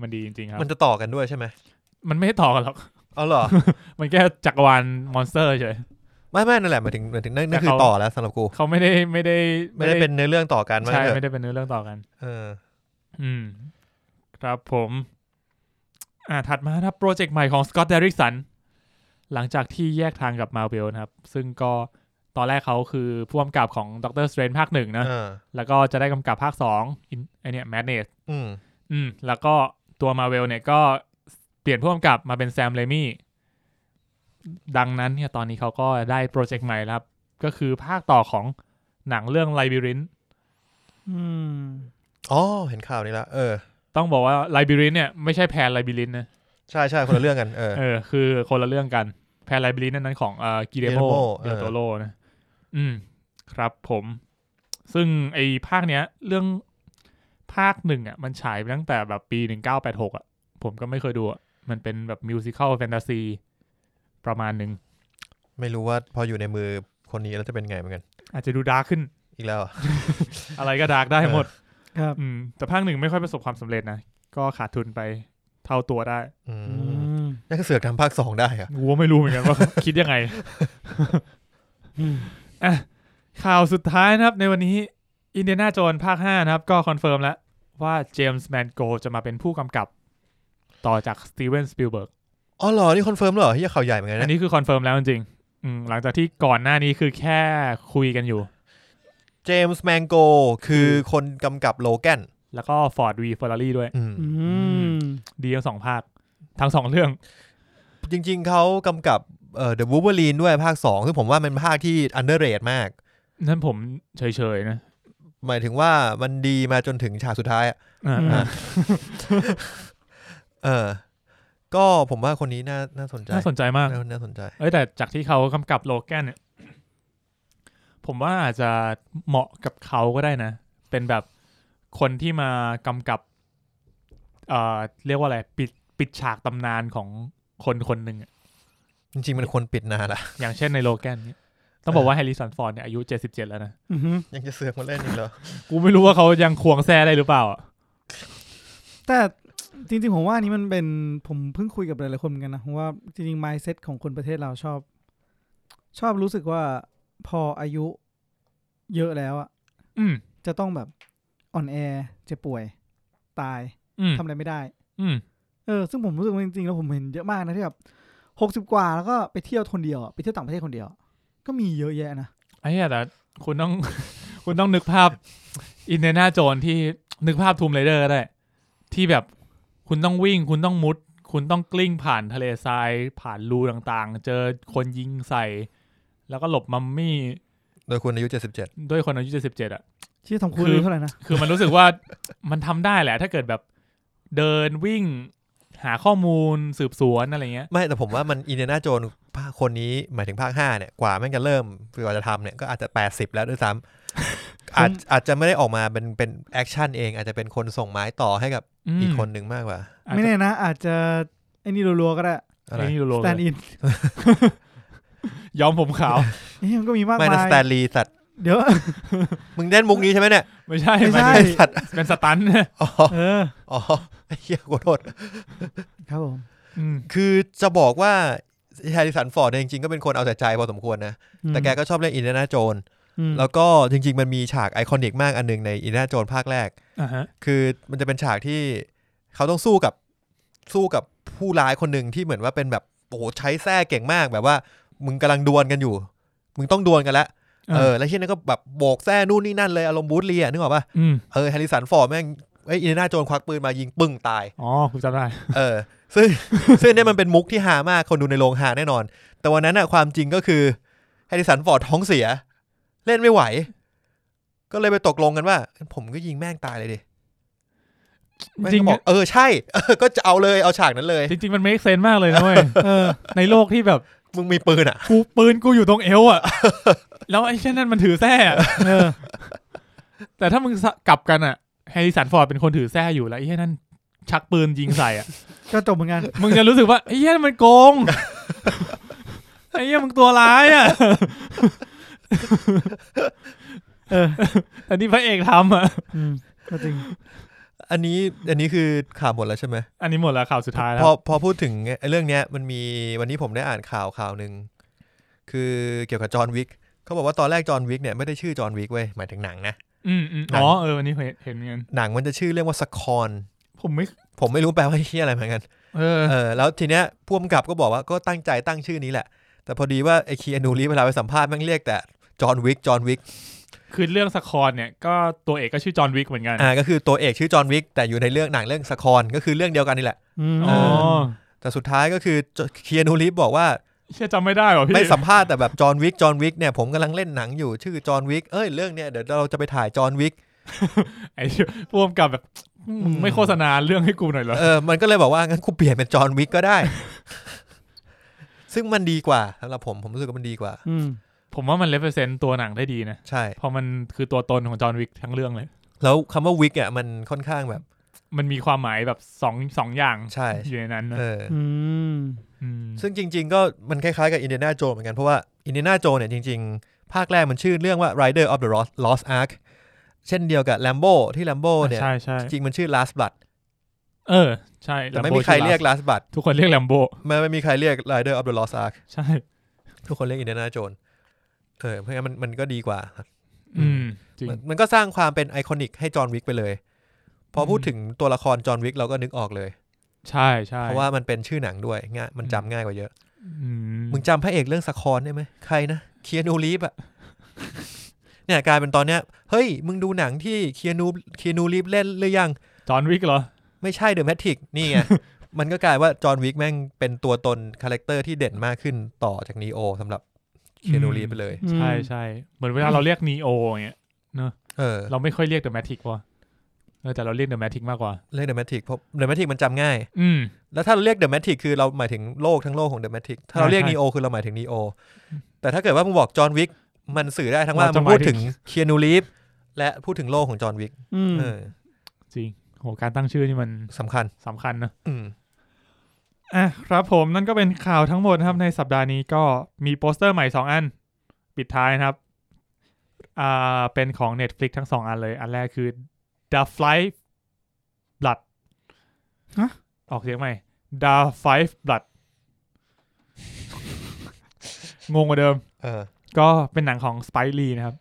มันดีจริงๆครับ มันจะต่อกันด้วยใช่ไหม มันไม่ได้ต่อกันหรอก เอาเหรอ มันแค่จักรวาลมอนสเตอร์เฉย ไม่ไม่นั่นแหละหมายถึงหมายถึงนั่นนั่น แต่ คือ เขา ต่อแล้วสำหรับกู เขาไม่ได้ไม่ได้ ไม่ได้เป็นเนื้อเรื่องต่อกันว่า ใช่ งั้นเถ ไม่ อะ ได้เป็นเนื้อเรื่องต่อกัน เออ อืม ครับผม อ่าถัดมาครับโปรเจกต์ใหม่ของสกอต t ดริกสันหลังจากที่แยกทางกับมาเวลนะครับ ซึ่งก็ตอนแรกเขาคือผู้กำกับของด็อกเตอร์สเตรนภาคหนึ่งนะ เออ แล้วก็จะได้กำกับภาคสอง In- ไอเนี่ยแมดเนส อืม อืม แล้วก็ตัวมาเวลเนี่ยก็เปลี่ยนผู้กำกับมาเป็นแซมเลมี่ดังนั้นเนี่ยตอนนี้เขาก็ได้โปรเจกต์ใหม่แล้วครับ ก็คือภาคต่อของหนังเรื่องไลบิริน อืม อ๋อเห็นข่าวนี้ละเออ ต้องบอกว่าไลบิรินเนี่ยไม่ใช่แพนไลบิรินนะ ใช่ใช่คนละเรื่องกันเออ เออ คือคนละเรื่องกัน แพนไลบิรินนั้นของเอ่อกิเดโม Guillermo เดโตโลนะ อืม ครับผม ซึ่งไอ้ภาคเนี้ย เรื่องภาคหนึ่งอ่ะ มันฉายไปตั้งแต่แบบปีหนึ่งเก้าแปดหกอ่ะ ผมก็ไม่เคยดูอ่ะ มันเป็นแบบมิวสิควลแฟนตาซี ประมาณหนึ่ง ไม่รู้ว่าพออยู่ในมือคนนี้แล้วจะเป็นไงเหมือนกัน อาจจะดูดาร์กขึ้น อีกแล้วอ่ะ อะไรก็ดาร์กได้หมด ครับ อืม แต่ภาคหนึ่งไม่ค่อยประสบความสำเร็จนะ ก็ขาดทุนไปเท่าตัวได้ อืม อืม นั่นก็เสือกทำภาคสองได้อะ กูก็ไม่รู้เหมือนกันว่า คิดยังไง อืม ข่าวสุดท้ายนะครับในวันนี้อินเดียนาโจนภาค 5 นะครับ ก็คอนเฟิร์มแล้วว่าเจมส์แมนโกจะมาเป็นผู้กำกับ ต่อจากสตีเวนสปิลเบิร์ก อ๋อเหรอนี่คอนเฟิร์มเหรอที่ข่าวใหญ่เหมือนกัน อัน นะ นี้คือคอนเฟิร์มแล้วจริงๆอืมหลังจากที่ก่อนหน้านี้คือแค่คุยกันอยู่ เจมส์แมงโกคือคนกำกับโลแกน แล้วก็ Ford V Ferrari ด้วย อืม อืม ดีทั้งสองภาค ทั้งสองเรื่อง จริง ๆเขากำกับเอ่อ The Wolverine ด้วยภาคสองซึ่งผมว่ามันภาคที่ underrated มาก นั่นผมเฉยๆนะ หมายถึงว่ามันดีมาจนถึงฉากสุดท้ายอะ อ่าอ่า เออ ก็ผมว่าคนนี้น่าน่าสนใจ น่าสนใจมาก น่าน่าสนใจ เอ้ยแต่จากที่เขากำกับโลแกนเนี่ย ผมว่าอาจจะเหมาะกับเขาก็ได้นะ เป็นแบบคนที่มากำกับ เอ่อเรียกว่าอะไร ปิดปิดฉากตำนานของคนคนหนึ่งอะ จริงๆ มันควรปิดนานละ อย่างเช่นในโลแกนเนี่ยต้องบอกว่าแฮร์รี่สันฟอร์ดเนี่ยอายุเจ็ดสิบเจ็ดแล้วนะ อือหือ ยังจะเสือกมาเล่นอีกเหรอ กูไม่รู้ว่าเขายังควงแซ่ได้หรือเปล่าอะ แต่จริงๆผมว่าอันนี้มันเป็นผมเพิ่งคุยกับหลายๆคนเหมือนกันนะผมว่าจริงๆ mindset ของคนประเทศเราชอบ ชอบรู้สึกว่าพออายุเยอะแล้วอะ อืม จะต้องแบบอ่อนแอเจ็บป่วย ตาย อืม ทำอะไรไม่ได้ อืม เออซึ่งผมรู้สึกว่าจริงๆแล้วผมเห็นเยอะมากนะที่แบบหกสิบ60 กว่าแล้วก็ไปเที่ยวคนเดียวอะไปเที่ยวต่างประเทศคนเดียวอะก็มีเยอะแยะนะ ไอ้เหี้ยแต่คุณต้อง คุณต้องนึกภาพอินเดน่าโจนที่นึกภาพทูมไรเดอร์ก็ได้ ที่แบบคุณต้องวิ่ง คุณต้องมุด คุณต้องกลิ้งผ่านทะเลทราย ผ่านรูต่างๆ เจอคนยิงใส่ แล้วก็หลบมัมมี่ โดยคุณอายุ 77 ด้วยคนอายุเจ็ดสิบเจ็ดอ่ะ ที่ทำคุณ คือ รู้เท่าไหร่นะ คือมันรู้สึกว่า มันทำได้แหละ ถ้าเกิดแบบเดินวิ่งหาข้อมูลสืบสวนอะไรเงี้ย ไม่แต่ผมว่ามันอินเดน่าโจนภาคคนนี้หมายถึงภาค 5 เนี่ย กว่าแม่งจะเริ่มกว่าจะทำเนี่ย ก็อาจจะ 80 แล้วด้วยซ้ำ อาจอาจจะไม่ได้ออกมาเป็นเป็นแอคชั่นเอง อาจจะเป็นคนส่งไม้ต่อให้กับ อืม อีกคนหนึ่งมากกว่า อาจ ไม่ จะ แน่นะ อาจจะไอ้นี่รัวๆก็ได้ อะไร ไอ้นี่โล s ๆ t เล a น d ์ ย อิน ย้อมผมขาว นี่มันก็มีมาก ไม่นะ มา สแต ย นลีสัตว์ เดี๋ยว มึงเล่นมุกนี้ใช่ไหมเนี่ย ไม่ใช่ ไม่หาใช่ย ไอ้ ถึง สัตว์ เป็นสตัน อ๋อ เออ อ๋อไอ้เหี้ยขอโทษ ครับผม อืม คือจะบอกว่าแฮร์ริสันฟอร์ดเนี่ยจริงๆ ก็เป็นคนเอาแต่ใจพอสมควรนะ แต่แกก็ชอบเล่นอินเดียนาโจน อืม แล้วก็จริง ๆ มันมีฉากไอคอนิกมากอันหนึงในอินเดียนาโจนภาคแรก อ่าฮะ คือมันจะเป็นฉากที่เขาต้องสู้กับสู้กับผู้ร้ายคนหนึ่งที่เหมือนว่าเป็นแบบโอ้โหใช้แส้เก่งมากแบบว่า มึงกำลังดวลกันอยู่ มึงต้องดวลกันแล้วเออแล้วที่นั้นก็แบบโบกแส้นู่นนี่นั่นเลยอารมณ์บูธเลียนึกออกปะ อืม เออแฮร์ริสันฟอร์ดแม่งไอยอินเดียนาโจนควักปืนมายิงปึ้งตาย อ๋อคุณจำได้ เออซึ่ง ซึ่งเนี่ยมันเป็นมุกที่ฮามาก คนดูในโรงฮาแน่นอน แต่วันนั้นอะความจริงก็คือแฮริสันฟอร์ดท้องเสีย เล่นไม่ไหว ก็เลยไปตกลงกันว่า ผมก็ยิงแม่งตายเลยดิแม่ จริง ก็บอก เออใช่ เออก็จะเอาเลยเอาฉากนั้นเลย จริง ๆ มันไม่เซนมากเลยนะเว้ยเออ ในโลกที่แบบ มึงมีปืนอ่ะ กูปืนกูอยู่ตรงเอวอ่ะ แล้วไอ้เช่นนั้นมันถือแส้อะเออ แต่ถ้ามึงสะกลับกันอ่ะแฮร์ริสันฟอร์ดเป็นคนถือแส้อยู่แล้วไอ้เช่นนั้นชักปืนยิงใส่อ่ะ ก็จบเหมือนกัน มึงจะรู้สึกว่าไอ้เหี้ยนั่นมันโกง ไอ้เหี้ยมึงตัวร้ายอ่ะ เออแต่นี่พระเอกทำอ่ะ อืมก็จริง อันนี้อันนี้คือข่าวหมดแล้วใช่ไหม อันนี้หมดแล้วข่าวสุดท้ายแล้ พ ว อพอพูดถึงไอ้เรื่องเนี้ย มันมีวันนี้ผมได้อ่านข่าวข่าวหนึ่งคือเกี่ยวกับจอห์นวิกเขาบอกว่าตอนแรกจอห์นวิกเนี่ยไม่ได้ชื่อจอห์นวิกเว้ยหมายถึงหนังนะ อืมอืมอ๋อเออวันนี้เห็นเห็นเงิน หนังมันจะชื่อเรื่องว่าสคอน ผมไม่ ผมไม่รู้แปลว่าเฮียอะไรเห มือนกัน เออ เออแล้วทีเนี้ยผู้กำกับก็บอกว่าก็ตั้งใจตั้งชื่อนี้แหละ แต่พอดีว่าไอคีอานูรีเวลาไปสัมภาษณ์แม่งเรียกแต่จอห์นวิกจอห์นวิก คือเรื่องสคอนเนี่ย ก็ตัวเอกก็ชื่อจอห์นวิกเหมือนกัน อ่าก็คือตัวเอกชื่อจอห์นวิกแต่อยู่ในเรื่องหนังเรื่องสคอนก็คือเรื่องเดียวกันนี่แหละ อืม อ๋อ แต่สุดท้ายก็คือคีอานูรีบอก ว่า เชื่อจำไม่ได้หรอพี่ ไม่สัมภาษณ์แต่แบบจอห์นวิกจอห์นวิกเนี่ยผมกำลังเล่นหนังอยู่ชื่อจอห์นวิกเอ้ยเรื่องเนี้ยเดี๋ยวเราจะไปถ่ายจอห์นวิก ไอ้เหี้ยพ่วงกับแบบมึงไม่โฆษณาเรื่องให้กูหน่อยเหรอ เออมันก็เลยบอกว่างั้นกูเปลี่ยนเป็นจอห์นวิกก็ ได้ ซึ่งมันดีกว่าสำหรับผมผมรู้สึกว่ามันดีกว่า อืม ผมว่ามันเลเวอเซนต์ตัวหนังได้ดีนะ ใช่ เพราะมันคือตัวตนของจอห์นวิกทั้งเรื่องเลย แล้วคำว่าวิกอ่ะมันค่อนข้างแบบ มันมีความหมายแบบสองสองอย่าง ใช่ อยู่ในนั้นนะ เออ อืม ม ซึ่งจริงๆ ก็มันคล้ายๆ กับอินเดียนาโจเหมือนกัน เพราะว่าอินเดียนาโจเนี่ยจริงๆ ภาคแรกมันชื่อเรื่องว่า Rider of the Lost Lost Ark เช่นเดียวกับ Lambo ที่ Lambo เนี่ย ใช่ใช่ จริงๆ มันชื่อ Last Blood เออ ใช่ แต่ Lambo ไม่มีใครเรียก ชื่อ Last Blood Last ทุกคนเรียกแลมโบ ไม่ไม่มีใครเรียก Rider of the Lost Ark ใช่ ทุกคนเรียกอินเดียนาโจนเออเพราะงั้นมันมันก็ดีกว่า อืม จริง มันมันก็สร้างความเป็นไอคอนิกให้จอห์นวิกไปเลย พอพูดถึงตัวละครจอห์นวิกเราก็นึกออกเลย ใช่ใช่ เพราะว่ามันเป็นชื่อหนังด้วยง่ายมันจำง่ายกว่าเยอะ อืม มึงจำพระเอกเรื่องสคอนได้ไหมใครนะเคียนูรีฟอะ เนี่ยกลายเป็นตอนเนี้ยเฮ้ย มึงดูหนังที่เคียนูเคียนูรีฟเล่นหรือยัง จอห์นวิกเหรอ ไม่ใช่เดอะแมทริกนี่ ไง มันก็กลายว่าจอห์นวิกแม่งเป็นตัวตนคาแรคเตอร์ที่เด่นมากขึ้นต่อจากนีโอสำหรับเคียนูรีฟไปเลย ใช่ใช่เหมือนเวลาเราเรียกนีโออย่างเงี้ย เออ เราไม่ค่อยเรียกเดอะแมทิกว่ะเออแต่เราเรียกเดอะแมทิกมากกว่า เรียกเดอะแมทริกเพราะเดอะแมทริกมันจำง่าย อืม แล้วถ้าเราเรียกเดอะแมทริกคือเราหมายถึงโลกทั้งโลกของเดอะแมทริกถ้าเราเรียก ใช่ นีโอคือเราหมายถึงนีโอแต่ถ้าเกิดว่ามึงบอกจอห์นวิกมันสื่อได้ทั้งว่า เรา มั จะ น หมา พู ย ด ถึ ถึ ง งเคียนูรีฟและพูดถึงโลกของจอห์นวิก อืม เออ จริง โห การตั้งชื่อนี่มัน สำคัญ สำคัญนะ อืม อ่ะครับผมนั่นก็เป็นข่าวทั้งหมดนะครับในสัปดาห์นี้ก็มีโปสเตอร์ใหม่ 2 อัน ปิดท้ายนะครับอ่าเป็นของ Netflix ทั้ง 2 อันเลย อันแรกคือ The Five Blood ฮะ ออกเสียงใหม่ The Five Blood งงกว่าเดิม เออ ก็เป็นหนังของ Spike Lee นะครับ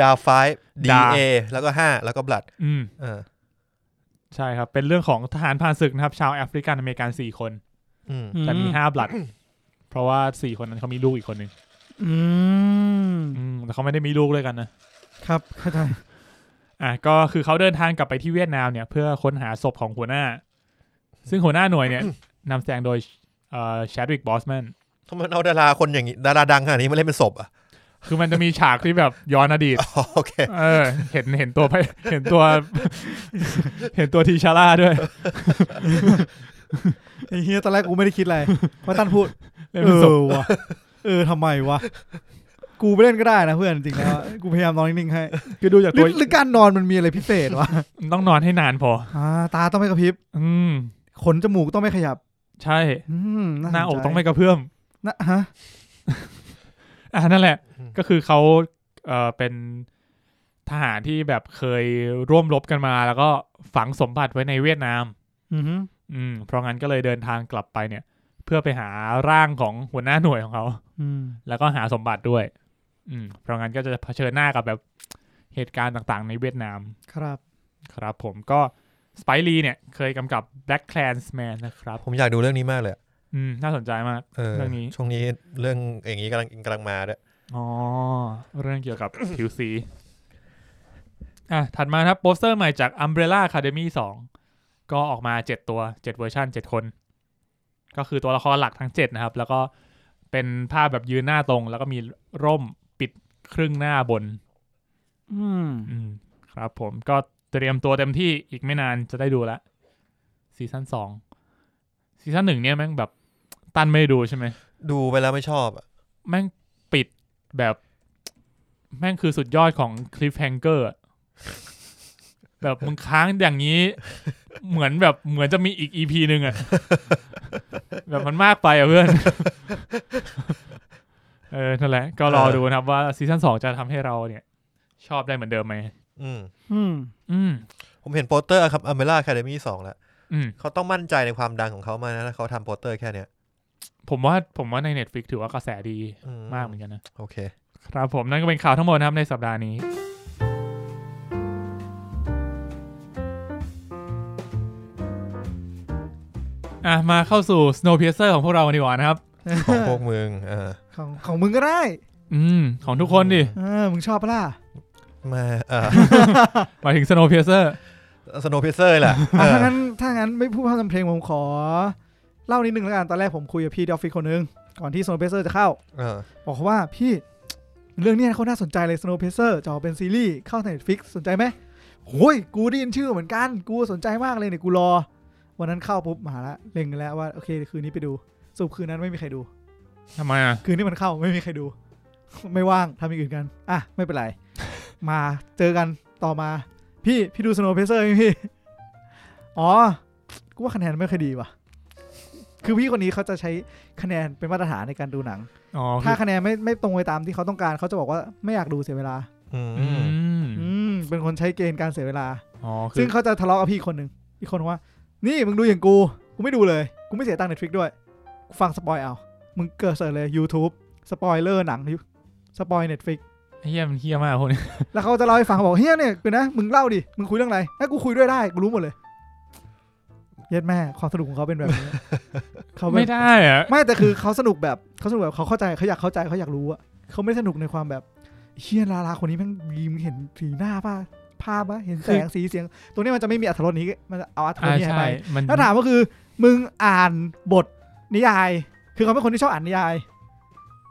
ดาวไฟดี ดา เอแล้วก็ห้าแล้วก็บลัด อืม เออ ใช่ครับ เป็นเรื่องของทหารผ่านศึกนะครับ ชาวแอฟริกันอเมริกัน 4 คน อืม แต่มี 5 Blood เพราะว่า 4 คนนั้นเขามีลูกอีกคนหนึ่ง อืม อืมแต่เขาไม่ได้มีลูกด้วยกันนะ ครับเข้าใจ อ่ะก็คือเขาเดินทางกลับไปที่เวียดนามเนี่ยเพื่อค้นหาศพของหัวหน้า ซึ่งหัวหน้าหน่วยเนี่ย นำแสดงโดยเอ่อแชดวิกบอสแมน ทำไมเอาดาราคนอย่างนี้ ดาราดังขนาดนี้มาเล่นเป็นศพอ่ะ คือมันจะมีฉากที่แบบ ย้อนอดีต อ๋อโอเค เออ เห็นเห็นตัวไป เห็นตัว เห็นตัวทีชาร่าด้วย ไอ้เฮียตอนแรกกูไม่ได้คิดอะไรเพราะตั้นพูด เล่น เอ เป็นศพ อวะเออทำไมวะ กูไปเล่นก็ได้นะเพื่อนจริงๆแล้วอะกูพยายามนอนนิ่งๆให้ คือดูจาก หรื ตัว อหรือการนอนมันมีอะไรพิเศษวะ ต้องนอนให้นานพอ อ่าตาต้องไม่กระพริบ อืม ขนจมูกต้องไม่ขยับ ใช่ อืม หน้าอก สใจ ต้องไม่กระเพื่อม หนะฮะ อ่ะนั่นแหละ อืม ก็คือเขา เออเป็นทหารที่แบบเคยร่วมรบกันมา แล้วก็ฝังสมบัติไว้ในเวียดนาม อือฮึ อืม เพราะงั้นก็เลยเดินทางกลับไปเนี่ย เพื่อไปหาร่างของหัวหน้าหน่วยของเขา อืม แล้วก็หาสมบัติด้วย อืม เพราะงั้นก็จะเผชิญหน้ากับแบบเหตุการณ์ต่างๆ ในเวียดนาม ครับ ครับผมก็สไปรีเนี่ยเคยกำกับ Black Clansman นะครับ ผมอยากดูเรื่องนี้มากเลยอะ อืม น่าสนใจมาก เออ เรื่องนี้ ช่วงนี้เรื่องอย่างนี้กำลังกำลังมาด้วย อ๋อ เรื่องเกี่ยวกับ ผิวสี อ่ะ ถัดมาครับโปสเตอร์ใหม่จาก Umbrella Academy 2 ก็ออกมา 7 ตัว 7 เวอร์ชัน7 คน ก็คือตัวละครหลักทั้ง 7 นะครับ แล้วก็เป็นภาพแบบยืนหน้าตรง แล้วก็มีร่มปิดครึ่งหน้าบน อืม อืม ครับผมก็เตรียมตัวเต็มที่อีกไม่นานจะได้ดูละซีซั่นสองซีซั่นหนึ่งเนี่ยแม่งแบบตันไม่ได้ดูใช่ไหม ดูไปแล้วไม่ชอบอะ แม่งปิดแบบ แม่งคือสุดยอดของคลิฟแฮงเกอร์ แบบมึงค้างอย่างนี้ เหมือนแบบเหมือนจะมีอีกอีพีหนึ่งอะแบบมันมากไปอะเพื่อน เออนั่นแหละ ก็รอดูนะครับว่าซีซั่นสองจะทำให้เราเนี่ย ชอบได้เหมือนเดิมไหม อืม อืม อืม ผมเห็นโปสเตอร์ครับอเมล่าแคเดมี่สองแล้ว อืม เขาต้องมั่นใจในความดังของเขามากนะถ้าเขาทำโปสเตอร์แค่เนี้ย ผมว่าผมว่าใน Netflix ถือว่ากระแสดี อื มากเหมือนกันนะ โอเค ครับผมนั่นก็เป็นข่าวทั้งหมดนะครับในสัปดาห์นี้ อ่ะ มาเข้าสู่ Snowpiercer ของพวกเรากันดีกว่านะครับ ของพวกมึงเออ ของของมึงก็ได้ อืม ของทุกคนดิ เออมึงชอบปะล่ะ มาเอ อ หมายถึง Snowpiercer สโนว์เพเซอร์แหละ อ่ะเออถ้างั้นถ้างั้นไม่พูดพร่ำทำเพลงผมขอ เล่านิดนึงแล้วกันตอนแรกผมคุยกับพี่ดอฟฟิศคนนึงก่อนที่ Snow Pacer จะเข้า เออ บอกเขาว่าพี่ เรื่องเนี้เขาน่าสนใจเลย Snow Pacer จะออกเป็นซีรีส์เข้าใน Netflix สนใจไหมโอ้ยกูได้ยินชื่อเหมือนกัน กูสนใจมากเลยเนี่ยกูรอ วันนั้นเข้าปุ๊บมาละเล็งแล้วว่าโอเคคืนนี้ไปดูสรุปคืนนั้นไม่มีใครดู ทำไมอ่ะ คืนที่มันเข้าไม่มีใครดู ไม่ว่างทำอย่างอื่นกัน อ่ะ ไม่เป็นไร มาเจอกันต่อมา พี่พี่ดูสโนว์เพเซอร์ไหมพี่ อ๋อ กูว่าคะแนนไม่ค่อยดีว่ะ คือพี่คนนี้เขาจะใช้คะแนนเป็นมาตรฐานในการดูหนัง อ๋อคื ถ้า อ คะแนนไม่ไม่ตรงไปตามที่เขาต้องการเขาจะบอกว่าไม่อยากดูเสียเวลา อืม อืม อืม เป็นคนใช้เกณฑ์การเสียเวลา อ๋อคื ซึ่ อง เขาจะทะเลาะกับพี่คนหนึ่งอีกคนว่า นี่มึงดูอย่างกู กูไม่ดูเลย กูไม่เสียตังค์ในทริกด้วย กูฟังสปอยเอา มึงเกิดเสิร์ชเลย YouTube สปอยเลอร์หนังสปอยเน็ตฟิก เฮี้ยมันเฮี้ยมากพวกนี้ แล้วเขาจะเล่าให้ฟังเขาบอกเฮียเนี่ยเดี๋ยวนะ มึงเล่าดิ มึงคุยเรื่องอะไรถ้ากูคุยด้วยได้ กูรู้หมดเลย เย็ดแม่ความสนุกของเขาเป็นแบบนี้ เขาแบบ ไม่ได้อ่ะ ไม่แต่คือเขาสนุกแบบเขาสนุกแบบเขาเข้าใจเขาอยากเข้าใจเขาอยากรู้อะเขาไม่สนุกในความแบบเฮียลาลาคนนี้แมันมีมึงเห็นสีหน้าป่ะภาพป่ะเห็นแสงสีเสียง ตรงนี้มันจะไม่มีอัตรสนี้มันจะเอาอัตรส อ่า นี้ให้ ใช่ ไป มัน ถ้าถามก็คือมึงอ่านบทนิยาย คือเขาเป็นคนที่ชอบอ่านนิยาย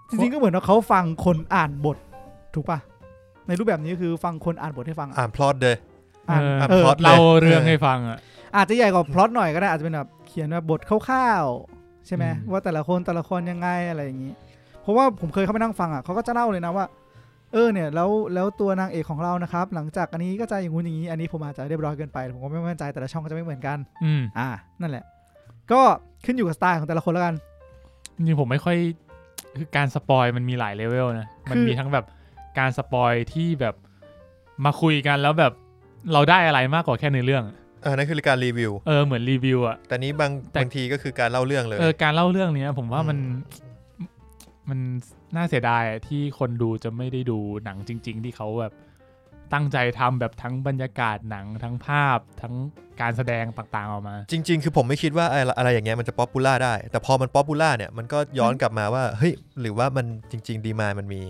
จริงๆก็เหมือนว่าเขาฟังคนอ่านบทถูกปะในรูปแบบนี้คือฟังคนอ่านบทให้ฟังอะ อ่านพลอตเลย เอ อ่าน อ อ่ะ เออ plot เลย เล่าเรื่องให้ฟังอ่ะ อาจจะใหญ่กว่าพล็อตหน่อยก็ได้อาจจะเป็นแบบเขียนแบบบทคร่าวๆใช่ไหม อืม ว่าแต่ละคนแต่ละคนยังไงอะไรอย่างนี้ เพราะว่าผมเคยเข้าไปนั่งฟังอ่ะเขาก็จะเล่าเลยนะว่า เออเนี่ยแล้วแล้วตัวนางเอกของเรานะครับ หลังจากอันนี้ก็จะอย่างงู้นอย่างนี้ อันนี้ผมอาจจะเรียบร้อยเกินไปผมก็ไม่มั่นใจแต่ละช่องก็จะไม่เหมือนกัน อืม อ่า นั่นแหละ ก็ขึ้นอยู่กับสไตล์ของแต่ละคนแล้วกัน จริงๆผมไม่ค่อยคือการสปอยมันมีหลายเลเวลนะ มัน คือ มีทั้งแบบการสปอยที่แบบมาคุยกันแล้วแบบเราได้อะไรมากกว่าแค่ในเรื่อง เออนั่นคือการรีวิว เออเหมือนรีวิวอะ แต่นี้บาง แต่ บางทีก็คือการเล่าเรื่องเลย เออการเล่าเรื่องเนี้ย ผมว่ามันมันน่าเสียดายอะที่คนดูจะไม่ได้ดูหนังจริง ๆ ที่เขาแบบตั้งใจทำแบบทั้งบรรยากาศหนังทั้งภาพทั้งการแสดงต่างๆออกมา จริง ๆ คือผมไม่คิดว่าอะไรอะไรอย่างเงี้ยมันจะป๊อปปูล่าได้ แต่พอมันป๊อปปูล่าเนี่ยมันก็ย้อนกลับมาว่า เฮ้ย หรือว่ามันจริง ๆ ดีมามันมี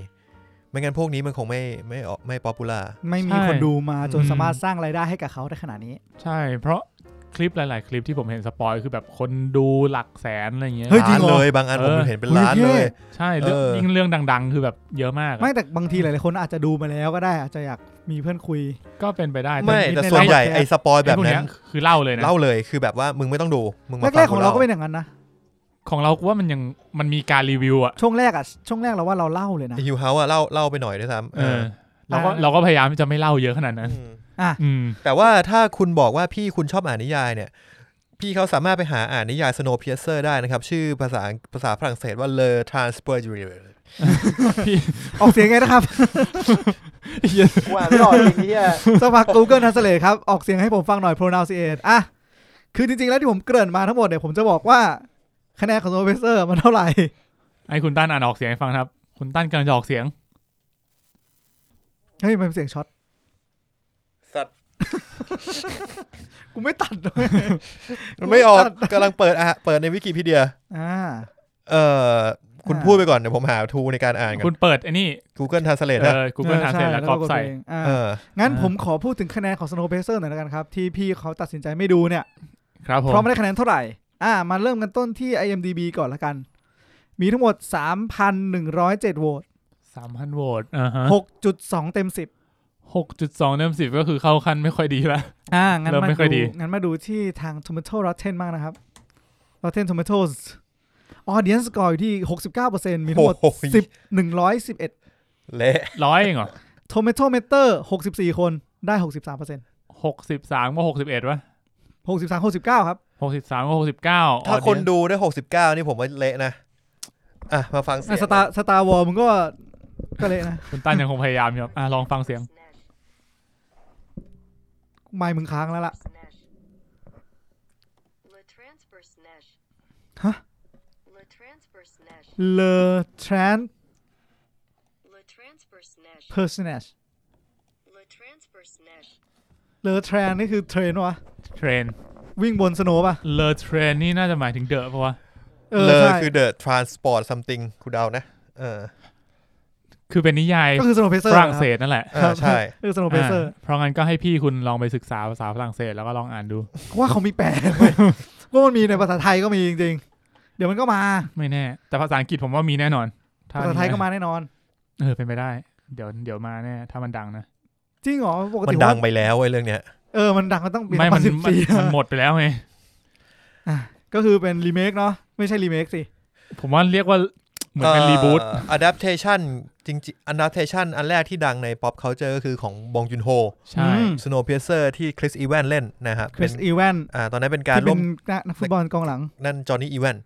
ไม่งั้นพวกนี้มันคงไม่ไม่ออกไม่ป๊อปปูล่า ไม่มี ใช่ คนดูมาจน อืม สามารถสร้างรายได้ให้กับเขาได้ขนาดนี้ ใช่ เพราะคลิปหลายๆ คลิปที่ผมเห็นสปอยคือแบบคนดูหลักแสนอะไรอย่างเงี้ย เฮ้ยจริ ล้าง น เหรอ เลยบางอันผม เออ เห็นเป็น เฮ้ย ล้าน เท่ เลย ใช่เรื่อง เออ ยิ่งเรื่องดัง ๆ คือแบบเยอะมากอะ ไม่แต่บางทีหลายๆคนอาจจะดูมาแล้วก็ได้อาจจะอยากมีเพื่อนคุย ก็เป็นไปได้ ไม่ แต่ แต่ ใน ส่วนใหญ่ ไลฟ์ ไอ้สปอย แบ แบบ บ นั้ นั้น นคือเล่าเลยนะ เล่าเลยคือแบบว่ามึงไม่ต้องดูมึงมา แร ฟั ก ง ๆของเราก็ ล่ เป็นอย่างนั้นนะ ของเรากูว่ามันยังมันมีการรีวิวอะ ช่วงแรกอ่ะช่วงแรกเราว่าเราเล่าเลยนะ ไอ้ฮิวเฮาอะเล่าเล่าไปหน่อยด้วยซ้ำ เอ เอ อ อ เราก็ ได้ เราก็พยายามจะไม่เล่าเยอะขนาด อ นั้น ม อืม แต่ว่าถ้าคุณบอกว่าพี่คุณชอบอ่านนิยายเนี่ย พี่เขาสามารถไปหาอ่านนิยาย Snowpiercer ได้นะครับ ชื่อภาษาภาษาฝรั่งเศสว่า Le Transperger ออกเสียงไงนะครับ ว่าไม่อ อกจริงที่ สมัคร Google Translate ครับ ออกเสียงให้ผมฟังหน่อย pronunciate อ่ะ คือจริงๆ แล้วที่ผมเกริ่นมาทั้งหมดเนี่ย ผมจะบอกว่า คะแนนของโนเฟเซอร์มันเท่าไหร่ ไอ้คุณตั้นอ่านออกเสียงให้ฟังนะครับ คุณตั้นกำลังจะออกเสียง เฮ้ย มันเป็นเสียงช็อต สัตว์ กูไม่ตัดด้วย มันไม่ออกกำลังเปิดอ่ะเปิดในวิกิพีเดีย อ่า เออคุณ อ่า พูดไปก่อนเดี๋ยวผมหาทูในการอ่านกั คุ น ณเปิดไอ้นี่ Google Translate เอ นะ อกูเกิล ออ ทานเสร็จแล้ว ก็ ก็ใส่ ดเองอ่า เออ งั้น อ่า ผมขอพูดถึงคะแนนของ Snow p a c e r หน่อยละกันครับ ที่พี่เขาตัดสินใจไม่ดูเนี่ย ครับผม เพราะไม่ได้คะแนนเท่าไหร่ อ่า มาเริ่มกันต้นที่ IMDB ก่อนละกัน มีทั้งหมด 3,107โหวต สามพันโหวตอ่าฮะ 6.2 เต็ม 10 หกจุดสองเริ่มสิบก็คือเข้าขั้นไม่ค่อยดีละ อ่า งั้น เริ่ม มา ไม่ค่อยดี ดูงั้นมาดูที่ทาง Tomato Rotten มากนะครับ Rotten Tomatoes Audience Score อยู่ที่ 69%มีทั้งหมด โอ้โห 10 111 เละ ร้อยเองเหรอ Tomato Meter 64 คนได้ 63% หกสิบสามก็หกสิบเอ็ดวะ 63 69 ครับ หกสิบสามก็หกสิบเก้า ถ้าคนดูได้หกสิบเก้านี่ผมว่าเละนะ อ่ะ มาฟังเสีย อ่ะ ง สตาร์สตาร์วอลมึงก็ก็เละนะ คุณตั้นยังคงพยายามอยู่ครับอ่ะลองฟังเสียง ไม่มึงค้างแล้วล่ะ Le transverse neige. Huh? Le transverse neige. Le Trans Le transverse neige. Personage Le transverse neige. Le Trans นี่คือเทรนวะ เทรน วิ่งบนสโนว์ป่ะ เลอเทรนนี่น่าจะหมายถึงเดอะปะวะ เออ เลอ ใช่ คือ The Transport something คุณเดานะ เออ คือเป็นนิยาย ก็คือสโนว์เพเซอ ฝ ร์ รั่งเศสนั่นแหละ อ่าใช่ คือสโนว์เพเซอร์ อ่าเพราะงั้นก็ให้พี่คุณลองไปศึกษาภาษาฝรั่งเศสแล้วก็ลองอ่านดู ว่าเขามีแปลเว้ย ว่ามันมีในภาษาไทยก็มีจริงๆ เดี๋ยวมันก็มา ไม่แน่ แต่ภาษาอังกฤษผมว่ามีแน่นอนถ้ ภาษาไทย นี่นะ ก็มาแน่นอน เออเป็นไปได้ เดี๋ยวเดี๋ยวมาแน่ถ้ามันดังนะ จริงเหรอปก มัน ติ ดั ว่าง ไปแล้วไอ้ยเรื่องเนี้ย เออ มันดังมันต้องปี ไม่มัน สิบ มัน สี่ มันหมดไปแล้วไง ก็คือเป็นรีเมคเนาะไม่ใช่รีเมคสิ ผมว่าเรียกว่าเหมือนเป็นรีบูต adaptation จริงๆ adaptation อันแรกที่ดังใน pop culture ก็คือของบองจุนโฮ ใช่ อืม Snowpiercer ที่คริสอีแวนเล่นนะฮะ คริส เป็น อีแวน อ่าตอนนั้นเป็นการ ที่ ร่ เป็ วม นนักฟุตบอลกองหลัง นั่นจอห์นนี่อีแวน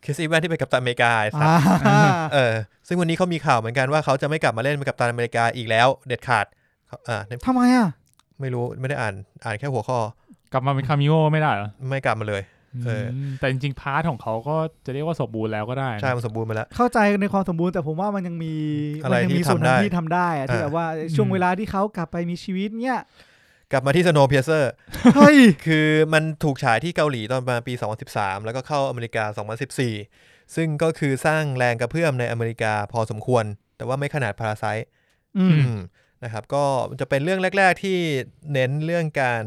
คริสอีแวนที่เป็นกัปตันอเมริกาไอ้สัส อ่า เออซึ่งวันนี้เขามีข่าวเหมือนกันว่าเขาจะไม่กลับมาเล่นเป็นกัปตันอเมริกาอีกแล้วเด็ดขาดเขาอ่า ทำไมอ่ะ ไม่รู้ไม่ได้อ่านอ่านแค่หัวข้อก ลับมาเป็นคามิโอไม่ได้เหรอ ไม่กลับมาเลย เอออื มแต่จริงๆพาร์ทของเขาก็จะเรียกว่าสมบูรณ์แล้วก็ได้นะ ใช่มันสมบูรณ์ไปแล้ว เข้าใจในความสมบูรณ์แต่ผมว่ามันยังมี อะ มั ไร ยั ที่ มีส่วนหนึ่ง ทำได้ ที่ทำได้อะที่ อ่า แบบว่าช่วงเวลาที่เขากลับไปมีชีวิตเนี่ย กลับมาที่ Snowpiercer เฮ้ย คือมันถูกฉายที่เกาหลีตอนประมาณปี 2013 แล้วก็เข้าอเมริกา 2014 ซึ่งก็คือสร้างแรงกระเพื่อมในอเมริกาพอสมควร แต่ว่าไม่ขนาดพาราไซ อืม นะครับ ก็จะเป็นเรื่องแรก ๆ ที่เน้นเรื่องการ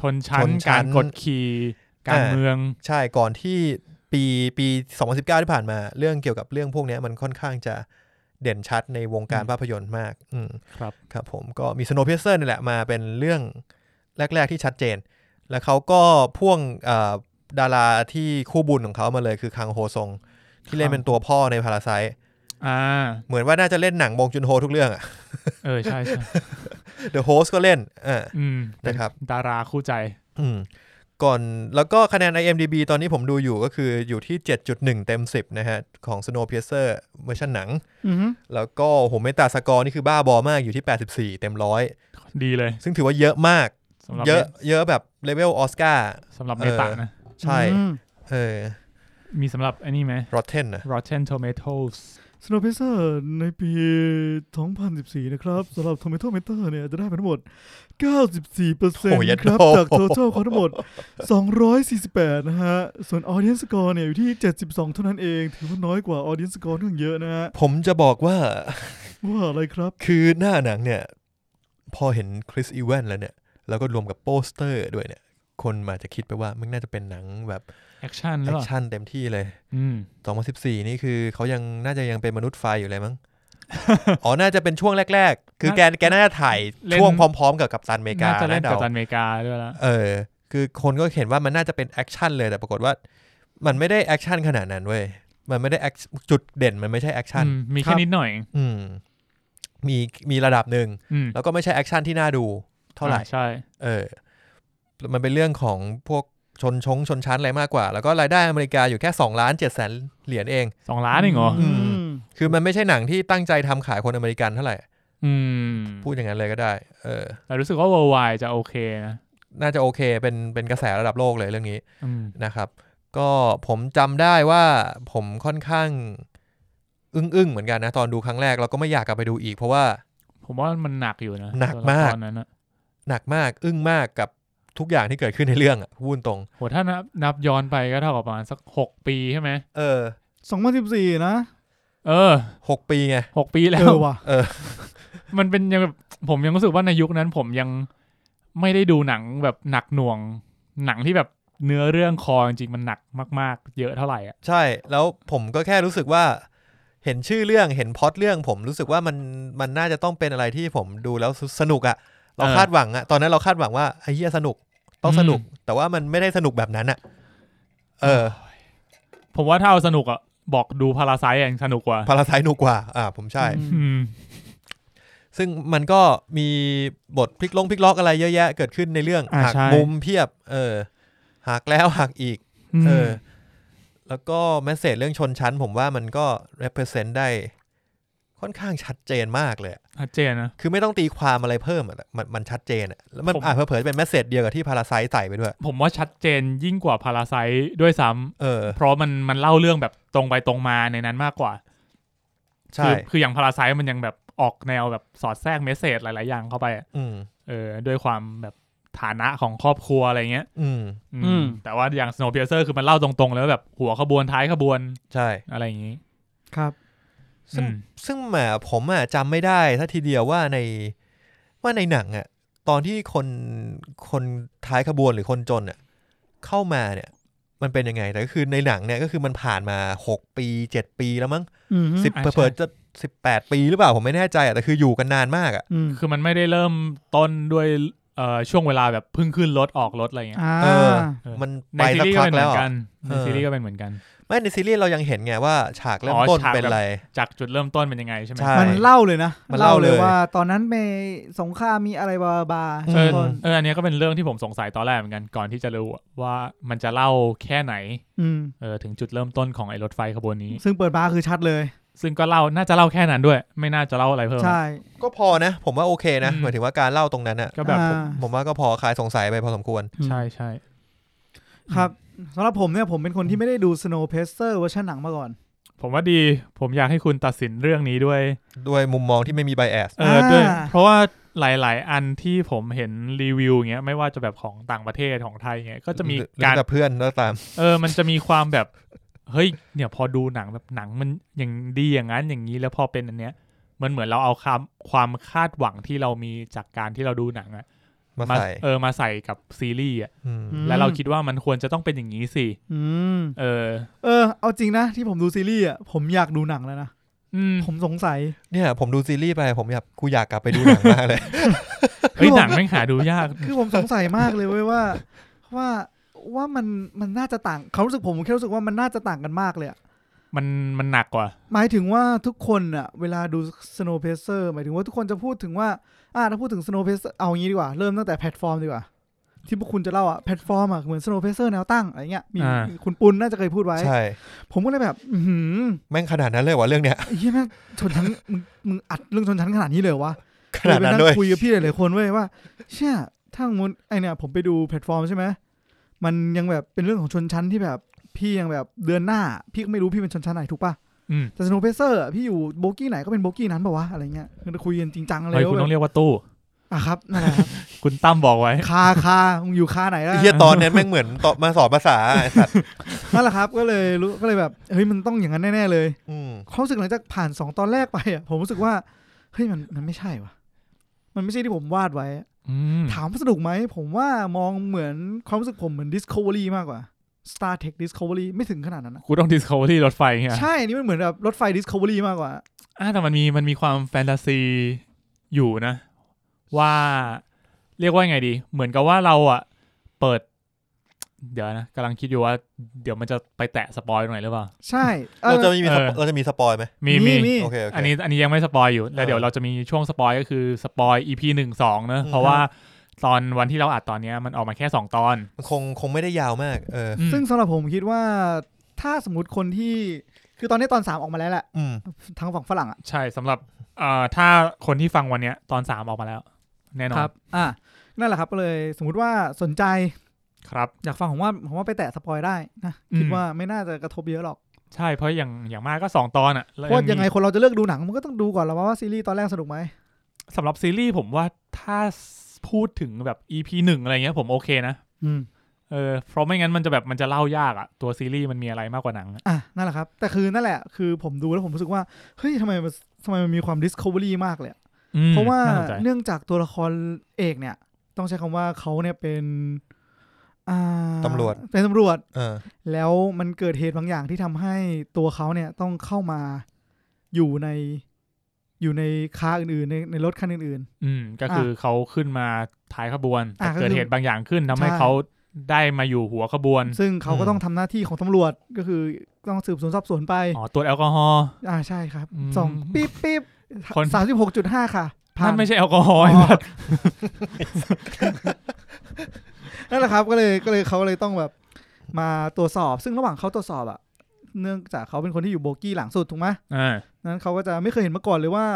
ชนชั้น ชนชั้ กาน รกดขี่การ อ่า เมือง ใช่ก่อนที่ปีปี 2019 ที่ผ่านมา เรื่องเกี่ยวกับเรื่องพวกเนี้ยมันค่อนข้างจะเด่นชัดในวงการ อืม ภาพยนตร์มากอืม ครับ ครับผมก็มี Snowpiercer นี่แหละมาเป็นเรื่องแรก ๆ ที่ชัดเจน แล้วเขาก็พ่วงเอ่อดาราที่คู่บุญของเขามาเลยคือคังโฮซง ที่เล่นเป็นตัวพ่อในพาราไซ อ่า เหมือนว่าน่าจะเล่นหนังบงจุนโฮทุกเรื่องอะ เออ ใช่ใช่ The Host ก็เล่นอ่า อืมเป็ นะครับ ดาราคู่ใจ อืมก่อนแล้วก็คะแนน IMDB ตอนนี้ผมดูอยู่ก็คืออยู่ที่ 7.1 เต็ม 10 นะฮะ ของ Snowpiercer เวอร์ชันหนัง อืม แล้วก็ผมไม่ตาสกอร์นี่คือบ้าบอมากอยู่ที่ 84 เต็มร้อย ดีเลย ซึ่งถือว่าเยอะมาก สำหรับ เยอะเยอะแบบเลเวลออสการ์ สำหรับ เอ เม อ ตานะ ใช่ อืม เออ มีสำหรับไอ้นี่ไหม Rotten นะ Rotten Tomatoes Snow p a c e r ในปี 2014 นะครับสำหรับ Tomato Meter เนี่ย จะได้ไปทั้งหมด โอ้ยยัด 94%ครับ โด จาก total ของทั้งหมด 248 นะฮะ ส่วน Audience Score เนี่ย อยู่ที่ 72 เท่านั้นเอง ถือว่าน้อยกว่า Audience Score ทั้างเยอะนะฮะ ผมจะบอกว่า ว่าอะไรครับ คือหน้าหนังเนี่ย พอเห็นคริสอีแวนแล้วเนี่ย แล้วก็รวมกับโปสเตอร์ด้วยเนี่ย คนมาจะคิดไปว่ามันน่าจะเป็นหนังแบบ แอคชั่นหรือแอค เปล่า ชั่นเต็มที่เลย อืม 2014 นี่คือเขายังน่าจะยังเป็นมนุษย์ไฟอ ยู่เลยมั้ง อ๋อ น่าจะเป็นช่วงแรก ๆ คือแกแกน่าจะถ่าย เล่น ช่วงพร้อม ๆ กับกัปตันอเมริกา น่าจะเล่น นะ กับ เดา ตันอเมริกาด้วยละ เออ คือคนก็เห็นว่ามันน่าจะเป็นแอคชั่นเลยแต่ปรากฏว่า มันไม่ได้แอคชั่นขนาดนั้นเว้ย มันไม่ได้แอคจุดเด่นมันไม่ใช่แอคชั่น อืมมี ค แค่ รับ นิดหน่อยเอง อืม มีมีระดับหนึ่ง อืม แล้วก็ไม่ใช่แอคชั่นที่น่าดูเท่าไหร่ อ่ใช่ เออ มันเป็นเรื่องของพวกชนชงชนชั้นอะไรมากกว่า แล้วก็รายได้อเมริกาอยู่แค่2ล้าน7แสนเหรียญเอง สองล้านเองเหรอ อืม คือมันไม่ใช่หนังที่ตั้งใจทำขายคนอเมริกันเท่าไหร่ อืม พูดอย่างนั้นเลยก็ได้ เออ แต่รู้สึกว่า worldwide จะโอเคนะ น่าจะโอเค เป็น เป็นกระแสระดับโลกเลยเรื่องนี้ อืม นะครับ ก็ผมจำได้ว่าผมค่อนข้าง อึ้งๆ เหมือนกันนะ ตอนดูครั้งแรก แล้วก็ไม่อยากกลับไปดูอีก เพราะว่า ผมว่ามันหนักอยู่นะ หนักมาก ตอนนั้นอะ หนักมาก อึ้งมากกับทุกอย่างที่เกิดขึ้นในเรื่องอะพูดตรง โหถ้านับนับย้อนไปก็เท่ากับประมาณสักหกปีใช่ไหม เออ สองพันสิบสี่นะ เออ หกปีไง หกปีแล้ เอ ว อว่ะ เออ มันเป็นยังแบบผมยังรู้สึกว่าในยุคนั้นผมยังไม่ได้ดูหนังแบบหนักหน่วง หนังที่แบบเนื้อเรื่องคอจริงๆมันหนักมาก ๆ เยอะเท่าไหร่อ่ะ ใช่ แล้วผมก็แค่รู้สึกว่า เห็นชื่อเรื่อง เห็นพล็อตเรื่อง ผมรู้สึกว่ามัน มันน่าจะต้องเป็นอะไรที่ผมดูแล้วสนุกอะเรา เออ คาดหวังอะตอนนั้นเราคาดหวังว่าไอ้เหี้ยสนุก ต้องสนุก แต่ว่ามันไม่ได้สนุกแบบนั้นอะเออ ผมว่าถ้าเอาสนุกอ่ะบอกดูพาราไซต์ยังสนุกกว่า พาราไซนุกกว่า อ่า ผมใช่ อื อืม ซึ่งมันก็มีบทพลิกลงพลิกล็อกอะไรเยอะแยะเกิดขึ้นในเรื่อง า หัก ใช่ มุมเพียบ เออ หักแล้วหักอีก เออ แล้วก็แมสเซจเรื่องชนชั้น ผมว่ามันก็ represent ได้ ค่อนข้างชัดเจนมากเลยอะ ชัดเจนนะ คือไม่ต้องตีความอะไรเพิ่มอะมันมันชัดเจนอะแล้วมัน ผม อ่ะเผลอๆเป็นแมสเซจเดียวกับที่พาราไซใส่ไปด้วย ผมว่าชัดเจนยิ่งกว่าพาราไซต์ด้วยซ้ำ เออ เพราะมันมันเล่าเรื่องแบบตรงไปตรงมาในนั้นมากกว่า ใช่ คือคืออย่างพาราไซต์มันยังแบบออกแนวแบบสอดแทรกเมสเซจหลาย ๆ อย่างเข้าไปอะ อืม เออด้วยความแบบฐานะของครอบครัวอะไรเงี้ย อืม อื อืม มแต่ว่าอย่าง Snowpiercer คือมันเล่าตรงๆ แล้วาแบบหัวขบวนท้ายขบวน ใช่ อะไรอย่างนี้ ครับ ซึ่ง อืม ซึ่งแหมผมอ่ะจำไม่ได้ถ้าทีเดียวว่าในว่าในหนังอ่ะตอนที่คนคนท้ายขบวนหรือคนจนอ่ะเข้ามาเนี่ย มันเป็นยังไง แต่ก็คือในหนังเนี่ยก็คือมันผ่านมาหกปีเจ็ดปีแล้วมั้ง อืม สิบ อ่าใช่ เปิดจะสิบแปดปีหรือเปล่าผมไม่แน่ใจอ่ะแต่คืออยู่กันนานมากอ่ะ อืม คือมันไม่ได้เริ่มต้นด้วยเอ่อช่วงเวลาแบบเพึ่งขึ้นรถออกรถอะไรเงี้ย อ่า เออ เออ มัน ใน ไป ซี สัก รีส์ก็ พั เป็ ก นเห แล้ มือนวอ่ะ กันใน เออ ซีรีส์ก็เป็นเหมือนกัน ไม่ในซีรีส์เรายังเห็นไงว่าฉากเริ่ม อ๋อ ต้น ฉาก เป็น แบบ อะไร จากจุดเริ่มต้นเป็นยังไงใช่ไหม ใช่ มันเล่าเลยนะ มันเล่าเลย ว่าตอนนั้นเมสงครามมีอะไรบาบา เออ ตอน เอออันเนี้ยก็เป็นเรื่องที่ผมสงสัยตอนแรกเหมือนกันก่อนที่จะรู้ว่ามันจะเล่าแค่ไหน อืม เออถึงจุดเริ่มต้นของไอ้รถไฟขบวนนี้ ซึ่งเปิดบาร์คือชัดเลย ซึ่งก็เล่าน่าจะเล่าแค่นั้นด้วย ไม่น่าจะเล่าอะไรเพิ่ม ใช่ ก็พอนะ ผมว่าโอเคนะ อืม หมายถึงว่าการเล่าตรงนั้นอ่ะ ก็แบบ อ่า ผม ผมว่าก็พอคลายสงสัยไปพอสมควร ใช่ใช่ ครับสำหรับผมเนี่ยผมเป็นคนที่ไม่ได้ดู Snow p a c e r เวอร์ชันหนังมาก่อน ผมว่าดีผมอยากให้คุณตัดสินเรื่องนี้ด้วย ด้วยมุมมองที่ไม่มี bias เออด้วย อ่า เพราะว่าหลาย ๆ อันที่ผมเห็นรีวิวเงี้ยไม่ว่าจะแบบของต่างประเทศของไทยเงี้ยก็จะมี หอ การ กับเพื่อนก็ตาม เออมันจะมีความแบบ เฮ้ยเนี่ยพอดูหนังแบบหนังมันอย่างดีอย่างนั้นอย่างนี้แล้วพอเป็นอันเนี้ยมันเหมือนเราเอาความความคาดหวังที่เรามีจากการที่เราดูหนังอะ มา มา ใส่ เออมาใส่กับซีรีส์อะ ม อืม แล้วเราคิดว่ามันควรจะต้องเป็นอย่างนี้สิ อืม เออ เออ เอาจริงนะ ที่ผมดูซีรีส์อ่ะผมอยากดูหนังแล้วนะ อืม ผมสงสัย เนี่ยผมดูซีรีส์ไปผมอยากกูอยากกลับไปดูหนังมากเลย เฮ้ย คือผม หนังแม่งหาดูยาก คือผมสงสัยมากเลยเว้ย ว่าว่าว่ามันมันน่าจะต่างเขามรู้สึกผมผมแค่รู้สึกว่ามันน่าจะต่างกันมากเลยอะ มันมันหนักกว่า หมายถึงว่าทุกคนอ่ะเวลาดู Snow p a c e r หมายถึงว่าทุกคนจะพูดถึงว่าอ่าถ้าพูดถึง Snow p a c e r เอางี้ดีกว่า เริ่มตั้งแต่แพลตฟอร์มดีกว่า ที่พวกคุณจะเล่าอ่ะแพลตฟอร์มอ่ะเหมือน Snow p a c e r แนวตั้งอะไรเงี้ยมี อ่า คุณปุณน่าจะเคยพูดไว้ ใช่ ผมก็เลยแบบ อือหือ แม่งขนาดนั้นเลยวะเรื่องเนี้ย ไอ้เหี้ยแม่งชนชั้น มึงมึงอัดเรื่องชนชั้นขนาดนี้เลยเหรอวะ ขนาดนั้นด้วย คุยกับพี่หลายๆคนเว้ยว่า เชื่อถ้าสมมุนไอเนี่ยผมไปดูแพลตฟอร์มใช่ไหมมันยังแบบเป็นเรื่องของชนชั้นที่แบบพี่ยังแบบเดือนหน้า พี่ก็ไม่รู้พี่เป็นชนชั้นไหนถูกปะ อืม แต่สโนว์เพเซอร์พี่อยู่โบกี้ไหนก็เป็นโบกี้นั้นป่าวะอะไรเงี้ยคือคุยกันจริงจังเลย เฮ้ยคุณ ว่า ต้อง แบบ เรียกว่าตู้ อ่ะครับนั่นแหละครับ คุณตั้มบอกไว้ คาคามึงอยู่คาไหนล่ะ ไอ้เฮียตอนนั้นแม่งเหมือนตอนมาสอนภาษาไอ้สัตว์ นั่นแหละครับ ก็เลยรู้ก็เลยแบบเฮ้ยมันต้องอย่างนั้นแน่ๆเลย อืม ความรู้สึกหลังจากผ่านสองตอนแรกไปอ่ะผมรู้สึกว่าเฮ้ยมันมันไม่ใช่วะมันไม่ใช่ที่ผมวาดไว้ อืม ถามว่าสนุกไหมผมว่ามองเหมือนความรู้สึกผมเหมือน Discovery มากกว่า Star Trek Discovery ไม่ถึงขนาดนั้นนะ กูต้อง Discovery รถไฟเงี้ย ใช่ อันนี่มันเหมือนแบบรถไฟ Discovery มากกว่า อ่ะแต่มันมีมันมีความแฟนตาซีอยู่นะ ว่าเรียกว่าไงดี เหมือนกับว่าเราอ่ะ เปิด เดี๋ยวนะกำลังคิดอยู่ว่า เดี๋ยวมันจะไปแตะสปอยตรงไหนหรือเปล่า ใช่เออ เราจะไม่มีสป เออ เราจะมีสปอยไหม มี มี มี มี โอเคโอเค อันนี้อันนี้ยังไม่สปอยอยู่ แล้ว เออ เดี๋ยวเราจะมีช่วงสปอยก็คือสปอย EP หนึ่งสองเนอะ อืม เพราะว่า ตอนวันที่เราอัดตอนเนี้ยมันออกมาแค่สองตอน มันคงคงไม่ได้ยาวมาก เออ ซึ่งสำหรับผมคิดว่าถ้าสมมติคนที่คือตอนนี้ตอนสามออกมาแล้วแหละ อืม ทางฝั่งฝรั่งอะ ใช่สำหรับเอ่อถ้าคนที่ฟังวันเนี้ยตอนสามออกมาแล้ว แน่นอน อ่านั่นแหละครับก็เลยสมมติว่าสนใจ ครับ อยากฟังผมว่าผมว่าไปแตะสปอยได้นะคิด อืม ว่าไม่น่าจะกระทบเยอะหรอก ใช่เพราะอย่างอย่างมากก็สองตอนอ่ะแล้ว เพราะยังไง มี คนเราจะเลือกดูหนังมันก็ต้องดูก่อนแล้วว่าซีรีส์ตอนแรกสนุกไหม สำหรับซีรีส์ผมว่าถ้าพูดถึงแบบ EP หนึ่งอะไรเงี้ยผมโอเคนะ อืม เออเพราะไม่งั้นมันจะแบบมันจะเล่ายากอ่ะตัวซีรีส์มันมีอะไรมากกว่าหนังอะ อ่ะนั่นแหละครับ แต่คือนั่นแหละคือผมดูแล้วผมรู้สึกว่าเฮ้ยทำไมมันทำไมมันมีความ discovery มากเลยอะ อืม เพราะว่า น่สนใจ เนื่องจากตัวละครเอกเนี่ย ต้องใช้คำว่าเขาเนี่ยเป็นอ่า ตำรวจ เป็นตำรวจ เออ แล้วมันเกิดเหตุบางอย่างที่ทำให้ตัวเขาเนี่ยต้องเข้ามาอยู่ในอยู่ในค้าอื่นๆในในรถคันอื่น อืมก็คืออเขาขึ้นมาท้ายขบวนแต่ อ่ะก็คือ เกิดเหตุบางอย่างขึ้นทำให้ ใช่ เขาได้มาอยู่หัวขบวน ๆ ซึ่งเขาก็ อืม ต้องทำหน้าที่ของตำรวจก็คือต้องสืบสวนสอบสวนไป อ๋อตรวจแอลกอฮอล์ อ่าใช่ครับ อืม สองปี๊บปี๊บ คน สามสิบหกจุดห้าค่ะผ่า นั่นไม่ใช่แอลกอฮอล์ อ๋อ ไอ้สัส นั่นแหละครับก็เลยก็เลยเขาเลยต้องแบบมาตรวจสอบ ซึ่งระหว่างเขาตรวจสอบอะเนื่องจากเขาเป็นคนที่อยู่โบกี้หลังสุดถูกไหม อ่า นั้นเขาก็จะไม่เคยเห็นมาก่อนเลยว่า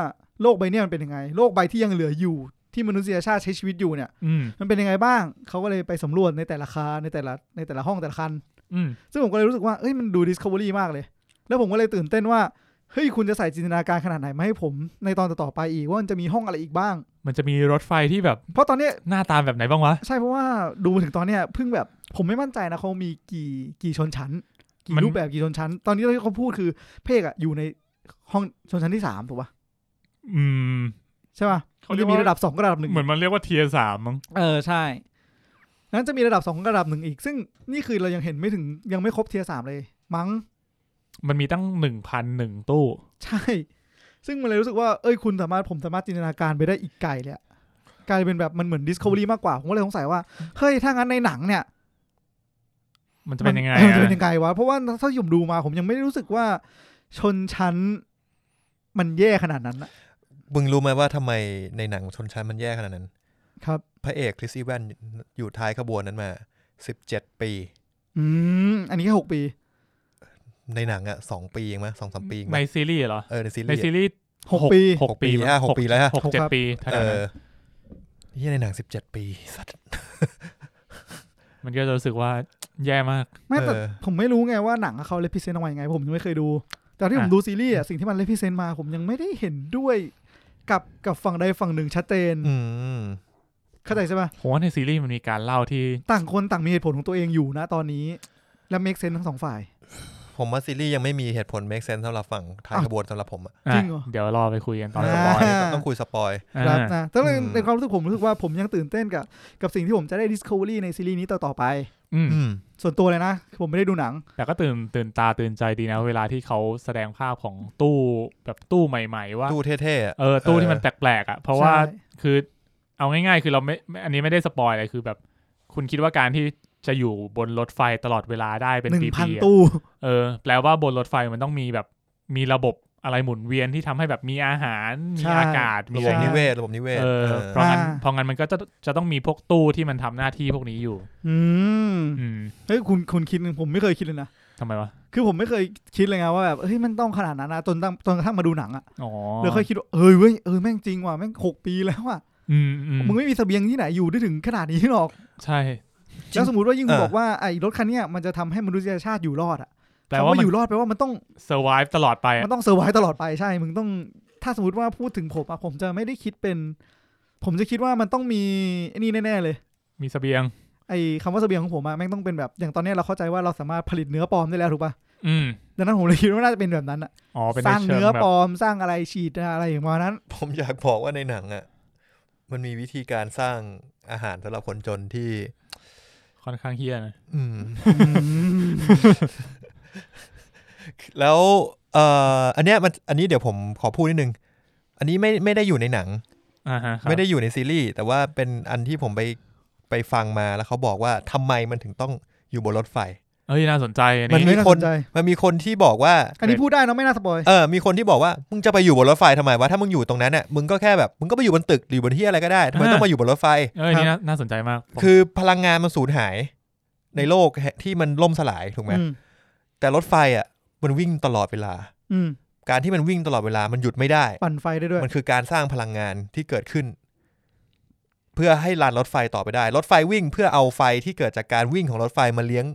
โลกใบเนี้ยมันเป็นยังไง โลกใบที่ยังเหลืออยู่ที่มนุษยชาติใช้ชีวิตอยู่เนี่ย อืม มันเป็นยังไงบ้าง เขาก็เลยไปสำรวจในแต่ละคาในแต่ละในแต่ละห้องแต่ละคัน อืม ซึ่งผมก็เลยรู้สึกว่าเอ้ยมันดู Discovery มากเลย แล้วผมก็เลยตื่นเต้นว่า เฮ้ยคุณจะใส่จินตนาการขนาดไหนมาให้ผมในตอนต่อๆไปอีกว่ามันจะมีห้องอะไรอีกบ้าง มันจะมีรถไฟที่แบบ เพราะตอนเนี้ย หน้าตาแบบไหนบ้างวะ ใช่เพราะว่าดูมาถึงตอนเนี้ยเพิ่งแบบผมไม่มั่นใจนะเขามีกี่กี่ชนชั้น กี่ มัน รูปแบบกี่ชนชั้น ตอนนี้ที่เขาพูดคือเพกอะอยู่ในห้องชนชั้นที่สามถูกปะ อืม ใช่ปะ เขา มัน เรียกว่าจะมีระดับสองกับระดับหนึ่ง เหมือนมันเรียกว่าเทียสามมั้ง เออ ใช่นั้นจะมีระดับสองกับระดับหนึ่งอีก ซึ่งนี่คือเรายังเห็นไม่ถึงยังไม่ครบเทียสามเลย มั้ง มันมีตั้งหนึ่งพันหนึ่งตู้ ใช่ ซึ่งมันเลยรู้สึกว่า เอ้ยคุณสามารถผมสามารถจินตนาการไปได้อีกไกลเลยอะกลายเป็นแบบมันเหมือน Discovery มากกว่า ผมก็เลยสงสัยว่า เฮ้ย ถ้างั้นในหนังเนี่ย มันจะเป็นยังไง ออมันจะ อะ เป็นยังไงวะ เพราะว่าเท่าที่ผมดูมา ผมยังไม่ได้รู้สึกว่าชนชั้น มันแย่ขนาดนั้นนะ มึงรู้ไหมว่าทำไมในหนังชนชั้นมันแย่ขนาดนั้น ครับ พระเอกคริสอีแวนอยู่ท้ายขบวนนั้นมา 17 ปี อืม อันนี้แค่หกปี ในหนังอ่ะสองปีเองมั้ยสองสามปีเอง ใน มั้ย ซีรีส์เหรอ เออในซีรี ใน ส์ ซี อะ รีส์ หกปี หกปี หกปีฮะหกปีแล้วฮะ หกเจ็ด ครับ ปีเท่า เอ นั้น อที่ในหนัง 17 ปีสัตว์ มันก็จะรู้สึกว่าแย่มาก ไม่แต่ เออ ผมไม่รู้ไงว่าหนังเขาเลพิเซนต์ออกมายังไง ผมยังไม่เคยดู แต่ที่ผม อ่ะ ดูซีรีส์อะสิ่งที่มันเลพิเซนต์มา ผมยังไม่ได้เห็นด้วยกับกับฝั่งใดฝั่งหนึ่งชัดเจน อืม เข้าใจใช่ปะ ผมว่าในซีรีส์มันมีการเล่าที่ ต่างคนต่างมีเหตุผลของตัวเองอยู่นะตอนนี้ และเมคเซนทั้งสองฝ่าย ผมว่าซีรีส์ยังไม่มีเหตุผล make sense สำหรับฝั่งท้ายขบวนสำหรับผมอะ อ่ะ จริงเหรอ เดี๋ยวรอไปคุยกันตอน อ่า สปอย ต้องต้องคุยสปอย ครับ อ่า นะแต่ใน อืม ในความรู้สึกผมรู้สึกว่าผมยังตื่นเต้นกับกับสิ่งที่ผมจะได้ Discovery ในซีรีส์นี้ต่อต่อไป อืม อืม ส่วนตัวเลยนะคือผมไม่ได้ดูหนัง แต่ก็ตื่นตื่นตาตื่นใจดีนะ เวลาที่เขาแสดงภาพของตู้แบบตู้ใหม่ ๆ ว่า ตู้เท่ๆอะ เออตู้ที่มันแปลกๆอ่ะเพราะว่า ใช่ คือเอาง่ายๆ คือเราไม่ไม่อันนี้ไม่ได้สปอยเลยคือแบบ คุณคิดว่าการที่จะอยู่บนรถไฟตลอดเวลาได้เป็น หนึ่งพัน ปีๆอะ ตู้ เออแปลว่าบนรถไฟมันต้องมีแบบมีระบบอะไรหมุนเวียนที่ทำให้แบบมีอาหาร มีอากาศ ระ มี บ อะไร บนิ เงี้ย เวศระบบนิเวศ เออ เออ เพราะงั้นเพราะงั้นมันก็จะจะต้องมีพวกตู้ที่มันทำหน้าที่พวกนี้อยู่ อืม อืม เฮ้ยคุณคุณคิดผมไม่เคยคิดเลยนะ ทำไมวะ คือผมไม่เคยคิดเลยไงว่าแบบเฮ้ยมันต้องขนาดนั้นนะจนตั้งจนกระทั่งมาดูหนังอะ อ๋อ เลยค่อยคิดว่าเอ้ยเว้ยเออแม่งจริงว่ะแม่งหกปีแล้วว่ะ อืมอืม มึงไม่มีเสบียงที่ไหนอยู่ได้ถึงขนาดนี้หรอก ใช่ แล้วสมมติว่ายิ่งคุณบอกว่าไอ้รถคันเนี้ยมันจะทำให้มนุษยชาติอยู่รอดอ่ะ แปลว่า คำ มัน อยู่รอดแปลว่ามันต้อง survive ตลอดไปอะ มันต้องเซอร์ไวตลอดไปใช่ มึงต้อง ถ้าสมมติว่าพูดถึงผมอะผมจะไม่ได้คิดเป็น ผมจะคิดว่ามันต้องมีไอ้นี่แน่ๆเลย มีเสบียง ไอ้คำว่าเสบียงของผมอะแม่งต้องเป็นแบบอย่างตอนเนี้ยเราเข้าใจว่าเราสามารถผลิตเนื้อปลอมได้แล้วถูกปะ อืม ดังนั้นผมเลยคิดว่าน่าจะเป็นแบบนั้นอะ อ๋อเป็น ส ใน ร้าง เชิง เนื้อ แบบ ปลอมสร้างอะไรฉีดอะไรอย่างประมาณนั้น ผมอยากบอกว่าในหนังอ่ะมันมีวิธีการสร้างอาหารสำหรับคนจนที่ ค่อนข้างเฮี้ยนะ อืม แล้วเอ่ออันเนี้ยมันอันนี้เดี๋ยวผมขอพูดนิดนึง อันนี้ไม่ไม่ได้อยู่ในหนัง อ่าฮะครับ ไม่ได้อยู่ในซีรีส์แต่ว่าเป็นอันที่ผมไปไปฟังมาแล้วเขาบอกว่าทำไมมันถึงต้องอยู่บนรถไฟ เอ้ยน่าสนใจอัน มัน นี้ มี น่า ค ส น นใจ มันมีคนที่บอกว่า อันนี้พูดได้เนอะไม่น่าสปอย เออ มีคนที่บอกว่า มึงจะไปอยู่บนรถไฟทำไมวะ ถ้ามึงอยู่ตรงนั้นน่ะ มึงก็แค่แบบ มึงก็ไปอยู่บนตึกหรือบนที่อะไรก็ได้ทำไม อ่า ต้องมาอยู่บนรถไฟ เอ้ยอันนี่น่าสนใจมากผม คือพลังงานมันสูญหาย ในโลกที่มันล่มสลายถูกไหม อืม แต่รถไฟอ่ะ มันวิ่งตลอดเวลา อืม การที่มันวิ่งตลอดเวลา มันหยุดไม่ได้ ปั่นไฟได้ด้วย มันคือการสร้างพลังงานที่เกิดขึ้น เพื่อให้รานรถไฟต่อไปได้ รถไฟวิ่งเพื่อเอาไฟที่เกิดจากการวิ่งของรถไฟมาเลี้ยง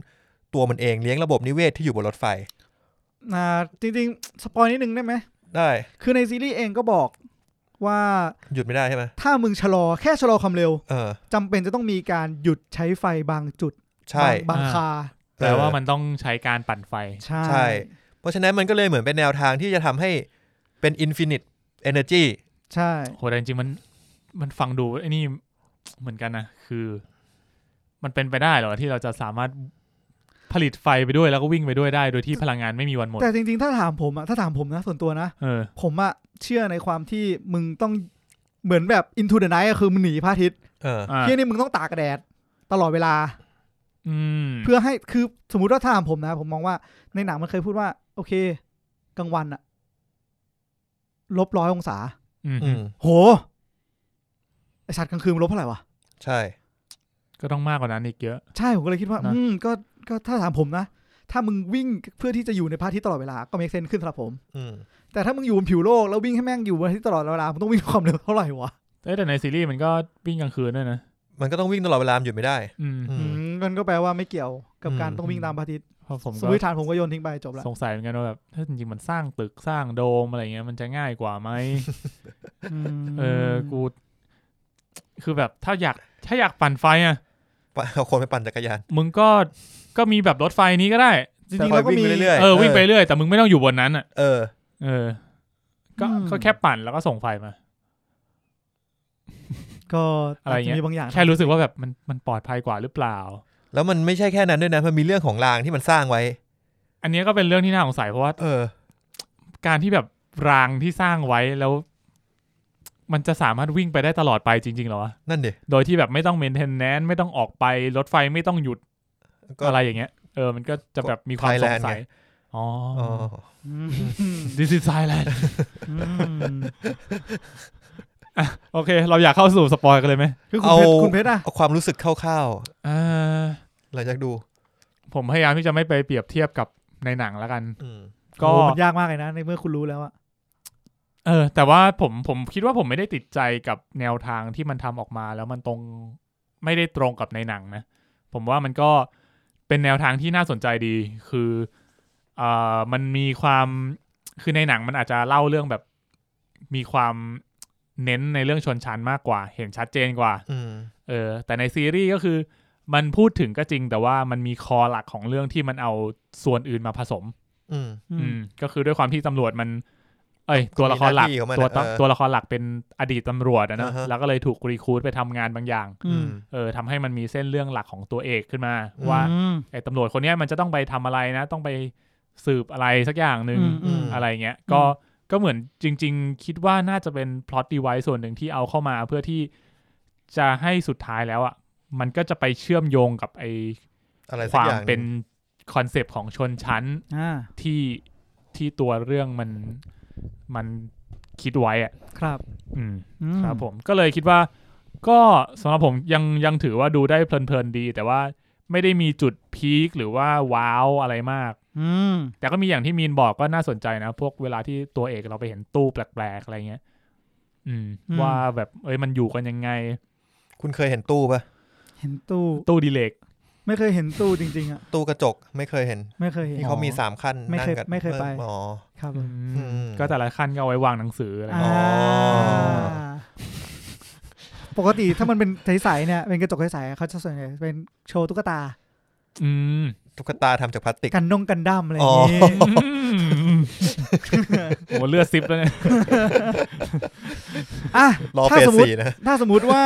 ตัวมันเองเลี้ยงระบบนิเวศที่อยู่บนรถไฟ อ่าจริงๆ สปอยนิดนึงได้ไหม ได้ คือในซีรีส์เองก็บอกว่า หยุดไม่ได้ใช่ไหม ถ้ามึงชะลอแค่ชะลอความเร็ว เออ จำเป็นจะต้องมีการหยุดใช้ไฟบางจุด ใช่ บางบางคา แปลว่ามันต้องใช้การปั่นไฟ ใช่ ใช่ เพราะฉะนั้นมันก็เลยเหมือนเป็นแนวทางที่จะทำให้เป็นอินฟินิตเอเนอร์จี ใช่ โหแต่จริงๆมันมันฟังดูไอ้นี่เหมือนกันนะคือ มันเป็นไปได้เหรอที่เราจะสามารถผลิตไฟไปด้วยแล้วก็วิ่งไปด้วยได้ โดยที่พลังงานไม่มีวันหมด แต่จริงๆ ถ้าถามผมอะถ้าถามผมนะส่วนตัวนะ เออ ผมอะเชื่อในความที่มึงต้องเหมือนแบบ into the night อะคือมึงหนีพระอาทิตย์ เออ อ่า เที่ยนี่มึงต้องตากแดดตลอดเวลา อืม เพื่อให้คือสมมุติว่าถ้าถามผมนะ ผมมองว่าในหนังมันเคยพูดว่า โอเคกลางวันอะลบร้อยองศา อืม อืม โหไอสัตว์กลางคืนมันลบเท่าไหร่วะ ใช่ ก็ต้องมากกว่านั้นอีกเยอะ ใช่ ผมก็เลยคิดว่า นะ อืมก็ก็ถ้าถามผมนะ ถ้ามึงวิ่งเพื่อที่จะอยู่ในพระอาทิตย์ตลอดเวลา ก็เมคเซนขึ้นสำหรับผม อืม แต่ถ้ามึงอยู่บนผิวโลกแล้ววิ่งให้แม่งอยู่บนพระอาทิตย์ตลอดเวลามึงต้องวิ่งความเร็วเท่าไหร่วะ เอ้ยแต่ในซีรีส์มันก็วิ่งกลางคืนด้วยนะ มันก็ต้องวิ่งตลอดเวลามันหยุดไม่ได้ อืม อื อื ม มมันก็แปลว่าไม่เกี่ยวกับการ อืม ต้องวิ่งตามพระอาทิตย์ เพราะผม สม ก็ มติฐานผมก็โยนทิ้งไปจบละ สงสัยเหมือนกันว่าแบบถ้าจริงๆมันสร้างตึกสร้างโดมอะไรเงี้ยมันจะง่ายกว่าไหม ม เออกู คือแบบถ้าอยากถ้าอยากปั่นไฟอ่ะ เอาคนไปปั่นจักรยาน มึงก็ก็มีแบบรถไฟนี้ก็ได้ จริงๆแล้วก็มี แต่คอยวิ่งไปเรื่อย เออวิ่งไปเรื่อยแต่มึงไม่ต้องอยู่บนนั้นอ่ะ เออ เออ ก็ อืม ก็แค่ปั่นแล้วก็ส่งไฟมา ก็ อะไรเงี้ย าจจมีบางอย่าง แค่รู้สึกว่าแบบมันมันปลอดภัยกว่าหรือเปล่า แล้วมันไม่ใช่แค่นั้นด้วยนะ มันมีเรื่องของรางที่มันสร้างไว้ อันเนี้ยก็เป็นเรื่องที่น่าสงสัยเพราะว่า เออ การที่แบบรางที่สร้างไว้แล้ว มันจะสามารถวิ่งไปได้ตลอดไปจริงๆเหรอวะ นั่นดิ โดยที่แบบไม่ต้องเมนเทนแนนไม่ต้องออกไปรถไฟไม่ต้องหยุด ก็ อะไรอย่างเงี้ยเออมันก็จะแบบมีความสง Thailand สั ไง ยอ๋อ อ๋อ อืม ดิสิไทยแลนด์ อืม โอเค เราอยากเข้าสู่สปอยกันเลยไหม คือคุณเพชรคุณเพชรอะ เอาความรู้สึกคร่าว อ่า ๆหลังจากดู ผมพยายามที่จะไม่ไปเปรียบเทียบกับในหนังแล้วกัน อืม ก็ โหมันยากมากเลยนะในเมื่อคุณรู้แล้วอะ เออแต่ว่าผมผมคิดว่าผมไม่ได้ติดใจกับแนวทางที่มันทำออกมา แล้วมันตรงไม่ได้ตรงกับในหนังนะ ผมว่ามันก็เป็นแนวทางที่น่าสนใจดีคือเอ่อมันมีความคือในหนังมันอาจจะเล่าเรื่องแบบมีความเน้นในเรื่องชนชั้นมากกว่า เห็นชัดเจนกว่า อืม เออแต่ในซีรีส์ก็คือมันพูดถึงก็จริง แต่ว่ามันมีคอหลักของเรื่องที่มันเอาส่วนอื่นมาผสม อืม อื อื ม มก็คือด้วยความที่ตำรวจมัน เอ้ย ตัวละครหลัก มีหน้าที่ของมัน ตัว อะ ต เออ ตัวละครหลักเป็นอดีตตำรวจอะนะ อ่าฮะ แล้วก็เลยถูกรีครูดไปทำงานบางอย่าง อืม เออทำให้มันมีเส้นเรื่องหลักของตัวเอกขึ้นมา อืม ว่า อืม ไอ้ตำรวจคนเนี้ยมันจะต้องไปทำอะไรนะ ต้องไปสืบอะไรสักอย่างหนึ่ง อืมอืม อะไรเงี้ยก็ก็เหมือนจริง ๆ คิดว่าน่าจะเป็นพล็อตดีไวส่วนหนึ่งที่เอาเข้ามาเพื่อที่จะให้สุดท้ายแล้วอ่ะมันก็จะไปเชื่อมโยงกับไอ้ อะไร ค สัก วามอย่างห เป็ ง นคอนเซปต์ของชนชั้น อ่า ที่ที่ตัวเรื่องมันมันคิดไว้อะ ครับ อืม อื ครับผมก็เลยคิดว่า ก็สำหรับผมยังยังถือว่าดูได้เพลินๆดี แต่ว่าไม่ได้มีจุดพีคหรือว่าว้าวอะไรมาก อืม แต่ก็มีอย่างที่มีนบอกก็น่าสนใจนะ พวกเวลาที่ตัวเอกเราไปเห็นตู้แปลกๆอะไรเงี้ยอืม อืม ว่าแบบเอ้ยมันอยู่กันยังไง คุณเคยเห็นตู้ปะ เห็นตู้ ตู้ดีเลก ไม่เคยเห็นตู้จริง ๆ อ่ะ ตู้กระจกไม่เคยเห็น ไม่เคยเห็น ที่เขามีสามขั้น ไม่เคย นั่งกัน ไม่เคยไป อ๋อ ครับผม อืม ก็แต่ละขั้นก็เอาไว้วางหนังสืออะไร อ่า อ๋อ ปกติถ้ามันเป็นใสๆเนี่ย เป็นกระจกใสๆเขาจะส่วนใหญ่เป็นโชว์ตุ๊กตา อืม ตุ๊กตาทำจากพลาสติก กันนงกันดั้มอะไรอย่างนี้ อืมโหเลือดซิบแล้วเนี่ย อ่ะ รอ ถ้า เฟส สมมติ สี่นะ ถ้าสมมติว่า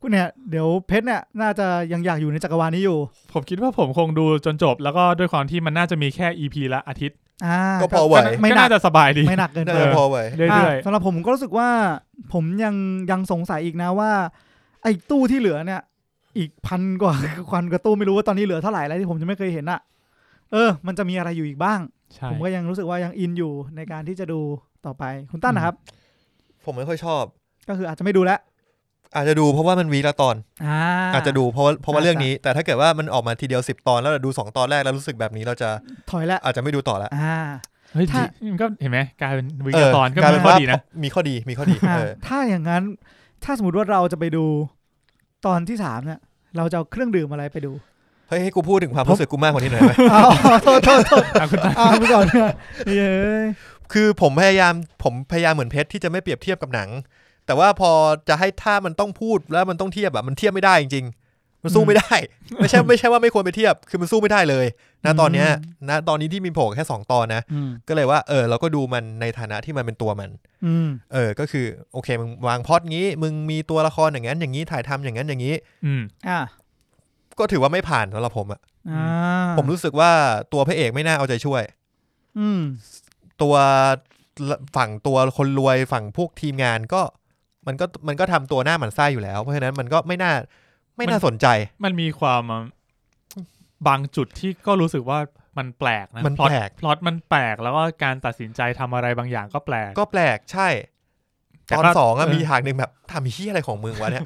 กูเนี่ย เดี๋ยวเพชรเนี่ย น่าจะยังอยากอยู่ในจักรวาลนี้อยู่ ผมคิดว่าผมคงดูจนจบ แล้วก็ด้วยความที่มันน่าจะมีแค่ EP ละอาทิตย์ อ่า ก็พอไหว ไม่ ก็ หนัก น่าจะสบายดี ไม่หนักเกิน น่า ไป จะพอไว้ เรื่ อ่ะ อย สำหรับผมผมก็รู้สึกว่า ผมยังยังสงสัยอีกนะว่า ไอ้ตู้ที่เหลือเนี่ย อีกพันกว่า ควันกระตู้ไม่รู้ว่าตอนนี้เหลือเท่าไหร่แล้วที่ผมจะไม่เคยเห็นอะเออ มันจะมีอะไรอยู่อีกบ้าง ใช่ ผมก็ยังรู้สึกว่ายังอินอยู่ในการที่จะดูต่อไปคุณตั้นนะครับ ผมไม่ค่อยชอบ ก็คืออาจจะไม่ดูแล้ว อาจจะดูเพราะว่ามันวีคละตอน อ่า อาจจะดูเพราะว่าเพราะว่า อ่า เรื่องนี้ แต่ถ้าเกิดว่ามันออกมาทีเดียว10 ตอนแล้วเราดู 2 ตอนแรกแล้วรู้สึกแบบนี้เราจะ ถอยแล้ว อาจจะไม่ดูต่อละ อ่า เฮ้ย ถ้า ดีมันก็เห็นไหมกลายเป็นวิ เ กาตอนก็ กลาย เป็ เป็น น ข้อ ว่า ดีนะ มีข้อดีมีข้อดี อ่า เออ ถ้าอย่างนั้นถ้าสมมติว่าเราจะไปดูตอนที่สามเนี่ย เราจะเอาเครื่องดื่มอะไรไปดู เฮ้ยให้กูพูดถึงความรู้สึกกูมากกว่านี้หน่อยไหม อ้าวโทษโทษโทษอ้าวไปก่อนเนี่ยเย้ย คือผมพยายามผมพยายามเหมือนเพชรที่จะไม่เปรียบเทียบกับหนัง แต่ว่าพอจะให้ถ้ามันต้องพูดแล้วมันต้องเทียบแบบมันเทียบไม่ได้จริงๆ มันสู้ไม่ได้ ไม่ใช่ไม่ใช่ว่าไม่ควรไปเทียบ คือมันสู้ไม่ได้เลยนะตอนเนี้ยนะตอนนี้ที่มีโผล่แค่สองตอนนะ อืม ก็เลยว่าเออเราก็ดูมันในฐานะที่มันเป็นตัวมัน อืม เออ ก็คือโอเคมึงวางพล็อดงี้ มึงมีตัวละครอย่างนั้นอย่างนี้ถ่ายทำอย่างนั้นอย่างนี้ อืม อ่า ก็ถือว่าไม่ผ่านสำหรับผมอะ อ่า ผมรู้สึกว่าตัวพระเอกไม่น่าเอาใจช่วย อืม ตัวฝั่งตัวคนรวยฝั่งพวกทีมงานก็มันก็มันก็ทำตัวหน้าหมันไส้อยู่แล้ว เพราะฉะนั้นมันก็ไม่น่าไม่น่าสนใจ มันมีความอ่ะบางจุดที่ก็รู้สึกว่ามันแปลกนะ มัน พล็อต แปลก พล็อตมันแปลกแล้วก็การตัดสินใจทำอะไรบางอย่างก็แปลก ก็แปลกใช่ แต่ ต ก็ อนสองอะ เออ มีฉากหนึ่งแบบทำเฮี้ยอะไรของมึงวะเนี่ย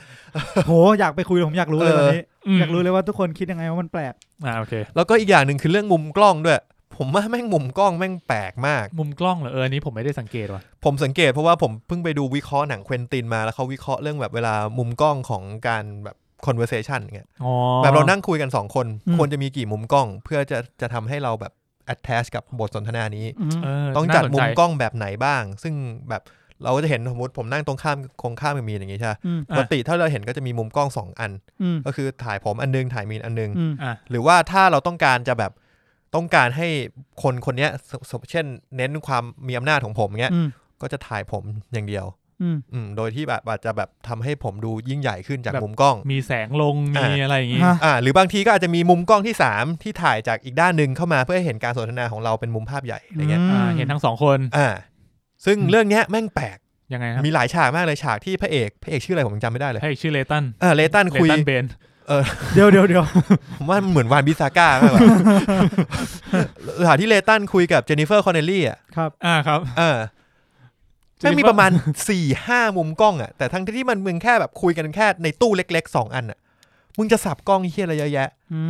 โห อยากไปคุยเลยผมอยากรู้เลย เออ วันนี้ ม อยากรู้เลยว่าทุกคนคิดยังไงว่ามันแปลก อ่าโอเค แล้วก็อีกอย่างหนึ่งคือเรื่องมุมกล้องด้วย ผมว่าแม่งมุมกล้องแม่งแปลกมาก มุมกล้องเหรอเอออันนี้ผมไม่ได้สังเกตว่ะ ผมสังเกตเพราะว่าผมเพิ่งไปดูวิเคราะห์หนังเควินตินมาแล้วเขาวิเคราะห์เรื่องแบบเวลามุมกล้องของการแบบ conversation เงี้ย อ๋อ แบบเรานั่งคุยกันสองคน อืม ควรจะมีกี่มุมกล้อง เพื่อจะจะทำให้เราแบบ attach กับบทสนทนานี้ อืม เออ ต้องจัด น่าสน มุ ใจ มกล้องแบบไหนบ้าง ซึ่งแบบเราก็จะเห็นสมมติผมนั่งตรงข้ามคงข้ามกับมีนอย่างงี้ใช่ปะ อืม ปกติถ้าเราเห็นก็จะมีมุมกล้องสองอัน อืม ก็คือถ่ายผมอันนึงถ่ายมีนอันนึง อืม อ่ะ หรือว่าถ้าเราต้องการจะแบบต้องการให้คนคนเนี้ยสสเช่น เน้นความมีอำนาจของผมเงี้ย อืม ก็จะถ่ายผมอย่างเดียว อืม อืมโดยที่แบบอาจจะแบบทำให้ผมดูยิ่งใหญ่ขึ้นจาก แบบ มุมกล้อง มีแสงลงมี อ่ะ อะไรอย่างงี้ ฮะ อ่าหรือบางทีก็อาจจะมีมุมกล้องที่สามที่ถ่ายจากอีกด้านหนึ่งเข้ามาเพื่อให้เห็นการสนทนาของเราเป็นมุมภาพใหญ่อะไรเงี้ย อ่า เห็นทั้งสองคน อ่า ซึ่งเรื่องเนี้ยแม่งแปลก ยังไงครับ มีหลายฉากมากเลยฉากที่พระเอกพระเอกชื่ออะไรผมจำไม่ได้เลย พระเอกชื่อเลตัน เออเลตัน เล คุย ตันเบน เดี๋ยวเดี๋ยวเดี๋ยว ผมว่ามันเหมือนวานบิซาก้ามากก ว่า ฉากที่เลตันคุยกับเจนนิเฟอร์คอนเนลลี่อ่ะ ครับ อ่าครับ เออแม่งมีประมาณ สี่ห้ามุมกล้องอ่ะ แต่ทั้งที่มันมึงแค่แบบคุยกันแค่ในตู้เล็กๆสองอันอ่ะ มึงจะสับกล้องเฮียอะไรเยอะแยะ อื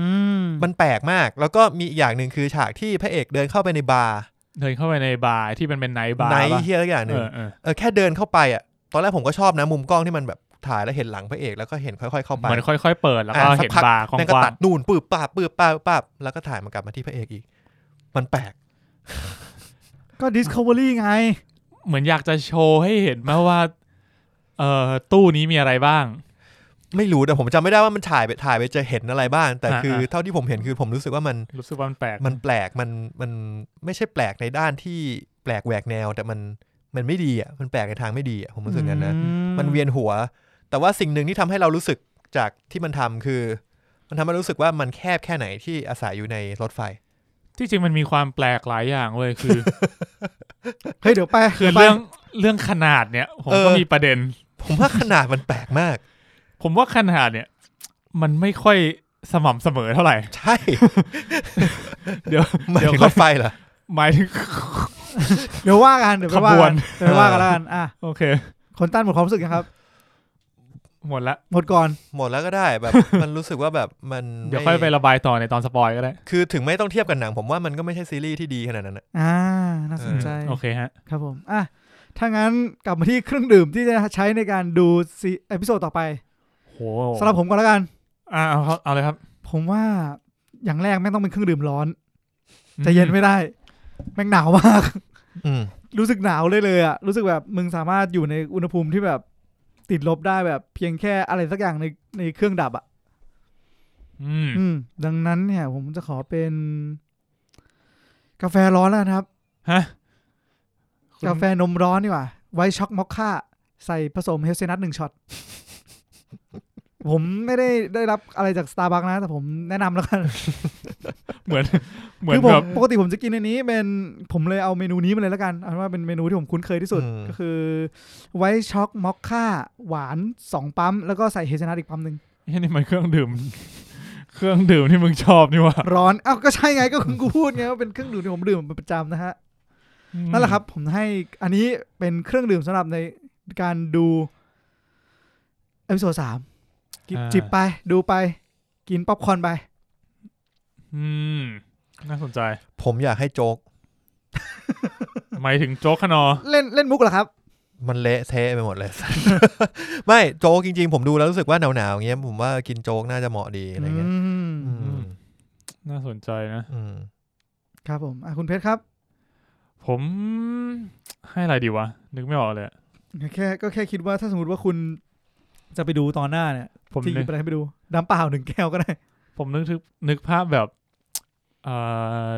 ม มันแปลกมาก แล้วก็มีอีกอย่างหนึ่งคือฉากที่พระเอกเดินเข้าไปในบาร์ เดินเข้าไปในบาร์ที่มันเป็นไนท์บาร์ ไน ปะ ท์เฮียอะไรอย่างห เอ นึ่ง อเออ เออแค่เดินเข้าไปอ่ะตอนแรกผมก็ชอบนะมุมกล้องที่มันแบบถ่ายแล้วเห็นหลังพระเอกแล้วก็เห็นค่อยๆเข้าไป เหมือนค่อยๆเปิดแล้วก็ อ่ะสัก เห็น พัก บาร์ก แม่งก็ ว้า ตั ง ดนู่นปืบป้าบปืบป้าบป้าบแล้วก็ถ่ายมันกลับมาที่พระเอกอีก มันแปลก ก็ discovery ไง ๆเหมือนอยากจะโชว์ให้เห็นมาว่าเอ่อตู้นี้มีอะไรบ้าง ไม่รู้แต่ผมจำไม่ได้ว่ามันถ่ายไปถ่ายไปจะเห็นอะไรบ้าง แต่ อ่า คือ อ่า เท่าที่ผมเห็นคือผมรู้สึกว่ามัน รู้สึกว่ามันแปลก มันแปลกมันมันไม่ใช่แปลกในด้านที่แปลกแหวกแนว แต่มันมันไม่ดีอ่ะมันแปลกในทางไม่ดีอ่ะผมรู้สึกงั้นนะมันเวียนหัว แต่ว่าสิ่งหนึ่งที่ทำให้เรารู้สึกจากที่มันทำคือ มันทำให้เรารู้สึกว่ามันแคบแค่ไหนที่อาศัยอยู่ในรถไฟ ที่จริงมันมีความแปลกหลายอย่างเว้ยคือ เฮ้ยเดี๋ยวไป คือเรื่องเรื่องขนาดเนี่ยผม เออ ก็มีประเด็น ผมว่าขนาดมันแปลกมาก ผมว่าขนาดเนี่ย มันไม่ค่อยสม่ำเสมอเท่าไหร่ ใช่ เดี๋ยว หมาย เดี๋ยว ถึง ก่ ร อน ถไฟเหรอ หมายถึง เดี๋ยวว่ากันเดี๋ยวไปว่า ขบว กัน นเดี๋ยวไปว่ากันแล้วกันอ่ะ โอเค คนตั้นหมดความรู้สึกยังครับ หมดละ หมดก่อน หมดแล้วก็ได้แบบ มันรู้สึกว่าแบบมันม่ เดี๋ยวค่อยไประบายต่อในตอนสปอยก็ได้ คือถึงไม่ต้องเทียบกับหนัง ผมว่ามันก็ไม่ใช่ซีรีส์ที่ดีขนาดนั้นนะ อ่า น่าสนใจ โอเคฮะ ครับผม อ่ะ ถ้างั้นกลับมาที่เครื่องดื่มที่จะใช้ในการดูซีเอพิโซดต่อไป โห สำหรับผมก่อนแล้วกัน อ่าเอาเอาเอาเลยครับ ผมว่าอย่างแรกแม่งต้องเป็นเครื่องดื่มร้อน อืม จะเย็นไม่ได้ แม่งหนาวมาก อืม รู้สึกหนาวเลยเลยอ่ะ รู้สึกแบบมึงสามารถอยู่ในอุณหภูมิที่แบบติดลบได้แบบเพียงแค่อะไรสักอย่างในในเครื่องดับอ่ะ อืม อืม ดังนั้นเนี่ย ผมจะขอเป็น กาแฟร้อนแล้วกันครับ ฮะ กาแฟนมร้อนนี่หว่า ไวช็อกมอคค่า ใส่ผสมเฮลเซนัทหนึ่งช็อต ผมไม่ได้ได้รับอะไรจากสตาร์บัคนะ แต่ผมแนะนำแล้วกัน เห มือนเหมือ คื น ผม แบบ ปกติผมจะกินอันนี้เป็นผมเลยเอาเมนูนี้มาเลยแล้วกันเอาเป็นว่าเป็นเมนูที่ผมคุ้นเคยที่สุด อืม ก็คือไวช็อกมอคค่า หวานสองปั๊ม แล้วก็ใส่เฮลเซนัทอีกปั๊มหนึ่ง เฮ้ยนี่มันเครื่องดื่ม เครื่องดื่มที่มึงชอบนี่หว่า ร้อนอ้าวก็ใช่ไงก็คุณกูพูดไงว่าเป็นเครื่องดื่มที่ผมดื่มเป็นประจำนะฮะ นั่นแหละครับ ผมให้อันนี้เป็นเครื่องดื่มสำหรับในการดูเอพิโซดสามกิน อ่า จิบไปดูไป กินป๊อปคอร์นไป อืม น่าสนใจ ผมอยากให้โจ๊ก หมายถึงโจ๊กขนอ เล่นเล่นมุกเหรอครับ มันเละเทะไปหมดเลย ไม่โจ๊กจริงๆ ผมดูแล้วรู้สึกว่าหนาวๆอย่างเงี้ยผมว่ากินโจ๊กน่าจะเหมาะดีอะไรเงี้ย อืม อืม น่าสนใจนะ อืม ครับผมอ่ะคุณเพชรครับ ผมให้อะไรดีวะ นึกไม่ออกเลยอะ แค่ก็แค่คิดว่าถ้าสมมติว่าคุณจะไปดูตอนหน้าเนี่ย ผม ที่หยิ นึ บ ก อะไรให้ไปดูน้ำเปล่าหนึ่งแก้วก็ได้ ผมนึกถึงนึกภาพแบบเอ่อ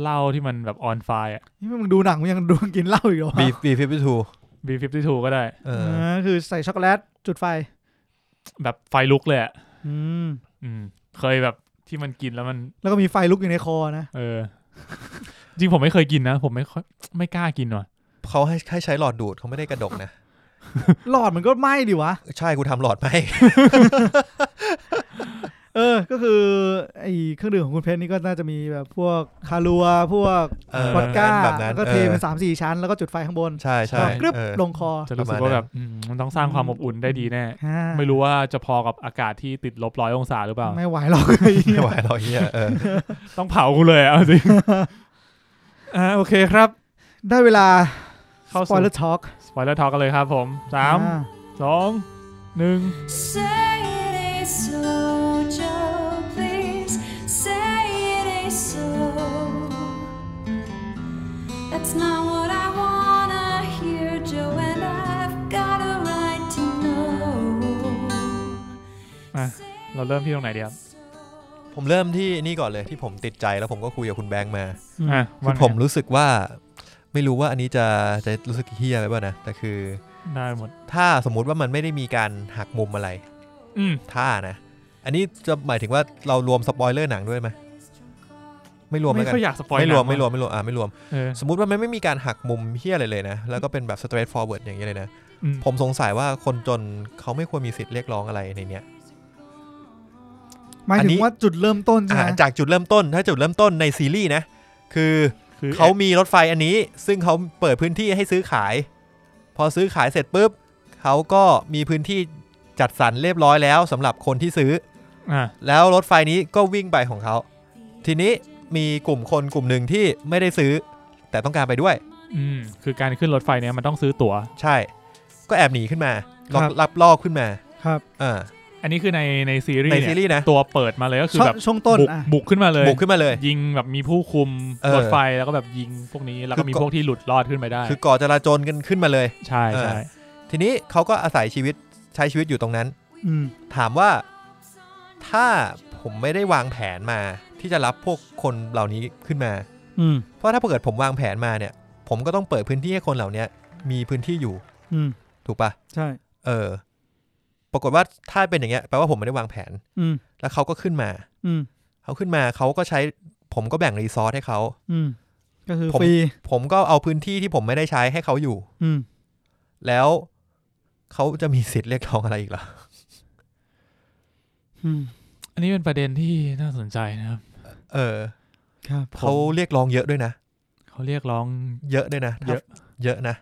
เหล้าที่มันแบบออนไฟอ่ะ นี่มึงดูหนังมึงยังดูกินเหล้าอีกเหรอวะ บีบีฟิฟทู B52 ก็ได้ เออเออคือใส่ช็อกโกแลตจุดไฟ แบบไฟลุกเลยอ่ะ อืม อืม เคยแบบที่มันกินแล้วมัน แล้วก็มีไฟลุกอยู่ในคอนะ เออ จริงผมไม่เคยกินนะ ผมไม่ค่อยไม่กล้ากินว่ะ เขาให้ให้ใช้หลอดดูดเขาไม่ได้กระดกนะ หลอดมันก็ไหม้ดิวะ ใช่กูทำหลอดไหม เออ ก็คือไอ้เครื่องดื่มของคุณเพชรนี่ก็น่าจะมีแบบพวกคารัว พวก เออ วอดก้า แบบนั้น แล้วก็เทเป็นสามสี่ชั้น แล้วก็จุดไฟข้างบน ใช่ใช่ แล้วกรึบ เออ ลงคอ จะรู้สึก ประมา ว่า ณนั้น แบบอืมมันต้องสร้างความอบอุ่นได้ดีแน่ อ่า ไม่รู้ว่าจะพอกับอากาศที่ติดลบร้อยองศาหรือเปล่า ไม่ไหวหรอก ไม่ไหวหรอกเฮียเออ ต้องเผากูเลยอะเอาจริง อ่าโอเคครับ ได้เวลา เข้า ปอย สู่ เลอร์ท็อก สปอยเลอร์ทอกันเลยครับผมสามสองหนึ่ง Say it ain't so, Joe, please. Say it ain't so. That's not what I wanna hear, Joe, and I've got a right to know. อ่ะ Say เราเริ่มที่ตรงไหนดีครับ it so. ผมเริ่มที่นี่ก่อนเลยที่ผมติดใจแล้วผมก็คุยกับคุณแบงค์มา อ่ะ คื ว่า อ ไง ผมรู้สึกว่า ไม่รู้ว่าอันนี้จะจะรู้สึกเฮียไปป่ะนะแต่คือ ได้หมด ถ้าสมมุติว่ามันไม่ได้มีการหักมุมอะไร อืม ถ้านะ อันนี้จะหมายถึงว่าเรารวมสปอยเลอร์หนังด้วยไหมไม่รวม ไม่ แล้วกัน ค่อยอยากสปอย ไม่รวหมนัง ไม่รวมไม่รวมอ่าไม่รวม เออ สมมติว่ามันไม่มีการหักมุมเฮี้ยอะไรเลยนะ แล้วก็เป็นแบบ straight forward อย่างนี้ยเลยนะ อืม ผมสงสัยว่าคนจนเขาไม่ควรมีสิทธิ์เรียกร้องอะไรในเนี้ย หมาย อัน ถึ นี้ งว่าจุดเริ่มต้นใช่ อ่า ไหม จากจุดเริ่มต้นถ้าจุดเริ่มต้นในซีรีส์นะ คือ คือ เขามีรถไฟอันนี้ ซึ่งเขาเปิดพื้นที่ให้ซื้อขาย พอซื้อขายเสร็จปุ๊บเขาก็มีพื้นที่จัดสรรเรียบร้อยแล้วสำหรับคนที่ซื้อ อ่ะ แล้วรถไฟนี้ก็วิ่งไปของเขา ทีนี้มีกลุ่มคนกลุ่มหนึ่งที่ไม่ได้ซื้อ แต่ต้องการไปด้วย อืม คือการขึ้นรถไฟเนี่ยมันต้องซื้อตั๋ว ใช่ ก็แอบหนีขึ้นมาลอกลับลอกขึ้นมา ครับ อ่า อันนี้คือในในซีรีส์ ใน เนี่ย ซีรีส์นะ ตัวเปิดมาเลยก็คือ ช่วง แบบ ช่วงต้น บุก อ่ะ บุกขึ้นมาเลย บุกขึ้นมาเลย ยิงแบบมีผู้คุม เออ รถไฟแล้วก็แบบยิงพวกนี้แล้วก็มี คือก่อน พวกที่หลุดรอดขึ้นไปได้ คือก่อจราจรกันขึ้นมาเลย ใช่ เออ ใช่ ทีนี้เขาก็อาศัยชีวิตใช้ชีวิตอยู่ตรงนั้น อืม ถามว่าถ้าผมไม่ได้วางแผนมาที่จะรับพวกคนเหล่านี้ขึ้นมา อืม เพราะถ้าเกิดผมวางแผนมาเนี่ย ผมก็ต้องเปิดพื้นที่ให้คนเหล่านี้มีพื้นที่อยู่ อืม ถูกปะ ใช่ เออ ปรากฏว่าถ้าเป็นอย่างเงี้ยแปลว่าผมไม่ได้วางแผน อืม แล้วเขาก็ขึ้นมา อืม เขาขึ้นมาเขาก็ใช้ ผมก็แบ่งรีซอสให้เขา อืมก็คือ ผม ฟรี ผมก็เอาพื้นที่ที่ผมไม่ได้ใช้ให้เขาอยู่ อืม แล้วเขาจะมีสิทธิ์เรียกร้องอะไรอีกเหรอ อืม อันนี้เป็นประเด็นที่น่าสนใจนะครับ เออ ครับ เขาเรียกร้องเยอะด้วยนะ เขาเรียกร้อง เยอะด้วยนะถ้า เยอะ เยอะนะ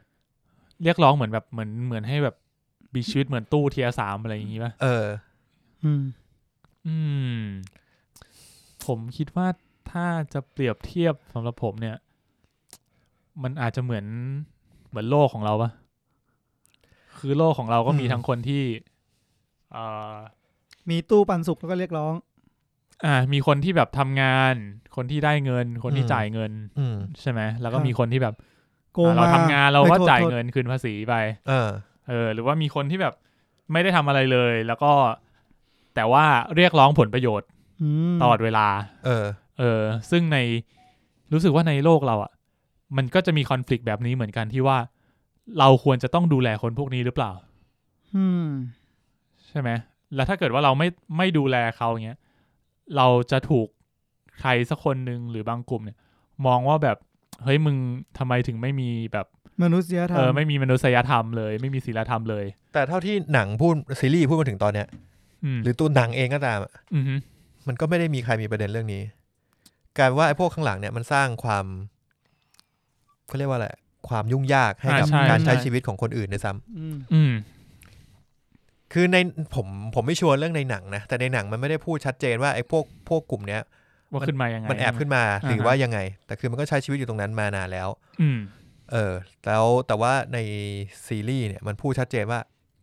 เรียกร้องเหมือนแบบเหมือนเหมือนให้แบบมีชีวิตเหมือนตู้เทียสามอะไรอย่างงี้ป่ะ เออ อืม อืม ผมคิดว่าถ้าจะเปรียบเทียบสำหรับผมเนี่ย มันอาจจะเหมือนเหมือนโลกของเราปะคือโลกของเราก็มี อืม ทั้งคนที่เอ่อ มีตู้ปันสุกแล้วก็เรียกร้อง อ่ามีคนที่แบบทำงาน คนที่ได้เงิน คนที่ อืม จ่ายเงิน อืม ใช่ไหมแล้วก็ ครับ มีคนที่แบบ โกง อ่าเรา ม ทำงานเรา ฮ้ ก็ โทษ จ่าย โทษ เงินคืนภาษีไป เออ เออหรือว่ามีคนที่แบบไม่ได้ทำอะไรเลย แล้วก็ แต่ว่าเรียกร้องผลประโยชน์ ม ตลอดเวลา เออ เออซึ่งในรู้สึกว่าในโลกเราอะ่ะ มันก็จะมีคอน FLICT แบบนี้เหมือนกันที่ว่า เราควรจะต้องดูแลคนพวกนี้หรือเปล่า อืม ใช่ไหม แล้วถ้าเกิดว่าเราไม่ไม่ดูแลเขาอย่างเงี้ย เราจะถูกใครสักคนหนึ่งหรือบางกลุ่มเนี่ย มองว่าแบบ เฮ้ยมึงทำไมถึงไม่มีแบบ มนุษยธรร เอ ม อไม่มีมนุษยธรรมเลย ไม่มีศีลธรรมเลย แต่เท่าที่หนังพูดซีรีส์พูดมาถึงตอนเนี้ย อืม หรือตัวหนังเองก็ตามอะ อือฮึ มันก็ไม่ได้มีใครมีประเด็นเรื่องนี้กลายเป็นว่าไอ้พวกข้างหลังเนี่ยมันสร้างความเขาเรียกว่าอะไรความยุ่งยากให้กับ อ่าใช่ การใช้ ใช่ ชีวิตของคนอื่นด้วยซ้ำ อืม อืม คือในผมผมไม่ชัวร์เรื่องในหนังนะ แต่ในหนังมันไม่ได้พูดชัดเจนว่าไอ้พวกพวกกลุ่มเนี้ย ว่าขึ้นมายังไง มันแอบขึ้นมา อ่าฮะ หรือว่ายังไง แต่คือมันก็ใช้ชีวิตอยู่ตรงนั้นมานานแล้ว อืม เออ แล้วแต่ว่าในซีรีส์เนี่ยมันพูดชัดเจนว่า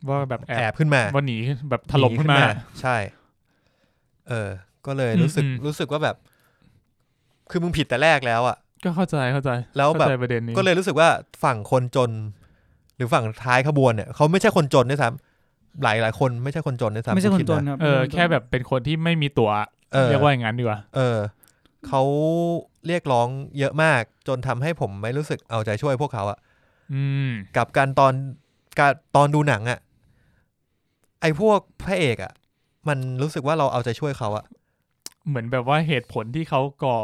ว่าแบบแอ แอ บบ ขึ้นมา ว่าหนีแบบถล่มขึ้นมา หใช่ เออ ก็เลยรู้สึก อืมอืม รู้สึกว่าแบบ คือมึงผิดแต่แรกแล้วอะ ก็เข้าใจเข้าใจ แล้วแบบ เข้าใจประเด็นนี้ ก็เลยรู้สึกว่าฝั่งคนจน หรือฝั่งท้ายขบวนเนี่ยเขาไม่ใช่คนจนด้วยซ้ำหลายหลายคนไม่ใช่คนจนด้วยซ้ำ ไม่ใช่คน ที่ จ ดะ นครับ เออแค่แบบเป็นคนที่ไม่มีตัว เออ เรียกว่าอย่างนั้นดีกว่า เออเขาเรียกร้องเยอะมากจนทำให้ผมไม่รู้สึกเอาใจช่วยพวกเขาอะ อืม กับการตอนการตอนดูหนังอะไอพวกพระเอกอะมันรู้สึกว่าเราเอาใจช่วยเขาอะ เหมือนแบบว่าเหตุผลที่เขาก่อ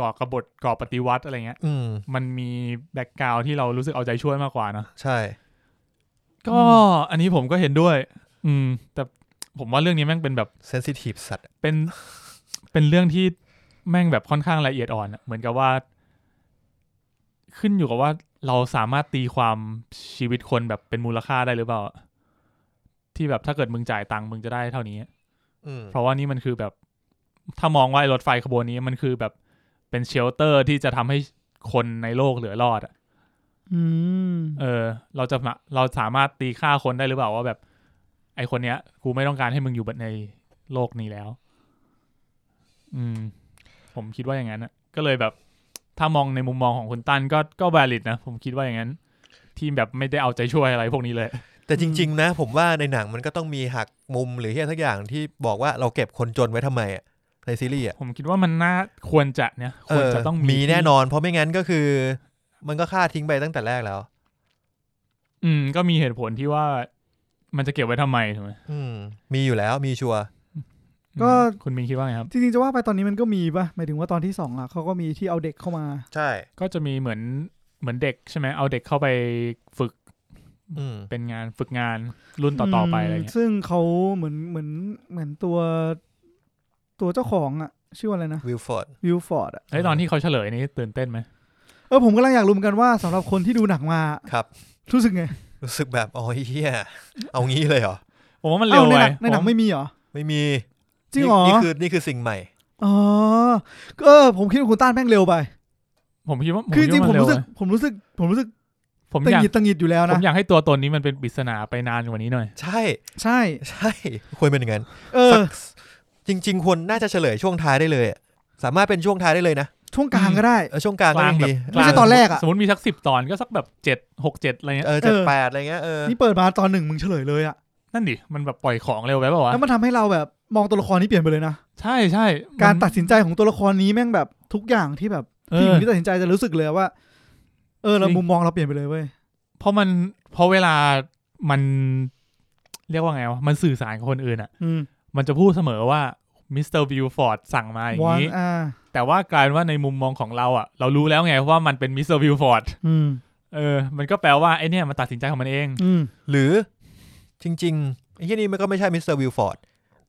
ก่อกบฏก่อปฏิวัติอะไรเงี้ย อืม มันมีแบ็กกราวที่เรารู้สึกเอาใจช่วยมากกว่าเนอะ ใช่ ก็อันนี้ผมก็เห็นด้วย อืม แต่ผมว่าเรื่องนี้แม่งเป็นแบบ เซนซิทีฟสัตว์ เป็น เป็นเรื่องที่แม่งแบบค่อนข้างละเอียดอ่อนอะเหมือนกับว่า ขึ้นอยู่กับว่าเราสามารถตีความชีวิตคนแบบเป็นมูลค่าได้หรือเปล่า ที่แบบถ้าเกิดมึงจ่ายตังค์มึงจะได้เท่านี้ อืม เพราะว่านี่มันคือแบบ ถ้ามองว่าไอ้รถไฟขบวนนี้มันคือแบบเป็นเชลเตอร์ที่จะทำให้คนในโลกเหลือรอดอะ อืม เออ เราจะมาเราสามารถตีค่าคนได้หรือเปล่าว่าแบบ ไอคนเนี้ย กูไม่ต้องการให้มึงอยู่ในโลกนี้แล้ว อืม ผมคิดว่าอย่างนั้นอะก็เลยแบบ ถ้ามองในมุมมองของคุณตั้นก็ก็บาลิดนะผมคิดว่าอย่างนั้น ที่แบบไม่ได้เอาใจช่วยอะไรพวกนี้เลย แต่จริง ๆ นะ ผมว่าในหนังมันก็ต้องมีหักมุมหรือเฮียทักอย่างที่บอกว่าเราเก็บคนจนไว้ทำไมอะในซีรีส์อะ ผมคิดว่ามันน่าควรจะเนี่ยควรจะต้อง เมี มี แน่นอน เพราะไม่งั้นก็คือ มันก็ฆ่าทิ้งไปตั้งแต่แรกแล้ว อืม ก็มีเหตุผลที่ว่ามันจะเก็บไว้ทำไมถูกไหม อืม มีอยู่แล้วมีชัวร์ ก็ อืมคุณมินคิดว่าไงครับ จริงๆจะว่าไปตอนนี้มันก็มีป่ะหมายถึงว่าตอนที่สองอ่ะเขาก็มีที่เอาเด็กเข้ามา ใช่ ก็จะมีเหมือนเหมือนเด็กใช่ไหมเอาเด็กเข้าไปฝึก อืม เป็นงานฝึกงานรุ่นต่อๆไปอะไร ม เงี้ย ซึ่งเขาเหมือนเหมือนเหมือนตัว ตัวเจ้าของอะชื่อว่าอะไรนะ วิลฟอร์ด วิลฟอร์ดอะ เฮ้ยตอนที่เขาเฉลยนี่ตื่นเต้นไหม เออผมกำลังอยากรู้เหมือนกันว่าสำหรับคนที่ดูหนังมา ครับ รู้สึกไง รู้สึกแบบอ๋อเฮียเอางี้เลยเหรอ ผมว่ามันเร็ เอ้าว ใน ไป หนังในหนัง ผม ไม่มีเหรอ ไม่มี จริงเหรอ นี่นี่คือนี่คือสิ่งใหม่ อ๋อเออผมคิดว่าคุณต้านแม่งเร็วไป ผมคิดว่า คือจริงๆผม คิด รู้สึ ว่าก ผมรู้สึก ผมรู้สึก ผม ตัง อยาก หงิดตังหงิดอยู่แล้ว ผ นะ มอยากให้ตัวตนนี้มันเป็นปริศนาไปนานกว่านี้หน่อย ใช่ ใช่ ใช่ควรเป็นอย่างนั้น เออ สักจริง ๆ ควรน่าจะเฉลยช่วงท้ายได้เลยอะสามารถเป็นช่วงท้ายได้เลยนะ ช่วงกลางก็ได้ เออช่วงกลาง ก ก็ ลาง ยังดี แบบ ไม่ใช่ตอนแรกอะ สมมติมีสักสิบตอนก็สักแบบเจ็ดหกเจ็ดอะไรเงี้ย เออเจ็ดแปดอะไรเงี้ยเออ นี่เปิดมาตอนหนึ่งมึงเฉลยเลยอะ นั่นดิมันแบบปล่อยของเร็วไปเปล่าวะ แล้วมันทำให้เราแบบมองตัวละครนี้เปลี่ยนไปเลยนะ ใช่ใช่มัน การตัดสินใจของตัวละครนี้แม่งแบบทุกอย่างที่แบบ เอ พี่ห อ มิงที่ตัดสินใจจะรู้สึกเลยว่า เออเรา จริง มุมมองเราเปลี่ยนไปเลยเว้ย เพราะมันเพราะเวลามันเรียกว่าไงวะมันสื่อสารกับคนอื่นอะ อืม มันจะพูดเสมอว่ามิสเตอร์วิลฟอร์ดสั่งมาอย่าง วัน นี้ อ่า แต่ว่ากลายเป็นว่าในมุมมองของเราอ่ะ เรารู้แล้วไงว่ามันเป็นมิสเตอร์วิลฟอร์ด อืม เออ มันก็แปลว่าไอเนี่ยมันตัดสินใจของมันเอง อืม หรือจริงๆไอ้ที่นี่มันก็ไม่ใช่มิสเตอร์วิลฟอร์ด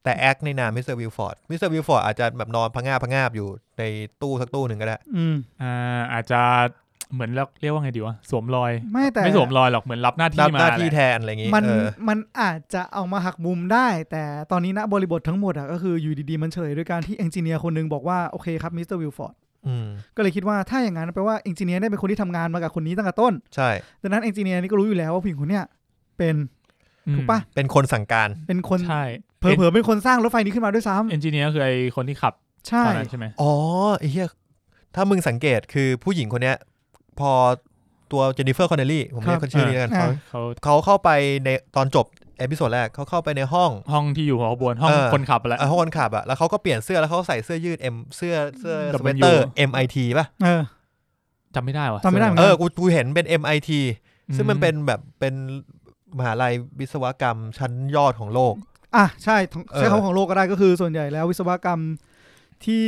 แต่แอคในนามมิสเตอร์วิลฟอร์ดมิสเตอร์วิลฟอร์ดอาจจะแบบนอนพังงาบพังงาบอยู่ในตู้สักตู้หนึ่งก็ได้ อืม อ่าอาจจะเหมือนเรียกเรียกว่าไงดีวะสวมรอย ไม่แต่ ไม่สวมรอยหรอกเหมือนรับหน้า รั ที่ บ มา หน้า แห ที่ ละ แทนอะไรอย่างงี้ มัน เออ มันอาจจะเอามาหักมุมได้ แต่ตอนนี้นะบริบททั้งหมดอะก็คืออยู่ดีๆ มันเฉลยด้วยการที่เอนจิเนียร์คนหนึงบอกว่าโอเคครับมิสเตอร์วิลฟอร์ด อืม ก็เลยคิดว่าถ้าอย่างนั้นแปลว่าเอนจิเนียร์ได้เป็นคนที่ทำงานมากับคนนี้ตั้งแต่ต้น ใช่ ดังนั้นเอนจิเนียร์นี่ก็รู้อยู่แล้วว่าผู้หญิงคนเนี้ยเป็น อืม ถูกปะ เป็นคนสั่งการ เป็นคน ใช่ เผลอๆเป็นคนสร้างรถไฟนี้ขึ้นมาด้วยซ้ำ เอนจิเนียร์คือไอคนที่ขับ ใช่ ตอนนั้นใช่ไหม อ๋อไอ้เหี้ยถ้ามึงสังเกตคือผู้หญิงคนเนี้ย พอตัวเจนนิเฟอร์คอนเนลลี่ผมเรียกคนชื่อนี้แล้วกันเขา เขา เขาเข้าไปในตอนจบเอพิโซดแรกเขาเข้าไปในห้อง ห้องที่อยู่หัวขบวนห้อง เออ คนขับแหละ เอ่อห้องคนขับอะแล้วเขาก็เปลี่ยนเสื้อแล้วเขาใส่เสื้อยืด M เสื้อเสื้อ W สเวตเตอร์ MIT ป่ะ เออ จำไม่ได้วะ จำไม่ได้เหมืน เอน อกูกูเห็นเป็น MIT อื ซึ่งมันเป็นแบบเป็นมหาลัยวิศวกรรมชั้นยอดของโลก อ่ะใช่ทั้ง เออ ใช้คำของโลกก็ได้ก็คือส่วนใหญ่แล้ววิศวกรรม ที่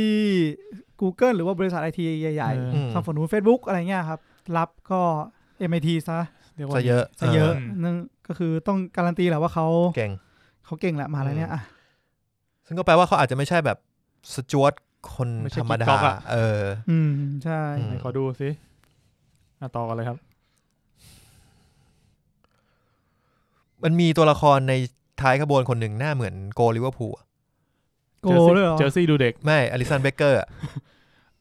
Google หรือว่าบริษัทไอทีใหญ่ เออ ๆทางฝั่งนู้น Facebook อะไรเงี้ยครับ รับก็ MIT ซะ เรียกว่า จะเยอะ ซะเยอะ เออ นั่นก็คือต้องการันตีแหละว่าเขา เก่ง เขาเก่งแหละมหาอะไรเนี่ยอ่ะ ซึ่งก็แปลว่าเขาอาจจะไม่ใช่แบบสจวตคน ไม่ใช่ ธรรมดา กิ๊กก๊อกอะ เออ อืม ใช่ อืม ไหนขอดูสิอ่ะต่อกันเลยครับ มันมีตัวละครในท้ายขบวนคนหนึ่งหน้าเหมือนโกลิเวอร์พูลอะ โกด้วยเหรอ เจอร์ซี่ดูเด็ก ไม่อลิสันเบเกอร์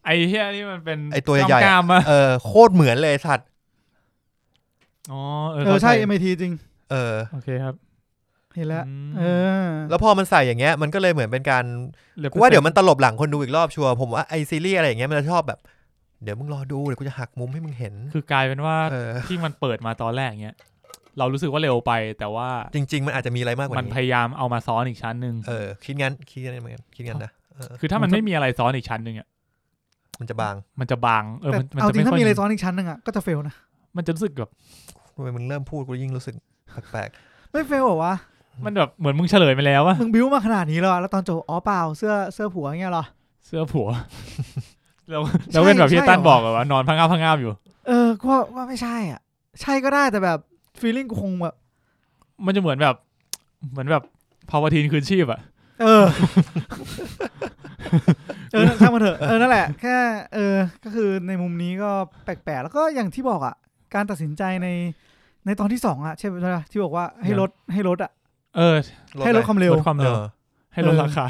ไอ้เฮียนี่มันเป็น ไอ้ตัวใหญ่ๆอะ กล้ามๆอะ เออโคตรเหมือนเลยสัตว์ อ๋อเอ เอ อ อใช่ ใช่ MIT จริง เออ โอเคครับ เห็นแล้ว อืม เออ แล้วพอมันใส่อย่างเงี้ย มันก็เลยเหมือนเป็นการ หลือ กูว่าเดี๋ยวมันตลบหลังคนดูอีกรอบชัวร์ผมว่าไอซีรีส์อะไรอย่างเงี้ยมันจะชอบแบบ เดี๋ยวมึงรอดูเดี๋ยวกูจะหักมุมให้มึงเห็น คือกลายเป็นว่า เออ ที่มันเปิดมาตอนแรกเนี้ย เรารู้สึกว่าเร็วไป แต่ว่า จริง ๆ มันอาจจะมีอะไรมากกว่า มันพ นี้ ยายามเอามาซ้อนอีกชั้นหนึ่ง เออคิดงั้นคิดงั้นเหมือนกันคิดงั้นนะเออ คือถ้ามันไม่มีอะไรซ้อนอีกชั้นหนึ่งอ่ะ มันจะบาง มันจะบางเออ แต่ มันมัน เอา จะ จริง ไม่ ถ้า ค่อย มีอะไรซ้อนอีกชั้นหนึ่งอ่ะก็จะเฟลนะ มันจะรู้สึกแบบ ทำไมมึงเริ่มพูดกูยิ่งรู้สึกแปลก ไม่เฟลเหรอวะ มันแบบเหมือนมึงเฉลยไปแล้วอะ มึงบิ้วมาขนาดนี้แล้วอะแล้วตอนจบอ๋อเปล่าเสื้อเสื้อผัวเงี้ยเหรอ เสื้อผัว แล้วแล้วเป็นแบบ ใช่ พี่ตั้น เหรอ บอกแบบว่านอนพังงาบพังงาบอยู่ เออกูว่าว่าไม่ใช่อ่ะ ใช่ก็ได้แต่แบบฟีลลิ่งกูคงแบบ มันจะเหมือนแบบ เหมือนแบบภาวะทีนคืนชีพอะ เออ เอ อช่างมันเถอะ เออ นั่นแหละ แค่ เออ ก็คือในมุมนี้ก็แปลกๆ แล้วก็อย่างที่บอกอ่ะ การตัดสินใจใน ในตอนที่สองอ่ะใช่ไหมที่บอกว่าให้ลดให้ลดอ่ะ เออ ๆ ให้ลดความเร็ว ลดความเร็ว ออ ให้ลด เออ ราคา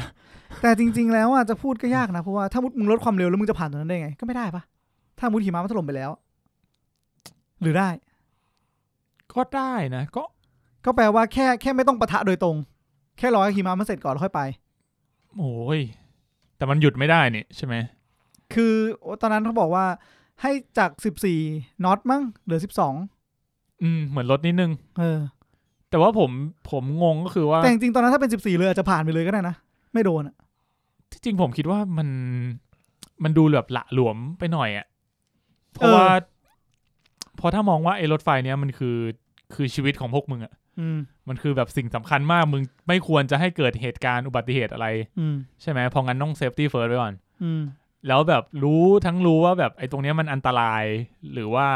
แต่จริง ๆ แล้วอ่ะจะพูดก็ยากนะ เพราะว่าถ้ามุดมึงลดความเร็วแล้วมึงจะผ่านตรงนั้นได้ไง ก็ไม่ได้ปะถ้ามุดหิมะมันถล่มไปแล้ว หรือได้ ก็ได้นะก็ ก็แปลว่าแค่แค่ไม่ต้องปะทะโดยตรง แค่รอให้หิมะมันเสร็จก่อนแล้วค่อยไป โอ้ยแต่มันหยุดไม่ได้นี่ใช่ไหม คือตอนนั้นเขาบอกว่าให้จากสิบสี่น็อตมั้งเหลือสิบสอง อืมเหมือนลดนิดนึง เออ แต่ว่าผมผมงงก็คือว่า แต่จริงๆตอนนั้นถ้าเป็น 14 เลยอาจจะผ่านไปเลยก็ได้นะ ไม่โดนอะ ที่จริงผมคิดว่ามันมันดูแบบหละหลวมไปหน่อยอะ่ะ เพ อ ราะ อ ว่าเพราะถ้ามองว่าไอ้รถไฟเนี้ยมันคือคือชีวิตของพวกมึงอะ่ะ อืม มันคือแบบสิ่งสำคัญมากมึงไม่ควรจะให้เกิดเหตุการณ์อุบัติเหตุอะไร อืม ใช่ไหมเพองั้นต้องเซฟตี้เฟิร์สไว้ก่อน อืม แล้วแบบรู้ทั้งรู้ว่าแบบไอ้ตรงเนี้ยมันอันตราย หรือว่า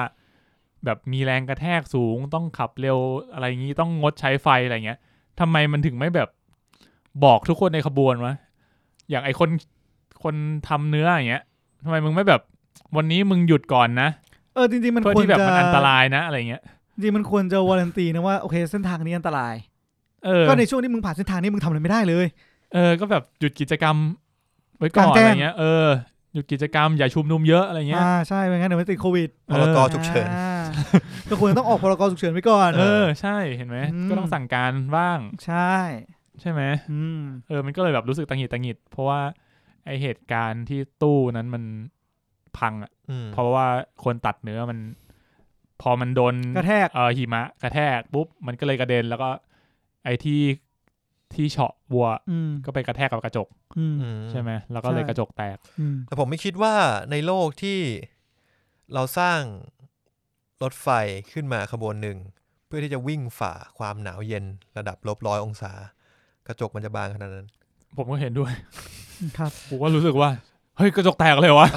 แบบมีแรงกระแทกสูงต้องขับเร็วอะไรอย่างงี้ต้องงดใช้ไฟอะไรเงี้ยทำไมมันถึงไม่แบบบอกทุกคนในขบวนวะอย่างไอ้คนคนทำเนื้ออย่างเงี้ยทำไมมึงไม่แบบวันนี้มึงหยุดก่อนนะ เออจริงๆ มัน เพื่อ ควร ที่แบบ จะ มันอันตรายนะอะไรเงี้ย จริงๆมันควรจะวารันตีนะว่าโอเคเส้นทางนี้อันตราย เออ ก็ในช่วงที่มึงผ่านเส้นทางนี้มึงทำอะไรไม่ได้เลย เออก็แบบหยุดกิจกรรมไว้ก่อน กลางแจ้ อะไร ง เงี้ยเออหยุดกิจกรรมอย่าชุมนุมเยอะอะไรเงี้ย อ่าใช่ไม่งั้นเดี๋ยวมันติดโควิด พรก เออ ฉุกเฉิน อ่าก็ควรต้องออกพรกฉุกเฉินไว้ก่อน เออใช่เห็นไหม อืม ก็ต้องสั่งการบ้าง ใช่ ใช่ไหม อืม เออมันก็เลยแบบรู้สึกตังหงิดตังหงิด เพราะว่าไอเหตุการณ์ที่ตู้นั้นมันพังอ่ะ อืม เพราะว่าคนตัดเนื้อมัน พอมันโดน กระแทก เออหิมะกระแทกปุ๊บมันก็เลยกระเด็นแล้วก็ ไอที่ที่เฉาะบัว อืม ก็ไปกระแทกกับกระจก อืม อืม ใช่ไหมแล้วก็เลยกระจกแตก อืม แต่ผมไม่คิดว่าในโลกที่เราสร้างรถไฟขึ้นมาขบวนหนึ่ง เพื่อที่จะวิ่งฝ่าความหนาวเย็นระดับลบร้อยองศา กระจกมันจะบางขนาดนั้น ผมก็เห็นด้วย ครับ ผมก็รู้สึกว่า เฮ้ยกระจกแตกเลย วะ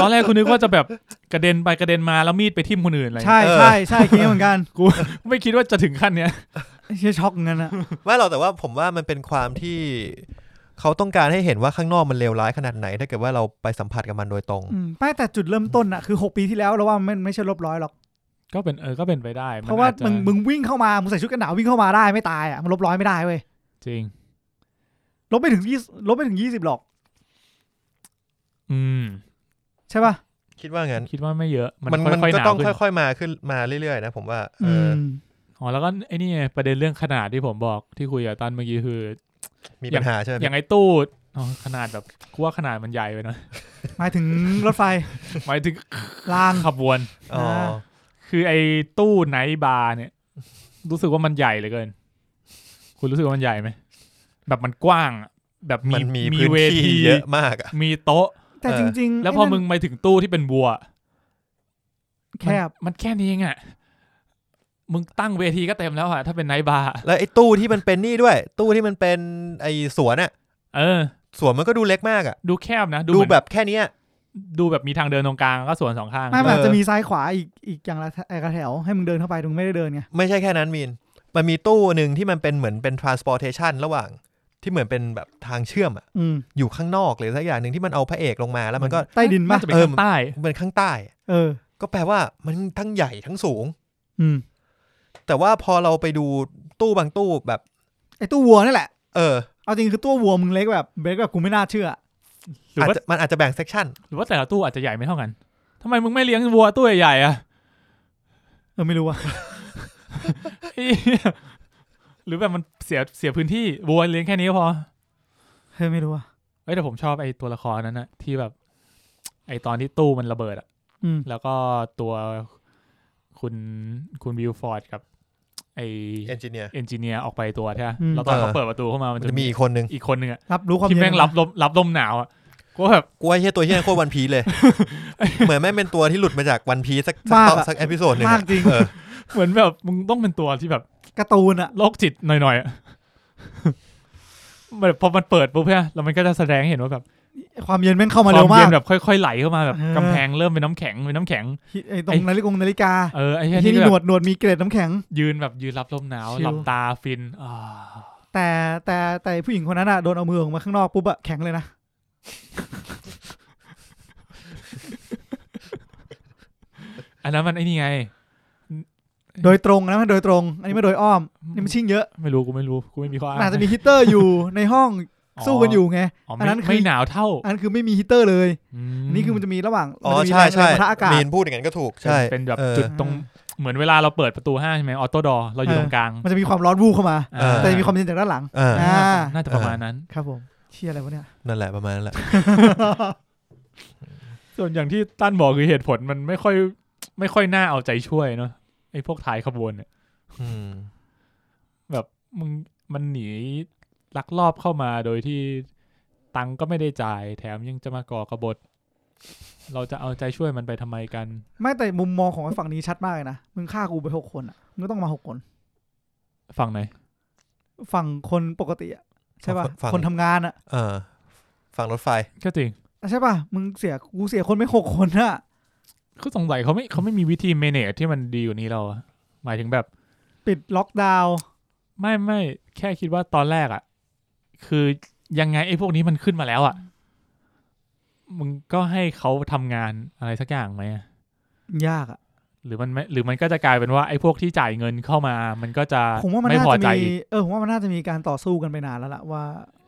ตอนแรกคุณนึกว่าจะแบบกระเด็นไปกระเด็นมาแล้วมีดไปทิ่มคนอื่นอะไรอย่างเงี้ย ใช่ใช่ใช่คิดเหมือนกัน ไม่คิดว่าจะถึงขั้นเนี้ย เชี่ยช็อกเหมือนกันอะ ไม่หรอกแต่ว่าผมว่ามันเป็นความที่เขาต้องการให้เห็นว่าข้างนอกมันเลวร้ายขนาดไหน ถ้าเกิดว่าเราไปสัมผัสกับมันโดยตรง อืมไม่แต่จุดเริ่มต้นอะคือหกปีที่แล้วเราว่ามันไม่ใช่ลบร้อยหรอก ก็เป็นเออก็เป็นไปได้น เพราะว่า อจจ มึงมึงวิ่งเข้ามามึงใส่ชุดกันหนาววิ่งเข้ามาได้ไม่ตายอะมันลบร้อยไม่ได้เว้ย จริง ลบไม่ถึงยี่ลบไม่ถึงยี่สิบหรอก อืม ใช่ป่ะ คิดว่างั้น คิดว่าไม่เยอะ มัน มันมัน ค่อยๆห ก็ นา ต้ ว อง ขึ้น ค่อย ๆ มาขึ้นมาเรื่อยๆนะผมว่าเอออ ม อ๋อแล้วก็ไอ้นี่ไงประเด็นเรื่องขนาดที่ผมบอกที่คุยกับตันเมื่อกี้คือ มีปัญหาใช่ไหม อย่างไอ้ตู้อ๋อขนาดแบบกูว่าขนาดมันใหญ่ไปหนะ หมายถึง รถไฟ หมายถึง ราง ขบวน อ๋อ คือไอ้ตู้ไนท์บาร์เนี่ย รู้สึกว่ามันใหญ่เหลือเกิน คุณรู้สึกว่ามันใหญ่ไหมแบบมันกว้างอะแบบมี มันมีพื้น เว ที่ ที เยอะมากอะ มีโต๊ะ แต่ เออ จริงๆ แล้วพอ ไนั่น มึงไปถึงตู้ที่เป็นบัว แคบ มันแค่นี้เองอ่ะ มึงตั้งเวทีก็เต็มแล้วอ่ะ ถ้าเป็นไนท์บาร์อะ แล้วไอ้ตู้ที่มันเป็นนี่ด้วย ตู้ที่มันเป็นไอ้สวนอะ เออ สวนมันก็ดูเล็กมากอ่ะ ดูแคบนะ ดู ดู เหมือน แบบแค่เนี้ย ดูแบบมีทางเดินตรงกลางแล้วก็สวนสองข้าง ไม่มันอาจ เออ จะมีซ้ายขวาอีกอีกอย่างละแอกระแถวให้มึงเดินเข้าไปมึงไม่ได้เดินไง ไม่ใช่แค่นั้นมีน มันมีตู้หนึ่งที่มันเป็นเหมือนเป็น transportation ระหว่าง ที่เหมือนเป็นแบบทางเชื่อมอะ อืม อยู่ข้างนอกเลยสักอย่างหนึ่งที่มันเอาพระเอกลงมาแล้วมันก็ ใต้ดิน น่า ปะ จะเป็น เออ ข้างใต้ มันข้างใต้ เออ ก็แปลว่ามันทั้งใหญ่ทั้งสูง อืม แต่ว่าพอเราไปดูตู้บางตู้แบบ ไอ้ตู้วัวนั่นแหละ เออ เอาจริงคือตู้วัวมึงเล็กแบบเล็กแบบกูไม่น่าเชื่อ หรือ อาจ ว่า จะมันอาจจะแบ่งเซกชัน หรือว่าแต่ละตู้อาจจะใหญ่ไม่เท่ากันทำไมมึงไม่เลี้ยงวัวตู้ใหญ่ๆอ่ะ เออไม่รู้ว่ะ ไอ้เหี้ยหรือแบบมันเสียเสียพื้นที่วัวเลี้ยงแค่นี้ก็พอ เฮ้ยไม่รู้ว่ะ เอ้ยแต่ผมชอบไอ้ตัวละครนั้นนะที่แบบ ไอ้ตอนที่ตู้มันระเบิดอะ อืม แล้วก็ตัวคุณคุณวิลฟอร์ดกับ ไอ เอนจิเนียร์ เอนจิเนียร์ออกไปตัวใช่ไหมแล้วตอน เออ เขาเปิดประตูเข้ามามัน มัน จะ จะมี มี อีกคนนึง อีกคนหนึ่งอะ รับรู้ความ ที่ เย็น แม่งรับลมรับลมหนาวอะก็แบบ กูว่าไอ้เฮียตัวเฮียโคตรวันพีเลย เหมือนแม่งเป็นตัวที่หลุดมาจากวันพีสักสักตอนสักเอพิโซดหนึ่ง มาก อะ จริง เออ เหมือนแบบมึงต้องเป็นตัวที่แบบ การ์ตูนอะ โรคจิตหน่อยๆอะ แบบพอมันเปิดปุ๊บใช่ไหมแล้วมันก็จะแสดงให้เห็นว่าแบบ ความเย็นแม่งเข้ามาคาวเร็ว ม มา เย็ ก นแบบค่อยๆไหลเข้ามาแบบ เออ กำแพงเริ่มเป็นน้ำแข็งเป็นน้ำแข็ง ไอ้ตรงนาฬิกงนาฬิกา เออไอ้เหี้ย ไอ้ที่ นี่ นี่ ก็ หน แบ ว บ ดหนวดมีเกล็ดน้ำแข็ง ยืนแบบยืนรับลมหนาว ชิล หลับตาฟินอ่า แต่แต่แต่ผู้หญิงคนนั้นอะโดนเอามือออกมาข้างนอกปุ๊บอะแข็งเลยนะ อันนั้นมันไอ้นี่ไง โดยตรงนะมันโดยตรง อันนี้ไม่โดยอ้อมนี่มันชิงเยอะ ไม่รู้กูไม่รู้กูไม่มีข้ออ้าง อาจจะมีฮีตเตอร์อยู่ในห้องสู้กันอยู่ไง อ๋อ อันนั้ ไม่ นคือ ไม่หนาวเท่า อันนนคือไม่มีฮีตเตอร์เลย ม อันนี้คือมันจะมีระหว่าง อ๋อ มันจะมี ใช่ใช่ แรงปะทะอากาศ มีนพูดอย่างนั้นก็ถูก เป็น ใช่ เป็นแบบ ออ จุดตรงเหมือนเวลาเราเปิดประตูห้างใช่ไหมออโต้ดอเราอยู่ เออ ตรงกลาง มันจะมีความร้อนวูบเข้ามา เออ แต่จะมีความเย็นจากด้านหลัง อ่า อ่า น่าจะประมาณนั้น ครับผมเชียอะไรวะเนี่ย นั่นแหละประมาณนั้นแหละ ส่วนอย่างที่ตั้นบอกคือเหตุผลมันไม่ค่อยไม่ค่อยน่าเอาใจช่วยเนาะไอ้พวกถ่ายขบวนเนี่ย อืม มึงมันหนีลักลอบเข้ามาโดยที่ตังค์ก็ไม่ได้จ่าย แถมยังจะมาก่อกบฏ เราจะเอาใจช่วยมันไปทำไมกัน ไม่แต่มุมมองของไอ้ฝั่งนี้ชัดมากเลยนะ มึงฆ่ากูไปหกคนอะมึงก็ต้องมาหกคน ฝั่งไหน ฝั่งคนปกติอะใช่ป่ะ ฝั่ง คนทำงานอะ เออฝั่งรถไฟ ก็จริง ใช่ป่ะ มึงเสียกูเสียคนไปหกคนอะ คือสงสัยเขาไม่เขาไม่มีวิธีเมเนจที่มันดีกว่านี้เราอะหมายถึงแบบ ปิดล็อกดาวน์ ไม่ไม่แค่คิดว่าตอนแรกอะคือยังไงไอ้พวกนี้มันขึ้นมาแล้วอะมึงก็ให้เขาทำงานอะไรสักอย่างไหมอะ ยากอะ หรือมันไม่หรือมันก็จะกลายเป็นว่าไอ้พวกที่จ่ายเงินเข้ามา มันก็จะ ผมว่ามัน ไม่ น่า พอ จะ ใจ มี อีก เออผมว่ามันน่าจะมีการต่อสู้กันไปนานแล้วล่ะว่า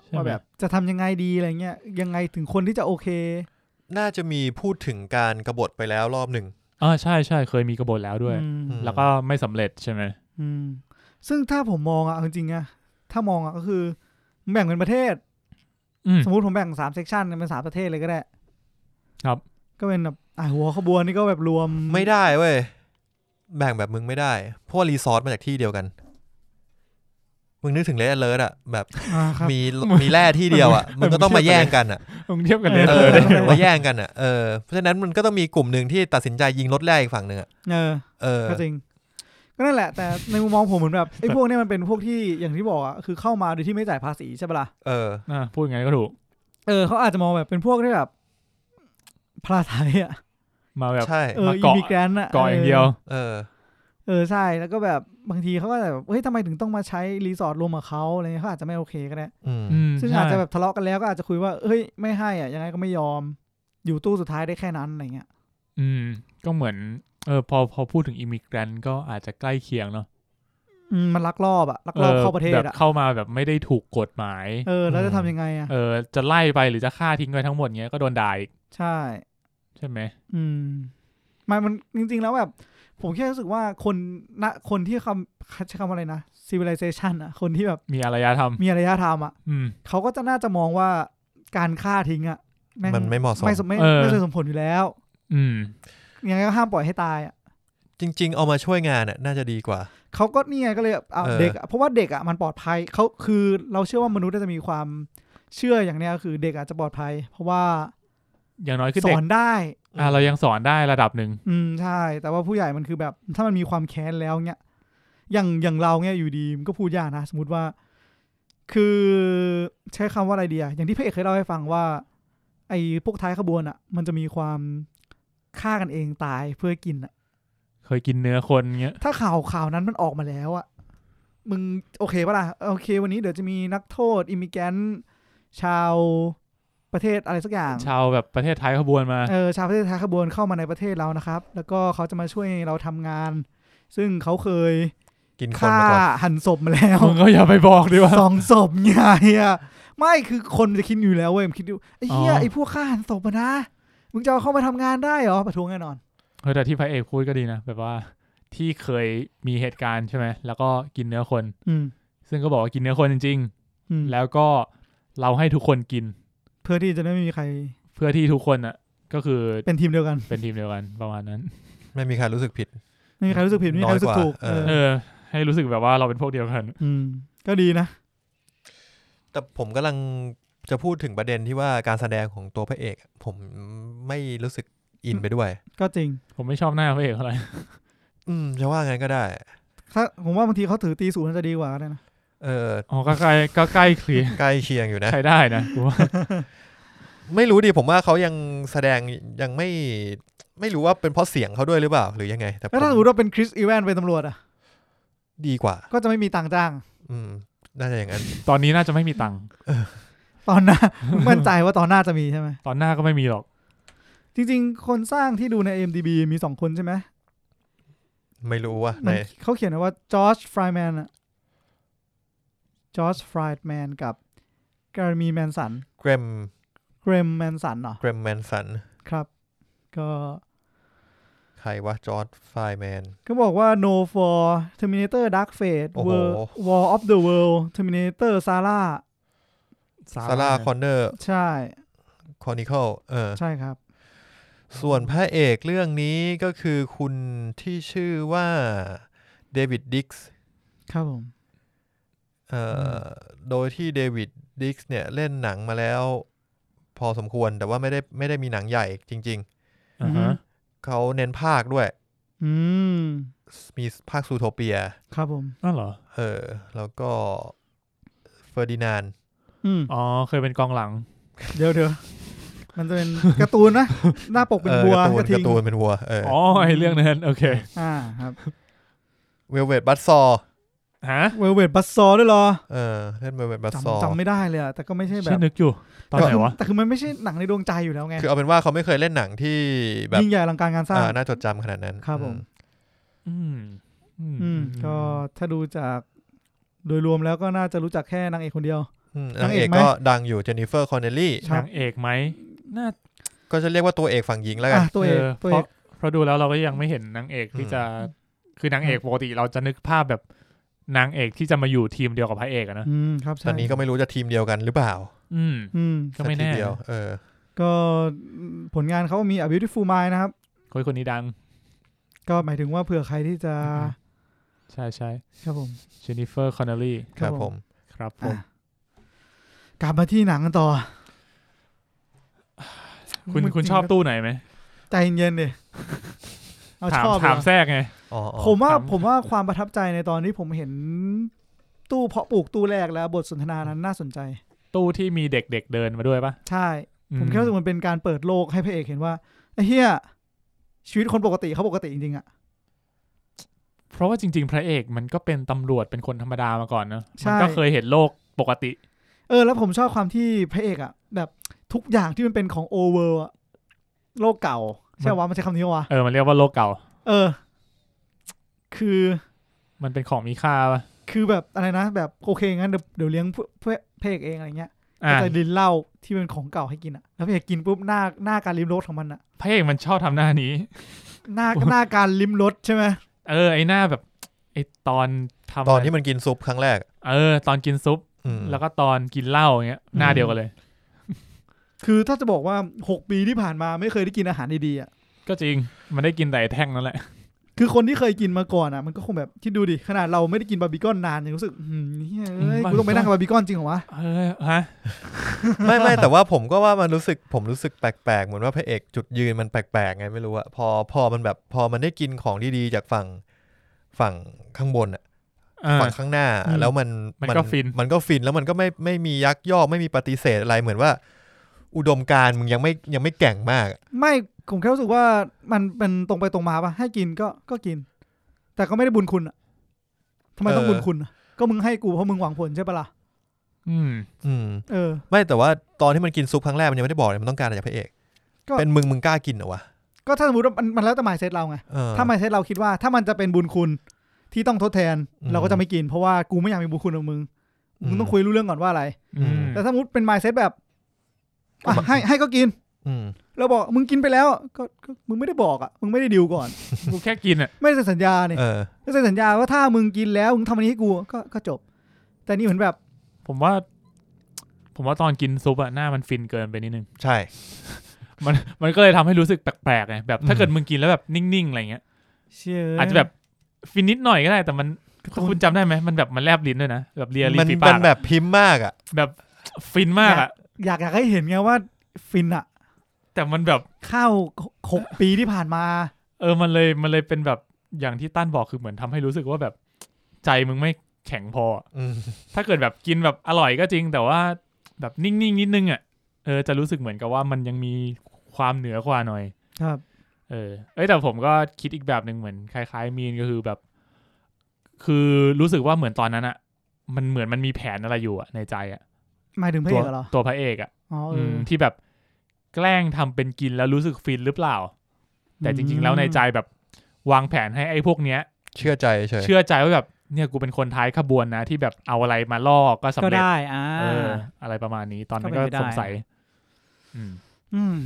ใช่ ว่า ไหม แบบจะทำยังไงดีอะไรเงี้ยยังไงถึงคนที่จะโอเค น่าจะมีพูดถึงการกบฏไปแล้วรอบหนึ่ง อ๋อใช่ใช่เคยมีกบฏแล้วด้วย อืม อืม แล้วก็ไม่สำเร็จใช่ไหม อืมซึ่งถ้าผมมองอะเอาจริงๆอะถ้ามองอะก็คือแบ่งเป็นประเทศ อืม สมมติผมแบ่งสามเซกชันเป็นสามประเทศเลยก็ได้ ครับ ก็เป็นแบบอ่ะหัวขบวนนี่ก็แบบรวม ไม่ได้เว้ย แบ่งแบบมึงไม่ได้ เพราะว่ารีซอร์สมาจากที่เดียวกัน มึงนึกถึงเลดเลิร์ดอะแบบ อ่าครับ มีมีแร่ที่เดียวอะมึงก็ต้องมาแย่งกันอะ มึงเทียบกันเลย เอ เอ ออ ได้ไงวะ มาแย่งกันอะเออเพราะฉะนั้นมันก็ต้องมีกลุ่มหนึ่งที่ตัดสินใจยิงรถแร่อีกฝั่งหนึ่งอะ เออ เออ ก็จริง ก็นั่นแหละ แต่ในมุมมองผมเหมือนแบบไอ้พวกเนี้ยมันเป็นพวกที่อย่างที่บอกอะคือเข้ามาโดยที่ไม่จ่ายภาษีใช่ปะล่ะ เออ อ่ะพูดยังไงก็ถูก เออเขาอาจจะมองแบบเป็นพวกที่แบบพลาไทยอะ มาแบบ ใช่ เออ มา อิ เกาะ มิแกรนอะ ก่ออย่างเดียว เออ เออใช่แล้วก็แบบบางทีเขาก็จะแบบเฮ้ยทำไมถึงต้องมาใช้รีสอร์ทรวมกับเขาอะไรเงี้ยเขาอาจจะไม่โอเคก็ได้ อืม อืม ซึ่ง ใช่ อาจจะแบบทะเลาะกันแล้วก็อาจจะคุยว่าเฮ้ยไม่ให้อ่ะยังไงก็ไม่ยอม อยู่ตู้สุดท้ายได้แค่นั้นอะไรเงี้ย อืม ก็เหมือน เออ พอพอพูดถึงอิมิเกรนก็อาจจะใกล้เคียงเนาะ อืมมันลักลอบอ่ะลักลอบเข้าประเทศ แบบ อ่ะ เข้ามาแบบไม่ได้ถูกกฎหมาย เออแล้วจะทำยังไงอ่ะ เออ จะไล่ไปหรือจะฆ่าทิ้งไปทั้งหมดเงี้ยก็โดนด่าอีก ใช่ ใช่ไหม อืมมันมันจริง ๆ แล้วแบบ ผมแค่รู้สึกว่าคนนะคนที่คำใช้คำอะไรนะ civilization อ่ะคนที่แบบ มีอารยธรรม มีอารยธรรมอ่ะ อืม เขาก็จะน่าจะมองว่าการฆ่าทิ้งอ่ะแง มันไม่เหมาะสม ไม่สมไม่ เออ ไม่สมสมผลอยู่แล้ว อืม ยังไงก็ห้ามปล่อยให้ตายอ่ะ จริง ๆ เอามาช่วยงานน่ะน่าจะดีกว่า เขาก็นี่ไงก็เลยเอา เออ เด็กอะเพราะว่าเด็กอ่ะมันปลอดภัยเขาคือเราเชื่อว่ามนุษย์น่าจะมีความเชื่ออย่างเนี้ยคือเด็กอาจจะปลอดภัย เพราะว่า อย่างน้อยคือ ส เด็ก อนได้ อ่ะเรายังสอนได้ระดับหนึ่ง อืมใช่ แต่ว่าผู้ใหญ่มันคือแบบ ถ้ามันมีความแค้นแล้วเนี่ยอย่างอย่างเราเนี่ยอยู่ดีมันก็พูดยากนะ สมมติว่า คือใช้คำว่าอะไรดีอะอย่างที่พระเอกเคยเล่าให้ฟังว่า ไอ้พวกท้ายขบวนอะมันจะมีความฆ่ากันเองตายเพื่อกินอะ เคยกินเนื้อคนเงี้ย ถ้าข่าวข่าวนั้นมันออกมาแล้วอะมึงโอเคปะล่ะโอเค วันนี้เดี๋ยวจะมีนักโทษอิมิแกนชาวประเทศอะไรสักอย่าง ชาวแบบประเทศไทยขบวนมา เออชาวประเทศไทยขบวนเข้ามาในประเทศเรานะครับ แล้วก็เขาจะมาช่วยเราทำงาน ซึ่งเขาเคย กินคน ฆ่า มาก่อน หั่นศพมาแล้ว มึงก็อย่าไปบอกดิว่า สองศพไงอะไม่คือคนมันจะคิดอยู่แล้วเว้ยมันคิดดูไอ้เหี้ย อ๋อ ไอ้พวกฆ่าหั่นศพอะนะมึงจะเอาเข้ามาทำงานได้เหรอประท้วงแน่นอน เออแต่ที่พระเอกพูดก็ดีนะแบบว่าที่เคยมีเหตุการณ์ใช่ไหมแล้วก็กินเนื้อคน อืม ซึ่งก็บอกว่ากินเนื้อคนจริง อืม ๆ แล้วก็เราให้ทุกคนกิน เพื่อที่จะได้ไม่มีใคร เพื่อที่ทุกคนอ่ะก็คือ เป็นทีมเดียวกัน เป็นทีมเดียวกันประมาณนั้น ไม่มีใครรู้สึกผิด ไม่มีใครรู้สึกผิดไม่มีใครรู้สึกถูก น้อยกว่าเออ เอ เอออให้รู้สึกแบบว่าเราเป็นพวกเดียวกัน อืม ก็ดีนะ แต่ผมกำลังจะพูดถึงประเด็นที่ว่าการแสดงของตัวพระเอก ผมไม่รู้สึกอินไปด้วย ก็จริง ผมไม่ชอบหน้าพระเอกเท่าไหร่ อืมจะว่างั้นก็ได้ ถ้าผมว่าบางทีเขาถือตีศูนย์น่าจะดีกว่าก็ได้นะ เออ อ๋อก็ใกล้ก็ใกล้เคียง ใกล้เคียงอยู่นะ ใช้ได้นะกูว่า ไม่รู้ดิผมว่าเขายังแสดงยังไม่ไม่รู้ว่าเป็นเพราะเสียงเขาด้วยหรือเปล่า หรือยังไง แต่ผ แล้วถ้าสม ม มติว่าเป็นคริสอีแวนเป็นตำรวจอะ ดีกว่า ก็จะไม่มีต่างค์จ้าง อืม น่าจะอย่างนั้น ตอนนี้น่าจะไม่มีตังค์ ตอนห น้า มั่นใจว่าตอนหน้าจะมีใช่ไหม ตอนหน้าก็ไม่มีหรอก จริงๆ คนสร้างที่ดูใน IMDb มีสองคนใช่ไหม ไม่รู้ว่า มั ใน นเขาเขียนไว้ว่าจอร์จฟรายแมนอะจอร์จฟรายแมนกับการมีแมนสัน เกรม เกรมแมนสันเหรอ เกรมแมนสัน ครับ ก็ ใครวะจอร์ดไฟแมน ก็บอกว่า No for Terminator Dark Fate โอ้โห World War of the World Terminator Sarah ซาร่าคอนเนอร์ ใช่ คอนิคลเออ ใช่ครับ ส่วนพระเอกเรื่องนี้ก็คือคุณที่ชื่อว่าเดวิดดิกส์ ครับผม เอ่ออโดยที่เดวิดดิกส์เนี่ยเล่นหนังมาแล้ว พอสมควรแต่ว่าไม่ได้ไม่ได้มีหนังใหญ่จริง อ่าฮะ ๆ เขาเน้นภาคด้วย อืม มีภาคซูโทเปีย ครับผม นั่นเหรอ เออ แล้วก็เฟอร์ดินานด์ อืม อ๋อเคยเป็นกองหลัง เดี๋ยวเดี๋ยวมันจะ เป็นการ์ตูนนะ หน้าปกเป็น เออ บัว การ์ตูน กระทิ กาง ร์ตูนเป็นวัวเออ อ๋อไอเรื่องนั้นโอเค อ่าครับ เวลเวดบัตซอ ฮะ เวลเวดบัสซอร์ด้วยเหรอ เออเล่นเวลเวดบัตซอ จำจำไม่ได้เลยอะแต่ก็ไม่ใช่แบ ใช่ บ นึกอยู่ ตอนไหนวะ แต่คือมันไม่ใช่หนังในดวงใจอยู่แล้วไง คือเอาเป็นว่าเขาไม่เคยเล่นหนังที่แบบ ยิ่งใหญ่อลังการงานสร้าง อ่าน่าจดจำขนาดนั้น ครับผม อืมอืม อืม ก็ถ้าดูจากโดยรวมแล้วก็น่าจะรู้จักแค่นางเอกคนเดียว อืนานมาง ง เอ เอก ก ไหม ก็ดังอยู่เจนนิเฟอร์คอนเนลลี่ ครับ นางเอกไหมน่า ก็จะเรียกว่าตัวเอกฝั่งหญิงแล้วกัน อ่ะตัวเอก อ ตัว เพ เอ ราะ ก เพราะดูแล้วเราก็ยังไม่เห็นนางเอกที่ อืม จะ คือนางเอกปกติเราจะนึกภาพแบบนางเอกที่จะมาอยู่ทีมเดียวกับพระเอกอะนะ อืมครับ ต ใช่ อนนี้ก็ไม่รู้จะทีมเดียวกันหรือเปล่า อืม อืม ก็ไม่แน่ สัทีเดียวเออ ก็ผลงานเขามี A Beautiful Mind นะครับ คนคนนี้ดัง ก็หมายถึงว่าเผื่อใครที่จะ อืม ใช่ใช่ ครับผม เจนนิเฟอร์คอนเนลลี่ ครับผม ครับผม อ่ะกลับมาที่หนังกันต่อ คุณคุณชอบตู้ไหนไหม ใจเย็นๆดิเอา ถาม ชอบ ถาม เหรอ แทรกไง อ๋ออ๋อ ผมว่า ครับ ผมว่าความประทับใจในตอนนี้ผมเห็นตู้เพาะปลูกตู้แรกแล้วบทสนทนานั้นน่าสนใจ ตู้ที่มีเด็กๆเดินมาด้วยปะ ใช่ ผมแค่รู้สึกมันเป็นการเปิดโลกให้พระเอกเห็นว่าไอ้เฮียชีวิตคนปกติเขาปกติจริงๆอะ เพราะว่าจริง ๆ พระเอกมันก็เป็นตำรวจเป็นคนธรรมดามาก่อนนะ ใช่ มันก็เคยเห็นโลกปกติ เออแล้วผมชอบความที่พระเอกอะแบบทุกอย่างที่มันเป็นของโอเวอร์อะโลกเก่า ใช่วะมันใช้คำนี้วะ เออ มันเรียกว่าโลกเก่า เออ คือ มันเป็นของมีค่าปะ คือแบบอะไรนะ แบบโอเคงั้นเดี๋ยวเดี๋ยวเลี้ยงพวกพวกพระเอกเองอะไรเงี้ย อ่ะ แต่ดินเหล้าที่เป็นของเก่าให้กินอะแล้วพระเอกกินปุ๊บหน้าหน้าการริมรสของมันอะ พระเอกมันชอบทำหน้านี้ หน้าหน้าการริมรสใช่ไหม เออ ไอหน้าแบบไอตอนทำะไร ตอนที่มันกินซุปครั้งแรก เออ ตอนกินซุป อืม แล้วก็ตอนกินเหล้าอย่างเงี้ย หน้าเดียวกันเลย คือถ้าจะบอกว่า 6 ปีที่ผ่านมาไม่เคยได้กินอาหารดีๆอ่ะ ก็จริง มันได้กินแต่ไอ้แท่งนั่นแหละ คือคนที่เคยกินมาก่อนอ่ะ มันก็คงแบบคิดดูดิ ขนาดเราไม่ได้กินบาร์บีคอนนานยังรู้สึกอืมเฮ้ยกูต้องไปนั่งกับบาร์บีคอนจริงเหรอวะ เออฮะ ไม่ไม่แต่ว่าผมก็ว่ามันรู้สึกผมรู้สึกแปลกๆ เหมือนว่าพระเอกจุดยืนมันแปลกๆไงไม่รู้อะพอพอมันแบบพอมันได้กินของดีๆจากฝั่งฝั่งข้างบนอะ เอ อ่า ฝั่งข้างหน้า อืม แล้วมัน มันก็ฟิน มันก็ฟินแล้วมันก็ไม่ไม่มียักยอกไม่มีปฏิเสธอะไรเหมือนว่า อุดมการณ์มึงยังไม่ยังไม่แกร่งมาก ไม่ผมแค่รู้สึกว่ามันเป็นตรงไปตรงมาปะให้กินก็ก็กิน แต่ก็ไม่ได้บุญคุณอะทำไมต้องบุญคุณอะก็มึงให้กูเพราะมึงหวังผลใช่ปะล่ะ อืม อืม เออ ไม่แต่ว่าตอนที่มันกินซุปครั้งแรกมันยังไม่ได้บอกเลยมันต้องการอะไรจากพระเอก ก็ เป็นมึงมึงกล้ากินเหรอวะ ก็ถ้าสมมติว่ามันมันแล้วแต่หมายเซตเราไง เออ ถ้าหมายเซตเราคิดว่า ถ้ามันจะเป็นบุญคุณที่ต้องทดแทน อืม เราก็จะไม่กิน เพราะว่ากูไม่อยากมีบุญคุณของมึงมึงต้องคุยรู้เรื่องก่อนว่าอะไร อืม แต่ถ้าสมมติเป็นหมายเซตแบบอ่ะให้ให้ก็กิน อืม เราบอกมึงกินไปแล้วอะก็ก็มึงไม่ได้บอกอ่ะมึงไม่ได้ดิวก่อน กูแค่กินอ่ะ ไม่ได้เซ็นสัญญาเนี่ย เออ ไม่ได้เซ็นสัญญาว่าถ้ามึงกินแล้วมึงทำอันนี้ให้กูก็ก็จบ แต่นี่เหมือนแบบ ผมว่า ผมว่าตอนกินซุปอะหน้ามันฟินเกินไปนิดนึง ใช่ มันมันก็เลยทำให้รู้สึกแปลกๆไงแบบถ้า อืม เกิดมึงกินแล้วแบบนิ่งๆอะไรเงี้ย เชี่ย อาจจะแบบฟินนิดหน่อยก็ได้ แต่มันคุณจำได้ไหมมันแบบมันแลบลิ้นด้วยนะแบบเลียลิ้ มัน น ฝี เป็ ปาน ก แบ อะ บพิมพ์มากอ่ะ แบบฟินมากอะ อยากอยากให้เห็นไงว่าฟินอะ แต่มันแบบ ข้าวหกปีที่ผ่านมา เออ มันเลย มันเลยเป็นแบบ อย่างที่ตั้นบอกคือเหมือนทำให้รู้สึกว่าแบบ ใจมึงไม่แข็งพออะ อืม ถ้าเกิดแบบกินแบบอร่อยก็จริง แต่ว่าแบบนิ่งๆนิดนึงอ่ะ เออ จะรู้สึกเหมือนกับว่ามันยังมีความเหนือกว่าหน่อย ครับ เออ เอ้ยแต่ผมก็คิดอีกแบบหนึ่งเหมือนคล้ายๆมีนก็คือแบบ คือรู้สึกว่าเหมือนตอนนั้นอะมันเหมือนมันมีแผนอะไรอยู่อะในใจอะ หมายถึงพตัระเอ ว กเหรอ ตัวพระเอกอะ อ๋อเอ อื อ มที่แบบแกล้งทำเป็นกินแล้วรู้สึกฟินหรือเปล่า แต่จริง ๆ แล้วในใจแบบวางแผนให้ไอ้พวกเนี้ย เชื่อใจเฉย เชื่อใจว่าแบบเนี่ยกูเป็นคนท้ายขบวนนะ ที่แบบเอาอะไรมาล่อก็สำ ก็ เร็จ ได้อ่า เอออะไรประมาณนี้ ตอนนั้น ก็ ก็ เป็นไปได้ สงสัยอืม อืม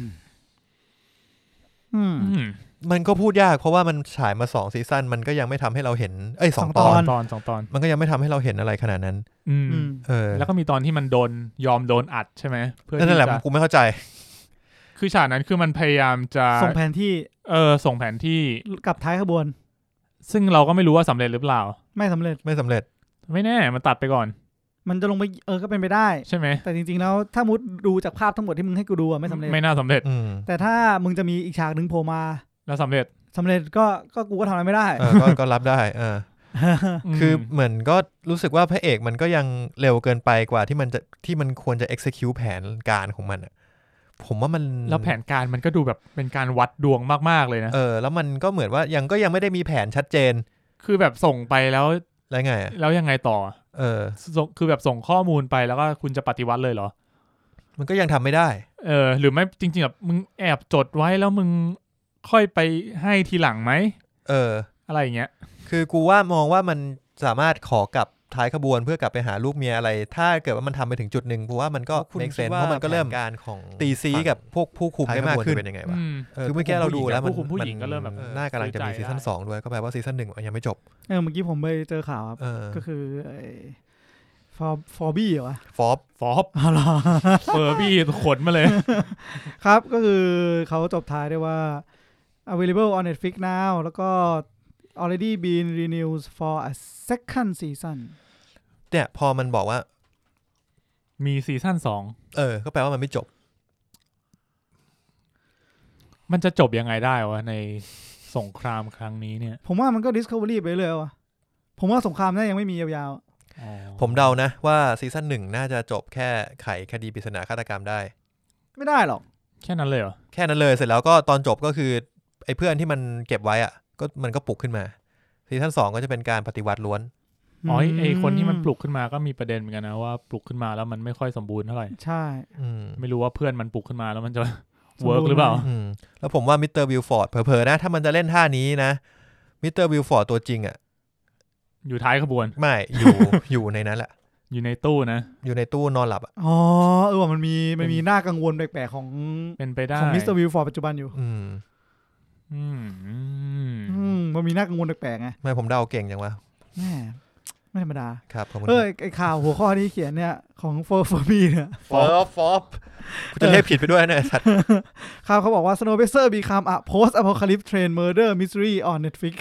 อืม อืม มันก็พูดยากเพราะว่ามันฉายมาสองซีซั่นมันก็ยังไม่ทำให้เราเห็น เอ้ยสอง สอง ต ต อ อน สอน งตอนสองตอน มันก็ยังไม่ทำให้เราเห็นอะไรขนาดนั้น อืม อืม เออ แล้วก็มีตอนที่มันโดนยอมโดนอัดใช่ไหมเพื่อ นั่ ที่ นแหละ จะ กูไม่เข้าใจ คือฉากนั้นคือมันพยายามจะ ส่งแผนที่ เออส่งแผนที่ กลับท้ายขบวน ซึ่งเราก็ไม่รู้ว่าสำเร็จหรือเปล่า ไม่สำเร็จ ไม่สำเร็จ ไม่แน่มันตัดไปก่อน มันจะลงไปเออก็เป็นไปได้ ใช่ไหม แต่จริง ๆ แล้วถ้ามุดดูจากภาพทั้งหมดที่มึงให้กูดูอะไม่สำเร็จ ไม่น่าสำเร็จ อืม แต่ถ้ามึงจะมีอีกฉากหนึ่งโผล่มา แล้วสำเร็จ สำเร็จก็ก็กูก็ทำอะไรไม่ได้ เออก็ก็รับได้เอออ ม คือเหมือนก็รู้สึกว่าพระเอกมันก็ยังเร็วเกินไปกว่าที่มันจะที่มันควรจะ execute แผนการของมันอะผมว่ามัน แล้วแผนการมันก็ดูแบบเป็นการวัดดวงมากๆเลยนะ เออ แล้วมันก็เหมือนว่ายังก็ยังไม่ได้มีแผนชัดเจน คือแบบส่งไปแล้ว แล้วไงอะ แล้วยังไงต่อ เออ ส่งคือแบบส่งข้อมูลไปแล้วก็คุณจะปฏิวัติเลยเหรอ มันก็ยังทำไม่ได้ เออ หรือไม่จริงๆแบบมึงแอบจดไว้แล้วมึงค่อยไปให้ทีหลังไหม เออ อะไรอย่างเงี้ย คือกูว่ามองว่ามันสามารถขอกลับท้ายขบวนเพื่อกลับไปหาลูกเมียอะไร ถ้าเกิดว่ามันทำไปถึงจุดหนึ่งกูว่ามันก็ คุณ เมกเซน คิดว่า เพราะมันก็เริ่ม แผนการของ ตีซีกับพวกผู้คุม ท้าย ได้มาก ขบวน ขึ้น จะเป็นยังไงวะ อืม เออเมื่อกี้เราดูแล้วมัน ผู้คุมผู้หญิงก็เริ่มแบบ ออน่ากำลังจะมี ซื้ ซี อใจ ซั่น ได้ สองด้วยก็แปลว่าซีซั่นหนึ่งยังไม่จบ เออเมื่อกี้ผมไปเจอข่าวครับ เออ ก็คือไอ้ฟอร์ฟอร์บี้เหรอวะ ฟอบ ฟอบ เฟอร์บี้ขนมาเลย ครับ ก็คือเขาจบท้ายได้วยว่า available on Netflix now แล้วก็ already been renewed for a second season เนี่ยพอมันบอกว่า มีซีซั่นสอง เออ ก็แปลว่ามันไม่จบ มันจะจบยังไงได้วะในสงครามครั้งนี้เนี่ย ผมว่ามันก็ discovery ไปเรื่อยๆว่ะผมว่าสงครามน่ายังไม่มียาว ผมเดานะว่าซีซั่นหนึ่งน่าจะจบแค่ไขคดีปริศนาฆาตกรรมได้ ๆ ไม่ได้หรอก แค่นั้นเลยเหรอ แค่นั้นเลยเสร็จแล้วก็ตอนจบก็คือไอ้เพื่อนที่มันเก็บไว้อ่ะก็มันก็ปลุกขึ้นมาซีซั่นสองก็จะเป็นการปฏิวัติล้วน อ๋อไอ้ ม ไอคนที่มันปลุกขึ้นมาก็มีประเด็นเหมือนกันนะว่าปลุกขึ้นมาแล้วมันไม่ค่อยสมบูรณ์เท่าไหร่ ใช่ อืม ไม่รู้ว่าเพื่อนมันปลุกขึ้นมาแล้วมันจะ สมบูรณ์ เวิร์กหรือเปล่า อืมแล้วผมว่ามิสเตอร์วิลฟอร์ดเผลอๆนะ ถ้ามันจะเล่นท่านี้นะมิสเตอร์วิลฟอร์ดตัวจริงอะ่ะ อยู่ท้ายขบวน ไม่ อยู่ อยู่ในนั้นแหละ อยู่ในตู้นะ อยู่ในตู้นอนหลับอะ อ๋อเออว่ะมันมีมันมีหน้ากังวลแปลกๆของ เป็นไปได้ ของมิสเตอร์วิลฟอร์ปัจจุบันอยู่ อืม อืม อืมมันมีหน้ากังวลแปลกๆไง ทำไม่ผมเดาเก่งจังวะ แหม่ไม่ธรรมดา ครับขอบคุณ เออไอข่าวหัวข้อนี้เขียนเนี่ยของเฟอร์เฟอร์บีเนี่ย ฟอฟฟอบกูจะเรียกผิดไปด้วยนะไอ้สัตว์ ครับเขาบอกว่า Snowpiercer become a post apocalypse train murder mystery on Netflix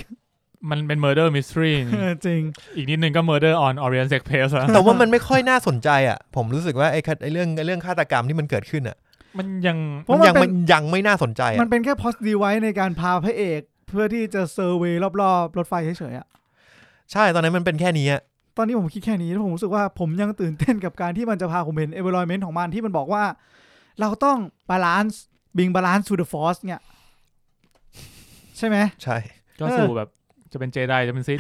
มันเป็น murder mystery นี่ เออ จริง อีกนิดนึงก็ Murder on Orient Express แล้ว แต่ว่ามันไม่ค่อยน่าสนใจอ่ะ ผมรู้สึกว่าไอ้คดไอ้เรื่องไอ้เรื่องฆาตกรรมที่มันเกิดขึ้นอ่ะ มันยัง เพราะ มันยัง มันเป็ มัน นยังไม่น่าสนใจ มั อ่ะ นเป็นแค่ post device ในการพาพระเอก เพื่อที่จะเซอร์เวยรอบๆ รถไฟเฉยๆอ่ะ ใช่ตอนนั้นมันเป็นแค่นี้อะ ตอนนี้ผมคิดแค่นี้แล้วผมรู้สึกว่าผมยังตื่นเต้นกับการที่มันจะพาผมเห็น environment ของมันที่มันบอกว่า เราต้อง balance being balance to the force เนี่ย ใช่ไหม ใช่ ก็ เออ สู่แบบจะเป็นเจไดจะเป็นซิด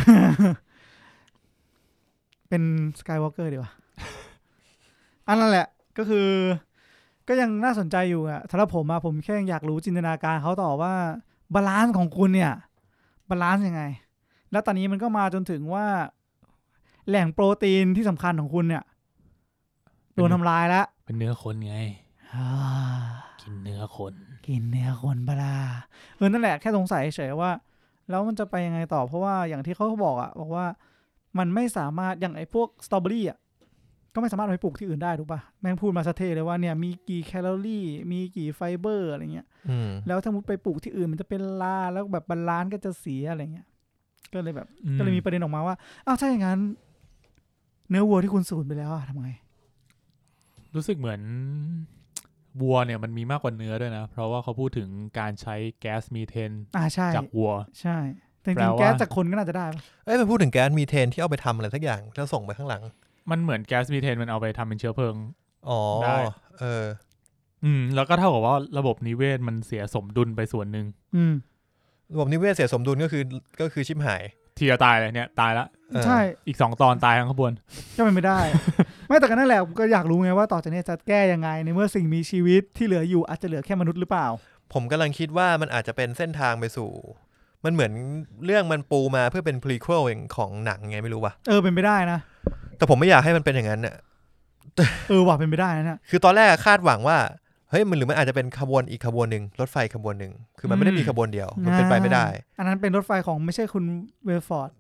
เป็น skywalker ดีกว่า อันนั้นแหละก็คือ ก็ยังน่าสนใจอยู่อะสำหรับผมอะผมแค่อยากรู้จินตนาการเขาต่อว่า บาลานซ์ของคุณเนี่ย บาลานซ์ยังไง แล้วตอนนี้มันก็มาจนถึงว่า แหล่งโปรตีนที่สำคัญของคุณเนี่ยโดนทำลายแล้ว เป็นเนื้อคนไง อ่า กินเนื้อคน กินเนื้อคนปะลาเออนั่นแหละแค่สงสัยเฉยๆว่า แล้วมันจะไปยังไงต่อเพราะว่าอย่างที่เขาบอกอะบอกว่ามันไม่สามารถอย่างไอ้พวกสตรอเบอรี่อะก็ไม่สามารถเอาไปปลูกที่อื่นได้ถูกปะแม่งพูดมาสะเทเลยว่าเนี่ยมีกี่แคลอรี่ มีกี่ไฟเบอร์อะไรเงี้ย อืม แล้วถ้ามุดไปปลูกที่อื่นมันจะเป็นลาแล้วแบบบาลานซ์ก็จะเสียอะไรเงี้ยก็เลยแบบ อืม ก็เลยมีประเด็นออกมาว่าอ้าวถ้าอย่างนั้น เนื้อวัวที่คุณสูญไปแล้วอะทำไง รู้สึกเหมือนวัวเนี่ยมันมีมากกว่าเนื้อด้วยนะ เพราะว่าเขาพูดถึงการใช้แก๊สมีเทน อ่าใช่ จากวัว ใช่แต่จ แปล ริง ว่า ๆแก๊สจากคนก็น่าจะได้ปะ เอ้ยไปพูดถึงแก๊สมีเทนที่เอาไปทำอะไรสักอย่างแล้วส่งไปข้างหลัง มันเหมือนแก๊สมีเทนมันเอาไปทำเป็นเชื้อเพลิง อ๋อ ได้ เออ อืม แล้วก็เท่ากับว่าระบบนิเวศมันเสียสมดุลไปส่วนหนึ่ง อืม ระบบนิเวศเสียสมดุลก็คือก็คือชิบหาย ทีจะตายเลยเนี่ยตายละ เออ ใช่ อีกสองตอนตายทั้งขบวน ก็เป็นไม่ได้ ไม่แต่ก็นั่นแหละผมก็อยากรู้ไงว่าต่อจากนี้จะแก้ยังไง ในเมื่อสิ่งมีชีวิตที่เหลืออยู่อาจจะเหลือแค่มนุษย์หรือเปล่า ผมกำลังคิดว่ามันอาจจะเป็นเส้นทางไปสู่ มันเหมือนเรื่องมันปูมาเพื่อเป็นพรีเควลเองของหนังไงไม่รู้ว่ะ เออเป็นไปได้นะ แต่ผมไม่อยากให้มันเป็นอย่างนั้นน่ะ เออว่ะเป็นไปได้นะเนี่ย คือตอนแรกคาดหวังว่าเฮ้ยมันหรือมันอาจจะเป็นขบวนอีกขบวนหนึ่งรถไฟขบวนหนึ่งคือมันไม่ได้มี อืม ขบวนเดียว มันเป็นไปไม่ได้ อันนั้นเป็นรถไฟของไม่ใช่คุณเวลฟอร์ด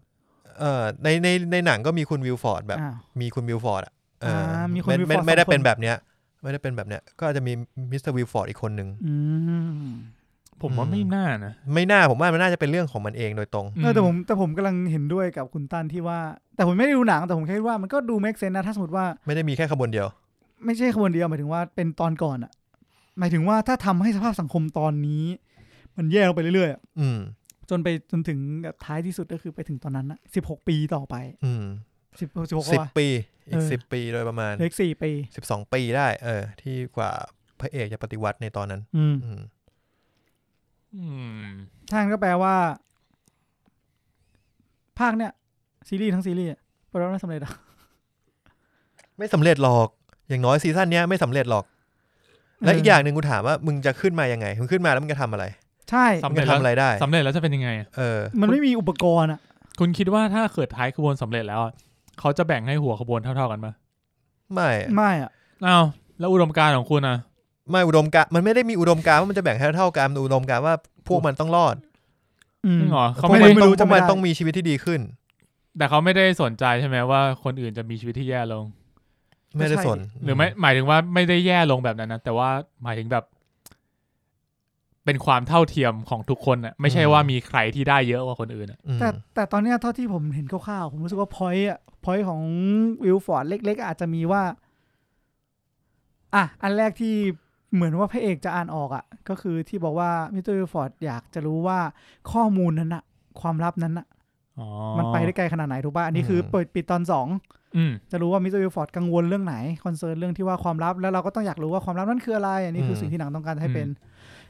เออในในในหนังก็มีคุณวิลฟอร์ดแบบ อ้าว มีคุณวิลฟอร์ดอ่ะเออ อ่ามีคุณ ไม่ วิลฟอร์ไม่ดไม่ได้ สองคน เป็นแบบเนี้ย ไม่ได้เป็นแบบเนี้ย ก็อาจจะมีมิสเตอร์วิลฟอร์ดอีกคนหนึ่ง อืม ผม อื ว่าม ไม่น่านะ ไม่น่าผมว่ามันน่าจะเป็นเรื่องของมันเองโดยตรง เออแต่ผมแต่ผมกำลังเห็นด้วยกับคุณตันที่ว่า แต่ผมไม่ได้ดูหนังแต่ผมแค่คิดว่ามันก็ดู make sense นะถ้าสมมติว่า ไม่ได้มีแค่ขบวนเดียว ไม่ใช่ขบวนเดียวหมายถึงว่าเป็นตอนก่อนอะหมายถึงว่าถ้าทำให้สภาพสังคมตอนนี้ มันแย่ลงไปเรื่อยๆอะ อืม จนไปจนถึงแบบท้ายที่สุดก็คือไปถึงตอนนั้นนะสิบหกปีต่อไป อืม สิบสิบหก สิบ วะ ปี อีก เออ สิบปีโดยประมาณ เหล็กสี่ปี สิบสองปีได้ เออ ที่กว่าพระเอกจะปฏิวัติในตอนนั้น อืม อืม อืม ท่านก็แปลว่า ภาคเนี่ย ซีรีส์ทั้งซีรีส์อะประสบความสำเร็จอะ ไม่สำเร็จหรอก อย่างน้อยซีซั่นเนี้ยไม่สำเร็จหรอก และอีกอย่างหนึ่งกูถามว่ามึงจะขึ้นมายังไง มึงขึ้นมาแล้วมึงจะทำอะไร ใช่สำมึง เร็จ จะ แล้ ทำ ว อะไรได้ สำเร็จแล้วจะเป็นยังไงอะ เออ มันไม่มีอุปกรณ์อะ คุณคิดว่าถ้าเกิดท้ายขบวนสำเร็จแล้วอะเขาจะแบ่งให้หัวขบวนเท่า ๆกันปะ ไม่ ไม่อะ อ้าวแล้วอุดมการณ์ของคุณอะ ไม่อุดมการณ์มันไม่ได้มีอุดมการณ์ว่ามันจะแบ่งให้เท่ากันมันอุดมการณ์ว่าพวกมันต้องรอด อืม จริงเหรอ พ เขา วก ไม่ มัน ได้ ไรู้ ต้องพวกจะไม่ มัน ได้ ต้องมีชีวิตที่ดีขึ้น แต่เขาไม่ได้สนใจใช่ไหมว่าคนอื่นจะมีชีวิตที่แย่ลง ไม่ได้ ไม่ใช่ สน หรือไม่หมายถึงว่าไม่ได้แย่ลงแบบนั้นนะแต่ว่าหมายถึงแบบ เป็นความเท่าเทียมของทุกคนน่ะไม่ใช่ว่ามีใครที่ได้เยอะกว่าคนอื่นน่ะ อืม แต่แต่ตอนเนี้ยเท่าที่ผมเห็นคร่าวๆผมรู้สึกว่าพอยอะพอยของวิลฟอร์ดเล็ก ๆ อาจจะมีว่า อ่ะ อันแรกที่เหมือนว่าพระเอกจะอ่านออกอะก็คือที่บอกว่ามิสเตอร์วิลฟอร์ดอยากจะรู้ว่าข้อมูลนั้นอะความลับนั้นอะ อ๋อ มันไปได้ไกลขนาดไหนถูกป่ะอันนี้คือเปิดปิดตอนสอง อืม จะรู้ว่ามิสเตอร์วิลฟอร์ดกังวลเรื่องไหน คอนเซิร์นเรื่องที่ว่าความลับ แล้วเราก็ต้องอยากรู้ว่าความลับนั้นคืออะไร อันนี้คือสิ่งที่หนังต้องการให้เป็น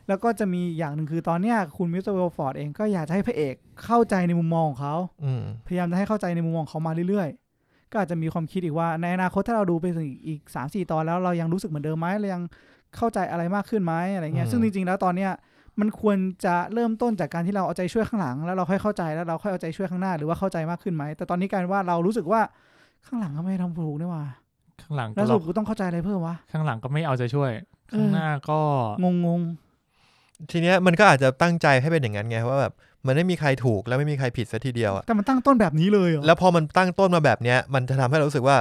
แล้วก็จะมีอย่างหนึ่งคือตอนเนี้ยคุณมิสเตอร์วิลฟอร์ดเองก็อยากจะให้พระเอกเข้าใจในมุมมองของเขา อืม พยายามจะให้เข้าใจในมุมมองของเขามาเรื่อยๆ ก็อาจจะมีความคิดอีกว่าในอนาคตถ้าเราดูไปถึงอีกสามสี่ตอนแล้วเรายังรู้สึกเหมือนเดิมไหมเรายังเข้าใจอะไรมากขึ้นไหมอะไรเงี้ย ซึ่งจริงๆแล้วตอนเนี้ยมันควรจะเริ่มต้นจากการที่เราเอาใจช่วยข้างหลัง แล้วเราค่อยเข้าใจแล้วเราค่อยเอาใจช่วยข้างหน้าหรือว่าเข้าใจมากขึ้นไหม แต่ตอนนี้กลารว่าเรารู้สึกว่าข้างหลังก็ไม่ได้ทำถูกนี่หว่า ข้างหลัง แล้ ก็ วส เรา รุปกูต้องเข้าใจอะไรเพิ่มวะ ข้างหลังก็ไม่เอาใจช่วย เออ ข้างหน้าก็ งงง ทีเนี้ยมันก็อาจจะตั้งใจให้เป็นอย่างนั้นไงว่าแบบมันไม่มีใครถูกและไม่มีใครผิดซะทีเดียวอะ ๆแต่มันตั้งต้นแบบนี้เลยเหรอ แล้วพอมันตั้งต้นมาแบบเนี้ย มันจะทำให้เรารู้สึกว่า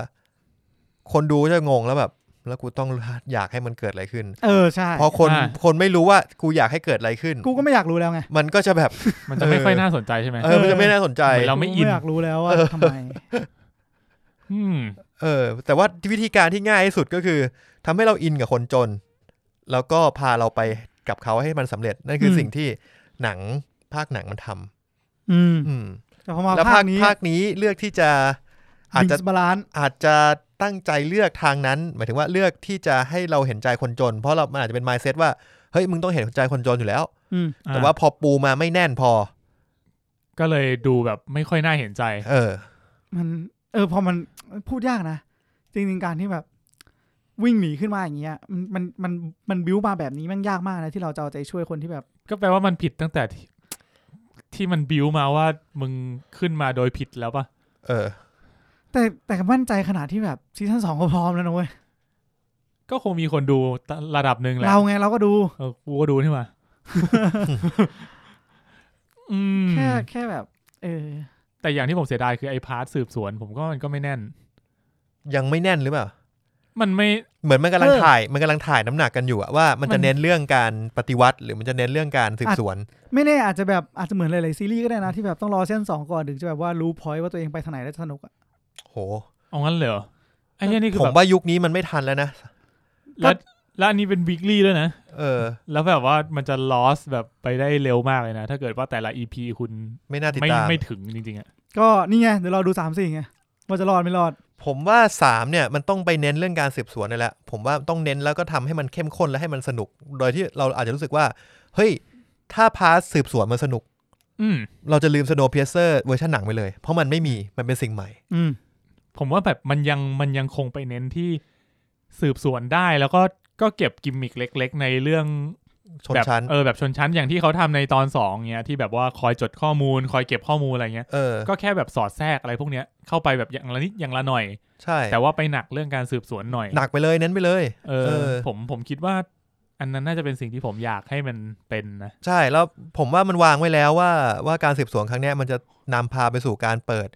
คนดูจะงงแล้วแบบ แล้วกูต้องอยากให้มันเกิดอะไรขึ้น เออใช่ พอคนคนไม่รู้ว่ากูอยากให้เกิดอะไรขึ้น กูก็ไม่อยากรู้แล้วไง มันก็จะแบบ มันจะไม่ เออ ค่อยน่าสนใจใช่ไหม เออมันจะไม่น่าสนใจ เหมือนเรา ไม่อิน กูอยากรู้แล้วว่าทำไม อืม เออ แต่ว่าวิธีการที่ง่ายที่สุดก็คือทำให้เราอินกับคนจน แล้วก็พาเราไปกับเขาให้มันสำเร็จ นั่นคืออ ม สิ่งที่หนังภาคหนังมันทำ อืม อืม แต่พอมา แล้ว ภา ภา ค ค นี้ ภาคนี้เลือกที่จะอาจจะ บิงบาลาน อาจจะตั้งใจเลือกทางนั้น หมายถึงว่าเลือกที่จะให้เราเห็นใจคนจน เพราะเรามันอาจจะเป็น mindset ว่าเฮ้ยมึงต้องเห็นใจคนจนอยู่แล้ว อืม แต่ว่า อ่ พอปูมาไม่แน่นพอ ก็เลยดูแบบไม่ค่อยน่าเห็นใจ เออ มัน เออพอมันพูดยากนะ จริงๆการที่แบบวิ่งหนีขึ้นมาอย่างเงี้ยมันมันมันมันบิวมาแบบนี้แมันยากมากนะที่เราจะเอาใจช่วยคนที่แบบ ก็แปลว่ามันผิดตั้งแต่ที่ที่มันบิวมาว่ามึงขึ้นมาโดยผิดแล้วปะ เออ แต่แต่มั่นใจขนาดที่แบบซีซั่นสองก็พร้อมแล้วนะเว้ย ก็คงมีคนดูระดับหนึ่งแหละ เราไงเราก็ดู เออกูก็ดู นี่หว่า อืม แค่แค่แบบ เออ แต่อย่างที่ผมเสียดายคือไอ้พาร์ทสืบสวน ผมก็มันก็ไม่แน่น ยังไม่แน่นหรือเปล่า มันไม่ เหมือนมันกำลัง เออ ถ่ายมันกำลังถ่ายน้ำหนักกันอยู่อะว่ามัน มั จะ น เน้นเรื่องการปฏิวัติ หรือมันจะเน้นเรื่องการสืบสวน ไม่แน่อาจจะแบบอาจจะเหมือนหลายๆซีรีส์ก็ได้นะที่แบบต้องรอเส้นสองก่อนถึงจะแบบว่ารู้พอยต์ว่าตัวเองไปทางไหนแล้วจะสนุกอะ โห เอางั้นเหรอไอ้เนี่ยนี่คือ ผ แบ ม บ ว่ายุคนี้มันไม่ทันแล้วนะ แล้วแล้วอันนี้เป็นวีคลี่ด้วยนะ เออ แล้วแบบว่ามันจะลอสแบบไปได้เร็วมากเลยนะ ถ้าเกิดว่าแต่ละ EP คุณ ไม่น่าติด ไม่ ตาม ไม่ถึงจริงๆอะ ก็นี่ไงเดี๋ยวรอดูสามสี่ไงว่าจะรอดไม่รอด ผมว่าสามเนี่ยมันต้องไปเน้นเรื่องการสืบสวนนี่แหละผมว่าต้องเน้นแล้วก็ทำให้มันเข้มข้นและให้มันสนุก โดยที่เราอาจจะรู้สึกว่า เฮ้ย ถ้าพาร์ทสืบสวนมันสนุก อืม เราจะลืม Snowpiercer เวอร์ชันหนังไปเลย เพราะมันไม่มีมันเป็นสิ่งใหม่ อืม ผมว่าแบบมันยังมันยังคงไปเน้นที่สืบสวนได้แล้วก็ก็เก็บกิมมิกเล็ก ๆ ในเรื่อง ชน แบบ ชั้น เออแบบชนชั้นอย่างที่เขาทำในตอนสองเนี้ยที่แบบว่าคอยจดข้อมูล คอยเก็บข้อมูลอะไรเงี้ย เออ ก็แค่แบบสอดแทรกอะไรพวกเนี้ยเข้าไปแบบอย่างละนิดอย่างละหน่อย ใช่ แต่ว่าไปหนักเรื่องการสืบสวนหน่อย หนักไปเลยเน้นไปเลย เอ เอ อ อ ผมผมคิดว่า อันนั้นน่าจะเป็นสิ่งที่ผมอยากให้มันเป็นนะ ใช่แล้วผมว่ามันวางไว้แล้วว่าว่าการสืบสวนครั้งเนี้ยมันจะนำพาไปสู่การเปิด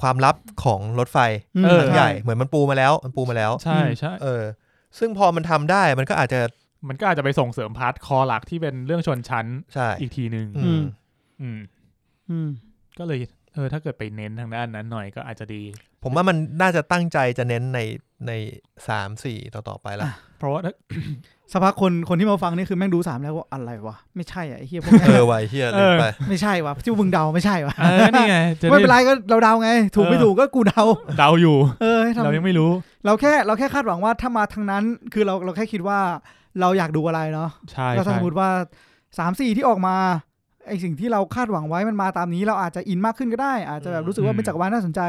ความลับของรถไฟ เออ ครั้งใหญ่เหมือนมันปูมาแล้วมันปูมาแล้ว ใช่ใช่ เออ ซึ่งพอมันทำได้มันก็อาจจะ มันก็อาจจะไปส่งเสริมพาร์ทคอหลักที่เป็นเรื่องชนชั้น ใช่ อีกทีหนึ่ง อื อื ม ม อืม อืม ก็เลยเออถ้าเกิดไปเน้นทางด้านนั้นหน่อยก็อาจจะดี ผมว่ามันน่าจะตั้งใจจะเน้นในในสามสี่ต่อต่อๆไปละ เพราะว่าถ้า สักพักคนคนที่มาฟังนี่คือแม่งดูสามแล้วว่าอะไรวะไม่ใช่อ่ะไอ้เฮียพวกเนี้ เอย อไวะไอ้เฮียลืมไป ไม่ใช่วะที่มึงเดาไม่ใช่วะ เออนี่ไงจะ ไม่เป็นไร ได้ ก็เราเดาไง ถูกไม่ เออ ถูกก็กูเดา เดาอยู่ เออให้ทำ เรายังไม่รู้ เราแค่เราแค่คาดหวังว่าถ้ามาทางนั้น คือเราเราแค่คิดว่าเราอยากดูอะไรเนาะ ใช่ ก็ถ้า ใช่ สมมติว่าสามสี่ที่ออกมาไอสิ่งที่เราคาดหวังไว้มันมาตามนี้ เราอาจจะอินมากขึ้นก็ได้ อาจจะแบบรู้สึกว่าเป็นจักรวาลน่าสนใจ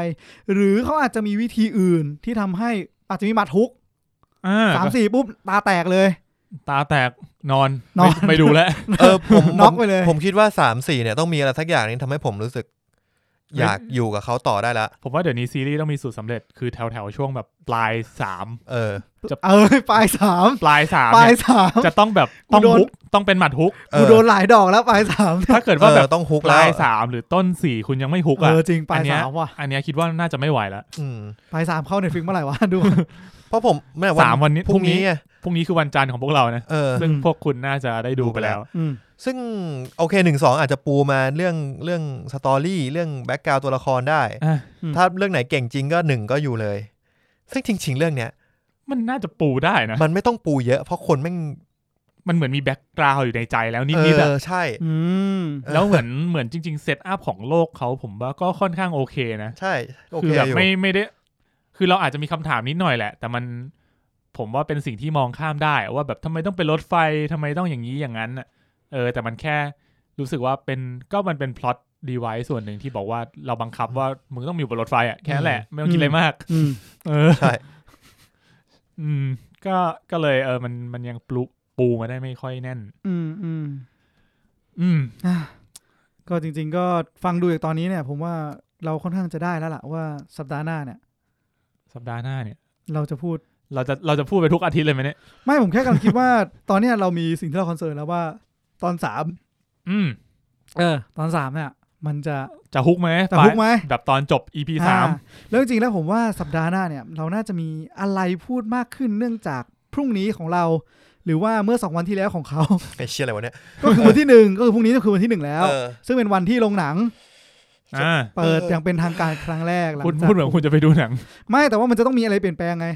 หรือเขาอาจจะมีวิธีอื่นที่ทำให้อาจจะมีมาทุก อ่ สามสี่ปุ๊บตาแตกเลย ตาแตกนอน นอน ไม่ไม่ดูแล้ว เออผม น็อกไปเลย ผมผมคิดว่าสามสี่เนี่ยต้องมีอะไรสักอย่างนี้ทำให้ผมรู้สึก เฮ้ย อยากอยู่กับเขาต่อได้ละ ผมว่าเดี๋ยวนี้ซีรีส์ต้องมีสูตรสำเร็จคือแถวแถวๆช่วงแบบปลายสาม เออ เออ ปลายสาม ปลายสาม ปลาย เนี่ย สาม จะต้องแบบ กู ต้อง โดน ฮุกต้องเป็นหมัดฮุก เอ กู อ โดนหลายดอกแล้วปลายสาม ถ้าเกิดว่าแบบ เออต้องฮุก ป แล้ ลา วย สามหรือต้นสี่คุณยังไม่ฮุก เอ อ่ะ อจริงปลาย อันเนี้ย สามว่ะ อันเนี้ยคิดว่าน่าจะไม่ไหวละ อืม ปลายสามเข้าเน็ตฟิกเมื่อไหร่วะ ดู เพราะผมไม่ สามวันนี้ พ พ รุ่ รุ่ ง ง นี้ นี้ อะ พรุ่งนี้คือวันจันทร์ของพวกเรานะ เออ ซึ่ง อืม พวกคุณน่าจะได้ดูไปแล้ว อืม ซึ่งโอเคหนึ่งสองอาจจะปูมาเรื่องเรื่องสตอรี่เรื่องแบ็กกราวตัวละครได้ อ่ะ อืม ถ้าเรื่องไหนเก่งจริงก็หนึ่งก็อยู่เลย ซึ่งจริง ๆ เรื่องเนี้ย มันน่าจะปูได้นะ มันไม่ต้องปูเยอะเพราะคนแม่ง มันเหมือนมีแบ็กกราวอยู่ในใจแล้ว เอ นิดๆอะ อใช่ อืม แล้วเหมือนเหมือนจริง ๆ เซตอัพของโลกเขาผมว่าก็ค่อนข้างโอเคนะ ใช่โอ คื เค แบบ อยู่ ไม่ไม่ได้ คือเราอาจจะมีคำถามนิดหน่อยแหละ แต่มันผมว่าเป็นสิ่งที่มองข้ามได้ ว่าแบบทำไมต้องเป็นรถไฟทำไมต้องอย่างนี้อย่างนั้นน่ะเออ แต่มันแค่รู้สึกว่าเป็นก็มันเป็นพล็อตดีไวส่วนหนึ่งที่บอกว่าเราบังคับว่ามึงต้องอยู่บนรถไฟอ่ะแค่นั้นแหละ ไม่ต้องคิดอะไรมาก อืม เออ ใช่ อืม ก็ก็เลยเออมันมันยังปลุปูมาได้ไม่ค่อยแน่น อืมอืม อืม อ่ะก็จริง ๆ ก็ฟังดูจากตอนนี้เนี่ย ผมว่าเราค่อนข้างจะได้แล้วล่ะว่าสัปดาห์หน้าเนี่ย สัปดาห์หน้าเนี่ย เราจะพูด เราจะเราจะพูดไปทุกอาทิตย์เลยไหมเนี่ย ไม่ผมแค่กำลังคิดว่า ตอนเนี้ยเรามีสิ่งที่เราคอนเซิร์นแล้วว่าตอนสาม อืม เออ ตอนสามเนี่ยมันจะ จะฮุกไหม แต่ฮุกไหม แบบตอนจบ EP สาม อ่แล้วจริงๆแล้วผมว่าสัปดาห์หน้าเนี่ยเราน่าจะมีอะไรพูดมากขึ้นเนื่องจากพรุ่งนี้ของเรา หรือว่าเมื่อสองวันที่แล้วของเขา ไอ้เชี่ยอะไรวะเนี่ย ก็คือวันที่หนึ่งก็คือพรุ่งนี้ก็คือวันที่หนึ่งแล้ว เออ ซึ่งเป็นวันที่โรงหนัง อ่า เปิด เออ อ อ ย่างเป็นทางการครั้งแรกหลัง พูด จาก พูดเหมือนคุณจะไปดูหนัง ไม่แต่ว่ามันจะต้องมีอะไรเปลี่ยนแปลงไง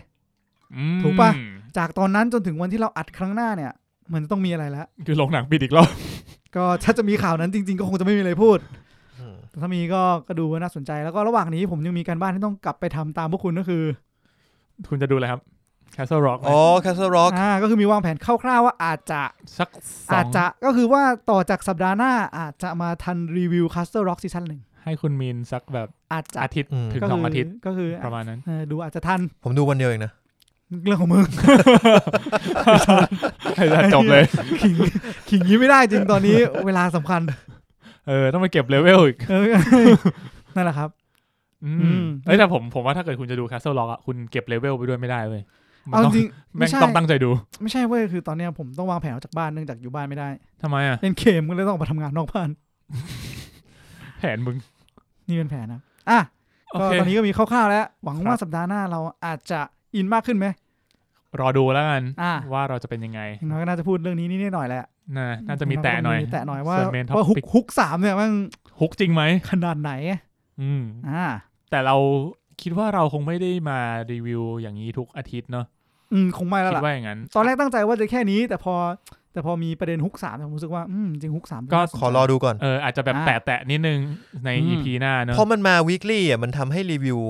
อืม ถูกปะ จากตอนนั้นจนถึงวันที่เราอัดครั้งหน้าเนี่ย มันจะต้องมีอะไรแล้ว คือลงหนังปิดอีกรอบ ก็ถ้าจะมีข่าวนั้นจริง ๆ ก็คงจะไม่มีอะไรพูด อืม แต่ถ้ามีก็ก็ดูว่าน่าสนใจแล้วก็ระหว่างนี้ผมยังมีการบ้านที่ต้องกลับไปทำตามพวกคุณก็คือ คุณจะดูอะไรครับ Castle Rock ไหม อ๋อ Castle Rock อ่าก็คือมีวางแผนคร่าวๆว่าอาจจะ สักสอ อาจ ง จะก็คือว่าต่อจากสัปดาห์หน้าอาจจะมาทันรีวิว Castle Rock ซีซั่นหนึ่ง ให้คุณมีนสักแบบ อาจจะ อาทิตย์ อืม ถึง ก็ ส คื องอาทิตย์ ก็คือ ประมาณนั้น เออดูอาจจะทัน ผมดูวันเดียวเองนะ เรื่องของมึง ให้จะจบเลย ขิงขิงอยิ้ไม่ได้จริงตอนนี้ เวลาสำคัญ เออ ต้องมาเก็บเลเวลอีก เออ นั่นแหละครับ อื อื ม ม เอ้ยแต่ผมผมว่าถ้าเกิดคุณจะดู Castle Rock อ่ะคุณเก็บเลเวลไปด้วยไม่ได้เลยมัน เอาจ ต้อง ริง แม่ ไม่ ง ใช่ ต้องตั้งใจดู ไม่ใช่เว้ยคือตอนเนี้ยผมต้องวางแผนออกจากบ้านเนื่องจากอยู่บ้านไม่ได้ ทำไมอ่ะ เล่นเกมก็เลยต้องออกมาทำงานนอกบ้าน แผนมึง นี่เป็นแผนนะอ่ะ โอ ก็ เค ตอนนี้ก็มีคร่าวๆแล้ว หวัง ครับ ว่าสัปดาห์หน้าเราอาจจะอินมากขึ้นไหม รอดูแล้วกัน อ่า ว่าเราจะเป็นยังไง อย่างน้อยก็น่าจะพูดเรื่องนี้นิดๆหน่อยๆแหละ น่าน่าจะมีแตะหน่อย มีแตะหน่อยว่า ส่วน main ว่าฮุก topic ฮุกสามเนี่ยมัน ฮุกจริงไหม ขนาดไหน อืม อ่า แต่เราคิดว่าเราคงไม่ได้มารีวิวอย่างนี้ทุกอาทิตย์เนอะ อืมคงไม่แล้ว คิ ล่ะ ดว่าอย่างนั้น ตอนแรกตั้งใจว่าจะแค่นี้ แต่พอแต่พอมีประเด็นฮุกสามเนี่ยผมรู้สึกว่าอืมจริงฮุกสาม ก็ ขอรอดูก่อน เอออาจจะแบบ อ่า แตะๆนิดนึงใน อืม EP หน้าเนอะ เพราะมันมา weekly อ่ะมันทำให้รีวิว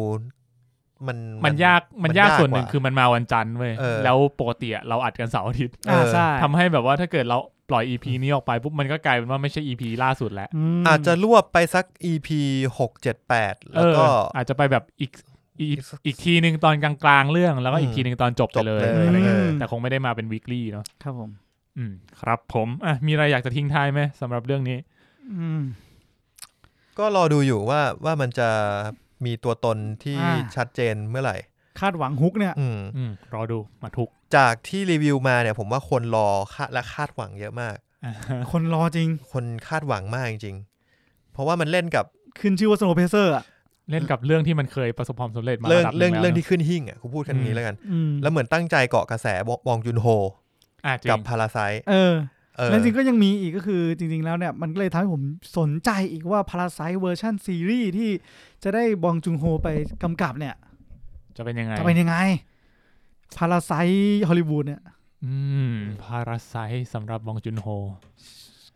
มัน มันยากมันยากส่วนหนึ่ง กว่า คือมันมาวันจันทร์เว้ย เออ แล้วปกติอะเราอัดกันเสาร์อาทิตย์ เออ อ่า อ่ ใช่ ทำให้แบบว่าถ้าเกิดเราปล่อย EP นี้ออกไปปุ๊บมันก็กลายเป็นว่าไม่ใช่ EP ล่าสุดแล้ว ม อาจจะรวบไปสัก EP หกเจ็ดแปด เอ แล้ว อ ก็ อาจจะไปแบบอีกอีก อีกสัก อีกทีหนึ่งตอนกลางๆเรื่องแล้วก็อีก อืม ทีหนึ่งตอนจบไปเลย จบเลย อะไรเงี้ย อืม แต่คงไม่ได้มาเป็น weekly เนอะ ครับผม อืมครับผมอ่ะมีอะไรอยากจะทิ้งท้ายไหมสำหรับเรื่องนี้ อืม ก็รอดูอยู่ว่าว่ามันจะมีตัวตนที่ อ่า ชัดเจนเมื่อไหร่ คาดหวังฮุก เนี่ย อืม อืมรอดูมาทุก จากที่รีวิวมาเนี่ย ผมว่าคนรอคาดและคาดหวังเยอะมาก คนรอจริง คนคาดหวังมากจริงๆ เพราะว่ามันเล่นกับ ขึ้นชื่อว่าสโนเพเซอร์อ่ะ เล่นกับเรื่องที่มันเคยประสบความสำเร็จมา เรื่อง ระดับห เรื่ นึ่ อง งแล้ว เรื่อง นะ ที่ขึ้นหิ่งอ่ะกูพูดกัน อืม นี้แล้วกัน อืม แล้วเหมือนตั้งใจเกาะกระแสบองจุนโฮ อ่ะจริ กับ ง พาราไซ เออ เออ แล้วจริงก็ยังมีอีกก็คือจริง ๆ แล้วเนี่ย มันก็เลยทำให้ผมสนใจอีกว่าพาราไซเวอร์ชันซีรีส์ที่จะได้บองจุงโฮไปกำกับเนี่ย จะเป็นยังไง จะเป็นยังไงพาราไซฮอลลีวูดเนี่ย อืมพาราไซสำหรับบองจุนโฮ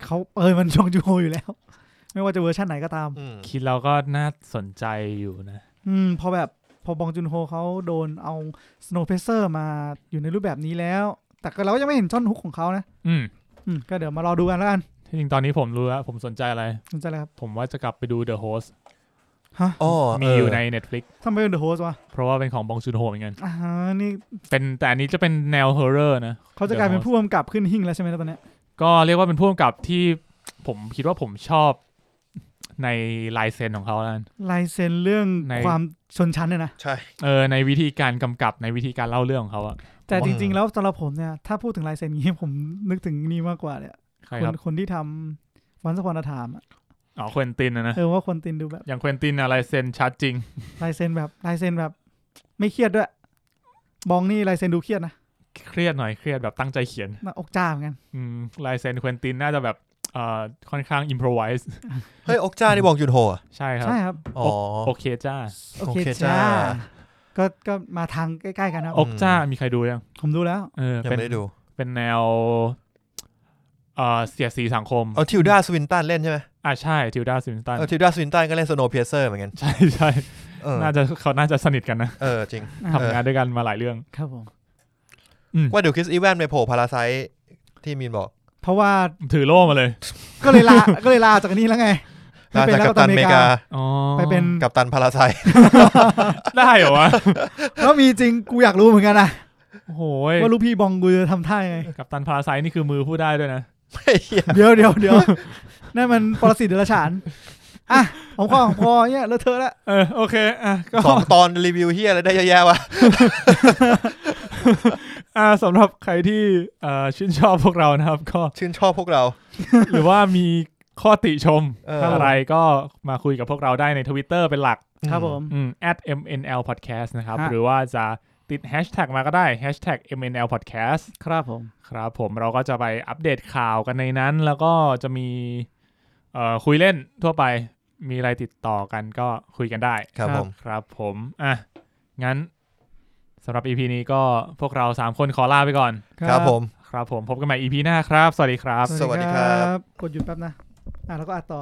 เขาเออมันบองจุงโฮอยู่แล้ว ไม่ว่าจะเวอร์ชันไหนก็ตาม อืม คิดแล้วก็น่าสนใจอยู่นะ อืมพอแบบพอบองจุนโฮเขาโดนเอาสโนเพเซอร์มาอยู่ในรูปแบบนี้แล้ว แต่ก็เราก็ยังไม่เห็นช่อนฮุกของเขานะ อืม อืมก็เดี๋ยวมารอดูกันแล้วกัน ที่จริงตอนนี้ผมรู้แล้วผมสนใจอะไร สนใจเลยครับ ผมว่าจะกลับไปดู The Host อ๋อ มี เ อยู่ใน Netflix ทำไมเป็นเดอะโฮสวะ เพราะว่าเป็นของบองจุนโฮเหมือนกัน อ่านี่ เป็นแต่อันนี้จะเป็นแนว horror นะ เขาจะกลายเป็นผู้กำกับขึ้นหิ่งแล้วใช่ไหมนะตอนเนี้ย ก็เรียกว่าเป็นผู้กำกับที่ผมคิดว่าผมชอบในลายเซ็นของเขาแล้วกัน ลายเซ็นเรื่อง ใน ความชนชั้นเนี่ยนะ ใช่ เออในวิธีการกำกับในวิธีการเล่าเรื่องของเขาอะ แต่จริงๆแล้วสำหรับผมเนี่ย ถ้าพูดถึงลายเซ็นนี้ผมนึกถึงนี่มากกว่าเลยอะ ใคร ค คน รับ คนที่ทำวันสปอนธรรม อ๋อเควินตินนะนะ เออว่าคนตินดูแบบ อย่างเควินตินอะไรเซ็นชัดจริง ลายเซ็นแบบลายเซ็นแบบ ไม่เครียดด้วย บองนี่ลายเซ็นดูเครียดนะ เครียดหน่อยเครียดแบบตั้งใจเขียน หน้าอกจ้าเหมือนกัน อืมลายเซ็นเควินตินน่าจะแบบเอ่อค่อนข้างอิมพรไวส์ เฮ้ยอกจ้านี่บองจุนโฮอ่ะ ใช่ครับ ใช่ครับ อ๋อ โอเคจ้า โอเค โอเคจ้า จ้าก็ก็มาทางใกล้ๆกันครับ อกจ้ามีใครดูยัง ผมดูแล้ว เออ ยัง เป็น ไม่ได้ดู เป็นแนวเอ่อเสียดสีสังคม เอาทิวดาสวินตันเล่นใช่ไหม อ่ะใช่ทิวดาซิมสตัน เอาทิวดาสวินตันก็เล่นสโนว์เพียเซอร์เหมือนกัน ใช่ใช่ เออ น่าจะเขาน่าจะสนิทกันนะ เออจริง อ่า ทำงานด้วยกันมาหลายเรื่อง ครับผม ว่าเดี๋ยวคริสอีแวนไปโผล่พาราไซที่มีนบอก เพราะว่า ถือโล่มาเลย ก็เลยลา ก็เลยลาจากอันนี้แล้วไงไม่ ลา เป็น จาก แล้กัวก็ ป ตั ตันนอ อ เม เม ริการิากอ๋อ ไปเป็น กัปตันพาราไซ ได้เหรอวะ แล้วมีจริงกูอยากรู้เหมือนกันนะ โอ้โหย ว่าลูกพี่บองกูจะทำท่ายังไง กับตันพาราไซต์นี่คือมือพูดได้ด้วยนะ เดี๋ยวเดี๋ยวเดี๋ยว นั่นมันปรสิตเดรัจฉานอ่ะผมขอของพอเนี่ยเลอะเทอะแล้ว เออโอเคอ่ะก็ สองตอนรีวิวเฮียอะไรได้เยอะแยะวะ อ่าสำหรับใครที่เอ่อชื่นชอบพวกเรานะครับ ก็ ชื่นชอบพวกเรา หรือว่ามีข้อติชม เอออ อะไรก็มาคุยกับพวกเราได้ใน Twitter เป็นหลัก ครับผม อืม @mnl podcast นะครับ ฮะ หรือว่าจะติด hashtag มาก็ได้ hashtag mnl podcast ครับผม ครับผมเราก็จะไปอัปเดตข่าวกันในนั้น แล้วก็จะมีเอ่อคุยเล่นทั่วไปมีอะไรติดต่อกันก็คุยกันได้ ครับผม ครับผมอ่ะงั้นสำหรับ EP นี้ก็พวกเรา 3 คนขอลาไปก่อน ครับผม ครับผมพบกันใหม่ EP หน้าครับ สวัสดีครับ ส สวั วัส สดี ดีค ครั รับ บ กดหยุดแป๊บนะ อ่ะแล้วก็อัดต่อ